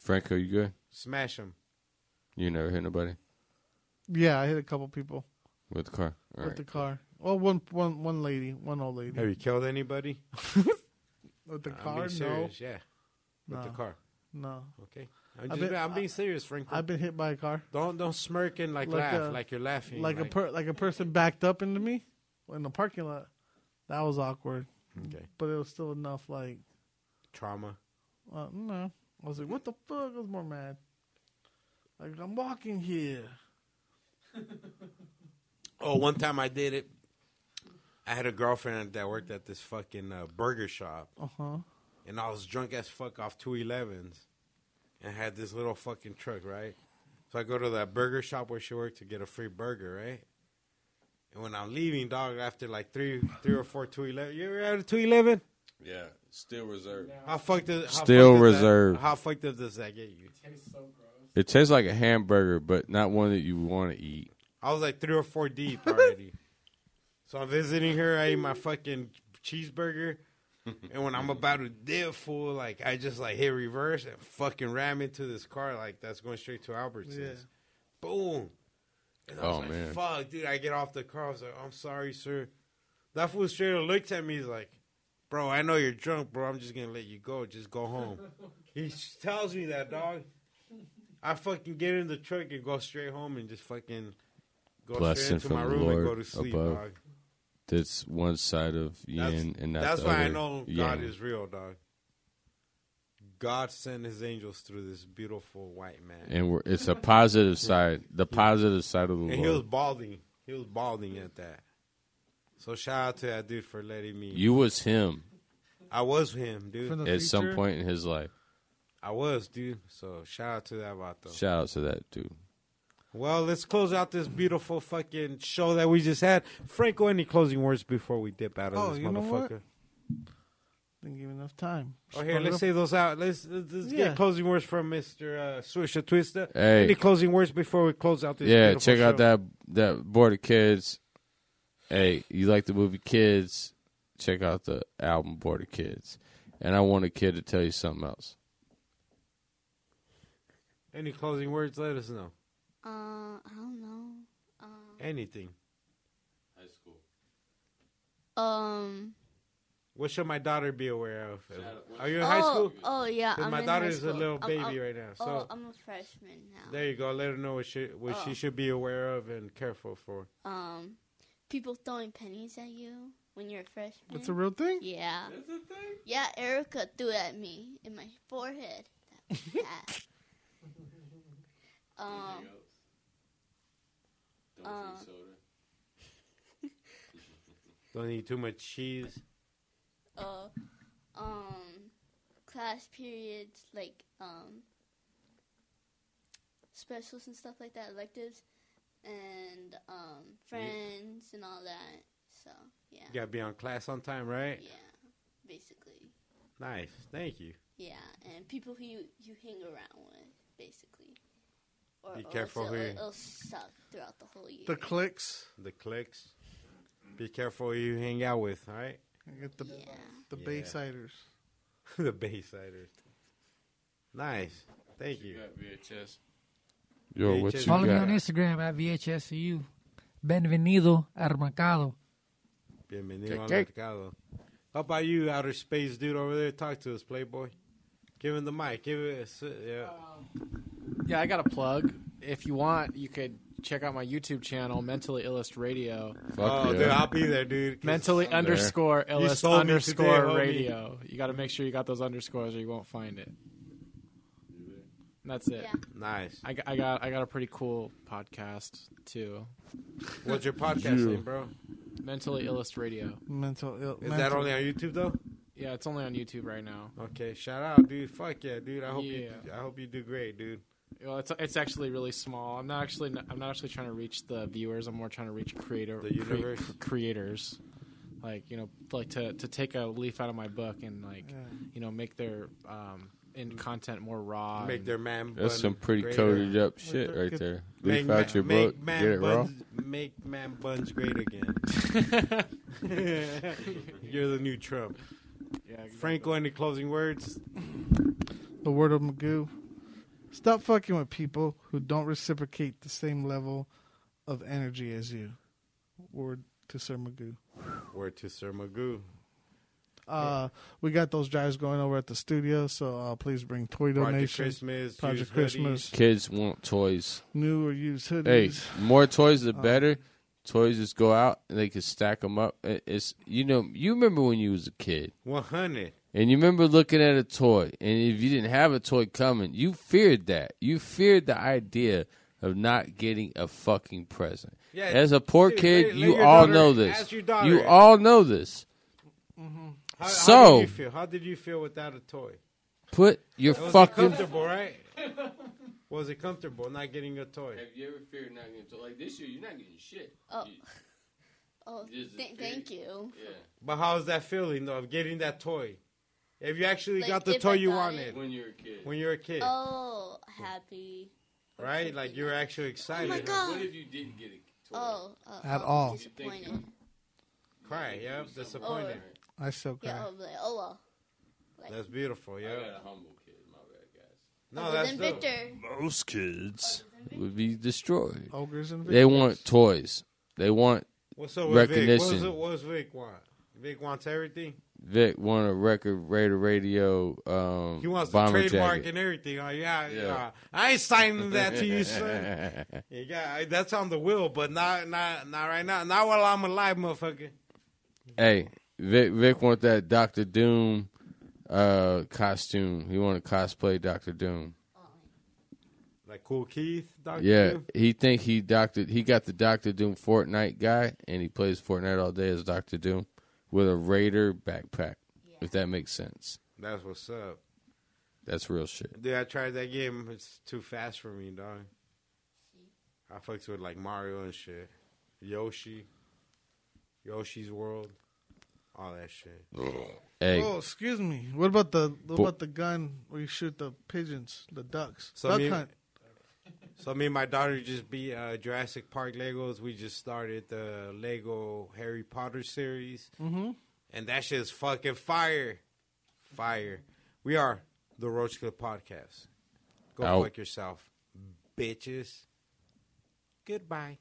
C: Franco, you good?
A: Smash him.
C: You never hit nobody
B: Yeah, I hit a couple people
C: with a car. All
B: with
C: right.
B: the car. Well, one, one, one lady, one old lady.
A: Have you killed anybody?
B: With the
A: I'm
B: car?
A: being serious, yeah. With the
B: No.
A: car.
B: No.
A: Okay.
B: I've
A: I'm, just,
B: been-
A: I'm being serious, Franco.
B: no. I've been hit by a car. uh,
A: don't don't smirk and like, laugh, like you're laughing.
B: Like, a per, like a person backed up into me in the parking lot. That was awkward.
A: Okay.
B: But it was still enough. Like
A: trauma.
B: uh, no, I was like, what the fuck? I was more mad. Like I'm walking here.
A: Oh, one time I did it. I had a girlfriend that worked at this fucking uh, burger shop.
B: Uh-huh.
A: And I was drunk as fuck off two 11s and had this little fucking truck, right? So I go to that burger shop where she worked to get a free burger, right? And when I'm leaving, dog, after like three, three or four 211, you ever had a 211?
C: Yeah, still reserved.
A: How fucked is how
C: Still
A: fucked is that-
C: reserved.
A: how fucked up does that get you?
C: It tastes like a hamburger, but not one that you want to eat.
A: I was like three or four deep already. so I'm visiting her. I ate my fucking cheeseburger, and when I'm about to dip full, like I just like hit reverse and fucking ram into this car like that's going straight to Albertsons.
B: Yeah.
A: Boom. And I was
C: Oh,
A: like,
C: man.
A: fuck, dude. I get off the car. I was like, I'm sorry, sir. That fool straight up looked at me. He's like, bro, I know you're drunk, bro. I'm just gonna let you go. Just go home. he tells me that, dog. I fucking get in the truck and go straight home and just fucking go
C: Blessing
A: straight into
C: from
A: my
C: the
A: room and go
C: Lord
A: to sleep,
C: above.
A: dog.
C: That's one side of yin and not
A: That's
C: the
A: why
C: other.
A: I know
C: yang.
A: God is real, dog. God sent his angels through this beautiful white man.
C: and we're, it's a positive side, the positive side of the
A: And he was
C: Lord.
A: balding. He was balding at that. So shout out to that dude for letting me.
C: You was him
A: I was him, dude.
C: at some point in his life.
A: I was, dude. So shout out to that vato.
C: Shout out to that dude.
A: Well, let's close out this beautiful fucking show that we just had. Franco, any closing words before we dip out of
B: Oh,
A: this
B: you know what?
A: motherfucker?
B: Didn't give enough time.
A: Oh, here, let's say those out. Let's, let's, let's
B: Yeah.
A: get closing words from Mr. Uh, Swisher Twista.
C: Hey.
A: Any closing words before we close out this
C: yeah,
A: beautiful
C: check out
A: show?
C: that that board of kids. Hey, you like the movie Kids? Check out the album Board of Kids. And I want a kid to tell you something else.
A: Any closing words? Let us know.
T: Uh, I don't know. Um,
A: Anything.
C: High school.
T: um
A: What should my daughter be aware of? Are you in
T: oh,
A: high school?
T: Oh yeah,
A: 'Cause
T: I'm
A: my
T: in
A: daughter
T: high
A: is a
T: school.
A: little
T: I'm-
A: baby
T: I'm-
A: right now. So
T: Oh, I'm a freshman now.
A: there you go. Let her know what she what
T: Oh.
A: she should be aware of and careful for.
T: Um, people throwing pennies at you when you're a freshman.
B: That's a real thing?
T: Yeah. That's a thing. Yeah, Erica threw it at me in my forehead. That- that. um. um,
A: Don't eat too much cheese.
T: uh, um, class periods, like, um, specials and stuff like that, electives, and, um, friends and all that. So, yeah,
A: You gotta be on class on time, right?
T: basically.
A: Nice. Thank you.
T: Yeah, and people who you, you hang around with, basically. Or
A: Be
T: else
A: careful who
T: it'll,
A: you-
T: it'll suck throughout the whole year.
B: The clicks.
A: The clicks. Be careful who you hang out with, all right?
B: I get the the
A: Yeah.
B: Baysiders.
A: the Baysiders. Nice. Thank you.
C: Yo, what
A: VHS.
C: you
D: Follow me on
C: got?
D: Instagram at VHSCU. Benvenido al mercado.
A: Bienvenido al
D: Okay.
A: mercado. How about you, outer space dude over there? Talk to us, Playboy. Give him the mic. Give it. A, s- yeah.
J: Yeah, I got a plug. If you want, you could check out my YouTube channel, Mentally Illust Radio.
A: Fuck Oh, yeah. dude, I'll be there, dude, 'cause
J: Mentally
A: I'm there.
J: underscore
A: You
J: illust
A: sold me
J: underscore
A: today, homie.
J: radio. You got to make sure you got those underscores, or you won't find it. And that's it.
A: Nice.
J: I, got- I got I got a pretty cool podcast too.
A: What's your podcast
J: Yeah.
A: name, bro?
J: Mentally Illust Radio.
B: Mental ill.
A: Oh. Is that only on YouTube though?
J: Yeah, it's only on YouTube right now.
A: Okay, shout out, dude. Fuck yeah, dude. I hope you.
J: Yeah.
A: Do, I hope you do great, dude.
J: Well, it's it's actually really small. I'm not actually I'm not actually trying to reach the viewers. I'm more trying to reach creator
A: The universe.
J: creators, like you know, like to to take a leaf out of my book and like
A: Yeah.
J: you know make their um in content more raw.
A: Make
J: and-
A: their man.
C: That's
A: bun
C: some pretty
A: greater.
C: coded up shit right there. Leaf
A: man-
C: out your book,
A: man
C: get it raw.
A: buns, Make man buns great again. You're the new Trump.
J: Yeah,
A: Franco, any closing words?
B: The word of Magoo. Stop fucking with people who don't reciprocate the same level of energy as you. Word to Sir Magoo.
A: Word to Sir Magoo.
B: Uh, we got those drives going over at the studio, so uh, please bring toy
A: Project
B: donations.
A: Christmas, used
B: Project
A: hoodies.
B: Christmas,
C: Kids want toys.
B: new or used hoodies.
C: Hey, more toys
A: Uh,
C: the better. Toys just go out and they can stack them up. It- It's you know you remember when you was a kid
A: 100.
C: and you remember looking at a toy and if you didn't have a toy coming, you feared that. You feared the idea of not getting a fucking present.
A: Yeah,
C: As a poor
A: dude,
C: kid,
A: let- let
C: you
A: your
C: all
A: daughter
C: know this.
A: ask your daughter. Mm-hmm.
C: You all know this.
A: How, how
C: so
A: did you feel? How did you feel without a toy?
C: put your
A: was It
C: fucking
A: comfortable, right? Was it comfortable not getting a toy?
C: Have you ever feared not getting told? Like this year, you're not getting shit.
T: Oh,
C: You-
T: oh,
C: This is
T: th-
C: very-
T: thank you.
A: But how's that feeling though of getting that toy? If you actually
T: Like,
A: got the
T: if
A: toy
T: I
A: you
T: got
A: wanted
T: it.
C: When you're a kid.
A: When you're a kid,
T: Oh, happy.
A: right? Like you're actually excited.
T: Oh my God.
C: What if you didn't get a toy?
T: Oh, uh,
B: At
T: oh,
B: all.
T: Disappointed.
A: Cry, yeah, disappointed.
B: I still cry.
T: Yeah, oh, like, oh well.
A: That's beautiful, yeah.
C: got a humble kid, my bad guys.
A: No,
T: Other
A: that's
T: than
A: dope.
T: Victor.
C: Most kids would be destroyed.
B: Ogres and
C: They
B: victors.
C: want toys. They want
A: What's up with
C: recognition.
A: Vic? What's, up- what's Vic want? Vic wants everything.
C: Vic won a record Raider Radio. Um,
A: He wants
C: bomber
A: the trademark
C: jacket.
A: and everything. Oh, yeah,
C: Yeah.
A: yeah, I ain't signing that to you, son. You got I- that's on the will, but not not not right now. Not while I'm alive, motherfucker.
C: Hey, Vic, Vic want that Doctor Doom uh, costume. He want to cosplay Doctor Doom.
A: Like cool Keith, Dr.
C: yeah,
A: Doom.
C: he think he Doctor. He got the Doctor Doom Fortnite guy, and he plays Fortnite all day as Doctor Doom with a Raider backpack. If that makes sense,
A: That's what's up.
C: that's real shit.
A: Dude, I tried that game. It's too fast for me, dog. I fucks with like Mario and shit. Yoshi. Yoshi's World. All that shit.
C: Hey.
B: Oh, excuse me. What about the what
A: Bo-
B: about the gun where you shoot the pigeons, the ducks,
A: So
B: duck
A: me,
B: hunt?
A: So me and my daughter just be uh, Jurassic Park Legos. We just started the Lego Harry Potter series,
B: Mhm.
A: and that shit's fucking fire, fire. We are the Roach Clip Podcast. Go
C: Out.
A: fuck yourself, bitches. Goodbye.